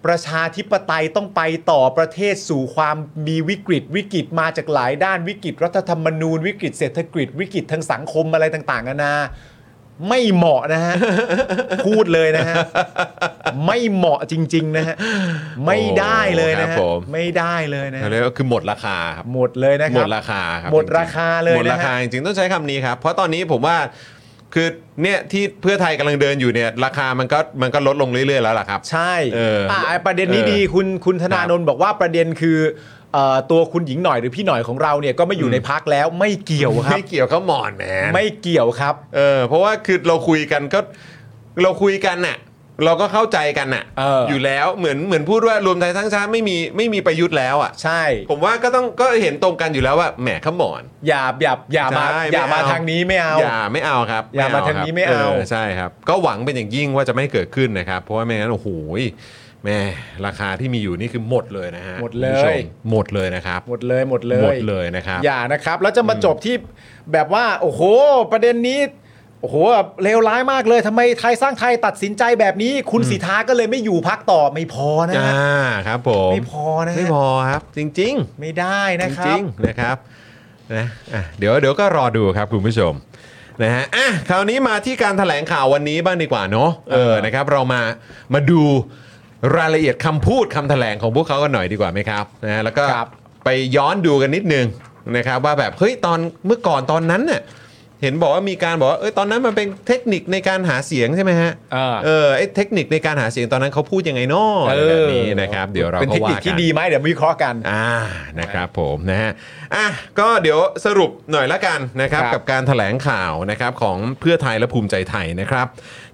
Speaker 2: ประชาธิปไตยต้องไปต่อประเทศสู่ความมีวิกฤต วิกฤตมาจากหลายด้านวิกฤตรัฐธรรมนูญ วิกฤตเศรษฐกิจ วิกฤตทางสังคมอะไรต่างๆนานาไม่เหมาะนะฮะ พูดเลยนะฮะ ไม่เหมาะจริง ๆ นะฮะ ไม่ได้เลยนะ
Speaker 1: ครั
Speaker 2: ฮะ
Speaker 1: บผม
Speaker 2: ไม่ได้เลยนะฮะ
Speaker 1: เรียกว่าคือหมดราคาครับ
Speaker 2: หมดเลยนะค
Speaker 1: หม
Speaker 2: รับ
Speaker 1: ดราคาครับ
Speaker 2: หมดราคาเลย
Speaker 1: หมด
Speaker 2: นะฮะ
Speaker 1: ราคาจริงๆต้องใช้คำนี้ครับ เพราะตอนนี้ผมว่าคือเนี่ยที่เพื่อไทยกำลังเดินอยู่เนี่ย ราคามันก็มันก็ลดลงเรื่อยๆแล้วล่ะครับ
Speaker 2: ใช่
Speaker 1: เอออ่
Speaker 2: ะไอ้ประเด็นนี้
Speaker 1: เออ
Speaker 2: ดีคุณคุณธนา
Speaker 1: ครับ
Speaker 2: นนท์บอกว่าประเด็นคือ เอ่อตัวคุณหญิงหน่อยหรือพี่หน่อยของเราเนี่ยก็ไม่อยู่ในพักแล้วไม่เกี่ยวครับ
Speaker 1: ไม่เกี่ยวเขาหมอนแหมน
Speaker 2: ไม่เกี่ยวครับ
Speaker 1: เออเพราะว่าคือเราคุยกันก็เราคุยกันน่ะ เราก็เข้าใจกันน่ะ
Speaker 2: เอออ
Speaker 1: ยู่แล้วเหมือนเหมือนพูดว่ารวมไทยสร้างชาติไม่มีไม่มีประยุทธ์แล้วอ่ะ
Speaker 2: ใช่
Speaker 1: ผมว่าก็ต้องก็เห็นตรงกันอยู่แล้วว่าแหมขมอน
Speaker 2: อย่าอย่าอย่ามา
Speaker 1: ใช่
Speaker 2: อย่ามา
Speaker 1: ไเ
Speaker 2: ทางนี้ไม่เอา
Speaker 1: อย่าไม่เอาครับ
Speaker 2: อย่ามาทางนี้ไม่เอา
Speaker 1: ครับใช่ครับ ก็หวังเป็นอย่างยิ่งว่าจะไม่เกิดขึ้นนะครับ เพราะว่าไม่งั้นโอ้โหแม่ราคาที่มีอยู่นี่คือหมดเลยนะฮะ
Speaker 2: หมดเล
Speaker 1: คุณผู้ช
Speaker 2: ย
Speaker 1: มหมดเลยนะครับ
Speaker 2: หมดเลยหมดเลย
Speaker 1: หมดเลยนะครับ
Speaker 2: อย่านะครับแล้วจะมาจบที่แบบว่า โอ้โห ประเด็นนี้โอ้โหเลวร้ายมากเลยทำไมไทยสร้างไทยตัดสินใจแบบนี้ คุณสิทธาก็เลยไม่อยู่พักต่อไม่พอนะ
Speaker 1: อ่า
Speaker 2: ฮะ
Speaker 1: ครับผม
Speaker 2: ไม่พอนะฮะ
Speaker 1: ไม่พอครับ จริง ๆ
Speaker 2: ไม่ได้นะค
Speaker 1: จ
Speaker 2: รั
Speaker 1: ริ
Speaker 2: บ
Speaker 1: งๆนะครับนะอ่ะเดี๋ยวเดี๋ยวก็รอดูครับคุณผู้ชมนะฮะอ่ะคราวนี้มาที่การถแถลงข่าววันนี้บ้างดีกว่าเนาะเออนะครับเรามามาดูรายละเอียดคำพูดคำแถลงของพวกเขากันหน่อยดีกว่าไหมครับนะฮะแล้วก็
Speaker 2: ครับ
Speaker 1: ไปย้อนดูกันนิดนึงนะครับว่าแบบเฮ้ยตอนเมื่อก่อนตอนนั้นเนี่ยเห็นบอกว่ามีการบอกว่าเอยตอนนั้นมันเป็นเทคนิคในการหาเสียงใช่ไหมฮะ
Speaker 2: เออ
Speaker 1: เออไอเทคนิคในการหาเสียงตอนนั้นเขาพูดยังไงเนาะอะไรแบบนี้นะครับเดี๋ยวเรา
Speaker 2: เป็น
Speaker 1: ก็
Speaker 2: เทคนิ
Speaker 1: ว่า
Speaker 2: ค
Speaker 1: กั
Speaker 2: ที่
Speaker 1: น
Speaker 2: ดีไหมเดี๋ยวมาวิเคราะห์กัน
Speaker 1: อ่านะครับผมนะฮะอ่ะก็เดี๋ยวสรุปหน่อยละกันนะครับ
Speaker 2: ครับ
Speaker 1: กับการถแถลงข่าวนะครับของเพื่อไทยและภูมิใจไทยนะครับ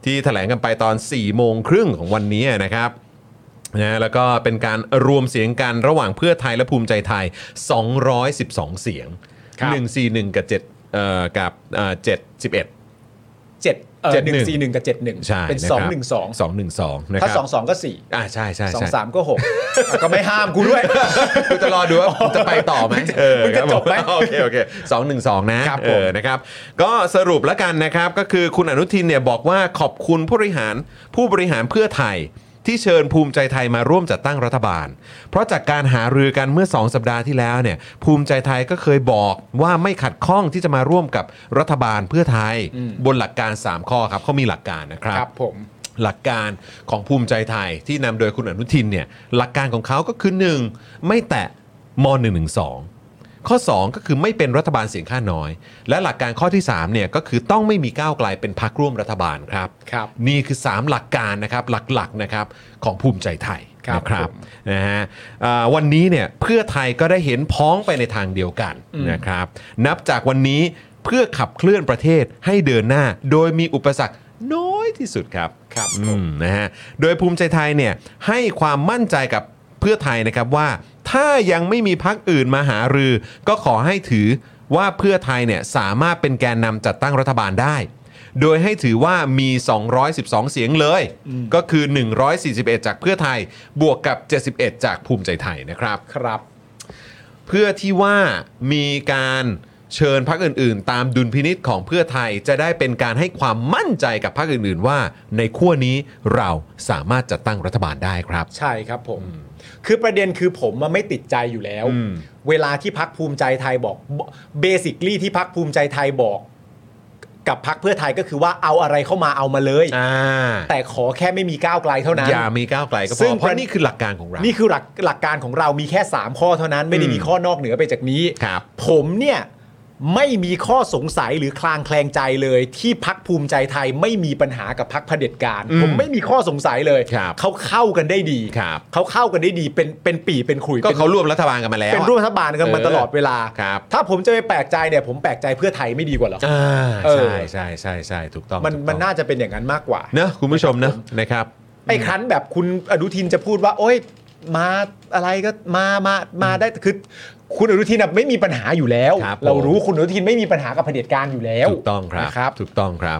Speaker 1: ที่แถลงกันไปตอน4ี่โมงครึ่งของวันนี้นะครับนะแล้วก็เป็นการรวมเสียงกันระหว่างเพื่อไทยและภูมิใจไทย 212 เสียง
Speaker 2: ครับ
Speaker 1: 141 กับ7เอ่อกับเอ่อ711
Speaker 2: เจ็ดเออ
Speaker 1: เจ็ด
Speaker 2: ห
Speaker 1: หนึ่
Speaker 2: นึ่
Speaker 1: ง
Speaker 2: งสี่หนึ่งกับเจ็ดหนึ่ง
Speaker 1: ใช่
Speaker 2: เป็น
Speaker 1: นะ
Speaker 2: สอง
Speaker 1: ครับ
Speaker 2: หนึ่งสอง
Speaker 1: 212นะค
Speaker 2: ถ้า
Speaker 1: รับ
Speaker 2: สองสองก็สี่
Speaker 1: อ่าใช่ใช่
Speaker 2: สอง
Speaker 1: ใช่
Speaker 2: สามก็หกอ่ะก็ไม่ห้ามกูด้วย
Speaker 1: กูจะรอดูว่ากูจะไปต่อไหมเออ
Speaker 2: มึงจะ
Speaker 1: ครับผ
Speaker 2: จบไหม
Speaker 1: โอเคโอเคสองหนึ่งสองนะ
Speaker 2: ครับผม
Speaker 1: เออ นะครับ ก็สรุปแล้วกันนะครับ ก็คือคุณอนุทินเนี่ยบอกว่าขอบคุณผู้บริหารผู้บริหารเพื่อไทย ที่เชิญภูมิใจไทยมาร่วมจัดตั้งรัฐบาล เพราะจากการหารือกันเมื่อ 2 สัปดาห์ที่แล้วเนี่ยภูมิใจไทยก็เคยบอกว่าไม่ขัดข้องที่จะมาร่วมกับรัฐบาลเพื่อไทย บนหลักการ 3 ข้อครับเขามีหลักการนะครับ
Speaker 2: ครับผม
Speaker 1: หลักการของภูมิใจไทยที่นำโดยคุณอนุทินเนี่ยหลักการของเขาก็คือ 1. ไม่แตะม .112 ข้อ 2 ก็คือไม่เป็นรัฐบาลเสียงข้างน้อย และหลักการข้อที่3เนี่ยก็คือต้องไม่มีก้าวไกลเป็นพรรคร่วมรัฐบาลครับ
Speaker 2: ครับ
Speaker 1: นี่คือ 3 หลักการนะครับหลักๆนะครับของภูมิใจไทย
Speaker 2: ครับ
Speaker 1: นะครั
Speaker 2: ผ
Speaker 1: บ
Speaker 2: ม
Speaker 1: นะฮะอ่าวันนี้เนี่ยเพื่อไทยก็ได้เห็นพ้องไปในทางเดียวกันนะครับ นับจากวันนี้เพื่อขับเคลื่อนประเทศให้เดินหน้า โดยมีอุปสรรคน้อยที่สุดครับ
Speaker 2: ครับ
Speaker 1: อืมนะฮะโดยภูมิใจไทยเนี่ยให้ความมั่นใจกับเพื่อไทยนะครับว่า ถ้ายังไม่มีพักอื่นมาหารือ ก็ขอให้ถือว่าเพื่อไทยเนี่ยสามารถเป็นแกนนำจัดตั้งรัฐบาลได้ โดยให้ถือว่ามี 212 เสียงเลย ก็คือ 141 จากเพื่อไทยบวกกับ 71 จากภูมิใจไทยนะครับ
Speaker 2: ครับ
Speaker 1: เพื่อที่ว่ามีการเชิญพรรคอื่นๆ ตามดุลพินิษของเพื่อไทยจะได้เป็นการให้ความมั่นใจกับพรรคอื่นๆ ว่า ในขั้วนี้เราสามารถจัดตั้งรัฐบาลได้ครับ
Speaker 2: ใช่ครับผม คือประเด็นคือผมมันไม่ติดใจอยู่แล้ว
Speaker 1: อืม
Speaker 2: เวลาที่พักภูมิใจไทยบอกเบสิคลี่ที่พักภูมิใจไทยบอก กับพักเพื่อไทยก็คือว่าเอาอะไรเข้ามาเอามาเลย
Speaker 1: อ่า
Speaker 2: แต่ขอแค่ไม่มีก้าวไกลเท่านั้น
Speaker 1: อย่ามีก้าวไกลก็พ
Speaker 2: ซึ่
Speaker 1: อง เพราะนี่คือหลักการของเรา
Speaker 2: นี่คือหลักหลักการของเรามีแค่ 3 ข้อเท่านั้น ไม่ได้มีข้อนอกเหนือไปจากนี้
Speaker 1: ครับ
Speaker 2: ผมเนี่ยไม่มีข้อสงสัยหรือคลางแคลงใจเลย ที่พักภูมิใจไทยไม่มีปัญหากับพักเผด็จการ ผมไม่มีข้อสงสัยเลย
Speaker 1: ครับ
Speaker 2: เขาเข้ากันได้ดี
Speaker 1: ครับ
Speaker 2: เขาเข้ากันได้ดีเป็นเป็นปีเป็นขุย
Speaker 1: ก็
Speaker 2: เป็น
Speaker 1: เขาร่วมรัฐบาลกันมาแล้ว
Speaker 2: เป็นรูปรั
Speaker 1: อะ
Speaker 2: ฐบาลกันมา
Speaker 1: เออ
Speaker 2: ตลอดเวลา
Speaker 1: ครับ
Speaker 2: ถ้าผมจะไปแปลกใจเนี่ยผมแปลกใจเพื่อไทยไม่ดีกว่าเหรอ
Speaker 1: อ่า
Speaker 2: เออ
Speaker 1: ใช่ใช่ใช่ใช่ถูกต้อง
Speaker 2: มัน
Speaker 1: ถูก
Speaker 2: มัน
Speaker 1: ต้อง
Speaker 2: น่าจะเป็นอย่างนั้นมากกว่า
Speaker 1: เนอะคุณผู้ชมเนอะนะครับ
Speaker 2: ไอ้ครั้นแบบคุณอนุทินจะพูดว่า โอ๊ยมาอะไรก็มามามาได้คือคุณอนุทินน่ะไม่มีปัญหาอยู่แล้ว
Speaker 1: ครับ
Speaker 2: เรา
Speaker 1: ผม
Speaker 2: รู้คุณอนุทินไม่มีปัญหากับเผด็จการอยู่แล้ว
Speaker 1: ถูกต้องครับ
Speaker 2: นะครับ
Speaker 1: ถูกต้องครับ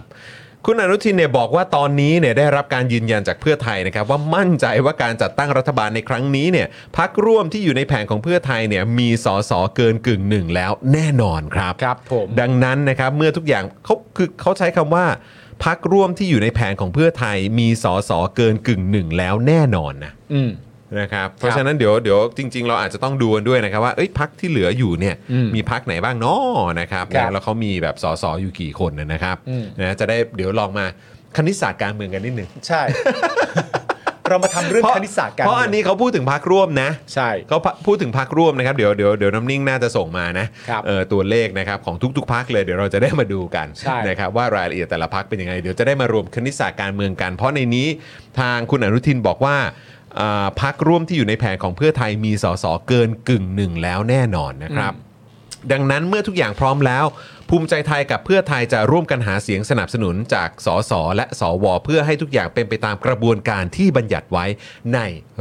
Speaker 1: คุณอนุทินเนี่ยบอกว่าตอนนี้เนี่ยได้รับการยืนยันจากเพื่อไทยนะครับว่ามั่นใจว่าการจัดตั้งรัฐบาลในครั้งนี้เนี่ยพักร่วมที่อยู่ในแผนของเพื่อไทยเนี่ยมีสอสอเกินกึ่งหนึ่งแล้วแน่นอนครับ
Speaker 2: ครับผม
Speaker 1: ดังนั้นนะครับเมื่อทุกอย่างเขาคือเขาใช้คำว่าพักร่วมที่อยู่ในแผนของเพื่อไทยมีสอสอเกินกึ่งหนึ่งแล้วแน่นอนนะ
Speaker 2: อืม
Speaker 1: นะครับเพราะฉะนั้นเดี๋ยวเดี๋ยวจริง ๆ เราอาจจะต้องดูกันด้วยนะครับว่าเอ้ยพักที่เหลืออยู่เนี่ย
Speaker 2: อืม
Speaker 1: มีพักไหนบ้างเนาะนะครับ
Speaker 2: ครับ
Speaker 1: แล้วเขามีแบบสสอยู่กี่คนนะนะครับ
Speaker 2: อืม
Speaker 1: นะจะได้เดี๋ยวลองมาคณิตศาสตร์การเมืองกันนิดนึง
Speaker 2: ใช่ เรามาทำเรื่อง
Speaker 1: เพราะ
Speaker 2: คณิตศาสตร์กัน
Speaker 1: เพราะอันนี้เขาพูดถึงพักร่วมนะ
Speaker 2: ใช่
Speaker 1: เขาพูดถึงพักร่วมนะครับเดี๋ยวเดี๋ยวเดี๋ยวน้ำนิ่งน่าจะส่งมานะครับ เออตัวเลขนะครับของทุกๆพักเลยเดี๋ยวเราจะได้มาดูกัน
Speaker 2: ใช่
Speaker 1: นะครับว่ารายละเอียดแต่ละพักเป็นยังไงเดี๋ยวจะได้มารวมคณิตศาสตร์การเมืองกัน เพราะในนี้ทางคุณอนุทินบอกว่า อ่าพักร่วมที่อยู่ในแผนของเพื่อไทยมีสสเกินกึ่งหนึ่งแล้วแน่นอนนะครับ ดังนั้นเมื่อทุกอย่างพร้อมแล้ว ภูมิใจไทยกับเพื่อไทยจะร่วมกันหาเสียงสนับสนุนจากสสและสวเพื่อให้ทุกอย่างเป็นไปตามกระบวนการที่บัญญัติไว้ใน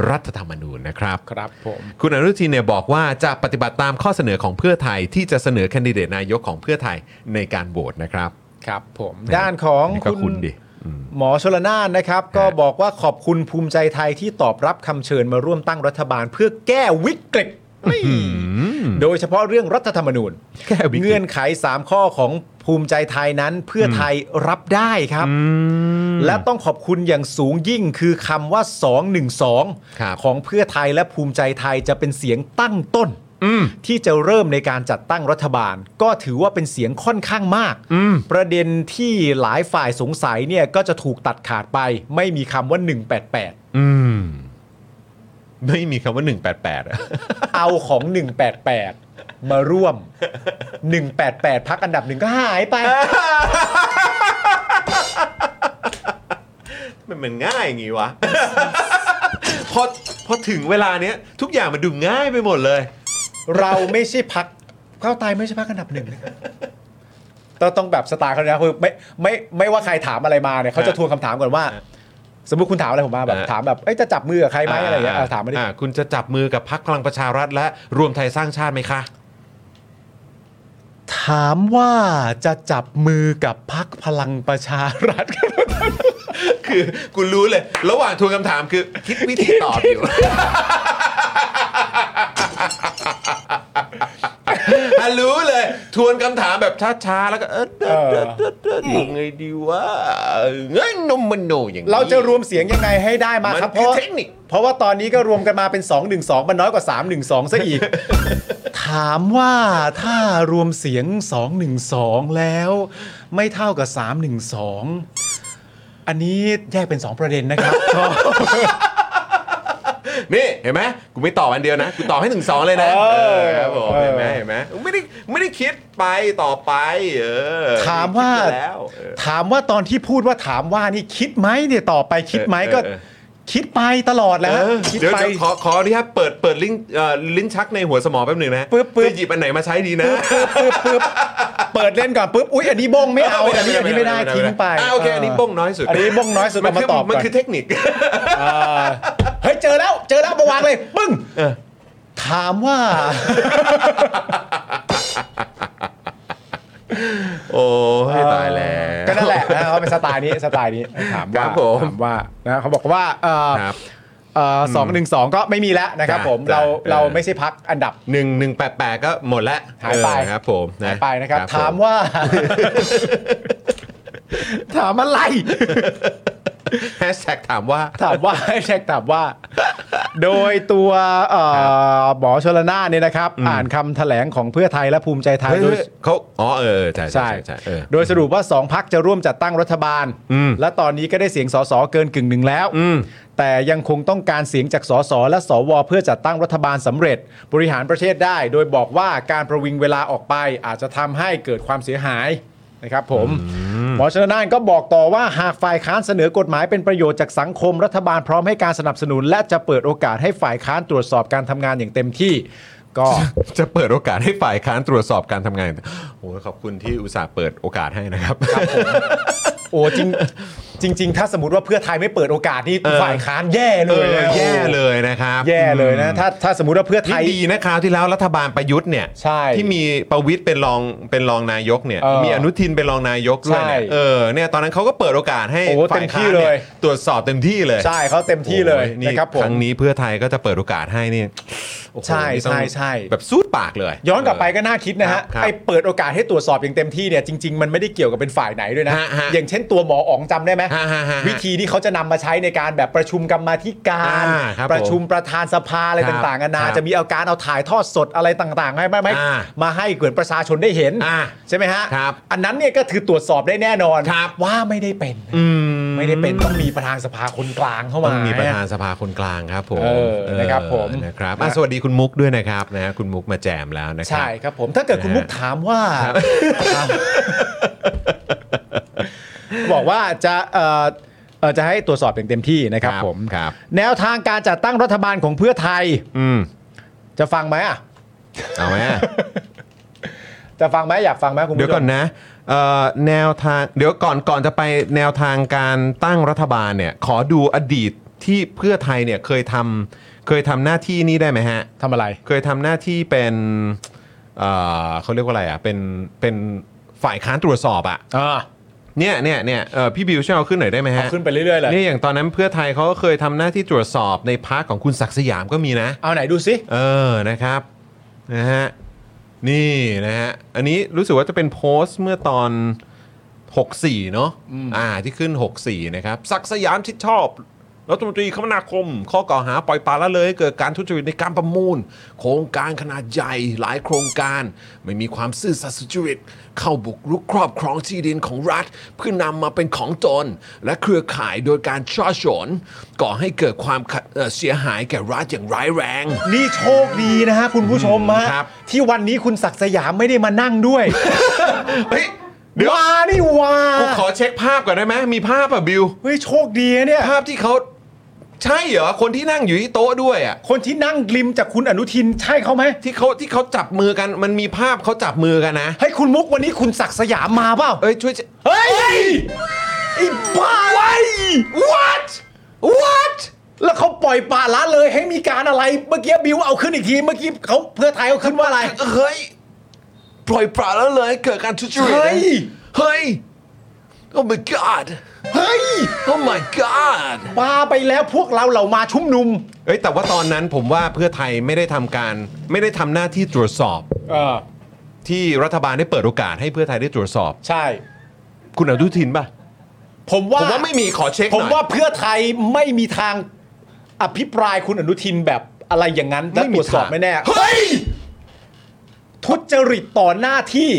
Speaker 1: รัฐธรรมนูญนะครับ
Speaker 2: ครับผม
Speaker 1: คุณอนุทินเนี่ยบอกว่าจะปฏิบัติตามข้อเสนอของเพื่อไทยที่จะเสนอแคนดิเดตนายกของเพื่อไทยในการโหวตนะครับ
Speaker 2: ครับผม ด้านของ
Speaker 1: นี่ก็คุณดิอืม
Speaker 2: หมอชลนานนะครับ ก็บอกว่าขอบคุณภูมิใจไทยที่ตอบรับคำเชิญมาร่วมตั้งรัฐบาลเพื่อแก้วิกฤตโดยเฉพาะเรื่องรัฐธรรมนูญ
Speaker 1: แก้วิกฤต
Speaker 2: เงื่อนไข 3 ข้อของภูมิใจไทยนั้นเพื่อไทยรับได้ครับ และต้องขอบคุณอย่างสูงยิ่งคือคำว่า
Speaker 1: ครับ
Speaker 2: 212 ของเพื่อไทยและภูมิใจไทยจะเป็นเสียงตั้งต้น ที่จะเริ่มในการจัดตั้งรัฐบาล ก็ถือว่าเป็นเสียงค่อนข้างมาก ประเด็นที่หลายฝ่ายสงสัยเนี่ยก็จะถูกตัดขาดไป ไม่มีคำว่า 188
Speaker 1: อืม ไม่มีคำว่า 188อะ
Speaker 2: เอาของ 188 มาร่วม 188 พักอันดับหนึ่งก็หายไป
Speaker 1: มันมันง่ายอย่างงี้วะ พอพอถึงเวลาเนี้ย ทุกอย่างมันดูง่ายไปหมดเลย
Speaker 2: เราไม่ใช่พักก้าวไกลไม่ใช่พักอันดับหนึ่งนะต้องต้องแบบสไตล์เขาเลยนะคือไม่ไม่ไม่ว่าใครถามอะไรมาเนี่ยเขาจะทวนคำถามก่อนว่า สมมติคุณถามอะไรผมมาแบบ
Speaker 1: อ่ะ
Speaker 2: ถามแบบเอ้ยจะจับมือกับใครไหมอะไรอย่างเงี้ยอ่ะถามมาดิ
Speaker 1: อ่คุณจะจับมือกับพักพลังประชารัฐและรวมไทยสร้างชาติไหมคะ
Speaker 2: ถามว่าจะจับมือกับพักพลังประชารัฐ
Speaker 1: คือกูรู้เลย ระหว่างทวนคำถามคือคิดวิธีตอบอยู่ อ่ะรู้เลย ทวนคำถามแบบช้าๆ แล้วก็เออเออเออเออเออยังไงดีวะเงั้นนมมันโนอย่างนี้
Speaker 2: เราจะรวมเสียงยังไงให้ได้มาครับ
Speaker 1: มัน
Speaker 2: เพ
Speaker 1: คือ
Speaker 2: ราะ
Speaker 1: เทคนิค
Speaker 2: เพราะว่าตอนนี้ก็รวมกันมาเป็น 2 1 2 มันน้อยกว่า 3 1 2ซะอีก ถามว่าถ้ารวมเสียง 2 1 2 แล้ว ไม่เท่ากับ 3 1 2 อันนี้แยกเป็น 2 ประเด็นนะครับ ก็
Speaker 1: นี่เห็นไหมกูไม่ตอบอันเดียวนะ กูตอบให้ถึงสองเลยนะเออครับผมเห็นไหมเห็นไหมไม่ได้ไม่ได้คิดไปต่อไปเออ
Speaker 2: ถามว่า
Speaker 1: คิดไปแล้วเออ
Speaker 2: ถามว่าตอนที่พูดว่าถามว่านี่คิดไหมเนี่ยต่อไปคิดไหมก็
Speaker 1: เออเออ
Speaker 2: คิดไปตลอดแหล้ว
Speaker 1: เออ
Speaker 2: คิด
Speaker 1: เดี๋ยว
Speaker 2: ไป
Speaker 1: เดี๋ยวขอขออนุญาตเปิดเปิดลิ้นเอ่อลิ้นชักในหัวสมองแป๊บหนึ่งนะ
Speaker 2: ปึ๊บปึ๊บ
Speaker 1: จะหยิบอันไหนมาใช้ดีนะ
Speaker 2: ปึ๊บปึ๊บปึ๊บเปิดเล่นก่อนปึ๊บอุ๊ยอันนี้บงไม่เอาอันนี้อันนี้ไม่ได้ทิ้งไป
Speaker 1: อ่ะโอเคอันนี้บ้งน้อยสุด
Speaker 2: อันนี้บ้งน้อยสุด
Speaker 1: มัน
Speaker 2: เอามา
Speaker 1: คือ
Speaker 2: ตอบ
Speaker 1: มัน
Speaker 2: ก่อน
Speaker 1: คือเทคนิค
Speaker 2: เออเฮ้ยเจอแล้วเจอแล้วมาวางเลยปึ้ง
Speaker 1: เออ
Speaker 2: ถามว่า
Speaker 1: โอ้ยตายแล้ว
Speaker 2: ก็นั่นแหละนะเขาเป็นสไตล์นี้สไตล์นี้ถาม
Speaker 1: ค
Speaker 2: ว่า
Speaker 1: รับผม
Speaker 2: ถามว่านะเขาบอกว่าเอ่อ
Speaker 1: ครับ
Speaker 2: เอ่อสองหนึ่งสองก็ไม่มีแล้วนะครับผม
Speaker 1: จ้ะ
Speaker 2: เรา
Speaker 1: เออ
Speaker 2: เราไม่ใช่พักอันดับ
Speaker 1: หนึ่งหนึ่งแปดแปดก็หมดละ
Speaker 2: หายไป
Speaker 1: เออครับ ผม
Speaker 2: หายไปนะครับ ถาม
Speaker 1: ผ
Speaker 2: ว่า ถามอะไร
Speaker 1: แฮชแท็กถามว่า
Speaker 2: ถามว่า แท็กถาม ว่า โดยตัวเอ่อหมอชลนานเนี่ยนะครับ อ่านคำแถลงของเพื่อไทยและภูมิใจไทย
Speaker 1: เฮ้ย
Speaker 2: โดย
Speaker 1: เขาอ๋อเออใช่ใช่
Speaker 2: ใช่
Speaker 1: ใช่เออ
Speaker 2: โดยสรุปว่า 2 พักจะร่วมจัดตั้งรัฐบาล
Speaker 1: อืม
Speaker 2: และตอนนี้ก็ได้เสียงสสเกินกึ่งหนึ่งแล้ว
Speaker 1: อืม
Speaker 2: แต่ยังคงต้องการเสียงจากสสและสว เพื่อจัดตั้งรัฐบาลสำเร็จ บริหารประเทศได้ โดยบอกว่าการประวิงเวลาออกไปอาจจะทำให้เกิดความเสียหายนะครับผม หมอชนน่านก็บอกต่อว่าหากฝ่ายค้านเสนอกฎหมายเป็นประโยชน์จากสังคมรัฐบาลพร้อมให้การสนับสนุน และจะเปิดโอกาสให้ฝ่ายค้านตรวจสอบการทำงานอย่างเต็มที่ ก็
Speaker 1: จะเปิดโอกาสให้ฝ่ายค้านตรวจสอบการทำงานโอ้ยขอบคุณที่อุตส่าห์เปิดโอกาสให้นะครับ
Speaker 2: โอ้จริง จริง ๆ ถ้าสมมติว่าเพื่อไทยไม่เปิดโอกาสนี่
Speaker 1: เออ
Speaker 2: ฝ่ายค้านแย่เล
Speaker 1: เอย อ
Speaker 2: นะ
Speaker 1: แย่เลยนะครับ
Speaker 2: แย่เลยนะถ้าถ้าสมมติว่าเพื่อไท
Speaker 1: นี่
Speaker 2: ย
Speaker 1: ดีนะคราวที่แล้วรัฐบาลประยุทธ์เนี่ย
Speaker 2: ใช่
Speaker 1: ที่มีประวิทย์เป็นรองเป็นรองนายกเนี่ย
Speaker 2: เออ
Speaker 1: มีอนุทินเป็นรองนายกด้วยเนี่ย
Speaker 2: ใช่
Speaker 1: เออเนี่ยตอนนั้นเขาก็เปิดโอกาสให้
Speaker 2: โอ้เต็
Speaker 1: ฝ่าย
Speaker 2: มที่
Speaker 1: ค้าน
Speaker 2: เล
Speaker 1: เนี่ย ยตรวจสอบเต็มที่เลย
Speaker 2: ใช่เขาเต็มที่เลย
Speaker 1: โอ้
Speaker 2: นะครับ
Speaker 1: ค
Speaker 2: ผม
Speaker 1: รั้งนี้เพื่อไทยก็จะเปิดโอกาสให้นี่โอ้โห
Speaker 2: ใช่
Speaker 1: นี่ต้อง
Speaker 2: ใช่ใช่
Speaker 1: แบบสู้ปากเลย
Speaker 2: ย้อนกลับไปก็น่าคิดนะฮะ
Speaker 1: ครับ
Speaker 2: ไอเปิดโอกาสให้ตรวจสอบอย่างเต็มที่เนี่ยจริง ๆ มันไม่ได้เกี่ยวกับเป็นฝ่ายไหนด้วยนะ
Speaker 1: ฮะฮะ
Speaker 2: อย่างเช่นตัวหมออ๋องจำได้ไหม
Speaker 1: ฮะฮะฮะ
Speaker 2: วิธีที่เขาจะนำมาใช้ในการแบบประชุมกรรมาธิการ
Speaker 1: อ่าครับ
Speaker 2: ประชุมประธานสภาอะไร
Speaker 1: ครับ
Speaker 2: ต่างๆนานา
Speaker 1: ครับ
Speaker 2: จะมีเอาการเอาถ่ายทอดสดอะไรต่างๆให้ไม่ไม่
Speaker 1: อ่า
Speaker 2: มาให้เกิดประชาชนได้เห็น
Speaker 1: อ่า
Speaker 2: ใช่ไหมฮะ
Speaker 1: ครับ
Speaker 2: อันนั้นเนี่ยก็คือตรวจสอบได้แน่นอน
Speaker 1: ครับ
Speaker 2: ว่าไม่ได้เป็น
Speaker 1: อืม
Speaker 2: ไม่ได้เป็นต้องมีประธานสภาคนกลางเข้ามา
Speaker 1: ต้องมีประธานสภาคนกลางครับผม
Speaker 2: เออนะครับผม
Speaker 1: เออนะครับอ่ะสวัสดีคุณมุกด้วยนะครับนะฮะคุณมุกมาแจมแล้วนะครั
Speaker 2: ใช่ครับผมถ้าเกิดคุณมุกถามว่า ถามบอกว่าจะเอ่อ เอ่อจะให้ตรวจสอบอย่างเต็มที่นะครับผม
Speaker 1: ครับ
Speaker 2: แนวทางการจัดตั้งรัฐบาลของเพื่อไทย
Speaker 1: อืม
Speaker 2: จะฟังไหมอ่ะ
Speaker 1: เอาไหมอะ
Speaker 2: จะฟังไหมอยากฟังไหมคุณผู้ชม
Speaker 1: เดี๋ยวก่อนนะเอ่อแนวทางเดี๋ยวก่อนก่อนจะไปแนวทางการตั้งรัฐบาลเนี่ยขอดูอดีตที่เพื่อไทยเนี่ยเคยทำเคยทำหน้าที่นี้ได้ไหมฮะ
Speaker 2: ทำอะไร
Speaker 1: เคยทำหน้าที่เป็นเอ่อเขาเรียกว่าอะไรอ่ะเป็นเป็นฝ่ายค้านตรวจสอบอ่ะ
Speaker 2: อ่า
Speaker 1: เนี่ยเนี่ยเนี่ยเอ่อพี่บิวช่วยเอาขึ้นหน่อยได้ไหม
Speaker 2: เอา
Speaker 1: ฮะ
Speaker 2: ขึ้นไปเรื่อยๆ เลย
Speaker 1: นี่อย่างตอนนั้นเพื่อไทยเขาก็เคยทำหน้าที่ตรวจสอบในพาร์ทของคุณศักดิ์สยามก็มีนะ
Speaker 2: เอาไหนดูสิ
Speaker 1: เออ นะครับ นะฮะ นี่นะฮะ อันนี้รู้สึกว่าจะเป็นโพสต์เมื่อตอน 64 เนอะอ่า ที่ขึ้น 64 นะครับ ศักดิ์สยามชิดชอบรัฐมนตรีคมนาคม ข้อกล่าวหาปล่อยปละละเลยให้เกิดการทุจริตในการประมูล โครงการขนาดใหญ่หลายโครงการ ไม่มีความซื่อสัตย์สุจริต เข้าบุกรุกครอบครองที่ดินของรัฐ เพื่อนำมาเป็นของตน และเครือข่ายโดยการช่อฉนก่อให้เกิดความขัดเอ่อเสียหายแก่รัฐอย่างร้ายแรง
Speaker 2: นี่โชคดีนะฮะคุณผู้ชมฮะ
Speaker 1: ครับ
Speaker 2: ที่วันนี้คุณศักดิ์สยามไม่ได้มานั่งด้วย
Speaker 1: เฮ้ยเดี๋ยว
Speaker 2: ว่านี่ว่า
Speaker 1: กูขอเช็คภาพก่อนได้ไหมมีภาพอ่ะบิว
Speaker 2: เฮ้ยโชคดีนะเนี่ย
Speaker 1: ภาพที่เขาใช่เหรอ คนที่นั่งอยู่ที่โต๊ะด้วยอ่ะ
Speaker 2: คนที่นั่งริมจากคุณอนุทินใช่เขาไหม
Speaker 1: ที่เขาที่เขาจับมือกันมันมีภาพเขาจับมือกันนะ
Speaker 2: ให้ยคุณมุกวันนี้คุณศักดิ์สยามมาเปล่า
Speaker 1: เอ้ยช่วยเช็ค
Speaker 2: เฮ้ยไอ้บ้า
Speaker 1: what what
Speaker 2: แล้วเขาปล่อยปละละเลยให้มีการอะไรเมื่อกี้บิวเอาขึ้นอีกทีเมื่อกี้เขาเพื่อไทยเอาขึ้นว่าอะไร
Speaker 1: เฮ้ย ปล่อยปละแล้วเลยเกิดการทุจริตนะ
Speaker 2: เฮ้ย
Speaker 1: เฮ้ย oh my god
Speaker 2: เฮ้ย
Speaker 1: oh my god
Speaker 2: ปาไปแล้วพวกเราเหล่ามาชุมนุม
Speaker 1: เอ้ยแต่ว่าตอนนั้นผมว่าเพื่อไทยไม่ได้ทำการไม่ได้ทำหน้าที่ตรวจสอบ
Speaker 2: เออ
Speaker 1: ที่รัฐบาลได้เปิดโอกาสให้เพื่อไทยได้ตรวจสอบ
Speaker 2: ใช่
Speaker 1: คุณอนุทินป่ะ
Speaker 2: ผมว่า
Speaker 1: ผมว่าไม่มีขอเช็คห
Speaker 2: ผ
Speaker 1: น่อย
Speaker 2: มว่าเพื่อไทยไม่มีทางอภิปรายคุณอนุทินแบบอะไรอย่างนั้นและ
Speaker 1: ไม่มี
Speaker 2: ตรวจสอบ
Speaker 1: ทาง
Speaker 2: ไม่แน่เฮ้ย ทุจริตต่อหน้าที่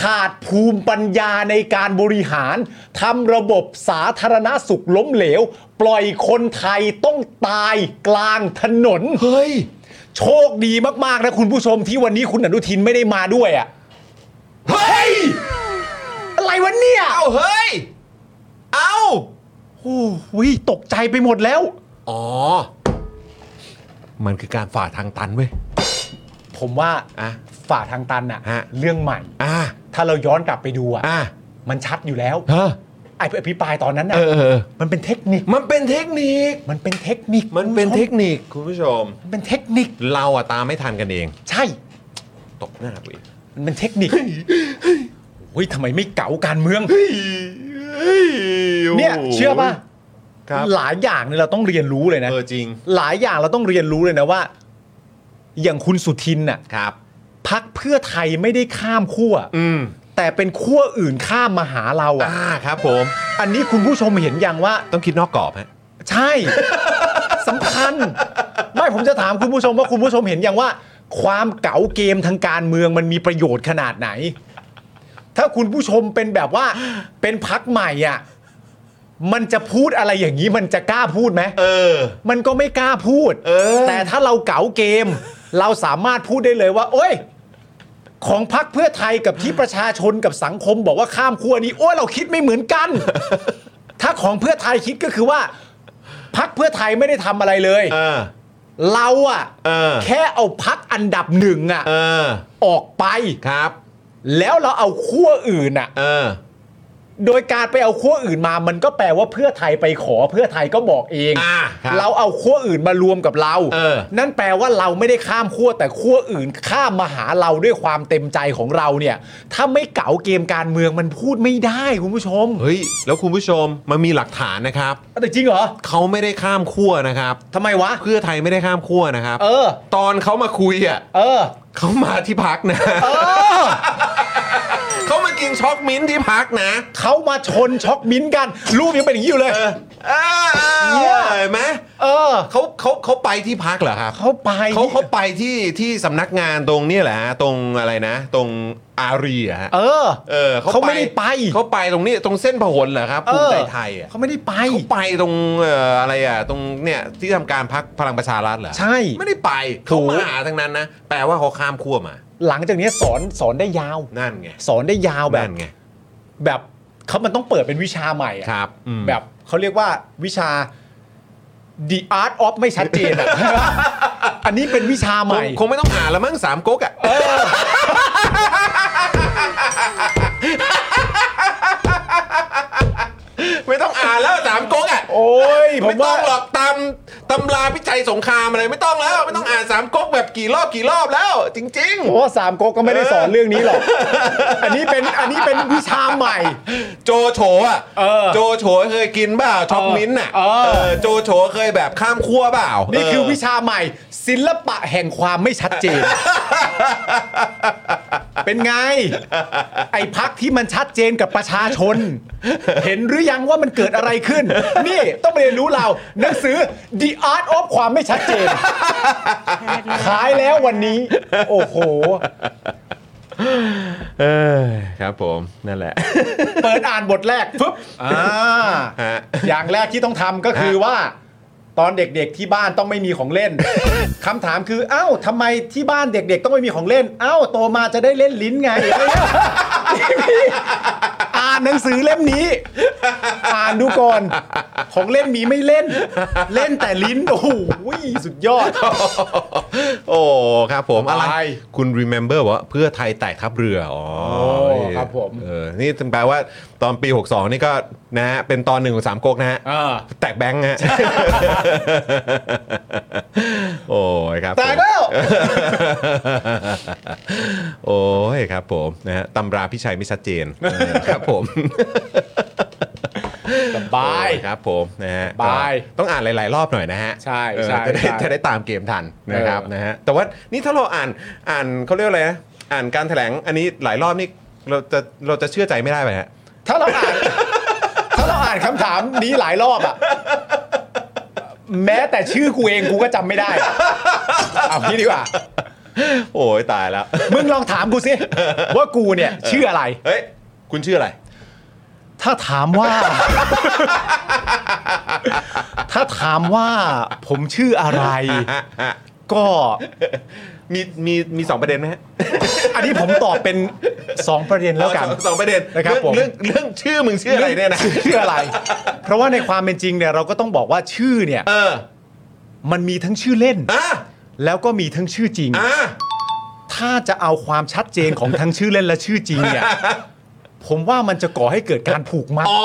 Speaker 2: ขาดภูมิปัญญาในการบริหารทำระบบสาธารณสุขล้มเหลว ปล่อยคนไทยต้องตายกลางถนน
Speaker 1: เฮ้ย
Speaker 2: โชคดีมาก ๆ นะคุณผู้ชมที่วันนี้คุณอนุทินไม่ได้มาด้วยอะ่ะ
Speaker 1: เฮ้ย
Speaker 2: อะไรวะเนี่ย
Speaker 1: เอาเฮ้ย เอา
Speaker 2: โอ้โหตกใจไปหมดแล้ว
Speaker 1: อ๋อ มันคือการฝ่าทางตันเว้ย
Speaker 2: ผมว่า
Speaker 1: อ่ะ
Speaker 2: ฝ่าทางตัน
Speaker 1: ฮะ
Speaker 2: อะ่ะ เรื่องใหม่
Speaker 1: อ่า
Speaker 2: ถ้าเราย้อนกลับไปดู
Speaker 1: อ่า
Speaker 2: อะ่ะ มันชัดอยู่แล้ว
Speaker 1: เออ
Speaker 2: ไอ้อภิปรายตอนนั้น
Speaker 1: เออเออ
Speaker 2: มันเป็นเทคนิค
Speaker 1: มันเป็นเทคนิค
Speaker 2: มันเป็นเทคนิค
Speaker 1: มันเป็นเทคนิค คุณผู้ชม
Speaker 2: มันเป็นเทคนิค
Speaker 1: เราอะตามไม่ทันกันเอง
Speaker 2: ใช่
Speaker 1: ตกหน้ากูเอง
Speaker 2: มันเป็นเทคนิคเฮ้ยทำไมไม่เก๋าการเมือง เนี่ย เชื่อป่ะ
Speaker 1: ครับ
Speaker 2: หลายอย่างเนี่ยเราต้องเรียนรู้เลยนะ
Speaker 1: เออจริง
Speaker 2: หลายอย่างเราต้องเรียนรู้เลยนะว่า อย่างคุณสุทินน่ะ
Speaker 1: ครับ
Speaker 2: พักเพื่อไทยไม่ได้ข้ามขั้ว
Speaker 1: อืม
Speaker 2: แต่เป็นขั้วอื่นข้ามมาหาเราอ่ะ
Speaker 1: อ่า ครับผม
Speaker 2: อันนี้คุณผู้ชมเห็นยังว่า
Speaker 1: ต้องคิดนอกกรอบฮะ
Speaker 2: ใช่ สำคัญ ไม่ผมจะถามคุณผู้ชมว่าคุณผู้ชมเห็นยังว่า ความเก๋าเกมทางการเมืองมันมีประโยชน์ขนาดไหน ถ้าคุณผู้ชมเป็นแบบว่าเป็นพักใหม่อ่ะมันจะพูดอะไรอย่างนี้มันจะกล้าพูดไหม
Speaker 1: เออ
Speaker 2: มันก็ไม่กล้าพูด
Speaker 1: เออ
Speaker 2: แต่ถ้าเราเก๋าเกม เราสามารถพูดได้เลยว่า โอ้ย ของพักเพื่อไทยกับที่ประชาชนกับสังคมบอกว่าข้ามขั้วนี้ โอ้ยเราคิดไม่เหมือนกัน ถ้าของเพื่อไทยคิดก็คือว่า พักเพื่อไทยไม่ได้ทำอะไรเลย
Speaker 1: เออ
Speaker 2: เราอะ
Speaker 1: เออ
Speaker 2: แค่เอาพักอันดับหนึ่งอะ
Speaker 1: เออ
Speaker 2: ออกไป
Speaker 1: ครับ
Speaker 2: แล้วเราเอาขั้วอื่นอะ
Speaker 1: เออ
Speaker 2: โดยการไปเอาขั้วอื่นมา มันก็แปลว่าเพื่อไทยไปขอเพื่อไทยก็บอกเอง
Speaker 1: อ่าครับ
Speaker 2: เราเอาขั้วอื่นมารวมกับเรา
Speaker 1: เออ
Speaker 2: นั่นแปลว่าเราไม่ได้ข้ามขั้วแต่ขั้วอื่นข้ามมาหาเราด้วยความเต็มใจของเราเนี่ย ถ้าไม่เก๋าเกมการเมืองมันพูดไม่ได้คุณผู้ชม
Speaker 1: เฮ้ย แล้วคุณผู้ชม มันมีหลักฐานนะครับ
Speaker 2: แต่จริงเหรอ
Speaker 1: เขาไม่ได้ข้ามขั้วนะครับ
Speaker 2: ทำไมวะ
Speaker 1: เพื่อไทยไม่ได้ข้ามขั้วนะครับ
Speaker 2: เออ
Speaker 1: ตอนเขามาคุยอ่ะ
Speaker 2: เออ
Speaker 1: เขามาที่พักนะ เขามากินช็อกมิ้นท์ที่พักนะ
Speaker 2: เขามาชนช็อกมิ้นท์กัน รูปยังเป็นอย่างนี้อยู่เลย
Speaker 1: เออเออ
Speaker 2: เนี่ย
Speaker 1: เห็นไหม
Speaker 2: เออ
Speaker 1: เขาเขาเขาไปที่พักเหรอครับ
Speaker 2: เขาไป
Speaker 1: เขาเขาไปที่ที่สำนักงานตรงเนี่ยแหละฮะตรงอะไรนะ ตรงอารีอะฮะ
Speaker 2: เออ
Speaker 1: เออ
Speaker 2: เขาไม่ได้ไป
Speaker 1: เขาไปตรงนี้ตรงเส้นพหลเหรอครับภูมิใจไทยอ่ะ
Speaker 2: เขาไม่ได้ไป
Speaker 1: เขาไปตรงเอ่ออะไรอ่ะตรงเนี่ยที่ทำการพักพลังประชารัฐเหรอ
Speaker 2: ใช่
Speaker 1: ไม่ได้ไป
Speaker 2: ถู
Speaker 1: เขา
Speaker 2: ก
Speaker 1: มาหาทั้งนั้นนะแปลว่าเขาข้ามขั้วมา
Speaker 2: หลังจากเนี้ยสอนสอนได้ยาว
Speaker 1: นั่นไง
Speaker 2: สอนได้ยาวแบบ
Speaker 1: นั่นไง
Speaker 2: แบบเขามันต้องเปิดเป็นวิชาใหม่อะ
Speaker 1: ครับอืม
Speaker 2: แบบ เขาเรียกว่าวิชา the art of ไม่ชัดเจนอะ อันนี้เป็นวิชา
Speaker 1: คง
Speaker 2: ใหม่
Speaker 1: คงไม่ต้องอ่านแล้วมั้งสามก๊กอ่ะ ไม่ต้องอ่านแล้วสามก๊กอ่ะ
Speaker 2: โอ้ยผ
Speaker 1: ไม่
Speaker 2: ม
Speaker 1: ต้
Speaker 2: ว่า
Speaker 1: องหรอกตามตำราพิชัยสงครามอะไรไม่ต้องแล้วไม่ต้องอ่านสามก๊กแบบกี่รอบกี่รอบแล้ว จริง
Speaker 2: เพราะว่าสามก๊กก็ไม่ได้สอนเรื่องนี้หร อก อันนี้เป็นอันนี้เป็นวิชาใหม่
Speaker 1: ๆ โจโฉอ่ะ
Speaker 2: เออ
Speaker 1: โจโฉเคยกินเปล่าช็อกมิ้นท์อ่ะ
Speaker 2: เออ
Speaker 1: เออโจโฉเคยแบบข้ามขั้วเปล่า
Speaker 2: นี่
Speaker 1: นี่
Speaker 2: คือวิชาใหม่ ศิลปะแห่งความไม่ชัดเจน เป็นไง ไอ้พักที่มันชัดเจนกับประชาชน เห็นหรือยังว่ามันเกิดอะไรขึ้น นี่ต้องไปเรียนรู้เราหนังสือ The Art of ความไม่ชัดเจน ขายแล้ววันนี้ โอ้โห
Speaker 1: เออครับผมนั่นแหละ
Speaker 2: เปิดอ่านบทแรกฟึบอ่า
Speaker 1: ฮะ
Speaker 2: อย่างแรกที่ต้องทำก็คือว่า ตอนเด็กๆที่บ้านต้องไม่มีของเล่น คำถามคือ เอ้าทำไมที่บ้านเด็ก ๆ ต้องไม่มีของเล่น เอ้าโตมาจะได้เล่นลิ้นไง อ่านหนังสือเล่มนี้ อ่านดูก่อน ของเล่นมีไม่เล่น เล่นแต่ลิ้น โอ้โหสุดยอด
Speaker 1: โอ้ครับผมอะไร
Speaker 2: ตาย
Speaker 1: คุณ remember ว่าเพื่อไทยแตกทับเรืออ๋อ
Speaker 2: โอ้ครับผม
Speaker 1: เออนี่ถึงแปลว่าตอนปี 62 นี่ก็นะฮะเป็นตอนหนึ่งของสามก๊กนะฮะ
Speaker 2: เออ
Speaker 1: แตกแบงค์ ฮะ โอ้ยครับผม
Speaker 2: แตกแล้ว
Speaker 1: โอ้ยครับผมนะฮะตำราพิชัยไม่ชัดเจนเออครับผม
Speaker 2: สบาย
Speaker 1: โอ้ครับผมนะฮะ
Speaker 2: บาย
Speaker 1: ก็ต้องอ่านหลาย ๆ รอบหน่อยนะฮะ
Speaker 2: ใช่
Speaker 1: เออ
Speaker 2: ใช่
Speaker 1: จะได้
Speaker 2: ใช่
Speaker 1: จะได้ตามเกมทันนะครับ
Speaker 2: เออ
Speaker 1: นะฮะแต่ว่านี่ถ้าเราอ่านอ่านเขาเรียกอะไรนะอ่านการแถลงอันนี้หลายรอบนี่เราจะเราจะเชื่อใจไม่ได้ไปฮะ
Speaker 2: ถ้าเราอ่าน ถ้าเราอ่านคำถามนี้หลายรอบอะแม้แต่ชื่อกูเองกูก็จำไม่ได้อะเอางี้ดีกว่า
Speaker 1: โอ้ยตายแล้ว
Speaker 2: มึงลองถามกูสิว่ากูเนี่ย ชื่ออะไร
Speaker 1: เฮ้ยคุณชื่ออะไร
Speaker 2: ถ้าถามว่า ถ้าถามว่าผมชื่ออะไร ก็
Speaker 1: มีมีมีสองประเด็นไหมฮะ
Speaker 2: อันนี้ผมตอบเป็นสองประเด็นแล้วกัน
Speaker 1: เอาสองสองประเด็น
Speaker 2: นะครับ
Speaker 1: เรื่อง
Speaker 2: ผม
Speaker 1: เรื่องเรื่องชื่อมึงชื่ออะไรเนี่ยนะ
Speaker 2: ชื่ออะไร เพราะว่าในความเป็นจริงเนี่ยเราก็ต้องบอกว่าชื่อเนี่ย
Speaker 1: เออ
Speaker 2: มันมีทั้งชื่อเล่น
Speaker 1: อ่ะ
Speaker 2: แล้วก็มีทั้งชื่อจริง
Speaker 1: อ่ะ
Speaker 2: ถ้าจะเอาความชัดเจนของทั้งชื่อเล่นและชื่อจริง เนี่ย ผมว่ามันจะก่อให้เกิดการผูกมัด
Speaker 1: อ๋อ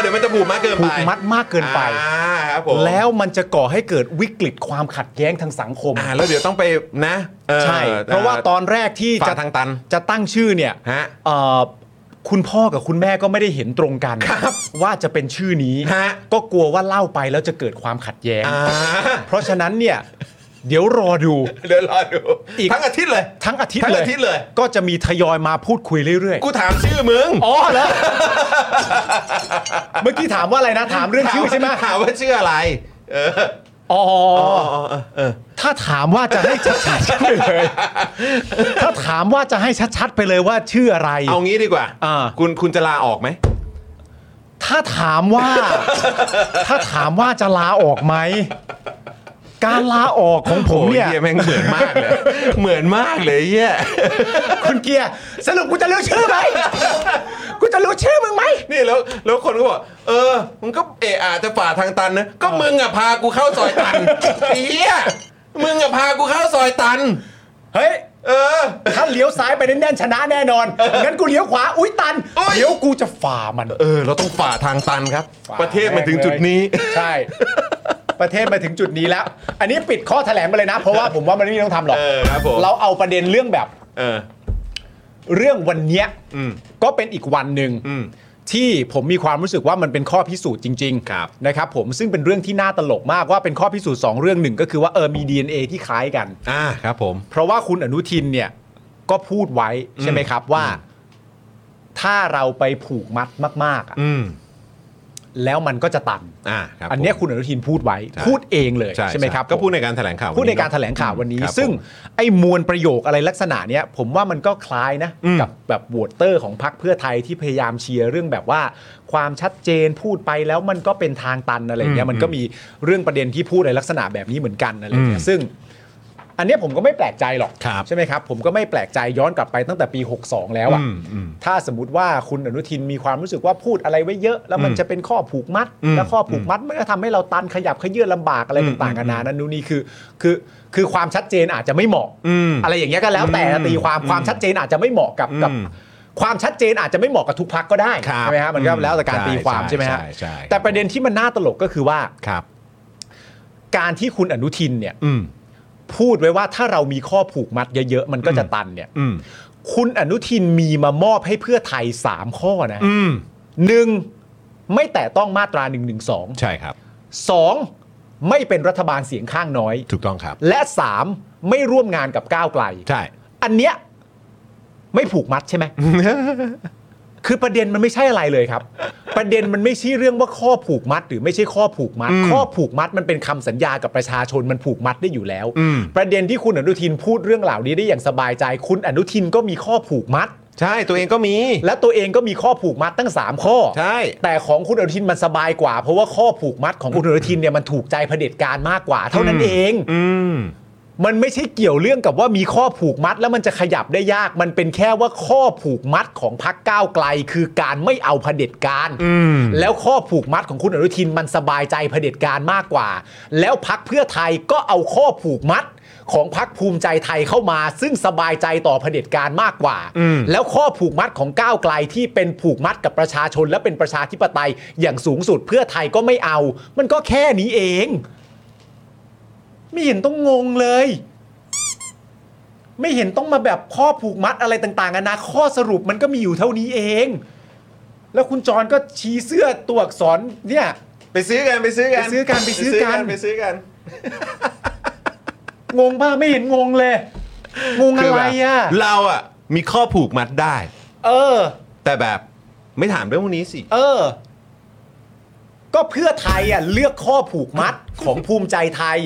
Speaker 1: เดี๋ยวมันจะผูกมัดเกิน
Speaker 2: ผู
Speaker 1: ไป
Speaker 2: กมัดมากเกินไป
Speaker 1: อ่าครับผม
Speaker 2: แล้วมันจะก่อให้เกิดวิกฤตความขัดแย้งทางสังคม
Speaker 1: อ่าแล้วเดี๋ยวต้องไปนะออ
Speaker 2: ใช่ เพราะว่าตอนแรกที่
Speaker 1: ฝั่
Speaker 2: จะ
Speaker 1: งทางตัน
Speaker 2: จะตั้งชื่อเนี่ย
Speaker 1: ฮะ
Speaker 2: เอ่อคุณพ่อกับคุณแม่ก็ไม่ได้เห็นตรงกัน
Speaker 1: ครับ
Speaker 2: ว่าจะเป็นชื่อนี้
Speaker 1: ฮะ
Speaker 2: ก็กลัวว่าเล่าไปแล้วจะเกิดความขัดแย้ง
Speaker 1: อ่า
Speaker 2: เพราะฉะนั้นเนี่ย เดี๋ยวรอดู
Speaker 1: เดี๋ยวรอดู
Speaker 2: อีก
Speaker 1: ทั้งอาทิตย์เลย
Speaker 2: ทั้งอาทิต
Speaker 1: ทั้ง
Speaker 2: ย์เลย
Speaker 1: อาทิตย์เลย
Speaker 2: ก็จะมีทยอยมาพูดคุยเรื่อยๆ
Speaker 1: กูถามชื่อมึง
Speaker 2: อ๋อเหรอ เมื่อกี้ถามว่าอะไรนะ ถามเรื่องชื่อใช่ไหม
Speaker 1: ถามว่าชื่ออะไร เออ
Speaker 2: อ๋อ
Speaker 1: อ๋อเออเออ
Speaker 2: ถ้าถามว่าจะให้ชัดๆไปเลย ถ้าถามว่าจะให้ชัดๆไปเลยว่าชื่ออะไร
Speaker 1: เอางี้ดีกว่า
Speaker 2: อ่า
Speaker 1: คุณคุณจะลาออกไหม
Speaker 2: ถ้าถามว่า ถ้าถามว่าจะลาออกไหม การลาออกของผมเนี่ย
Speaker 1: โอ้หี้แม่งเหมือนมากเลย เหมือนมากเลยเฮีย
Speaker 2: คุณเกียร์สรุปกูจะรู้ชื่อ ไหมกูจะรู้ชื่อมึงไหม
Speaker 1: นี่แล้วแล้วคนก็บอกเออมึงก็เอะอาจจะฝ่าทางตันนะก็มึงอ่ะพากูเข้าซอยตันเฮียมึงอ่ะพากูเข้าซอยตัน
Speaker 2: เฮ้ย
Speaker 1: เออ
Speaker 2: ถ้าเลี้ยวซ้ายไปแน่นๆชนะแน่นอน งั้นกูเลี้ยวขวา อุ้ยตัน
Speaker 1: อุ๊ย
Speaker 2: เดี๋ยวกูจะฝ่ามัน
Speaker 1: เออ เราต้องฝ่าทางตันครับ ประเทศมาถึงจุดนี้
Speaker 2: ใช่ ประเทศมาถึงจุดนี้แล้ว อันนี้ปิดข้อแถลงไปเลยนะ เพราะว่าผมว่ามันไม่ต้องทำหรอก
Speaker 1: เออครับผม
Speaker 2: เราเอาประเด็นเรื่องแบบ
Speaker 1: เออ
Speaker 2: เรื่องวันเนี้ย
Speaker 1: อืม
Speaker 2: ก็เป็นอีกวันหนึ่ง
Speaker 1: อืม
Speaker 2: ที่ผมมีความรู้สึกว่ามันเป็นข้อพิสูจน์จริง
Speaker 1: ครับ
Speaker 2: นะครับผมซึ่งเป็นเรื่องที่น่าตลกมากว่าเป็นข้อพิสูจน์สองเรื่องหนึ่งก็คือว่าเออมี DNA ที่คล้ายกัน
Speaker 1: อ่าครับผม
Speaker 2: เพราะว่าคุณอนุทินเนี่ยก็พูดไว้ใช่ไหมครับว่า ถ้าเราไปผูกมัดมากๆอะ
Speaker 1: อืม
Speaker 2: แล้วมันก็จะตัน
Speaker 1: อ่าครับ
Speaker 2: อันเนี้ย
Speaker 1: ผม
Speaker 2: คุณอนุทินพูดไว้
Speaker 1: ใช่
Speaker 2: พูดเองเลย
Speaker 1: ใช่
Speaker 2: ใช่ไหมครับ
Speaker 1: ก็พูดในการแถลงข่าว
Speaker 2: พูดในการแถลงข่าววันนี้ ซึ่งไอ้มวลประโยคอะไรลักษณะเนี้ยผมว่ามันก็คล้ายนะ กับแบบโหวตเตอร์ของพรรคเพื่อไทยที่พยายามเชียร์เรื่องแบบว่า ความชัดเจนพูดไปแล้วมันก็เป็นทางตันอะไรเงี้ยมันก็มีเรื่องประเด็นที่พูดในลักษณะแบบนี้เหมือนกันอะไรเงี้ยซึ่ง อันเนี้ยผมก็ไม่แปลกใจหรอก
Speaker 1: ครับ
Speaker 2: ใช่ไหมครับ ผมก็ไม่แปลกใจย้อนกลับไปตั้งแต่ปี 62 แล้วอะ
Speaker 1: อืมอืม
Speaker 2: ถ้าสมมติว่าคุณอนุทินมีความรู้สึกว่าพูดอะไรไว้เยอะ แล้วมัน
Speaker 1: อืม
Speaker 2: จะเป็นข้อผูกมัด
Speaker 1: อืม
Speaker 2: แล้วข้อผูกมัดมันก็ทำให้เราตันขยับขยื่นลำบากอะไร
Speaker 1: อืม
Speaker 2: ต่างๆกันานานั่นนู่นนี่คือคือคือความชัดเจนอาจจะไม่เหมาะ
Speaker 1: อืม
Speaker 2: อะไรอย่างเงี้ยก็แล้วแต่
Speaker 1: อืม
Speaker 2: ตีความความชัดเจนอาจจะไม่เหมาะกับกับ
Speaker 1: อืม
Speaker 2: ความชัดเจนอาจจะไม่เหมาะกับทุกพักก็ได้
Speaker 1: ครับ
Speaker 2: ใช่ไหมฮะมันก็
Speaker 1: อืม
Speaker 2: แล้วแต่การ
Speaker 1: ใช่
Speaker 2: ตีความ
Speaker 1: ใช่
Speaker 2: ใช่ไหมฮะ
Speaker 1: ใช่ใช่
Speaker 2: แต่ประเด็นที่มันน่าตลกก็คือว่า
Speaker 1: ครับ
Speaker 2: การที่คุณอนุทินเนี่ย
Speaker 1: อืม
Speaker 2: พูดไว้ว่าถ้าเรามีข้อผูกมัดเยอะๆ มันก็จะตันเนี่ย
Speaker 1: อืม
Speaker 2: คุณอนุทินมีมามอบให้เพื่อไทย 3 ข้อนะ
Speaker 1: อืม
Speaker 2: หนึ่งไม่แต่ต้องมาตรา1นึ
Speaker 1: ใช่ครับ
Speaker 2: สองไม่เป็นรัฐบาลเสียงข้างน้อย
Speaker 1: ถูกต้องครับ
Speaker 2: และ 3 ไม่ร่วมงานกับก้าวไกล
Speaker 1: ใช่
Speaker 2: อันเนี้ยไม่ผูกมัดใช่ไหม คือประเด็นมันไม่ใช่อะไรเลยครับ ประเด็นมันไม่ใช่เรื่องว่าข้อผูกมัด หรือไม่ใช่ข้อผูกมัด
Speaker 1: อืม
Speaker 2: ข้อผูกมัดมันเป็นคำสัญญากับประชาชนมันผูกมัดได้อยู่แล้ว
Speaker 1: อืม
Speaker 2: ประเด็นที่คุณอนุทินพูดเรื่องเหล่านี้ได้อย่างสบายใจ คุณอนุทินก็มีข้อผูกมัด
Speaker 1: ใช่ตัวเองก็มี
Speaker 2: และตัวเองก็มีข้อผูกมัดตั้ง 3 ข้อ
Speaker 1: ใช่
Speaker 2: แต่ของคุณอนุทินมันสบายกว่า เพราะว่าข้อผูกมัดของคุณอนุทินเนี่ยมันถูกใจเผด็จการมากกว่า เท่านั้นเอง
Speaker 1: อืม
Speaker 2: มันไม่ใช่เกี่ยวเรื่องกับว่ามีข้อผูกมัดแล้วมันจะขยับได้ยาก มันเป็นแค่ว่าข้อผูกมัดของพักก้าวไกล คือการไม่เอาเผด็จการ
Speaker 1: อืม
Speaker 2: แล้วข้อผูกมัดของคุณอนุทินมันสบายใจเผด็จการมากกว่า แล้วพักเพื่อไทยก็เอาข้อผูกมัดของพักภูมิใจไทยเข้ามา ซึ่งสบายใจต่อเผด็จการมากกว่า
Speaker 1: อืม
Speaker 2: แล้วข้อผูกมัดของก้าวไกลที่เป็นผูกมัดกับประชาชนและเป็นประชาธิปไตยอย่างสูงสุดเพื่อไทยก็ไม่เอา มันก็แค่นี้เอง ไม่เห็นต้องงงเลย ไม่เห็นต้องมาแบบข้อผูกมัดอะไรต่างๆนานาข้อสรุปมันก็มีอยู่เท่านี้เอง แล้วคุณจรก็ชี้เสื้อตัวอักษรเนี่ย
Speaker 1: ไปซื้อกัน ไปซื้อกัน
Speaker 2: ไปซื้อกันไปซื้อกัน
Speaker 1: ไปซื้อกัน
Speaker 2: งงป่ะไม่เห็นงงเลย งง
Speaker 1: คื
Speaker 2: อะไร
Speaker 1: แบบ
Speaker 2: อ่ะ
Speaker 1: เราอ่ะ มีข้อผูกมัดได้
Speaker 2: เออ
Speaker 1: แต่แบบไม่ถามเรื่องพวกนี้สิ
Speaker 2: เออ ก็เพื่อไทยอ่ะเลือกข้อผูก มัดของภูมิใจไทย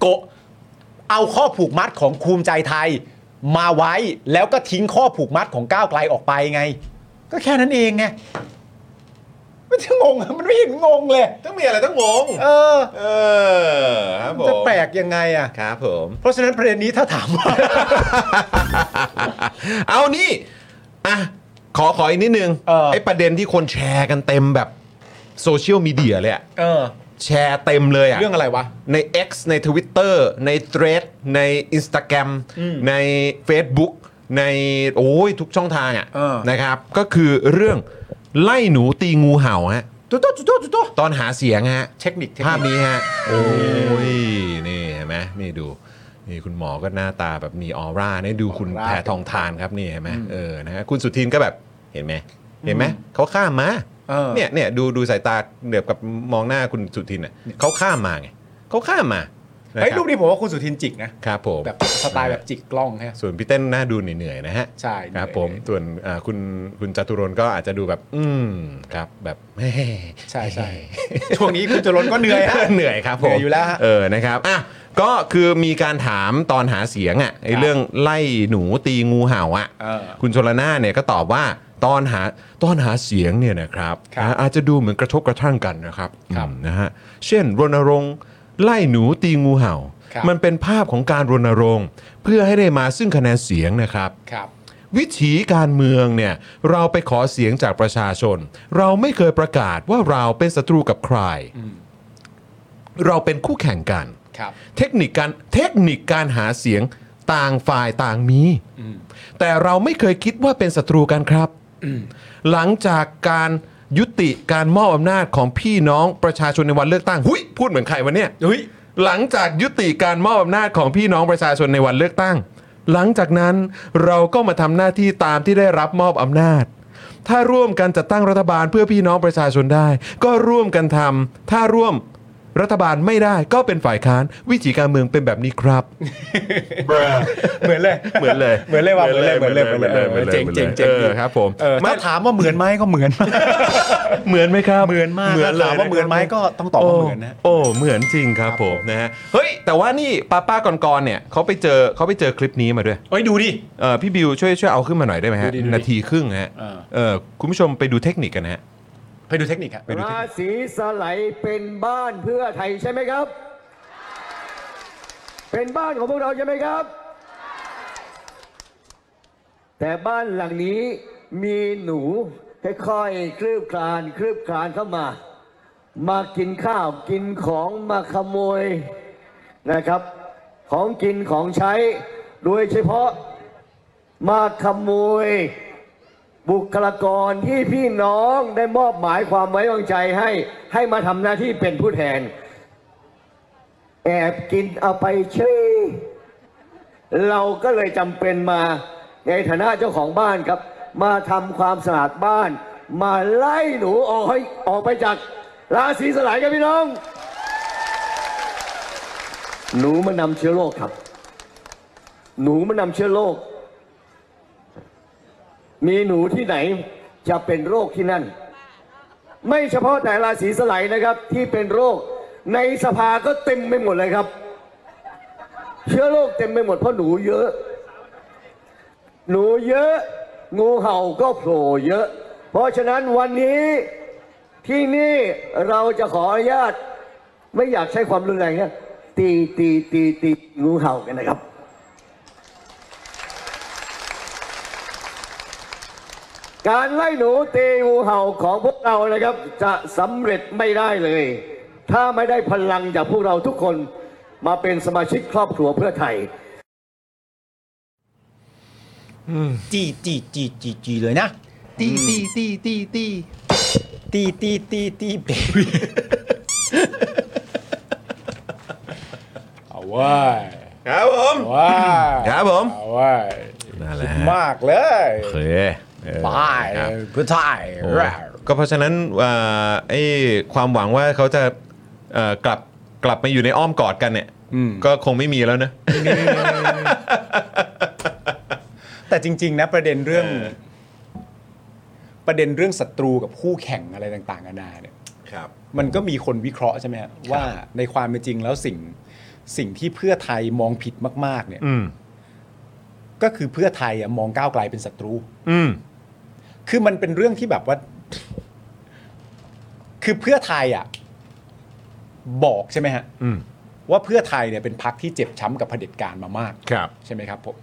Speaker 2: โกะเอาข้อผูกมัดของภูมิใจไทย มาไว้แล้วก็ทิ้งข้อผูกมัดของก้าวไกลออกไปไง ก็แค่นั้นเองไงมันจะง งอะมันไม่เห็นงงเลย
Speaker 1: ต้องมีอะไรต้องงง
Speaker 2: เออ
Speaker 1: เออ ครับผ
Speaker 2: จะ
Speaker 1: ม
Speaker 2: แปลกยังไงอ่ะ
Speaker 1: ครับผม
Speaker 2: เพราะฉะนั้นประเด็นนี้ถ้าถามว่า
Speaker 1: เอานี่อ่ะขอขออีกนิดนึง
Speaker 2: เออ
Speaker 1: ไอ้ประเด็นที่คนแชร์กันเต็มแบบโซเชียลมีเดียเลยอะ
Speaker 2: เออ
Speaker 1: แชร์เต็มเลยอะ
Speaker 2: เรื่องอะไรวะ
Speaker 1: ใน X ใน Twitter ใน Thread ใน Instagram ใน Facebook ในโอ้ยทุกช่องทางอะ
Speaker 2: เออ
Speaker 1: นะครับ ก็คือเรื่องไล่หนูตีงูเห่าฮะตุ๊ดตุ๊ดตุ๊ดตุ๊ดตุ๊ดตอนหาเสียงฮะ
Speaker 2: เทคนิคเทค
Speaker 1: ภาพ
Speaker 2: นิค
Speaker 1: นี้ฮะ โอ้ย นี่เห็นไหมนี่ดู นี่คุณหมอก็หน้าตาแบบมีออร่าเนี่ยดูคุณแพทองทานครับนี่เห็นไหมเออนะฮะคุณสุทินก็แบบเห็นไหมเห็นไหมเขาข้ามมา
Speaker 2: ออ
Speaker 1: เนี่ยเนี่ยดูดูสายตาเหนือบกับมองหน้าคุณสุทินอ่ะเขาข้ามมาไงเขาข้ามมานะค
Speaker 2: เฮ้ย
Speaker 1: รับ
Speaker 2: รูปนี้ผมว่าคุณสุทินจิกนะ
Speaker 1: ครับผม
Speaker 2: แบบสไตล์แบบจิกกล้องฮะ
Speaker 1: ส่วนพี่เต้นหน้าดูเหนื่อยๆนะฮะ
Speaker 2: ใช่
Speaker 1: ครับ
Speaker 2: เหนื่อย
Speaker 1: ผมส่วนอ่าคุณคุณจตุรนก็อาจจะดูแบบ อืมครับแบบ
Speaker 2: ใช่ใช่ ช่วงนี้คุณจรนก็เหนื่อย ฮะ
Speaker 1: เหนื่อยครับผม
Speaker 2: เหนื่อยอยู่แล้วฮะ
Speaker 1: เออนะครับอ่ะก็คือมีการถามตอนหาเสียงอ่ะไอ้เรื่องไล่หนูตีงูเห่าอ่ะ
Speaker 2: เออ
Speaker 1: คุณชลนาเนี่ยก็ตอบว่าตอนหาตอนหาเสียงเนี่ยนะครับ
Speaker 2: ครับ
Speaker 1: อ่ะอาจจะดูเหมือนกระทบกระทั่งกันนะครับ
Speaker 2: ครับ
Speaker 1: อืมนะฮะเช่นรณรงค์ไล่หนูตีงูเห่า
Speaker 2: ครับ
Speaker 1: มันเป็นภาพของการรณรงค์ เพื่อให้ได้มาซึ่งคะแนนเสียงนะครับ
Speaker 2: ครับ
Speaker 1: วิถีการเมืองเนี่ยเราไปขอเสียงจากประชาชน เราไม่เคยประกาศว่าเราเป็นศัตรูกับใคร เราเป็นคู่แข่งกัน
Speaker 2: ครับ
Speaker 1: เทคนิคการเทคนิคการหาเสียงต่างฝ่ายต่างมี แต่เราไม่เคยคิดว่าเป็นศัตรูกันครับ หลังจากการยุติการมอบอำนาจของพี่น้องประชาชนในวันเลือกตั้ง หุยพูดเหมือนใครวะเนี่ย
Speaker 2: เฮ้ย
Speaker 1: หลังจากยุติการมอบอำนาจของพี่น้องประชาชนในวันเลือกตั้ง หลังจากนั้นเราก็มาทำหน้าที่ตามที่ได้รับมอบอำนาจ ถ้าร่วมกันจัดตั้งรัฐบาลเพื่อพี่น้องประชาชนได้ ก็ร่วมกันทำถ้าร่วมรัฐบาลไม่ได้ก็เป็นฝ่ายค้านวิธีการเมืองเป็นแบบนี้ครับ
Speaker 2: เหมือนเลย
Speaker 1: เหมือนเลย
Speaker 2: เหมือนเลยว่ะเหมือนเลย เหมือนเลย เหมือนเลยเหมือนเลยเจ๋งเจ๋งเจ๋ง
Speaker 1: ออครับผม
Speaker 2: เออ
Speaker 1: ไม่
Speaker 2: ถ้าถามว่าเหมือนไหมก็เหมือน
Speaker 1: เหมือนไหมครับ
Speaker 2: เหมือนมากถ้าถามว่าเหมือนไหมก็ต้องตอบว่าเหมือนนะ
Speaker 1: โอ้โเหมือนจริงครับผมนะฮะเฮ้ย แต่ว่านี่ป้าป้าก่อนๆเนี่ยเขาไปเจอเขาไปเจอคลิปนี้มาด้วย
Speaker 2: เฮ้ยดูดิ
Speaker 1: เออพี่บิวช่วยช่วยเอาขึ้นมาหน่อยได้ไหมฮะ
Speaker 2: ดูดิดูดิ
Speaker 1: นาทีครึ่งฮะ
Speaker 2: เออ
Speaker 1: เออคุณผู้ชมไปดูเทคนิคกันนะฮะ
Speaker 2: ไปดูเทคนิคครับ
Speaker 4: ราศีสไลด์เป็นบ้านเพื่อไทยใช่ไหมครับ เป็นบ้านของพวกเราใช่ไหมครับ แต่บ้านหลังนี้มีหนูค่อยๆคลืบคลานคลืบคลานเข้ามา มากินข้าวกินของมาขโมยนะครับ ของกินของใช้ โดยเฉพาะมาขโมย บุคลากรที่พี่น้องได้มอบหมายความไว้วางใจให้ ให้มาทำหน้าที่เป็นผู้แทน แอบกินเอาไปเชยเราก็เลยจำเป็นมาในฐานะเจ้าของบ้านครับ มาทำความสะอาดบ้าน มาไล่หนูออกให้ออกไปจากราศีสลายกันพี่น้อง หนูมันนำเชื้อโรคครับ หนูมันนำเชื้อโรค มีหนูที่ไหนจะเป็นโรคที่นั่น ไม่เฉพาะแต่ราศีสไลด์นะครับที่เป็นโรค ในสภาก็เต็มไปหมดเลยครับ เชื้อโรคเต็มไปหมดเพราะหนูเยอะ หนูเยอะ งูเห่าก็โผล่เยอะ เพราะฉะนั้นวันนี้ที่นี่เราจะขออนุญาต ไม่อยากใช้ความรุนแรงนะตีตีตีตีงูเห่ากันนะครับ การไล่หนูตีงูเห่าของพวกเรานะครับ จะสำเร็จไม่ได้เลย ถ้าไม่ได้พลังจากพวกเราทุกคนมาเป็นสมาชิกครอบครัวเพื่อไทย
Speaker 2: จีจีจีจีจีเลยนะ
Speaker 5: ตีตีตีตีตี
Speaker 2: ตีตีตีตีเบบีเอาไว้ย
Speaker 1: ครับผม
Speaker 2: ว้าย
Speaker 1: ครับผม
Speaker 2: เอาไว้ย
Speaker 1: นั่นแหละ
Speaker 2: มากเลย
Speaker 1: โอเคเออ
Speaker 2: ไป
Speaker 1: ครับ
Speaker 2: เพื่อไทย
Speaker 1: โอ้ก็เพราะฉะนั้นเอ่อไอ้ความหวังว่าเขาจะเอ่อกลับกลับมาอยู่ในอ้อมกอดกันเนี่ย ก็คงไม่มีแล้วนะ
Speaker 2: แต่จริง ๆ นะประเด็นเรื่อง ประเด็นเรื่องศัตรูกับคู่แข่งอะไรต่างๆนานาเนี่ย
Speaker 1: ครับ
Speaker 2: มันก็มีคนวิเคราะห์ใช่ไหมฮะว่าในความเป็นจริงแล้วสิ่งสิ่งที่เพื่อไทยมองผิดมาก ๆ เนี่ย
Speaker 1: อืม
Speaker 2: ก็คือเพื่อไทยอะมองก้าวไกลเป็นศัตรู
Speaker 1: อืม
Speaker 2: คือมันเป็นเรื่องที่แบบว่า คือเพื่อไทยอ่ะ บอกใช่ไหมฮะ
Speaker 1: อืม
Speaker 2: ว่าเพื่อไทยเนี่ยเป็นพักที่เจ็บช้ำกับเผด็จการมามาก
Speaker 1: ครับ
Speaker 2: ใช่ไหมครับผม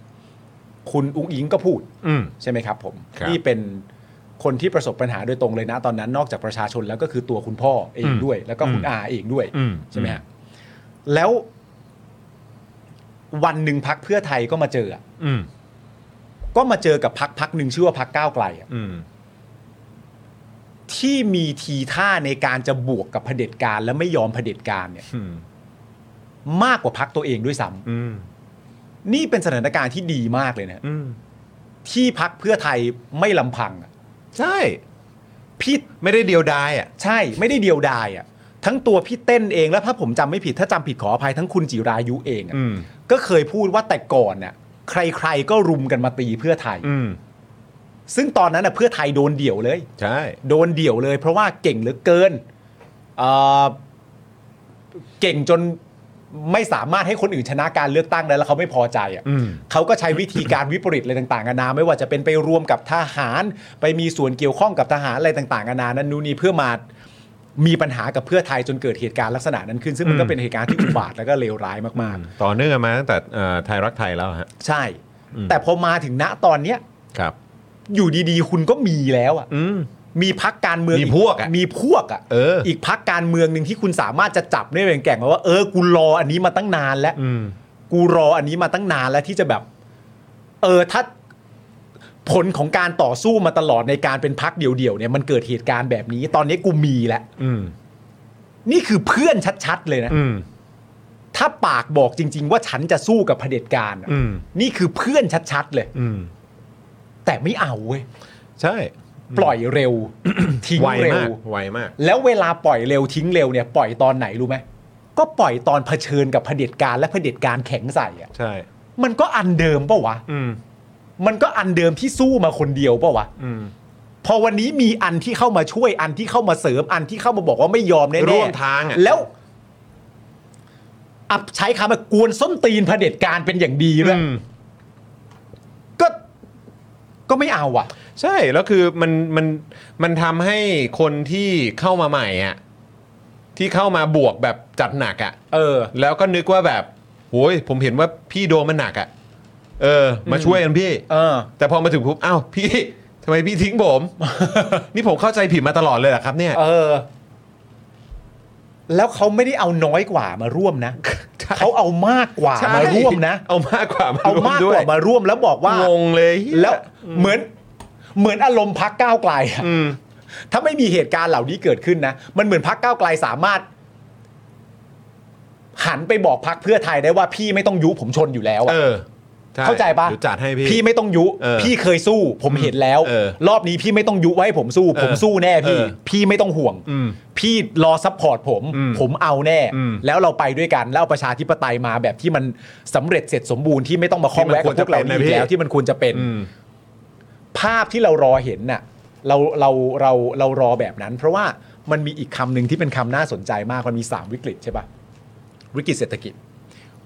Speaker 2: คุณอุ้งอิงก็พูด
Speaker 1: อืม
Speaker 2: ใช่ไหมครับผม
Speaker 1: ครับ
Speaker 2: นี่เป็นคนที่ประสบปัญหาโดยตรงเลยนะตอนนั้น นอกจากประชาชนแล้วก็คือตัวคุณพ่อเองด้วย แล้วก็คุณอาเองด้วย
Speaker 1: อืม
Speaker 2: ใช่ไหมฮะแล้ววันหนึ่งพักเพื่อไทยก็มาเจออะ
Speaker 1: อืม
Speaker 2: ก็มาเจอกับพักพักหนึ่งชื่อว่าพักก้าวไกลอะ
Speaker 1: อืม
Speaker 2: ที่มีทีท่าในการจะบวกกับเผด็จการ และไม่ยอมเผด็จการเนี่ย
Speaker 1: อืม
Speaker 2: มากกว่าพักตัวเองด้วยซ้ำ
Speaker 1: อืม
Speaker 2: นี่เป็นสถานการณ์ที่ดีมากเลยนะ
Speaker 1: อืม
Speaker 2: ที่พักเพื่อไทยไม่ลำพังอะ
Speaker 1: ใช่
Speaker 2: พี่
Speaker 1: ไม่ได้เดียวดายอ่ะ
Speaker 2: ใช่ไม่ได้เดียวดายอ่ะทั้งตัวพี่เต้นเองแล้วถ้าผมจำไม่ผิดถ้าจำผิดขออภัยทั้งคุณจิรายุเองอะ
Speaker 1: อืม
Speaker 2: ก็เคยพูดว่าแต่ก่อนน่ะใครๆก็รุมกันมาตีเพื่อไทย
Speaker 1: อืม
Speaker 2: ซึ่งตอนนั้นน่ะเพื่อไทยโดนเดี่ยวเลย
Speaker 1: ใช่
Speaker 2: โดนเดี่ยวเลย เพราะว่าเก่งเหลือเกินเอ่อเก่งจนไม่สามารถให้คนอื่นชนะการเลือกตั้งได้แล้วเขาไม่พอใจอ่ะ
Speaker 1: อืม
Speaker 2: เขาก็ใช้วิธีการวิปริตอะไรต่างๆนานาไม่ว่าจะเป็นไปรวมกับทหาร ไปมีส่วนเกี่ยวข้องกับทหารอะไรต่างๆนานานั้นนู่นนี่เพื่อมามีปัญหากับเพื่อไทยจนเกิดเหตุการณ์ลักษณะนั้นขึ้น ซึ่งมันก็เป็นเหตุการณ์ที่อุบาทแล้วก็เลวร้ายมาก
Speaker 1: ต่อเนื่องกันมาตั้งแต่เอ่อไทยรักไทยแล้วฮะ
Speaker 2: ๆ ใช่ แต่พอมาถึงณตอนเนี้ย
Speaker 1: ครับ
Speaker 2: อยู่ดีๆ คุณก็มีแล้วอ่ะ
Speaker 1: อืม
Speaker 2: มีพักการเมือง
Speaker 1: มี
Speaker 2: อี
Speaker 1: พวกอะ
Speaker 2: มีพวกอ่ะ
Speaker 1: เอออี
Speaker 2: กพักการเมืองหนึ่งที่คุณสามารถจะจับได้เป็นแก่งว่าเออกูรออันนี้มาตั้งนานแล้ว
Speaker 1: อืม
Speaker 2: กูรออันนี้มาตั้งนานแล้วที่จะแบบ เออถ้าผลของการต่อสู้มาตลอดในการเป็นพักเดี่ยวๆเนี่ยมันเกิดเหตุการณ์แบบนี้ ตอนนี้กูมีแล้ว
Speaker 1: อืม
Speaker 2: นี่คือเพื่อนชัดๆเลยนะ
Speaker 1: อืม
Speaker 2: ถ้าปากบอกจริง ๆ ว่าฉันจะสู้กับเผด็จการอะ
Speaker 1: อืม
Speaker 2: นี่คือเพื่อนชัดๆเลย
Speaker 1: อืม
Speaker 2: แต่ไม่เอาเว้ย
Speaker 1: ใช่
Speaker 2: ปล่อยเร็ว ทิ้ง
Speaker 1: ไว
Speaker 2: เร็
Speaker 1: มาว กไวมาก
Speaker 2: แล้วเวลาปล่อยเร็วทิ้งเร็วเนี่ยปล่อยตอนไหนรู้ไหมก็ปล่อยตอนเผชิญกับเผด็จการและเผด็จการแข็งใส่อะ
Speaker 1: ใช่
Speaker 2: มันก็อันเดิมปะวะ
Speaker 1: อืม
Speaker 2: มันก็อันเดิมที่สู้มาคนเดียวเปล่าวะ
Speaker 1: อืม
Speaker 2: พอวันนี้มีอันที่เข้ามาช่วยอันที่เข้ามาเสริมอันที่เข้ามาบอกว่าไม่ยอมแน่ๆ
Speaker 1: ร่วมทางอะ
Speaker 2: แล้วอับใช้คำว่ากวนส้นตีนเผด็จการเป็นอย่างดีเลย
Speaker 1: อืม
Speaker 2: ก็ก็ไม่เอาอ่ะ
Speaker 1: ใช่แล้วคือมันมันมันทำให้คนที่เข้ามาใหม่อ่ะที่เข้ามาบวกแบบจัดหนักอ่ะ
Speaker 2: เออ
Speaker 1: แล้วก็นึกว่าแบบ โอ้ยผมเห็นว่าพี่โดนมันหนักอะ่ะ เออ มาช่วยกันพี่
Speaker 2: เออ
Speaker 1: แต่พอมาถึงปุ๊บอ้าวพี่ ทำไมพี่ทิ้งผม นี่ผมเข้าใจผิดมาตลอดเลยเหรอครับเนี่ย
Speaker 2: เออ แล้วเขาไม่ได้เอาน้อยกว่ามาร่วมนะ
Speaker 1: ใช่
Speaker 2: เขาเอามากกว่า
Speaker 1: ใช่
Speaker 2: มาร่วมนะ
Speaker 1: เอามากกว่ามา
Speaker 2: เอา
Speaker 1: ร่วม
Speaker 2: มาก
Speaker 1: ด้
Speaker 2: ก
Speaker 1: วย
Speaker 2: ว่ามาร่วมแล้วบอกว่าง
Speaker 1: งเลยเหี้ย
Speaker 2: แล้วเหมือน เหมือนอารมณ์พักก้าวไกลอะ
Speaker 1: อืม
Speaker 2: ถ้าไม่มีเหตุการณ์เหล่านี้เกิดขึ้นนะ มันเหมือนพักก้าวไกลสามารถ หันไปบอกพักเพื่อไทยได้ว่าพี่ไม่ต้องยุผมชนอยู่แล้วอะ
Speaker 1: เออช่
Speaker 2: เข้าใจปะ
Speaker 1: เดี๋ยวจัดให้พี่
Speaker 2: ไม่ต้องยุ
Speaker 1: เออ
Speaker 2: พี่เคยสู้ ผมเห็นแล้ว
Speaker 1: เออ
Speaker 2: รอบนี้พี่ไม่ต้องยุไว้ให้ผมสู้ ผมสู้แน่พี่
Speaker 1: เออ
Speaker 2: พี่ไม่ต้องห่วง
Speaker 1: อืม
Speaker 2: พี่รอซัพพอร์ตผม
Speaker 1: อืม
Speaker 2: ผมเอาแน่
Speaker 1: อืม
Speaker 2: แล้วเราไปด้วยกัน แล้วเอาประชาธิปไตยมาแบบที่มันสำเร็จเสร็จสมบูรณ์ที่ไม่ต้องมาข้องแวะกับพวกเรา
Speaker 1: ที่มันควรจะเป็นนะ
Speaker 2: อี
Speaker 1: พี่
Speaker 2: กแล้วที่มันควรจะเป็น
Speaker 1: อืม
Speaker 2: ภาพที่เรารอเห็นน่ะเราเราเราเรารอแบบนั้น เพราะว่ามันมีอีกคำหนึ่งที่เป็นคำน่าสนใจมากมันมี 3 วิกฤตใช่ปะวิกฤตเศรษฐกิจ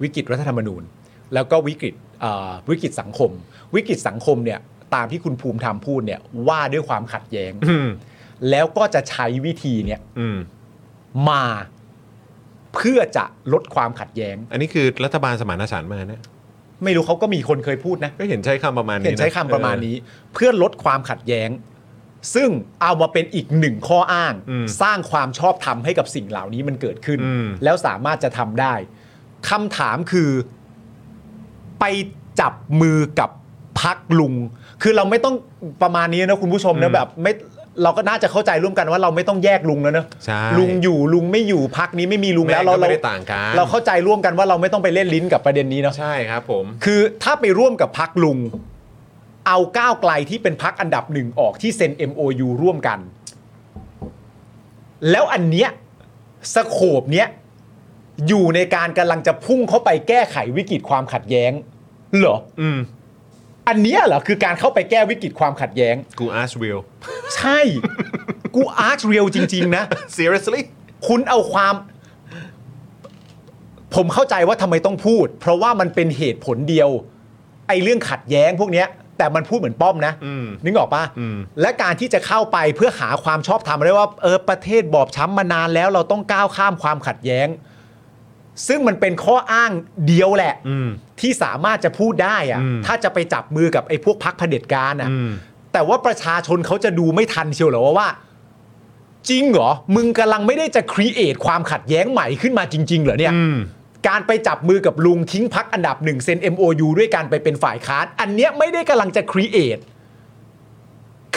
Speaker 2: วิกฤตรัฐธรรมนูญ แล้วก็วิกฤตเอ่อวิกฤตสังคม วิกฤตสังคมเนี่ยตามที่คุณภูมิธรรมพูดเนี่ยว่าด้วยความขัดแย้ง
Speaker 1: อืม
Speaker 2: แล้วก็จะใช้วิธีเนี่ย
Speaker 1: อืม
Speaker 2: มาเพื่อจะลดความขัดแย้ง
Speaker 1: อันนี้คือรัฐบาลสมานฉันท์มาเนี่ย
Speaker 2: ไม่รู้เขาก็มีคนเคยพูดนะ
Speaker 1: ก็เห็นใช้คำประมาณนี้
Speaker 2: เห็นใช้คำประมาณ
Speaker 1: เออ
Speaker 2: นี้เพื่อลดความขัดแย้ง ซึ่งเอามาเป็นอีกหนึ่งข้ออ้าง
Speaker 1: อืม
Speaker 2: สร้างความชอบธรรมให้กับสิ่งเหล่านี้มันเกิดขึ้น
Speaker 1: อืม
Speaker 2: แล้วสามารถจะทำได้คำถามคือไปจับมือกับพักลุง คือเราไม่ต้องประมาณนี้นะคุณผู้ชมนะแบบไม่เราก็น่าจะเข้าใจร่วมกันว่าเราไม่ต้องแยกลุงแล้วนะ
Speaker 1: ใช่
Speaker 2: ลุงอยู่ลุงไม่อยู่พักนี้ไม่มีลุงแล้ว
Speaker 1: แม่ง
Speaker 2: เรา
Speaker 1: ก็ไม่ได้ต่างกัน
Speaker 2: เราเข้าใจร่วมกันว่าเราไม่ต้องไปเล่นลิ้นกับประเด็นนี้เนาะ
Speaker 1: ใช่ครับผม
Speaker 2: คือถ้าไปร่วมกับพักลุง เอาก้าวไกลที่เป็นพักอันดับหนึ่งออกที่เซ็น MOU ร่วมกัน แล้วอันเนี้ยสโคบเนี้ยอยู่ในการกำลังจะพุ่งเข้าไปแก้ไขวิกฤตความขัดแย้ง เหรอ
Speaker 1: อืม
Speaker 2: อันเนี้ยเหรอ คือการเข้าไปแก้วิกฤตความขัดแย้ง
Speaker 1: กูอาร์ชวิล
Speaker 2: ใช่ กูอาร์ r เรียลจริง ๆ นะ
Speaker 1: seriously
Speaker 2: คุณเอาความ ผมเข้าใจว่าทำไมต้องพูด เพราะว่ามันเป็นเหตุผลเดียว ไอ้เรื่องขัดแย้งพวกเนี้ย แต่มันพูดเหมือนป้อมนะ
Speaker 1: อืม
Speaker 2: นึกออกปะ
Speaker 1: อืม
Speaker 2: และการที่จะเข้าไปเพื่อหาความชอบธรรมได้ว่าเออประเทศบอบช้ำมานานแล้วเราต้องก้าวข้ามความขัดแย้ง ซึ่งมันเป็นข้ออ้างเดียวแหละ
Speaker 1: อืม
Speaker 2: ที่สามารถจะพูดได้อะ
Speaker 1: อืม
Speaker 2: ถ้าจะไปจับมือกับไอ้พวกพักเผด็จการอะ
Speaker 1: อืม
Speaker 2: แต่ว่าประชาชนเขาจะดูไม่ทันเชียวเหรอว่าว่า จริงเหรอ มึงกำลังไม่ได้จะครีเอทความขัดแย้งใหม่ขึ้นมาจริง ๆ เหรอเนี่ย
Speaker 1: อืม
Speaker 2: การไปจับมือกับลุงทิ้งพักอันดับหนึ่งเซ็น MOU ด้วยการไปเป็นฝ่ายค้าน อันเนี้ยไม่ได้กำลังจะครีเอท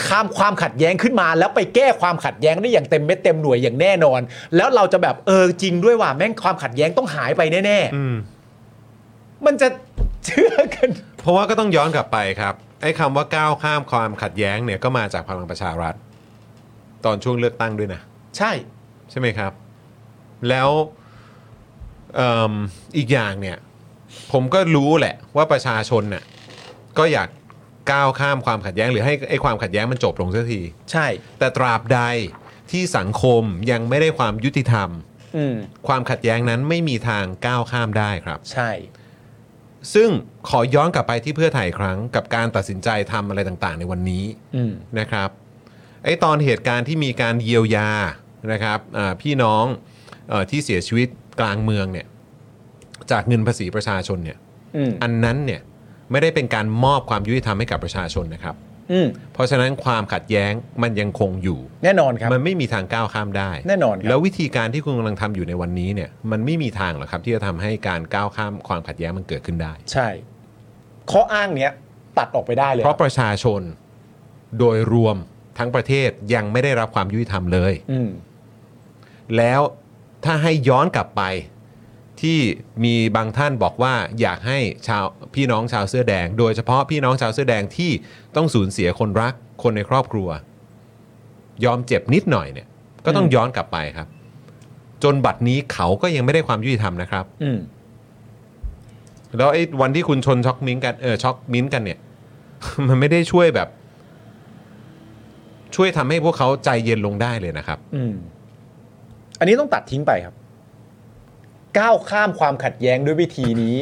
Speaker 2: ข้ามความขัดแย้งขึ้นมาแล้วไปแก้ความขัดแย้งได้อย่างเต็มเม็ดเต็มหน่วยอย่างแน่นอน แล้วเราจะแบบเออจริงด้วยว่าแม่งความขัดแย้งต้องหายไปแน่
Speaker 1: อืม
Speaker 2: ๆมันจะเชื่อกัน
Speaker 1: เพราะว่าก็ต้องย้อนกลับไปครับ ไอ้คำว่าก้าวข้ามความขัดแย้งเนี่ยก็มาจากพลังประชารัฐ ตอนช่วงเลือกตั้งด้วยนะ
Speaker 2: ใช่
Speaker 1: ใช่ไหมครับ แล้วเอมอีกอย่างเนี่ย ผมก็รู้แหละว่าประชาชนน่ะก็อยากก้าวข้ามความขัดแย้ง หรือให้ไอ้ความขัดแย้งมันจบลงสักที
Speaker 2: ใช่
Speaker 1: แต่ตราบใดที่สังคมยังไม่ได้ความยุติธรรม
Speaker 2: อืม
Speaker 1: ความขัดแย้งนั้นไม่มีทางก้าวข้ามได้ครับ
Speaker 2: ใช่
Speaker 1: ซึ่งขอย้อนกลับไปที่เพื่อไทยอีกครั้งกับการตัดสินใจทำอะไรต่างๆ ในวันนี้
Speaker 2: อืม
Speaker 1: นะครับไอ้ตอนเหตุการณ์ที่มีการเยียวยานะครับอ่าพี่น้องเออที่เสียชีวิตกลางเมืองเนี่ยจากเงินภาษีประชาชนเนี่ย
Speaker 2: อืม
Speaker 1: อันนั้นเนี่ยไม่ได้เป็นการมอบความยุติธรรมให้กับประชาชนนะครับ
Speaker 2: อืม
Speaker 1: เพราะฉะนั้นความขัดแย้งมันยังคงอยู่
Speaker 2: แน่นอนครับ
Speaker 1: มันไม่มีทางก้าวข้ามได้
Speaker 2: แน่นอนครับ
Speaker 1: แล้ววิธีการที่คุณกำลังทำอยู่ในวันนี้เนี่ยมันไม่มีทางหรอกครับที่จะทำให้การก้าวข้ามความขัดแย้งมันเกิดขึ้นได้
Speaker 2: ใช่ ข้ออ้างเนี้ย ตัดออกไปได้เลย
Speaker 1: เพราะประชาชนโดยรวมทั้งประเทศยังไม่ได้รับความยุติธรรมเลย
Speaker 2: อืม
Speaker 1: แล้วถ้าให้ย้อนกลับไปที่มีบางท่านบอกว่าอยากให้ชาวพี่น้องชาวเสื้อแดง โดยเฉพาะพี่น้องชาวเสื้อแดงที่ต้องสูญเสียคนรักคนในครอบครัว ยอมเจ็บนิดหน่อยเนี่ย ก็ต้อง
Speaker 2: อืม
Speaker 1: ย้อนกลับไปครับ จนบัดนี้เขาก็ยังไม่ได้ความยุติธรรมนะครับ
Speaker 2: อืม
Speaker 1: แล้วไอ้วันที่คุณชนช็อกมิ้นท์กันเออช็อกมิ้นท์กันเนี่ย มันไม่ได้ช่วยแบบ ช่วยทำให้พวกเขาใจเย็นลงได้เลยนะครับ
Speaker 2: อืม อันนี้ต้องตัดทิ้งไปครับ ก้าวข้ามความขัดแย้งด้วยวิธีนี้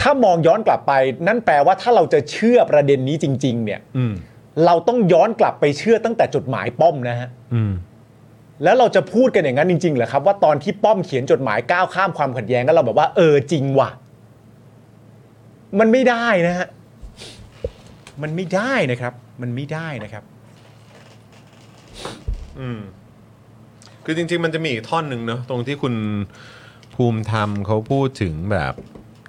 Speaker 2: ถ้ามองย้อนกลับไป นั่นแปลว่าถ้าเราจะเชื่อประเด็นนี้จริง ๆ เนี่ย
Speaker 1: อืม
Speaker 2: เราต้องย้อนกลับไปเชื่อตั้งแต่จุดหมายป้อมนะฮะ
Speaker 1: อืม
Speaker 2: แล้วเราจะพูดกันอย่างนั้นจริงๆเหรอครับว่าตอนที่ป้อมเขียนจดหมายก้าวข้ามความขัดแย้งแล้วเราแบบว่าเออจริงว่ะ มันไม่ได้นะฮะมันไม่ได้นะครับ มันไม่ได้นะครับ
Speaker 1: อืม คือจริง ๆ มันจะมีอีกท่อนหนึ่งเนอะตรงที่คุณภูมิธรรมเขาพูดถึงแบบ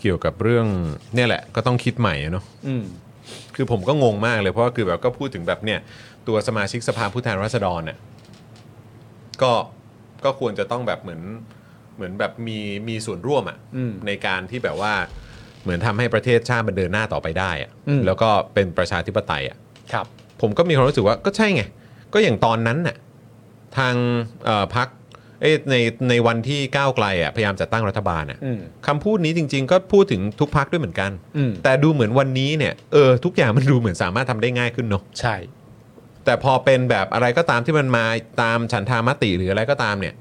Speaker 1: เกี่ยวกับเรื่องเนี่ยแหละ ก็ต้องคิดใหม่อะเนาะ
Speaker 2: อืม
Speaker 1: คือผมก็งงมากเลยเพราะว่าคือแบบก็พูดถึงแบบเนี่ย ตัวสมาชิกสภาผู้แทนราษฎรเนี่ยก็ก็ควรจะต้องแบบเหมือนเหมือนแบบมีมีส่วนร่วมอะ่ะ
Speaker 2: อืม
Speaker 1: ในการที่แบบว่าเหมือนทำให้ประเทศชาติมันเดินหน้าต่อไปได้อะ
Speaker 2: อืม
Speaker 1: แล้วก็เป็นประชาธิปไตยอ่ะ
Speaker 2: ครับ
Speaker 1: ผมก็มีความรู้สึกว่าก็ใช่ไง ก็อย่างตอนนั้นน่ะทางเอ่อพักในในวันที่ก้าวไกลอ่ะพยายามจัดตั้งรัฐบาลอ่ะ
Speaker 2: อืม
Speaker 1: คำพูดนี้จริง ๆ ก็พูดถึงทุกพักด้วยเหมือนกัน
Speaker 2: อืม
Speaker 1: แต่ดูเหมือนวันนี้เนี่ยเออทุกอย่างมันดูเหมือนสามารถทำได้ง่ายขึ้นเนาะ
Speaker 2: ใช่
Speaker 1: แต่พอเป็นแบบอะไรก็ตามที่มันมาตามฉันทามติหรืออะไรก็ตามเนี่ย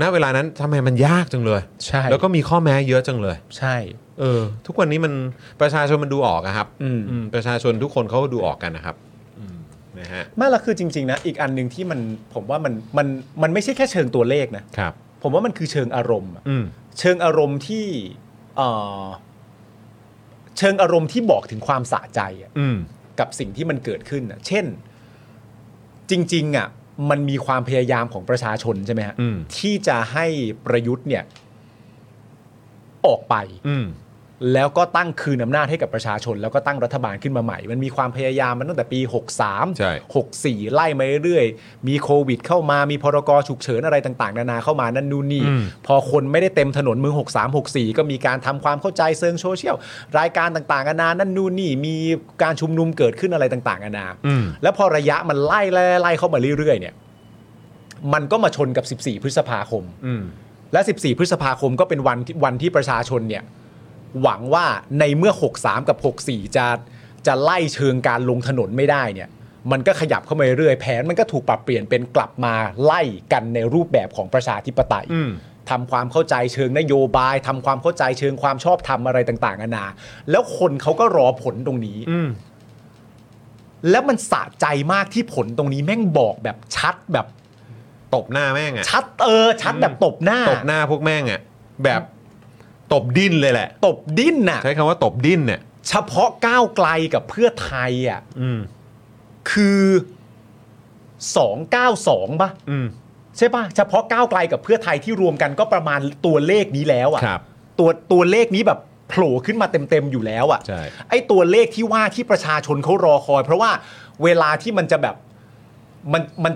Speaker 1: ณเวลานั้นทำไมมันยากจังเลย
Speaker 2: ใช่
Speaker 1: แล้วก็มีข้อแม้เยอะจังเลย
Speaker 2: ใช่
Speaker 1: เออ ทุกวันนี้มันประชาชนมันดูออกอะครับ
Speaker 2: อืม
Speaker 1: อืมประชาชนทุกคนเขาดูออกกันนะครับอืมนะฮะ
Speaker 2: ไม่ละคือจริง ๆ นะ อีกอันหนึ่งที่มันผมว่ามันมันมันไม่ใช่แค่เชิงตัวเลขนะ
Speaker 1: ครับ
Speaker 2: ผมว่ามันคือเชิงอารมณ์อะ
Speaker 1: อืม
Speaker 2: เชิงอารมณ์ที่เอ่อเชิงอารมณ์ที่บอกถึงความสะใจอะ
Speaker 1: อืม
Speaker 2: กับสิ่งที่มันเกิดขึ้นน่ะเช่น จริง ๆอ่ะมันมีความพยายามของประชาชนใช่ไหมฮะ
Speaker 1: อืม
Speaker 2: ที่จะให้ประยุทธ์เนี่ยออกไป
Speaker 1: อืม
Speaker 2: แล้วก็ตั้งคืนอำนาจให้กับประชาชน แล้วก็ตั้งรัฐบาลขึ้นมาใหม่ มันมีความพยายามมันตั้งแต่ปี
Speaker 1: ใช่
Speaker 2: 63 64 ไล่มาเรื่อยๆ มีโควิดเข้ามามีพรกฉุกเฉินอะไรต่าง ๆ นานาเข้ามานั่นนู่นนี่
Speaker 1: อืม
Speaker 2: พอคนไม่ได้เต็มถนนมือ 63 64 ก็มีการทำความเข้าใจเชิงโซเชียล รายการต่างๆนานานั่นนู่นนี่ มีการชุมนุมเกิดขึ้นอะไรต่างๆนานา
Speaker 1: อืม
Speaker 2: แล้วพอระยะมันไล่ไล่ไล่เข้ามาเรื่อยๆเนี่ยมันก็มาชนกับ 14 พฤษภาคม
Speaker 1: อืม
Speaker 2: และ 14 พฤษภาคมก็เป็นวันที่วันที่ประชาชนเนี่ย หวังว่าในเมื่อ 63 กับ 64 จะจะไล่เชิงการลงถนนไม่ได้เนี่ย มันก็ขยับเข้ามาเรื่อยแผนมันก็ถูกปรับเปลี่ยนเป็นกลับมาไล่กันในรูปแบบของประชาธิปไตย
Speaker 1: อืม
Speaker 2: ทำความเข้าใจเชิงนโยบายทำความเข้าใจเชิงความชอบธรรมอะไรต่างๆนานา แล้วคนเขาก็รอผลตรงนี้
Speaker 1: อืม
Speaker 2: แล้วมันสะใจมากที่ผลตรงนี้แม่งบอกแบบชัดแบบ
Speaker 1: ตบหน้าแม่งอะ
Speaker 2: ชัดเออ ชัดแบบตบหน้า
Speaker 1: ตบหน้าพวกแม่งอะแบบตบดิ้นเลยแหละ
Speaker 2: ตบดิ้นน่ะ
Speaker 1: ใช้คำว่าตบดิ้นเนี่ย
Speaker 2: เฉพาะก้าวไกลกับเพื่อไทยอ่ะ
Speaker 1: อืม
Speaker 2: คือ292ป่ะ
Speaker 1: อืม
Speaker 2: ใช่ป่ะเฉพาะก้าวไกลกับเพื่อไทยที่รวมกันก็ประมาณตัวเลขนี้แล้วอ่ะ
Speaker 1: ครับ
Speaker 2: ตัวตัวเลขนี้แบบโผล่ขึ้นมาเต็มๆอยู่แล้วอ่ะ
Speaker 1: ใช่
Speaker 2: ไอ้ตัวเลขที่ว่าที่ประชาชนเขารอคอย เพราะว่าเวลาที่มันจะแบบมันมัน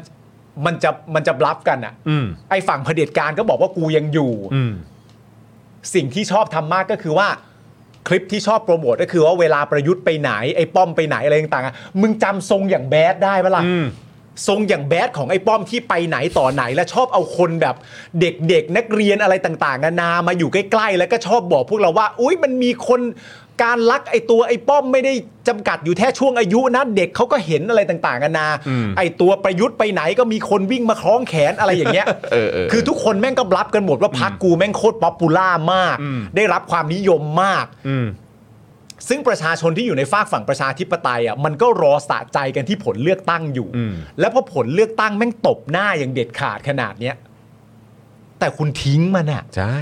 Speaker 2: มันจะมันจะบลับกันอ่ะ
Speaker 1: อืม
Speaker 2: ไอ้ฝั่งเผด็จการก็บอกว่ากูยังอยู่
Speaker 1: อืม
Speaker 2: สิ่งที่ชอบทำมากก็คือว่าคลิปที่ชอบโปรโมทก็คือว่าเวลาประยุทธ์ไปไหนไอ้ป้อมไปไหนอะไรต่างๆอะมึงจำทรงอย่างแบดได้ปะล่ะ
Speaker 1: อืม
Speaker 2: ทรงอย่างแบดของไอ้ป้อมที่ไปไหนต่อไหน และชอบเอาคนแบบเด็กๆนักเรียนอะไรต่างๆนานามาอยู่ใกล้ๆ แล้วก็ชอบบอกพวกเราว่า อุ้ยมันมีคนการลักไอ้ตัวไอ้ป้อมไม่ได้จำกัดอยู่แค่ช่วงอายุนะเด็กเขาก็เห็นอะไรต่างๆนานา
Speaker 1: อืม
Speaker 2: ไอ้ตัวประยุทธ์ไปไหนก็มีคนวิ่งมาคล้องแขนอะไรอย่างเงี้ย
Speaker 1: เออเออ
Speaker 2: คือทุกคนแม่งก็บลับกันหมดว่าพักกูแม่งโคตรป๊อปปูล่ามาก
Speaker 1: อืม
Speaker 2: ได้รับความนิยมมาก
Speaker 1: อืม
Speaker 2: ซึ่งประชาชนที่อยู่ในฝากฝั่งประชาธิปไตยอ่ะมันก็รอสะใจกันที่ผลเลือกตั้งอยู่
Speaker 1: อืม
Speaker 2: แล้วพอผลเลือกตั้งแม่งตบหน้าอย่างเด็ดขาดขนาดเนี้ยแต่คุณทิ้งมันอ่ะ
Speaker 1: ใช่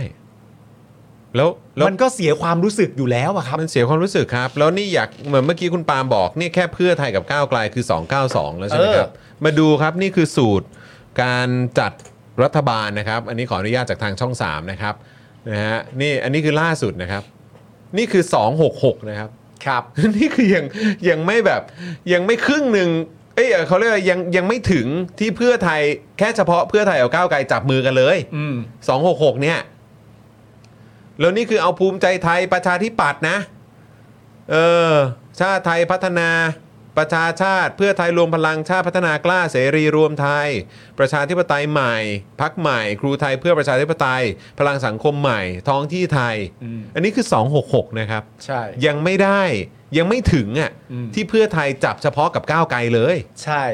Speaker 1: แล้วแล้ว
Speaker 2: มันก็เสียความรู้สึกอยู่แล้วอะครับ
Speaker 1: มันเสียความรู้สึกครับ แล้วนี่อยากเหมือนเมื่อกี้คุณปาล์มบอกนี่แค่เพื่อไทยกับก้าวไกลคือ 292 แล้วใช่ไหมครับ มาดูครับนี่คือสูตรการจัดรัฐบาลนะครับ อันนี้ขออนุญาตจากทางช่อง 3 นะครับนะฮะนี่อันนี้คือล่าสุดนะครับ นี่คือ 266 นะครับ
Speaker 2: ครับ
Speaker 1: นี่คือยังยังไม่แบบยังไม่ครึ่งหนึ่งเอ้ยเขาเรียกว่ายังยังไม่ถึงที่เพื่อไทยแค่เฉพาะเพื่อไทยกับก้าวไกลจับมือกันเลย
Speaker 2: อืม
Speaker 1: สองหกหกเนี่ย แล้วนี่คือเอาภูมิใจไทยประชาธิปัตย์นะ เออ ชาติไทยพัฒนาประชาชาติ เพื่อไทยรวมพลังชาติพัฒนากล้าเสรีรวมไทย ประชาธิปไตยใหม่ พักใหม่ ครูไทยเพื่อประชาธิปไตย พลังสังคมใหม่ ท้องที่ไทย
Speaker 2: อืม
Speaker 1: อันนี้คือ 266 นะครับ
Speaker 2: ใช่
Speaker 1: ยังไม่ได้ยังไม่ถึงอ่ะ
Speaker 2: อืม
Speaker 1: ที่เพื่อไทยจับเฉพาะกับก้าวไกลเลย
Speaker 2: ใช่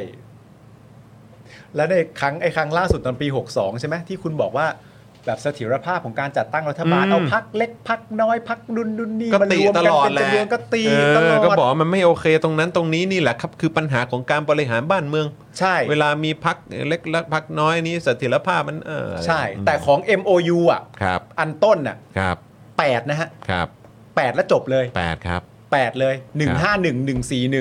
Speaker 2: แล้วในครั้งไอ้ครั้งล่าสุดตอนปี 62 ใช่ไหมที่คุณบอกว่า แบบเสถียรภาพของการจัดตั้งรัฐบาล
Speaker 1: อืม
Speaker 2: เอาพักเล็กพักน้อยพักนุ่นนุ่นนี่
Speaker 1: ก็
Speaker 2: มาร
Speaker 1: ตี
Speaker 2: วม
Speaker 1: ต
Speaker 2: กัน
Speaker 1: ลอด
Speaker 2: เป็น
Speaker 1: แหละ
Speaker 2: จำนวนก็ตี
Speaker 1: เออ
Speaker 2: ตลอด
Speaker 1: ก็บอกว่ามันไม่โอเคตรงนั้นตรงนี้นี่แหละครับคือปัญหาของการบริหารบ้านเมือง
Speaker 2: ใช่
Speaker 1: เวลามีพักเล็กและพักน้อยนี้เสถียรภาพมันเออ
Speaker 2: ใช่ แต่ของ MOU อ่ะ
Speaker 1: ครับ
Speaker 2: อันต้นอ่ะ
Speaker 1: ครับ
Speaker 2: 8นะฮะ
Speaker 1: ครับ
Speaker 2: 8แล้วจบเลย
Speaker 1: แปดครับ
Speaker 2: 8 เลย 1 5 1 1 4 1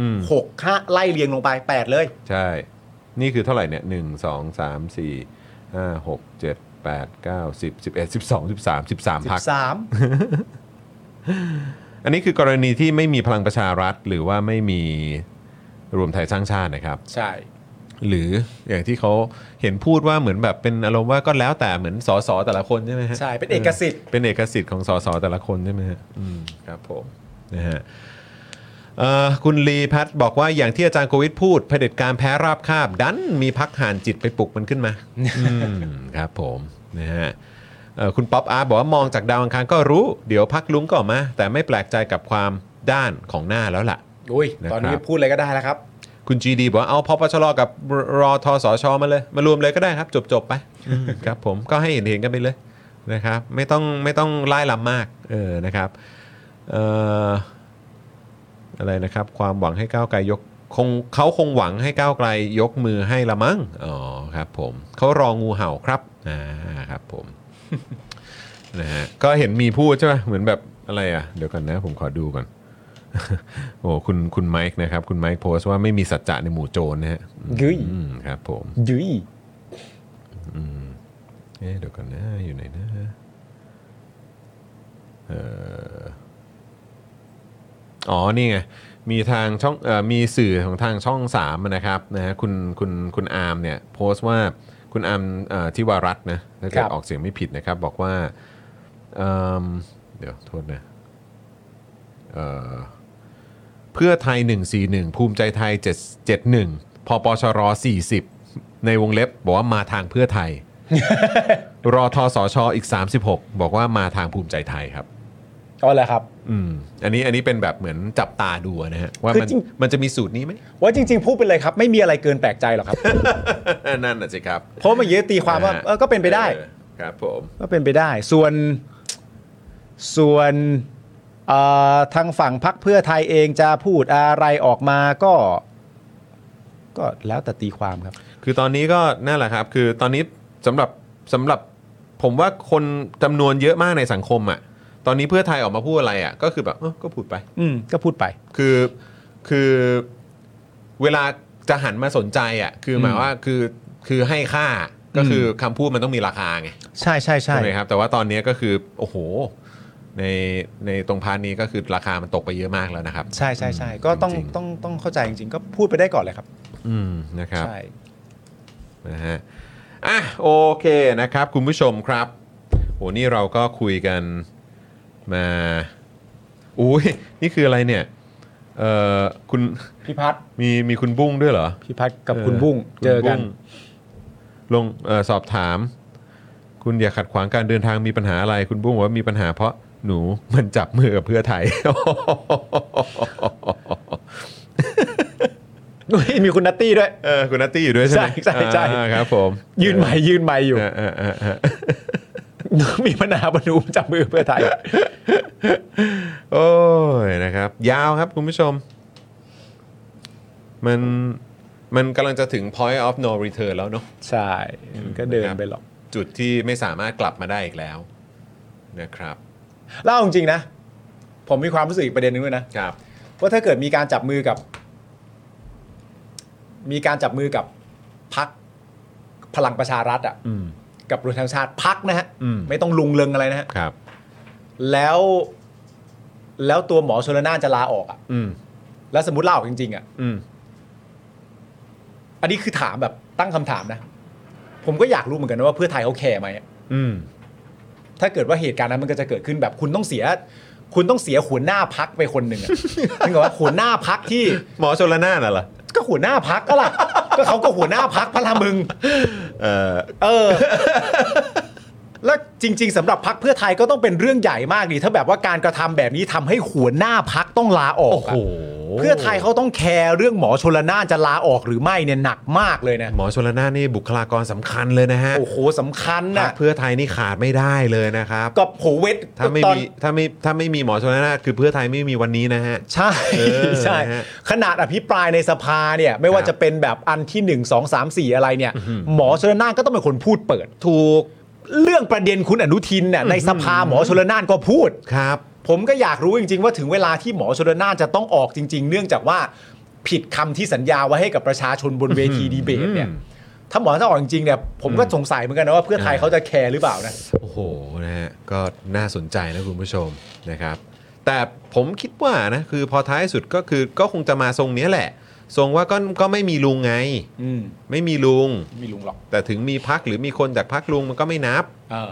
Speaker 1: อืม
Speaker 2: 9 6 5 ไล่เรียงลงไป 8 เลย
Speaker 1: ใช่ นี่คือเท่าไหร่เนี่ยหนึ่งสองสามสี่ห้าหกเจ็ดแปดเก้าสิบสิบเอ็ดสิบสองสิบสามสิบสามพัก
Speaker 2: 13
Speaker 1: อันนี้คือกรณีที่ไม่มีพลังประชารัฐ หรือว่าไม่มีรวมไทยสร้างชาตินะครับ
Speaker 2: ใช่
Speaker 1: หรืออย่างที่เขาเห็นพูดว่าเหมือนแบบเป็นอารมณ์ว่าก็แล้วแต่เหมือนสสแต่ละคนใช่ไหมฮะ
Speaker 2: ใช่เป็นเอกสิทธิ์
Speaker 1: เป็นเอกสิทธิ์ของสสแต่ละคนใช่ไหมฮะอืมครับผมนะฮะเอ่อคุณลีพัฒน์บอกว่าอย่างที่อาจารย์โควิดพูดเผด็จการแพ้ราบคาบ ดันมีพักห่านจิตไปปลุกมันขึ้นมา อืมครับผมนะฮะเอ่อคุณป๊อปอาร์ตบอกว่ามองจากดาวอังคารก็รู้ เดี๋ยวพักลุงก็ออกมา แต่ไม่แปลกใจกับความด้านของหน้าแล้วล่ะ
Speaker 2: อุ้ย
Speaker 1: นะครับ
Speaker 2: ตอนนี้พูดอะไรก็ได้แล้วครับ
Speaker 1: คุณจีดีบอกว่าเอาพอปชรกับรอทอสอชอมาเลย มารวมเลยก็ได้ครับ จบจบๆไปครับผมก็ให้เห็นเห็นๆกันไปเลยนะครับไม่ต้องไม่ต้องไล่ลำมากเออนะครับเอ่ออะไรนะครับ ความหวังให้ก้าวไกลยกคงเขาคงหวังให้ก้าวไกลยกมือให้ละมั้งอ๋อครับผมเขารองูเห่าครับอ่าครับผม นะฮะก็เห็นมีพูดใช่ไหมเหมือนแบบอะไรอ่ะ เดี๋ยวก่อนนะ ผมขอดูก่อน โอ้คุณคุณไมค์นะครับ คุณไมค์โพสต์ว่าไม่มีสัจจะในหมู่โจรนะฮะ
Speaker 2: ยุ้ย
Speaker 1: อืมครับผม
Speaker 2: ยุ้ย
Speaker 1: เอ๊ะเดี๋ยวก่อนนะ อยู่ไหนนะเอ่ออ๋อ นี่ไง มีทางช่องเอ่อมีสื่อของทางช่องสามนะครับนะฮะคุณคุณคุณอาร์มเนี่ยโพสต์ว่าคุณอาร์มเอ่อทิวารัตน์นะถ้าเกิด
Speaker 2: ครับ
Speaker 1: ออกเสียงไม่ผิดนะครับ บอกว่าเอิ่มเดี๋ยวโทษนะ เอ่อเพื่อไทย 141 ภูมิใจไทย 771พปชร 40 ในวงเล็บบอกว่ามาทางเพื่อไทย รอทอสอชออีก 36 บอกว่ามาทางภูมิใจไทยครับ
Speaker 2: เอาเลยครับ
Speaker 1: อืมอันนี้อันนี้เป็นแบบเหมือนจับตาดูนะฮะ ว่ามัน
Speaker 2: คือจริง
Speaker 1: มันจะมีสูตรนี้ไหม
Speaker 2: ว่าจริง ๆ พูดไปเลยครับ ไม่มีอะไรเกินแปลกใจหรอกครับ
Speaker 1: นั่นน่ะสิครับ
Speaker 2: เพราะเมาเยอะตีความว่า
Speaker 1: ะฮะ
Speaker 2: เออก็เป็นไปได้
Speaker 1: ออครับผม
Speaker 2: ก็เป็นไปได้ ส่วนส่วนเอ่อทางฝั่งพักเพื่อไทยเองจะพูดอะไรออกมาก็ ก็แล้วแต่ตีความครับ
Speaker 1: คือตอนนี้ก็นั่นแหละครับ คือตอนนี้สำหรับสำหรับผมว่าคนจำนวนเยอะมากในสังคมอ่ะ ตอนนี้เพื่อไทยออกมาพูดอะไรอ่ะ ก็คือแบบเอ้อก็พูดไป
Speaker 2: อืมก็พูดไป
Speaker 1: คือคือเวลาจะหันมาสนใจอ่ะ คือหมายว่าคือคือให้ค่าก็คือคำพูดมันต้องมีราคาไง
Speaker 2: ใช่ใช่ใช่
Speaker 1: ใช่ไหมครับ แต่ว่าตอนนี้ก็คือ โอ้โห ในในตรงพาร์ทนี้ก็คือราคามันตกไปเยอะมากแล้วนะครับ
Speaker 2: ใช่ใช่ใช่ก็ต้อง
Speaker 1: จริงๆ
Speaker 2: ต้องต้องเข้าใจจริงๆ ก็พูดไปได้ก่อนเลยครับ
Speaker 1: อืมนะครับ
Speaker 2: ใช่
Speaker 1: นะฮะ อ่ะโอเคนะครับ คุณผู้ชมครับ โหนี่เราก็คุยกันมา อุ้ยนี่คืออะไรเนี่ย เอ่อคุณ
Speaker 2: พี่พัฒน์
Speaker 1: มีมีคุณบุ้งด้วยเหรอ
Speaker 2: พี่พัฒน์กับคุณบุ้งเจอกัน
Speaker 1: คุณบุ้งลงเออสอบถาม คุณอย่าขัดขวางการเดินทางมีปัญหาอะไร คุณบุ้งบอกว่ามีปัญหาเพราะหนูมันจับมือกับเพื่อไทย
Speaker 2: มีคุณนัตตี้ด้วย
Speaker 1: เออคุณนัตตี้อยู่ด้วยใช่ไหม
Speaker 2: ใช่ใช่ใช่
Speaker 1: อ่าครับ ผม
Speaker 2: ยืนใหม่ยืนใหม่อยู่
Speaker 1: เออเออเออเออ
Speaker 2: มีปัญหาบรรลุจับมือเพื่อไทย
Speaker 1: โอ้ยนะครับ ยาวครับคุณผู้ชม มันมันกำลังจะถึง point of no return แล้วเนาะ
Speaker 2: ใช่มันก็เดินไปหรอก
Speaker 1: จุดที่ไม่สามารถกลับมาได้อีกแล้ว นะครับ
Speaker 2: เล่าจริงๆนะ ผมมีความรู้สึกอีกประเด็นหนึงด้วยนะ
Speaker 1: ครับ
Speaker 2: ว่าถ้าเกิดมีการจับมือกับ มีการจับมือกับพักพลังประชารัฐอ่ะ
Speaker 1: อืม
Speaker 2: กับรวมทั้งชาติพักนะฮะ
Speaker 1: อืม
Speaker 2: ไม่ต้องลุงเลิงอะไรนะฮะ
Speaker 1: ครับ
Speaker 2: แล้วแล้วตัวหมอชลนานจะลาออกอ่ะ
Speaker 1: อืม
Speaker 2: แล้วสมมติลาออกจริงๆอ่ะ
Speaker 1: อืม
Speaker 2: อันนี้คือถามแบบตั้งคำถามนะ ผมก็อยากรู้เหมือนกันนะว่าเพื่อไทยเขาแคร์ไหมอะ
Speaker 1: อืม
Speaker 2: ถ้าเกิดว่าเหตุการณ์นั้นมันก็จะเกิดขึ้นแบบคุณต้องเสีย คุณต้องเสียหัวหน้าพักไปคนหนึ่งอะ นึกออกว่าหัวหน้าพักที่
Speaker 1: หมอชลน่านน่ะเหรอ
Speaker 2: ก็หัวหน้าพักก็ล่ะ ก็เขาก็หัวหน้าพักพลังมึง
Speaker 1: เออ
Speaker 2: เออ แล้วจริง ๆสำหรับพักเพื่อไทยก็ต้องเป็นเรื่องใหญ่มากดิถ้าแบบว่าการกระทำแบบนี้ทำให้หัวหน้าพักต้องลาออกอะเพื่อไทยเขาต้องแคร์เรื่องหมอชลนานจะลาออกหรือไม่เนี่ยหนักมากเลยนะ
Speaker 1: หมอชลนานนี่บุคลากรสำคัญเลยนะฮะ
Speaker 2: โอ้โหสำคัญ
Speaker 1: พรร
Speaker 2: นะ
Speaker 1: คเพื่อไทยนี่ขาดไม่ได้เลยนะครับ
Speaker 2: กับโผเวท
Speaker 1: ถ้าไม่
Speaker 2: ตอน
Speaker 1: มีถ้าไม่ถ้าไม่มีหมอชนละนานคือเพื่อไทยไม่มีวันนี้นะฮะ
Speaker 2: ใช่
Speaker 1: เออ
Speaker 2: ใช่
Speaker 1: นะฮะ
Speaker 2: ขนาดอภิปรายในสภาเนี่ยไม่ว่า
Speaker 1: ครับ
Speaker 2: จะเป็นแบบอันที่ 1 2 3 4 อะไรเนี่ย หมอชลนานก็ต้องเป็นคนพูดเปิด ถูกเรื่องประเด็นคุณอนุทินเนี่ยในสภาหมอชลนานก็พูด
Speaker 1: ครับ
Speaker 2: ผมก็อยากรู้จริง ๆ ว่าถึงเวลาที่หมอชลนานจะต้องออกจริง ๆ เนื่องจากว่าผิดคำที่สัญญาไว้ให้กับประชาชนบนเวทีดีเบตเนี่ยถ้าหมอจะออกจริงๆเนี่ยผมก็สงสัยเหมือนกันนะว่าเพื่อไทยเขาจะแคร์หรือเปล่านะ
Speaker 1: โอ้โหนะฮะก็น่าสนใจนะคุณผู้ชมนะครับ แต่ผมคิดว่านะคือพอท้ายสุดก็คือก็คงจะมาทรงเนี้ยแหละ ทรงว่าก็ก็ไม่มีลุงไง
Speaker 2: อืม
Speaker 1: ไม่มีลุง
Speaker 2: ไม่ลุงหรอก
Speaker 1: แต่ถึงมีพักหรือมีคนจากพักลุงมันก็ไม่นับ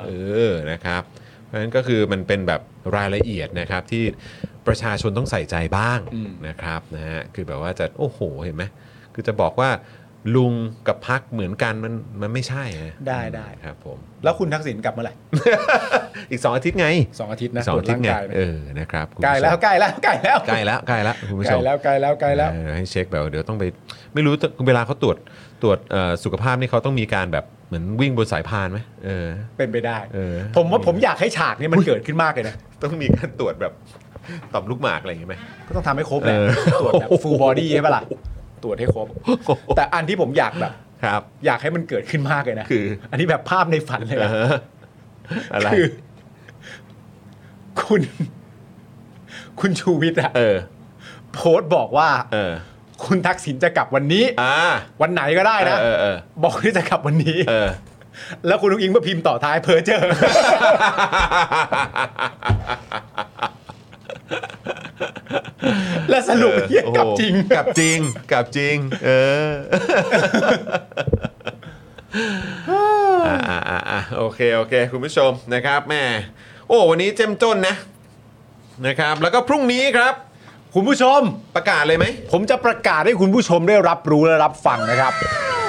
Speaker 2: เออ
Speaker 1: อนะครับ เพราะฉะนั้นก็คือมันเป็นแบบรายละเอียดนะครับที่ประชาชนต้องใส่ใจบ้างนะครับนะฮะคือแบบว่าจะโอ้โหเห็นไหมคือจะบอกว่าลุงกับพักเหมือนกันมันมันไม่ใช่นะ
Speaker 2: ได้ได้
Speaker 1: ครับผม
Speaker 2: แล้วคุณทักษิณกลับเมื่อไหร่
Speaker 1: อีก 2 อาทิตย์ไง
Speaker 2: สองอาทิตย์นะ
Speaker 1: สองอาทิตย์ไง
Speaker 2: ตรวจร่างกายไหม
Speaker 1: เออนะครับคุณ
Speaker 2: ใกล้
Speaker 1: ผู้ชม
Speaker 2: แล้วใกล้แล้วใกล้แล้ว
Speaker 1: ใกล้แล้วใกล้แล้วคุณผู้ชม
Speaker 2: แล้วใกล้แล้วใกล้แล้ว
Speaker 1: เออให้เช็คแบบว่าเดี๋ยวต้องไปไม่รู้เวลาเขาตรวจตรวจเอ่อสุขภาพนี่เขาต้องมีการแบบเหมือนวิ่งบนสายพานไหมเออ
Speaker 2: เป็นไปได้
Speaker 1: เออ
Speaker 2: ผมว่าผมอยากให้ฉากเนี้มันเกิดขึ้นมากเลยนะ
Speaker 1: ต้องมีการตรวจแบบต่อมลูกหมากอะไรอย่างงี้ไหม
Speaker 2: ก็ต้องทำให้ครบแหละ
Speaker 1: เออ
Speaker 2: ตรวจแบบ full body ใช่ปะล่ะตรวจให้ครบ แต่อันที่ผมอยากแบบ
Speaker 1: ครับ
Speaker 2: อยากให้มันเกิดขึ้นมากเลยนะ
Speaker 1: คือ
Speaker 2: อันนี้แบบภาพในฝันเลย
Speaker 1: เอ
Speaker 2: นะ
Speaker 1: ออะไร
Speaker 2: คือ คุณ คุณชูวิทย์อะ
Speaker 1: เออ
Speaker 2: โพสต์บอกว่า
Speaker 1: เออ
Speaker 2: คุณทักษิณจะกลับวันนี้
Speaker 1: อ่า
Speaker 2: วันไหนก็ได้นะ
Speaker 1: เออเออ
Speaker 2: บอกที่จะกลับวันนี้
Speaker 1: เออ
Speaker 2: แล้วคุณลุงอิงมาพิมพ์ต่อท้ายเพอเจอ และสรุปเฮียกลับจริง
Speaker 1: กลับจริงกลับจริง เอ ออ่ะอ่ะอ่ะอ่ะโอเค โอเค คุณผู้ชมนะครับแม่โอ้วันนี้เจ้มจนนะนะครับ แล้วก็พรุ่งนี้ครับ
Speaker 2: คุณผู้ชม
Speaker 1: ประกาศเลยไหม
Speaker 2: ผมจะประกาศให้คุณผู้ชมได้รับรู้และรับฟังนะครับ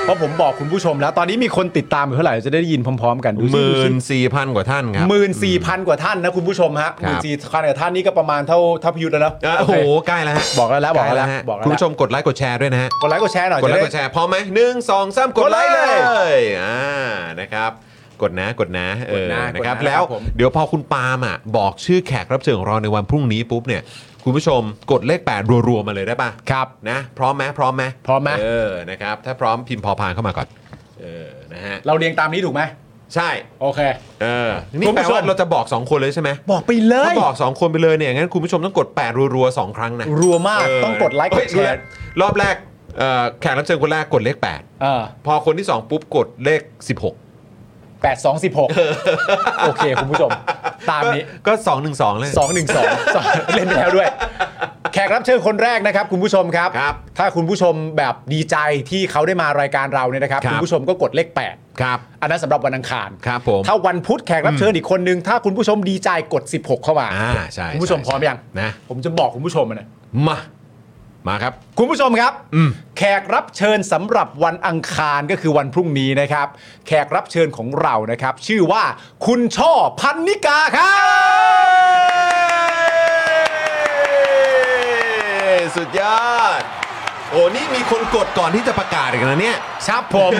Speaker 2: เพราะผมบอกคุณผู้ชมแล้ว ตอนนี้มีคนติดตามอยู่เท่าไหร่จะได้ยินพร้อมๆ กันดู
Speaker 1: ห
Speaker 2: สิ
Speaker 1: มื่นสี่พันกว่าท่านครับ
Speaker 2: หมื่นสี่พันกว่าท่านนะคุณผู้ชมฮะ
Speaker 1: ค
Speaker 2: ห
Speaker 1: รั
Speaker 2: มื่
Speaker 1: บ
Speaker 2: นสี่พันกว่าท่านนี่ก็ประมาณเท่าเท่าพิยุทธ์แล้วเนอะ
Speaker 1: อ่ะโอ้โห ใกล้แล้วฮะ
Speaker 2: บอกแล้วแล้วบอกแล้ว
Speaker 1: ใฮะ
Speaker 2: บอกแล้ว
Speaker 1: คุณผู้ชมกดไลค์กดแชร์ด้วยนะฮะ
Speaker 2: กดไลค์กดแชร์หน่อย
Speaker 1: กดไลค์ก
Speaker 2: จะ
Speaker 1: ด
Speaker 2: ไ
Speaker 1: แชร์พร้อมไหมหนึ่งสองสามกดไลค์
Speaker 2: กด
Speaker 1: เล
Speaker 2: ไลค์เลย
Speaker 1: ยอ่านะครับ กดนะกดนะเออก
Speaker 2: ดนะ
Speaker 1: นะครับ
Speaker 2: กดนะ
Speaker 1: แล้ว
Speaker 2: ครับผม
Speaker 1: เดี๋ยวพอคุณปาล์มอ่ะบอกชื่อแขกรับเชิญของเราในวันพรุ่งนี้ปุ๊บเนี่ย คุณผู้ชมกดเลข 8 รัวๆมาเลยได้ป่ะ
Speaker 2: ครับ
Speaker 1: นะ พร้อมไหมพร้อมไหม
Speaker 2: พร้อมไหม
Speaker 1: เออนะครับ ถ้าพร้อมพิมพ์พอพานเข้ามาก่อน เออนะฮะ
Speaker 2: เราเรียงตามนี้ถูกไหม
Speaker 1: ใช่
Speaker 2: โอเค
Speaker 1: เออนี่
Speaker 2: คุณผู้
Speaker 1: แปล
Speaker 2: ชม
Speaker 1: ว่าเราจะบอก 2 คนเลยใช่ไหม
Speaker 2: บอกไปเล
Speaker 1: ถ้าย บอก 2 คนไปเลยเนี่ยงั้นคุณผู้ชมต้องกด 8 รัวๆสองครั้งนะ
Speaker 2: รัวมาก
Speaker 1: เ
Speaker 2: ต้องกดไลค์ก
Speaker 1: เฮ้ย
Speaker 2: ดแชร์
Speaker 1: รอบแรกเอ่อแขกรับเชิญคนแรกกดเลข 8
Speaker 2: เออ
Speaker 1: พอคนที่ 2 ปุ๊บกดเลข 16
Speaker 2: แปดสองสิบหกโอเคคุณผู้ชม ตามนี้
Speaker 1: ก็ 2 1 2 เลย
Speaker 2: สองหนึ่ง สองสองเล่นไปแล้วด้วย แขกรับเชิญคนแรกนะครับ คุณผู้ชมครับ
Speaker 1: ครับ
Speaker 2: ถ้าคุณผู้ชมแบบดีใจที่เขาได้มารายการเราเนี่ยนะครับ
Speaker 1: ครับ
Speaker 2: คุณผู้ชมก็กดเลข
Speaker 1: ครับ
Speaker 2: 8 อันนั้นสำหรับวันอังคาร
Speaker 1: ครับผม
Speaker 2: ถ้าวันพุธแขกรับเชิญอีกคนนึง ถ้าคุณผู้ชมดีใจกด 16 เข้ามา
Speaker 1: อ่าใช่
Speaker 2: คุณผู้ชมพร้อม
Speaker 1: ใช่
Speaker 2: ยัง
Speaker 1: นะ
Speaker 2: ผมจะบอกคุณผู้ชมนะ
Speaker 1: มา มาครับ
Speaker 2: คุณผู้ชมครับ
Speaker 1: อืม
Speaker 2: แขกรับเชิญสำหรับวันอังคารก็คือวันพรุ่งนี้นะครับ แขกรับเชิญของเรานะครับ ชื่อว่าคุณช่อพันนิกาครับ
Speaker 1: เอ้ยสุดยอด โอ้นี่มีคนกดก่อนที่จะประกาศอีกนะเนี่ย
Speaker 2: ครับผม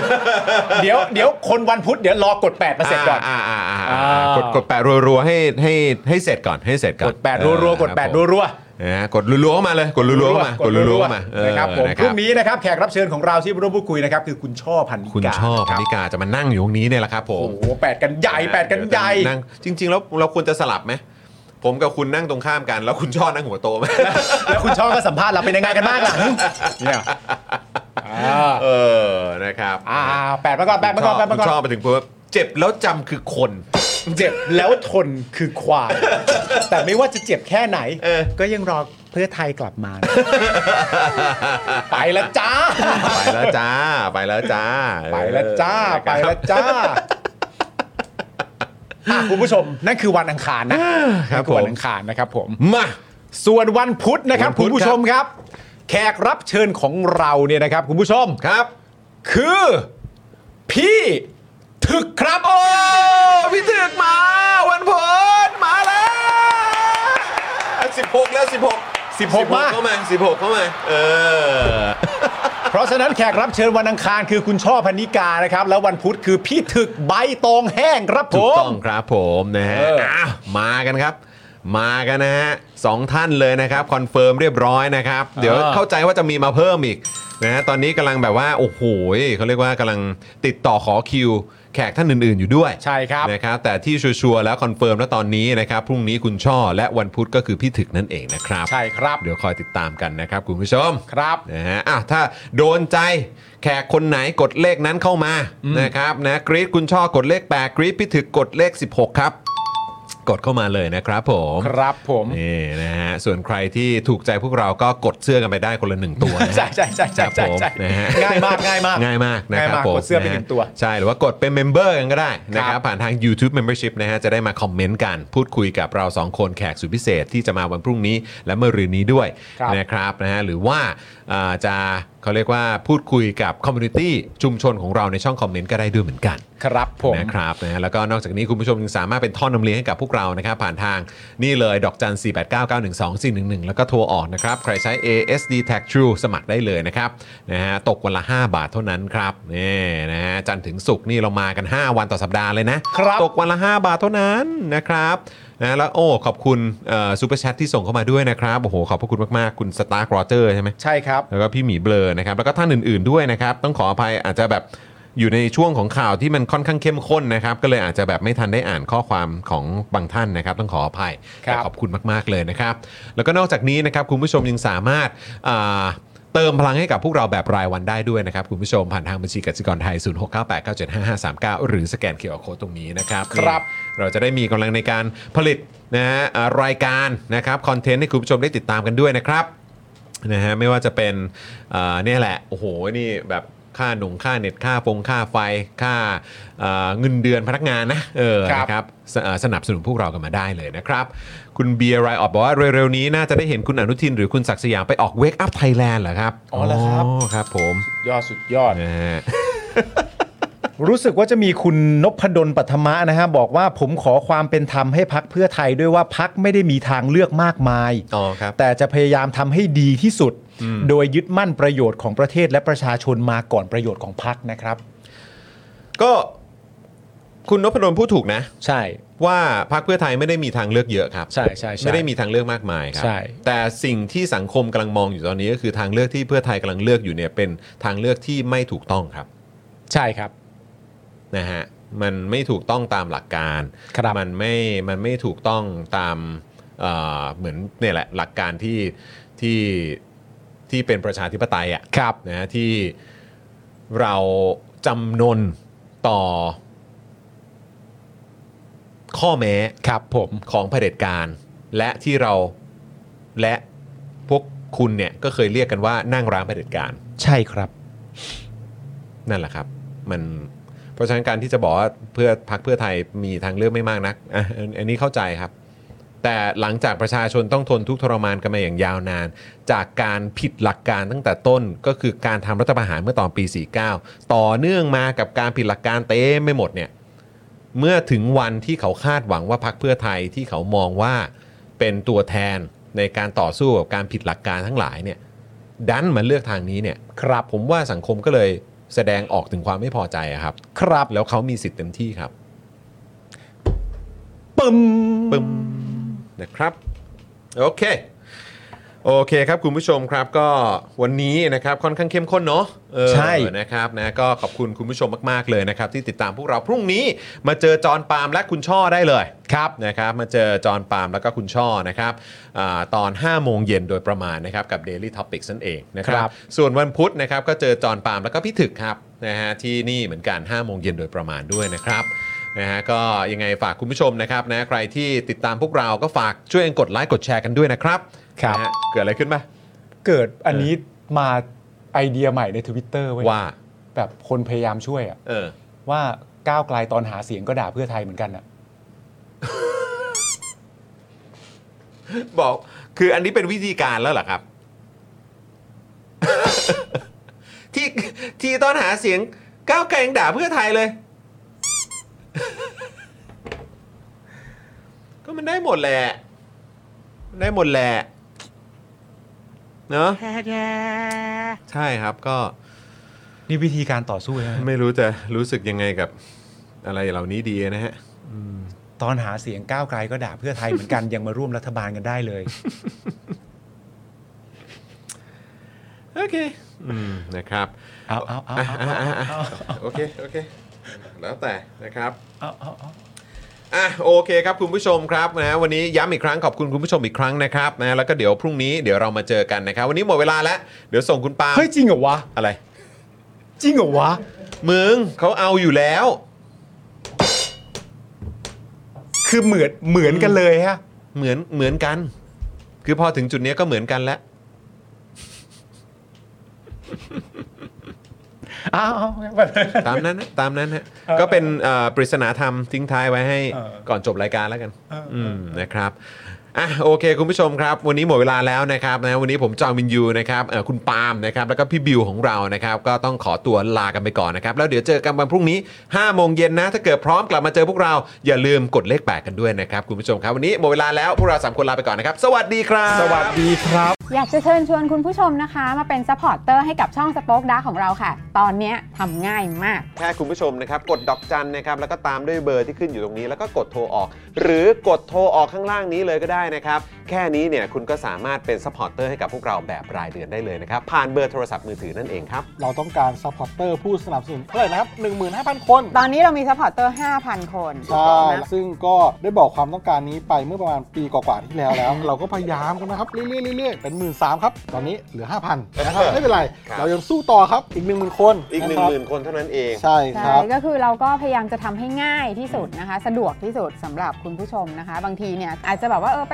Speaker 2: เดี๋ยวเดี๋ยวคนวันพุธเดี๋ยวรอกด8มาเสร็จก่อน
Speaker 1: าาา
Speaker 2: อ่าก ก
Speaker 1: ดกดแปดรัวๆให้ให้ให้เสร็จก่อนให้เสร็จก่
Speaker 2: ก
Speaker 1: อน
Speaker 2: ดแปดรัวๆกดแปดรัว
Speaker 1: ๆนะฮะกดรัวๆเข้ามาเลยกด
Speaker 2: ๆ
Speaker 1: รัวๆเข้ามากดรัวๆเข้ามาเออ
Speaker 2: นะครับผม
Speaker 1: นะ
Speaker 2: พรุ่งนี้นะครับแขกรับเชิญของเราที่ร่วมพูดคุยนะครับคือคุณช่อพันนิกา
Speaker 1: คุณชอบ
Speaker 2: ค
Speaker 1: พ
Speaker 2: รับ
Speaker 1: นิกาจะมานั่งอยู่ตรงนี้เนี่ยแหละครับผ
Speaker 2: โอ้
Speaker 1: ม
Speaker 2: โหแปดกันใหญ่แปดกันใหญ่
Speaker 1: นั่งจริง ๆ แล้วเราควรจะสลับไหมผมกับคุณนั่งตรงข้ามกัน แล้วคุณช่อนั่งหัวโตไหม
Speaker 2: แล้วคุณช่อก็สัมภาษณ์เราเป็นยังไงกันบ้างล่ะเนี่ยอ่า
Speaker 1: เออนะครับ
Speaker 2: อ่าแปดมาก่อนแปดมาก่อนแปดมาก่
Speaker 1: คุณช่อ
Speaker 2: อน
Speaker 1: มาถึงปุ๊บเจ็บแล้วจำคือคน
Speaker 2: เจ็บแล้วทนคือควายแต่ไม่ว่าจะเจ็บแค่ไหนก็ยังรอเพื่อไทยกลับมา ไปละจ้า
Speaker 1: ไปแล้วจ้า ไปแล้วจ้า
Speaker 2: ไปแล้วจ้า
Speaker 1: เออ
Speaker 2: ไปแล้วจ้าอ่ะคุณผู้ชม นั่นคือวันอังคารนะนั่นอวันอังคารนะครับผม
Speaker 1: มา
Speaker 2: ส่วนวันพุธนะครับ
Speaker 1: วันพุ
Speaker 2: คุ
Speaker 1: ธ
Speaker 2: ณผู้ชมครับ แขกรับเชิญของเราเนี่ยนะครับ คุณผู้ชม
Speaker 1: ครับ
Speaker 2: คือ พี่ ถึกครับ
Speaker 1: โอ้พี่ถึกมาวันพุธมาแล้วสิบหกแล้วสิบหก
Speaker 2: มา
Speaker 1: เข้ามาสิบหกเข้ามาเออ
Speaker 2: เพราะฉะนั้นแขกรับเชิญวันอังคารคือคุณช่อพันนิกานะครับ แล้ววันพุธคือพี่ถึกใบตองแห้งครับผ
Speaker 1: ถูก
Speaker 2: ม
Speaker 1: ต้องครับผมนะฮะ
Speaker 2: เออ
Speaker 1: เอามากันครับ มากันนะฮะสองท่านเลยนะครับคอนเฟิร์มเรียบร้อยนะครับ เดี๋ยวเข้าใจว่าจะมีมาเพิ่มอีกนะฮะตอนนี้กำลังแบบว่า โอ้โหเขาเรียกว่ากำลังติดต่อขอคิว แขกท่านอื่น ๆ อยู่ด้วย
Speaker 2: ใช่ครับ
Speaker 1: นะครับ แต่ที่ชัวร์ๆแล้วคอนเฟิร์มแล้วตอนนี้นะครับ พรุ่งนี้คุณช่อและวันพุธก็คือพี่ถึกนั่นเองนะครับ
Speaker 2: ใช่ครับ
Speaker 1: เดี๋ยวคอยติดตามกันนะครับคุณผู้ชม
Speaker 2: ครับ
Speaker 1: นะฮะอ่ะถ้าโดนใจแขกคนไหนกดเลขนั้นเข้ามานะครับนะกรีดคุณช่อกดเลข 8 กรีดพี่ถึกกดเลข 16 ครับ กดเข้ามาเลยนะครับผม
Speaker 2: ครับผม
Speaker 1: นี่นะฮะส่วนใครที่ถูกใจพวกเราก็กดเสื้อกันไปได้คนละหนึ่งตัวนะฮะ
Speaker 2: ใช่ใช่ใช่ใช่
Speaker 1: ครับ
Speaker 2: ใช่
Speaker 1: ผม
Speaker 2: ใช่
Speaker 1: นะฮะ
Speaker 2: ง่ายมากง่ายมาก
Speaker 1: ง่ายมากนะ
Speaker 2: ง่าย
Speaker 1: ครับ
Speaker 2: มาก
Speaker 1: ผม
Speaker 2: กดเสื้อไปหนึ่งตัว
Speaker 1: ะฮะใช่หรือว่ากดเป็นเมมเบอร์กันก็ได้นะค
Speaker 2: ค
Speaker 1: รั
Speaker 2: รั
Speaker 1: บบ ผ่านทาง YouTube Membership นะฮะจะได้มาคอมเมนต์กันพูดคุยกับเรา 2 คนแขกสุดพิเศษที่จะมาวันพรุ่งนี้และเมื่อรืนนี้ด้วย
Speaker 2: ครับ
Speaker 1: นะครับนะฮะหรือว่าอ่าจะเขาเรียกว่าพูดคุยกับคอมมูนิตี้ชุมชนของเราในช่องคอมเมนต์ก็ได้ด้วยเหมือนกัน
Speaker 2: ครับผม
Speaker 1: นะครับนะฮะแล้วก็นอกจากนี้คุณผู้ชมยังสามารถเป็นท่อนนำเลี้ยงให้กับพวกเรานะครับผ่านทางนี่เลยดอกจัน 4 8 9 9 1 2 4 1 1 แล้วก็โทรออกนะครับใครใช้ ASD Tag True สมัครได้เลยนะครับนะฮะตกวันละ 5 บาทเท่านั้นครับนี่นะฮะจันทร์ถึงศุกร์นี่เรามากัน 5 วันต่อสัปดาห์เลยนะครับ ตกวันละ 5 บาทเท่านั้นนะครับนะแล้วโอ้ขอบคุณซูเปอร์แชทที่ส่งเข้ามาด้วยนะครับโอ้โหขอบพระคุณมากๆคุณสตาร์กรอเจอร์ใช่ไหม
Speaker 2: ใช่ครับ
Speaker 1: แล้วก็พี่หมีเบลอนะครับ แล้วก็ท่านอื่นๆด้วยนะครับ ต้องขออภัยอาจจะแบบอยู่ในช่วงของข่าวที่มันค่อนข้างเข้มข้นนะครับ ก็เลยอาจจะแบบไม่ทันได้อ่านข้อความของบางท่านนะครับ ต้องขออภัย
Speaker 2: ครับ
Speaker 1: แต่ขอบคุณมากๆเลยนะครับ แล้วก็นอกจากนี้นะครับคุณผู้ชมยังสามารถอ่าเติมพลังให้กับพวกเราแบบรายวันได้ด้วยนะครับ คุณผู้ชมผ่านทางบัญชีกสิกรไทย 0698975539 หรือสแกนเคอร์โคตรงนี้นะครับ
Speaker 2: ครับ
Speaker 1: นี่ เราจะได้มีกำลังในการผลิตนะฮะอ่ารายการนะครับคอนเทนต์ให้คุณผู้ชมได้ติดตามกันด้วยนะครับนะฮะไม่ว่าจะเป็นอ่าเนี่ยแหละโอ้โหนี่แบบค่าหนุงค่าเน็ตค่าฟงค่าไฟค่าอ่าเงินเดือนพนักงานนะเออ
Speaker 2: ครับ
Speaker 1: นะครับสอ่าสนับสนุนพวกเรากันมาได้เลยนะครับ คุณเบียร์ไรออกบอกว่าเร็วๆนี้น่าจะได้เห็นคุณอนุทินหรือคุณศักดิ์สยามไปออกเวกอัพไทยแลนด์เหรอครับ
Speaker 2: อ๋อเหรอครับ
Speaker 1: อครับผม
Speaker 2: ยอดสุดยอด
Speaker 1: นะฮะ
Speaker 2: รู้สึกว่าจะมีคุณนพดลปัทมะนะฮะบอกว่าผมขอความเป็นธรรมให้พักเพื่อไทยด้วยว่าพักไม่ได้มีทางเลือกมากมาย
Speaker 1: อ๋อครับ
Speaker 2: แต่จะพยายามทำให้ดีที่สุด โดยยึดมั่นประโยชน์ของประเทศและประชาชนมาก่อนประโยชน์ของพักนะครับ
Speaker 1: ก็คุณนพดลพูดถูกนะ
Speaker 2: ใช่
Speaker 1: ว่าพรรคเพื่อไทยไม่ได้มีทางเลือกเยอะครับ
Speaker 2: ใช่ใช่ใช่
Speaker 1: ไม่ได้มีทางเลือกมากมายครั
Speaker 2: ใช่
Speaker 1: แต่สิ่งที่สังคมกำลังมองอยู่ตอนนี้ก็คือทางเลือกที่เพื่อไทยกำลังเลือกอยู่เนี่ยเป็นทางเลือกที่ไม่ถูกต้องครับ
Speaker 2: ใช่ครับ
Speaker 1: นะฮะมันไม่ถูกต้องตามหลักการ
Speaker 2: ครับ
Speaker 1: มันไม่มันไม่ถูกต้องตามเอ่อเหมือนเนี่ยแหละหลักการที่ที่ที่เป็นประชาธิปไตยอ่ะ
Speaker 2: ครับ
Speaker 1: นะฮะที่เราจำนนต่อข้อแม้
Speaker 2: ครับผม
Speaker 1: ของเผด็จการ และที่เราและพวกคุณเนี่ยก็เคยเรียกกันว่านั่งร้างเผด็จการ
Speaker 2: ใช่ครับ
Speaker 1: นั่นแหละครับ มันเพราะฉะนั้นการที่จะบอกว่าเพื่อพักเพื่อไทยมีทางเลือกไม่มากนั กอ่ะอันอันนี้เข้าใจครับ แต่หลังจากประชาชนต้องทนทุกข์ทรมานกันมาอย่างยาวนาน จากการผิดหลักการตั้งแต่ต้นก็คือการทำรัฐประหารเมื่อตอนปี 49 ต่อเนื่องมากับการผิดหลักการเต็มไปหมดเนี่ย เมื่อถึงวันที่เขาคาดหวังว่าพรรคเพื่อไทยที่เขามองว่าเป็นตัวแทนในการต่อสู้กับการผิดหลักการทั้งหลายเนี่ยดันมาเลือกทางนี้เนี่ยครับผมว่าสังคมก็เลยแสดงออกถึงความไม่พอใจอะครับ
Speaker 2: ครับ
Speaker 1: แล้วเขามีสิทธิ์เต็มที่ครับ
Speaker 2: ปึ้ม
Speaker 1: ปึ้มนะครับ โอเค โอเคครับคุณผู้ชมครับก็วันนี้นะครับค่อนข้างเข้มข้นเนาะเออ
Speaker 2: ใช่
Speaker 1: นะครับนะก็ขอบคุณคุณผู้ชมมาก ๆ เลยนะครับ ที่ติดตามพวกเราพรุ่งนี้มาเจอจอห์นปาล์มและคุณช่อได้เลยครับนะครับมาเจอจอห์นปาล์มแล้วก็คุณช่อนะครับอาตอน 5 โมงเย็นโดยประมาณนะครับกับ Daily Topics นั่นเองนะครับ
Speaker 2: ครับ
Speaker 1: ส่วนวันพุธนะครับก็เจอจอห์นปาล์มแล้วก็พี่ถึกครับนะฮะที่นี่เหมือนกัน 5 โมงเย็นโดยประมาณด้วยนะครับนะฮะก็ยังไงฝากคุณผู้ชมนะครับนะใครที่ติดตามพวกเราก็ฝากช่วยกันกดไลค์กดแชร์กันด้วยนะครับ
Speaker 2: ครับ
Speaker 1: นะฮะเกิดอะไรขึ้นปะ
Speaker 2: เกิดอันนี้มาไอเดียใหม่ในทวิตเตอร์เว้ย
Speaker 1: ว่า
Speaker 2: แบบคนพยายามช่วยอะ
Speaker 1: เออ
Speaker 2: ว่าก้าวไกลตอนหาเสียงก็ด่าเพื่อไทยเหมือนกันอะ
Speaker 1: บอก คืออันนี้เป็นวิธีการแล้วเหรอครับ ที่ที่ตอนหาเสียงก้าวไกลยังด่าเพื่อไทยเลย ก็มันได้หมดแหละ ได้หมดแหละ เนอะใช่ครับก็
Speaker 2: นี่วิธีการต่อสู้ใช่ไหม
Speaker 1: ไม่รู้จะรู้สึกยังไงกับอะไรเหล่านี้ดีนะฮะ
Speaker 2: ตอนหาเสียงก้าวไกลก็ด่าเพื่อไทยเหมือนกัน ยังมาร่วมรัฐบาลกันได้เลย
Speaker 1: โอเค อืม นะครับ
Speaker 2: เอาเอาเอา
Speaker 1: อ่ะ
Speaker 2: เอา
Speaker 1: อ่ะอ่ะ
Speaker 2: เอา
Speaker 1: อ่ะโอเค โอเค แล้วแต่นะครับ
Speaker 2: เอาเอาเอา
Speaker 1: อ่ะโอเคครับคุณผู้ชมครับนะวันนี้ย้ำอีกครั้งขอบคุณคุณผู้ชมอีกครั้งนะครับนะแล้วก็เดี๋ยวพรุ่งนี้เดี๋ยวเรามาเจอกันนะครับ วันนี้หมดเวลาแล้ว เดี๋ยวส่งคุณปาล์ม
Speaker 2: เฮ้ยจริงเหรอวะ
Speaker 1: อะไร
Speaker 2: จริงเหรอวะ
Speaker 1: มึงเขาเอาอยู่แล้ว
Speaker 2: คือเหมือนเหมือนกันเลยฮะ
Speaker 1: เหมือนเหมือนกัน คือพอถึงจุดเนี้ยก็เหมือนกันแล้ว
Speaker 2: อ้าวเอาเอา
Speaker 1: ตามนั้นนะตามนั้นฮะ
Speaker 2: เออ
Speaker 1: ก็เป็นเอ่อปริศนาธรรมทิ้งท้ายไว้ให้
Speaker 2: เออ
Speaker 1: ก่อนจบรายการแล้วกัน
Speaker 2: เอออื
Speaker 1: มนะครับอ่ะโอเค คุณผู้ชมครับ วันนี้หมดเวลาแล้วนะครับนะวันนี้ผมจอมินยูนะครับเอ่อคุณปาล์มนะครับแล้วก็พี่บิวของเรานะครับก็ต้องขอตัวลากันไปก่อนนะครับ แล้วเดี๋ยวเจอกันวันพรุ่งนี้5โมงเย็นนะ ถ้าเกิดพร้อมกลับมาเจอพวกเราอย่าลืมกดเลขแปดกันด้วยนะครับคุณผู้ชมครับวันนี้หมดเวลาแล้วพวกเราสามคนลาไปก่อนนะครับสวัสดีครับ
Speaker 2: สวัสดีครับ
Speaker 6: อยากจะเชิญชวนคุณผู้ชมนะคะ มาเป็นซัพพอร์ตเตอร์ให้กับช่องสป็อคดาของเราค่ะ ตอนเนี้ยทำง่ายมาก
Speaker 1: แค่คุณผู้ชมนะครับ กดดอกจันนะครับ แล้วก็ตามด้วยเบอร์ที่ขึ้นอยู่ตรงนี้ แล้วก็กดโทรออก หรือกดโทรออกข้างล่างนี้เลยก็ได้นะครับ แค่นี้เนี่ยคุณก็สามารถเป็นซัพพอร์ตเตอร์ให้กับพวกเราแบบรายเดือนได้เลยนะครับ ผ่านเบอร์โทรศัพท์มือถือนั่นเองครับ
Speaker 7: เราต้องการซัพพอร์เตอร์ผู้สนับสนุนเท่าไหร่นะครับ 15,000 คน
Speaker 6: ตอนนี้เรามีซัพพอร์ตเตอร์5,000 คน
Speaker 7: ใช่
Speaker 6: นะ
Speaker 7: ซึ่งก็ได้บอกความต้องการนี้ไปเมื่อประมาณปีกว่าๆที่แล้วแล้ว เราก็พยายามกันนะครับ เรื่อยๆเรื่อยๆเป็น 1 3ื่นครับ ตอนนี้เหลือ 5,000นะครับไม่เป็นไร
Speaker 1: ครับ
Speaker 7: เรายังสู้ต่อครับอีก 10,000 คน
Speaker 1: อีก1
Speaker 7: ะครับ
Speaker 1: 0,000คนเท่านั้นเอง
Speaker 7: ใช่ค
Speaker 6: ใช่
Speaker 7: รับ
Speaker 6: ก็คือเราก็พยายามจะทำให้ง่ายที่สุดนะคะ สะดวกที่สุดสำหรับคุณผู้ชมนะคะ บางทีเนี่ยอาจจะแบบว่าเออไป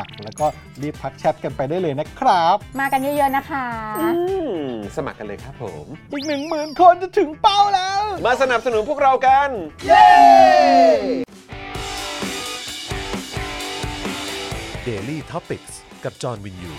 Speaker 7: ัคร แล้วก็รีบทักแชทกันไปได้เลยนะครับ
Speaker 6: มากันเยอะๆนะคะ
Speaker 1: อืมสมัครกันเลยครับผม
Speaker 7: อีก 1 0,000 คนจะถึงเป้าแล้ว
Speaker 1: มาสนับสนุนพวกเรากันเย้
Speaker 8: Daily t o p i c กกับจอห์นวินยู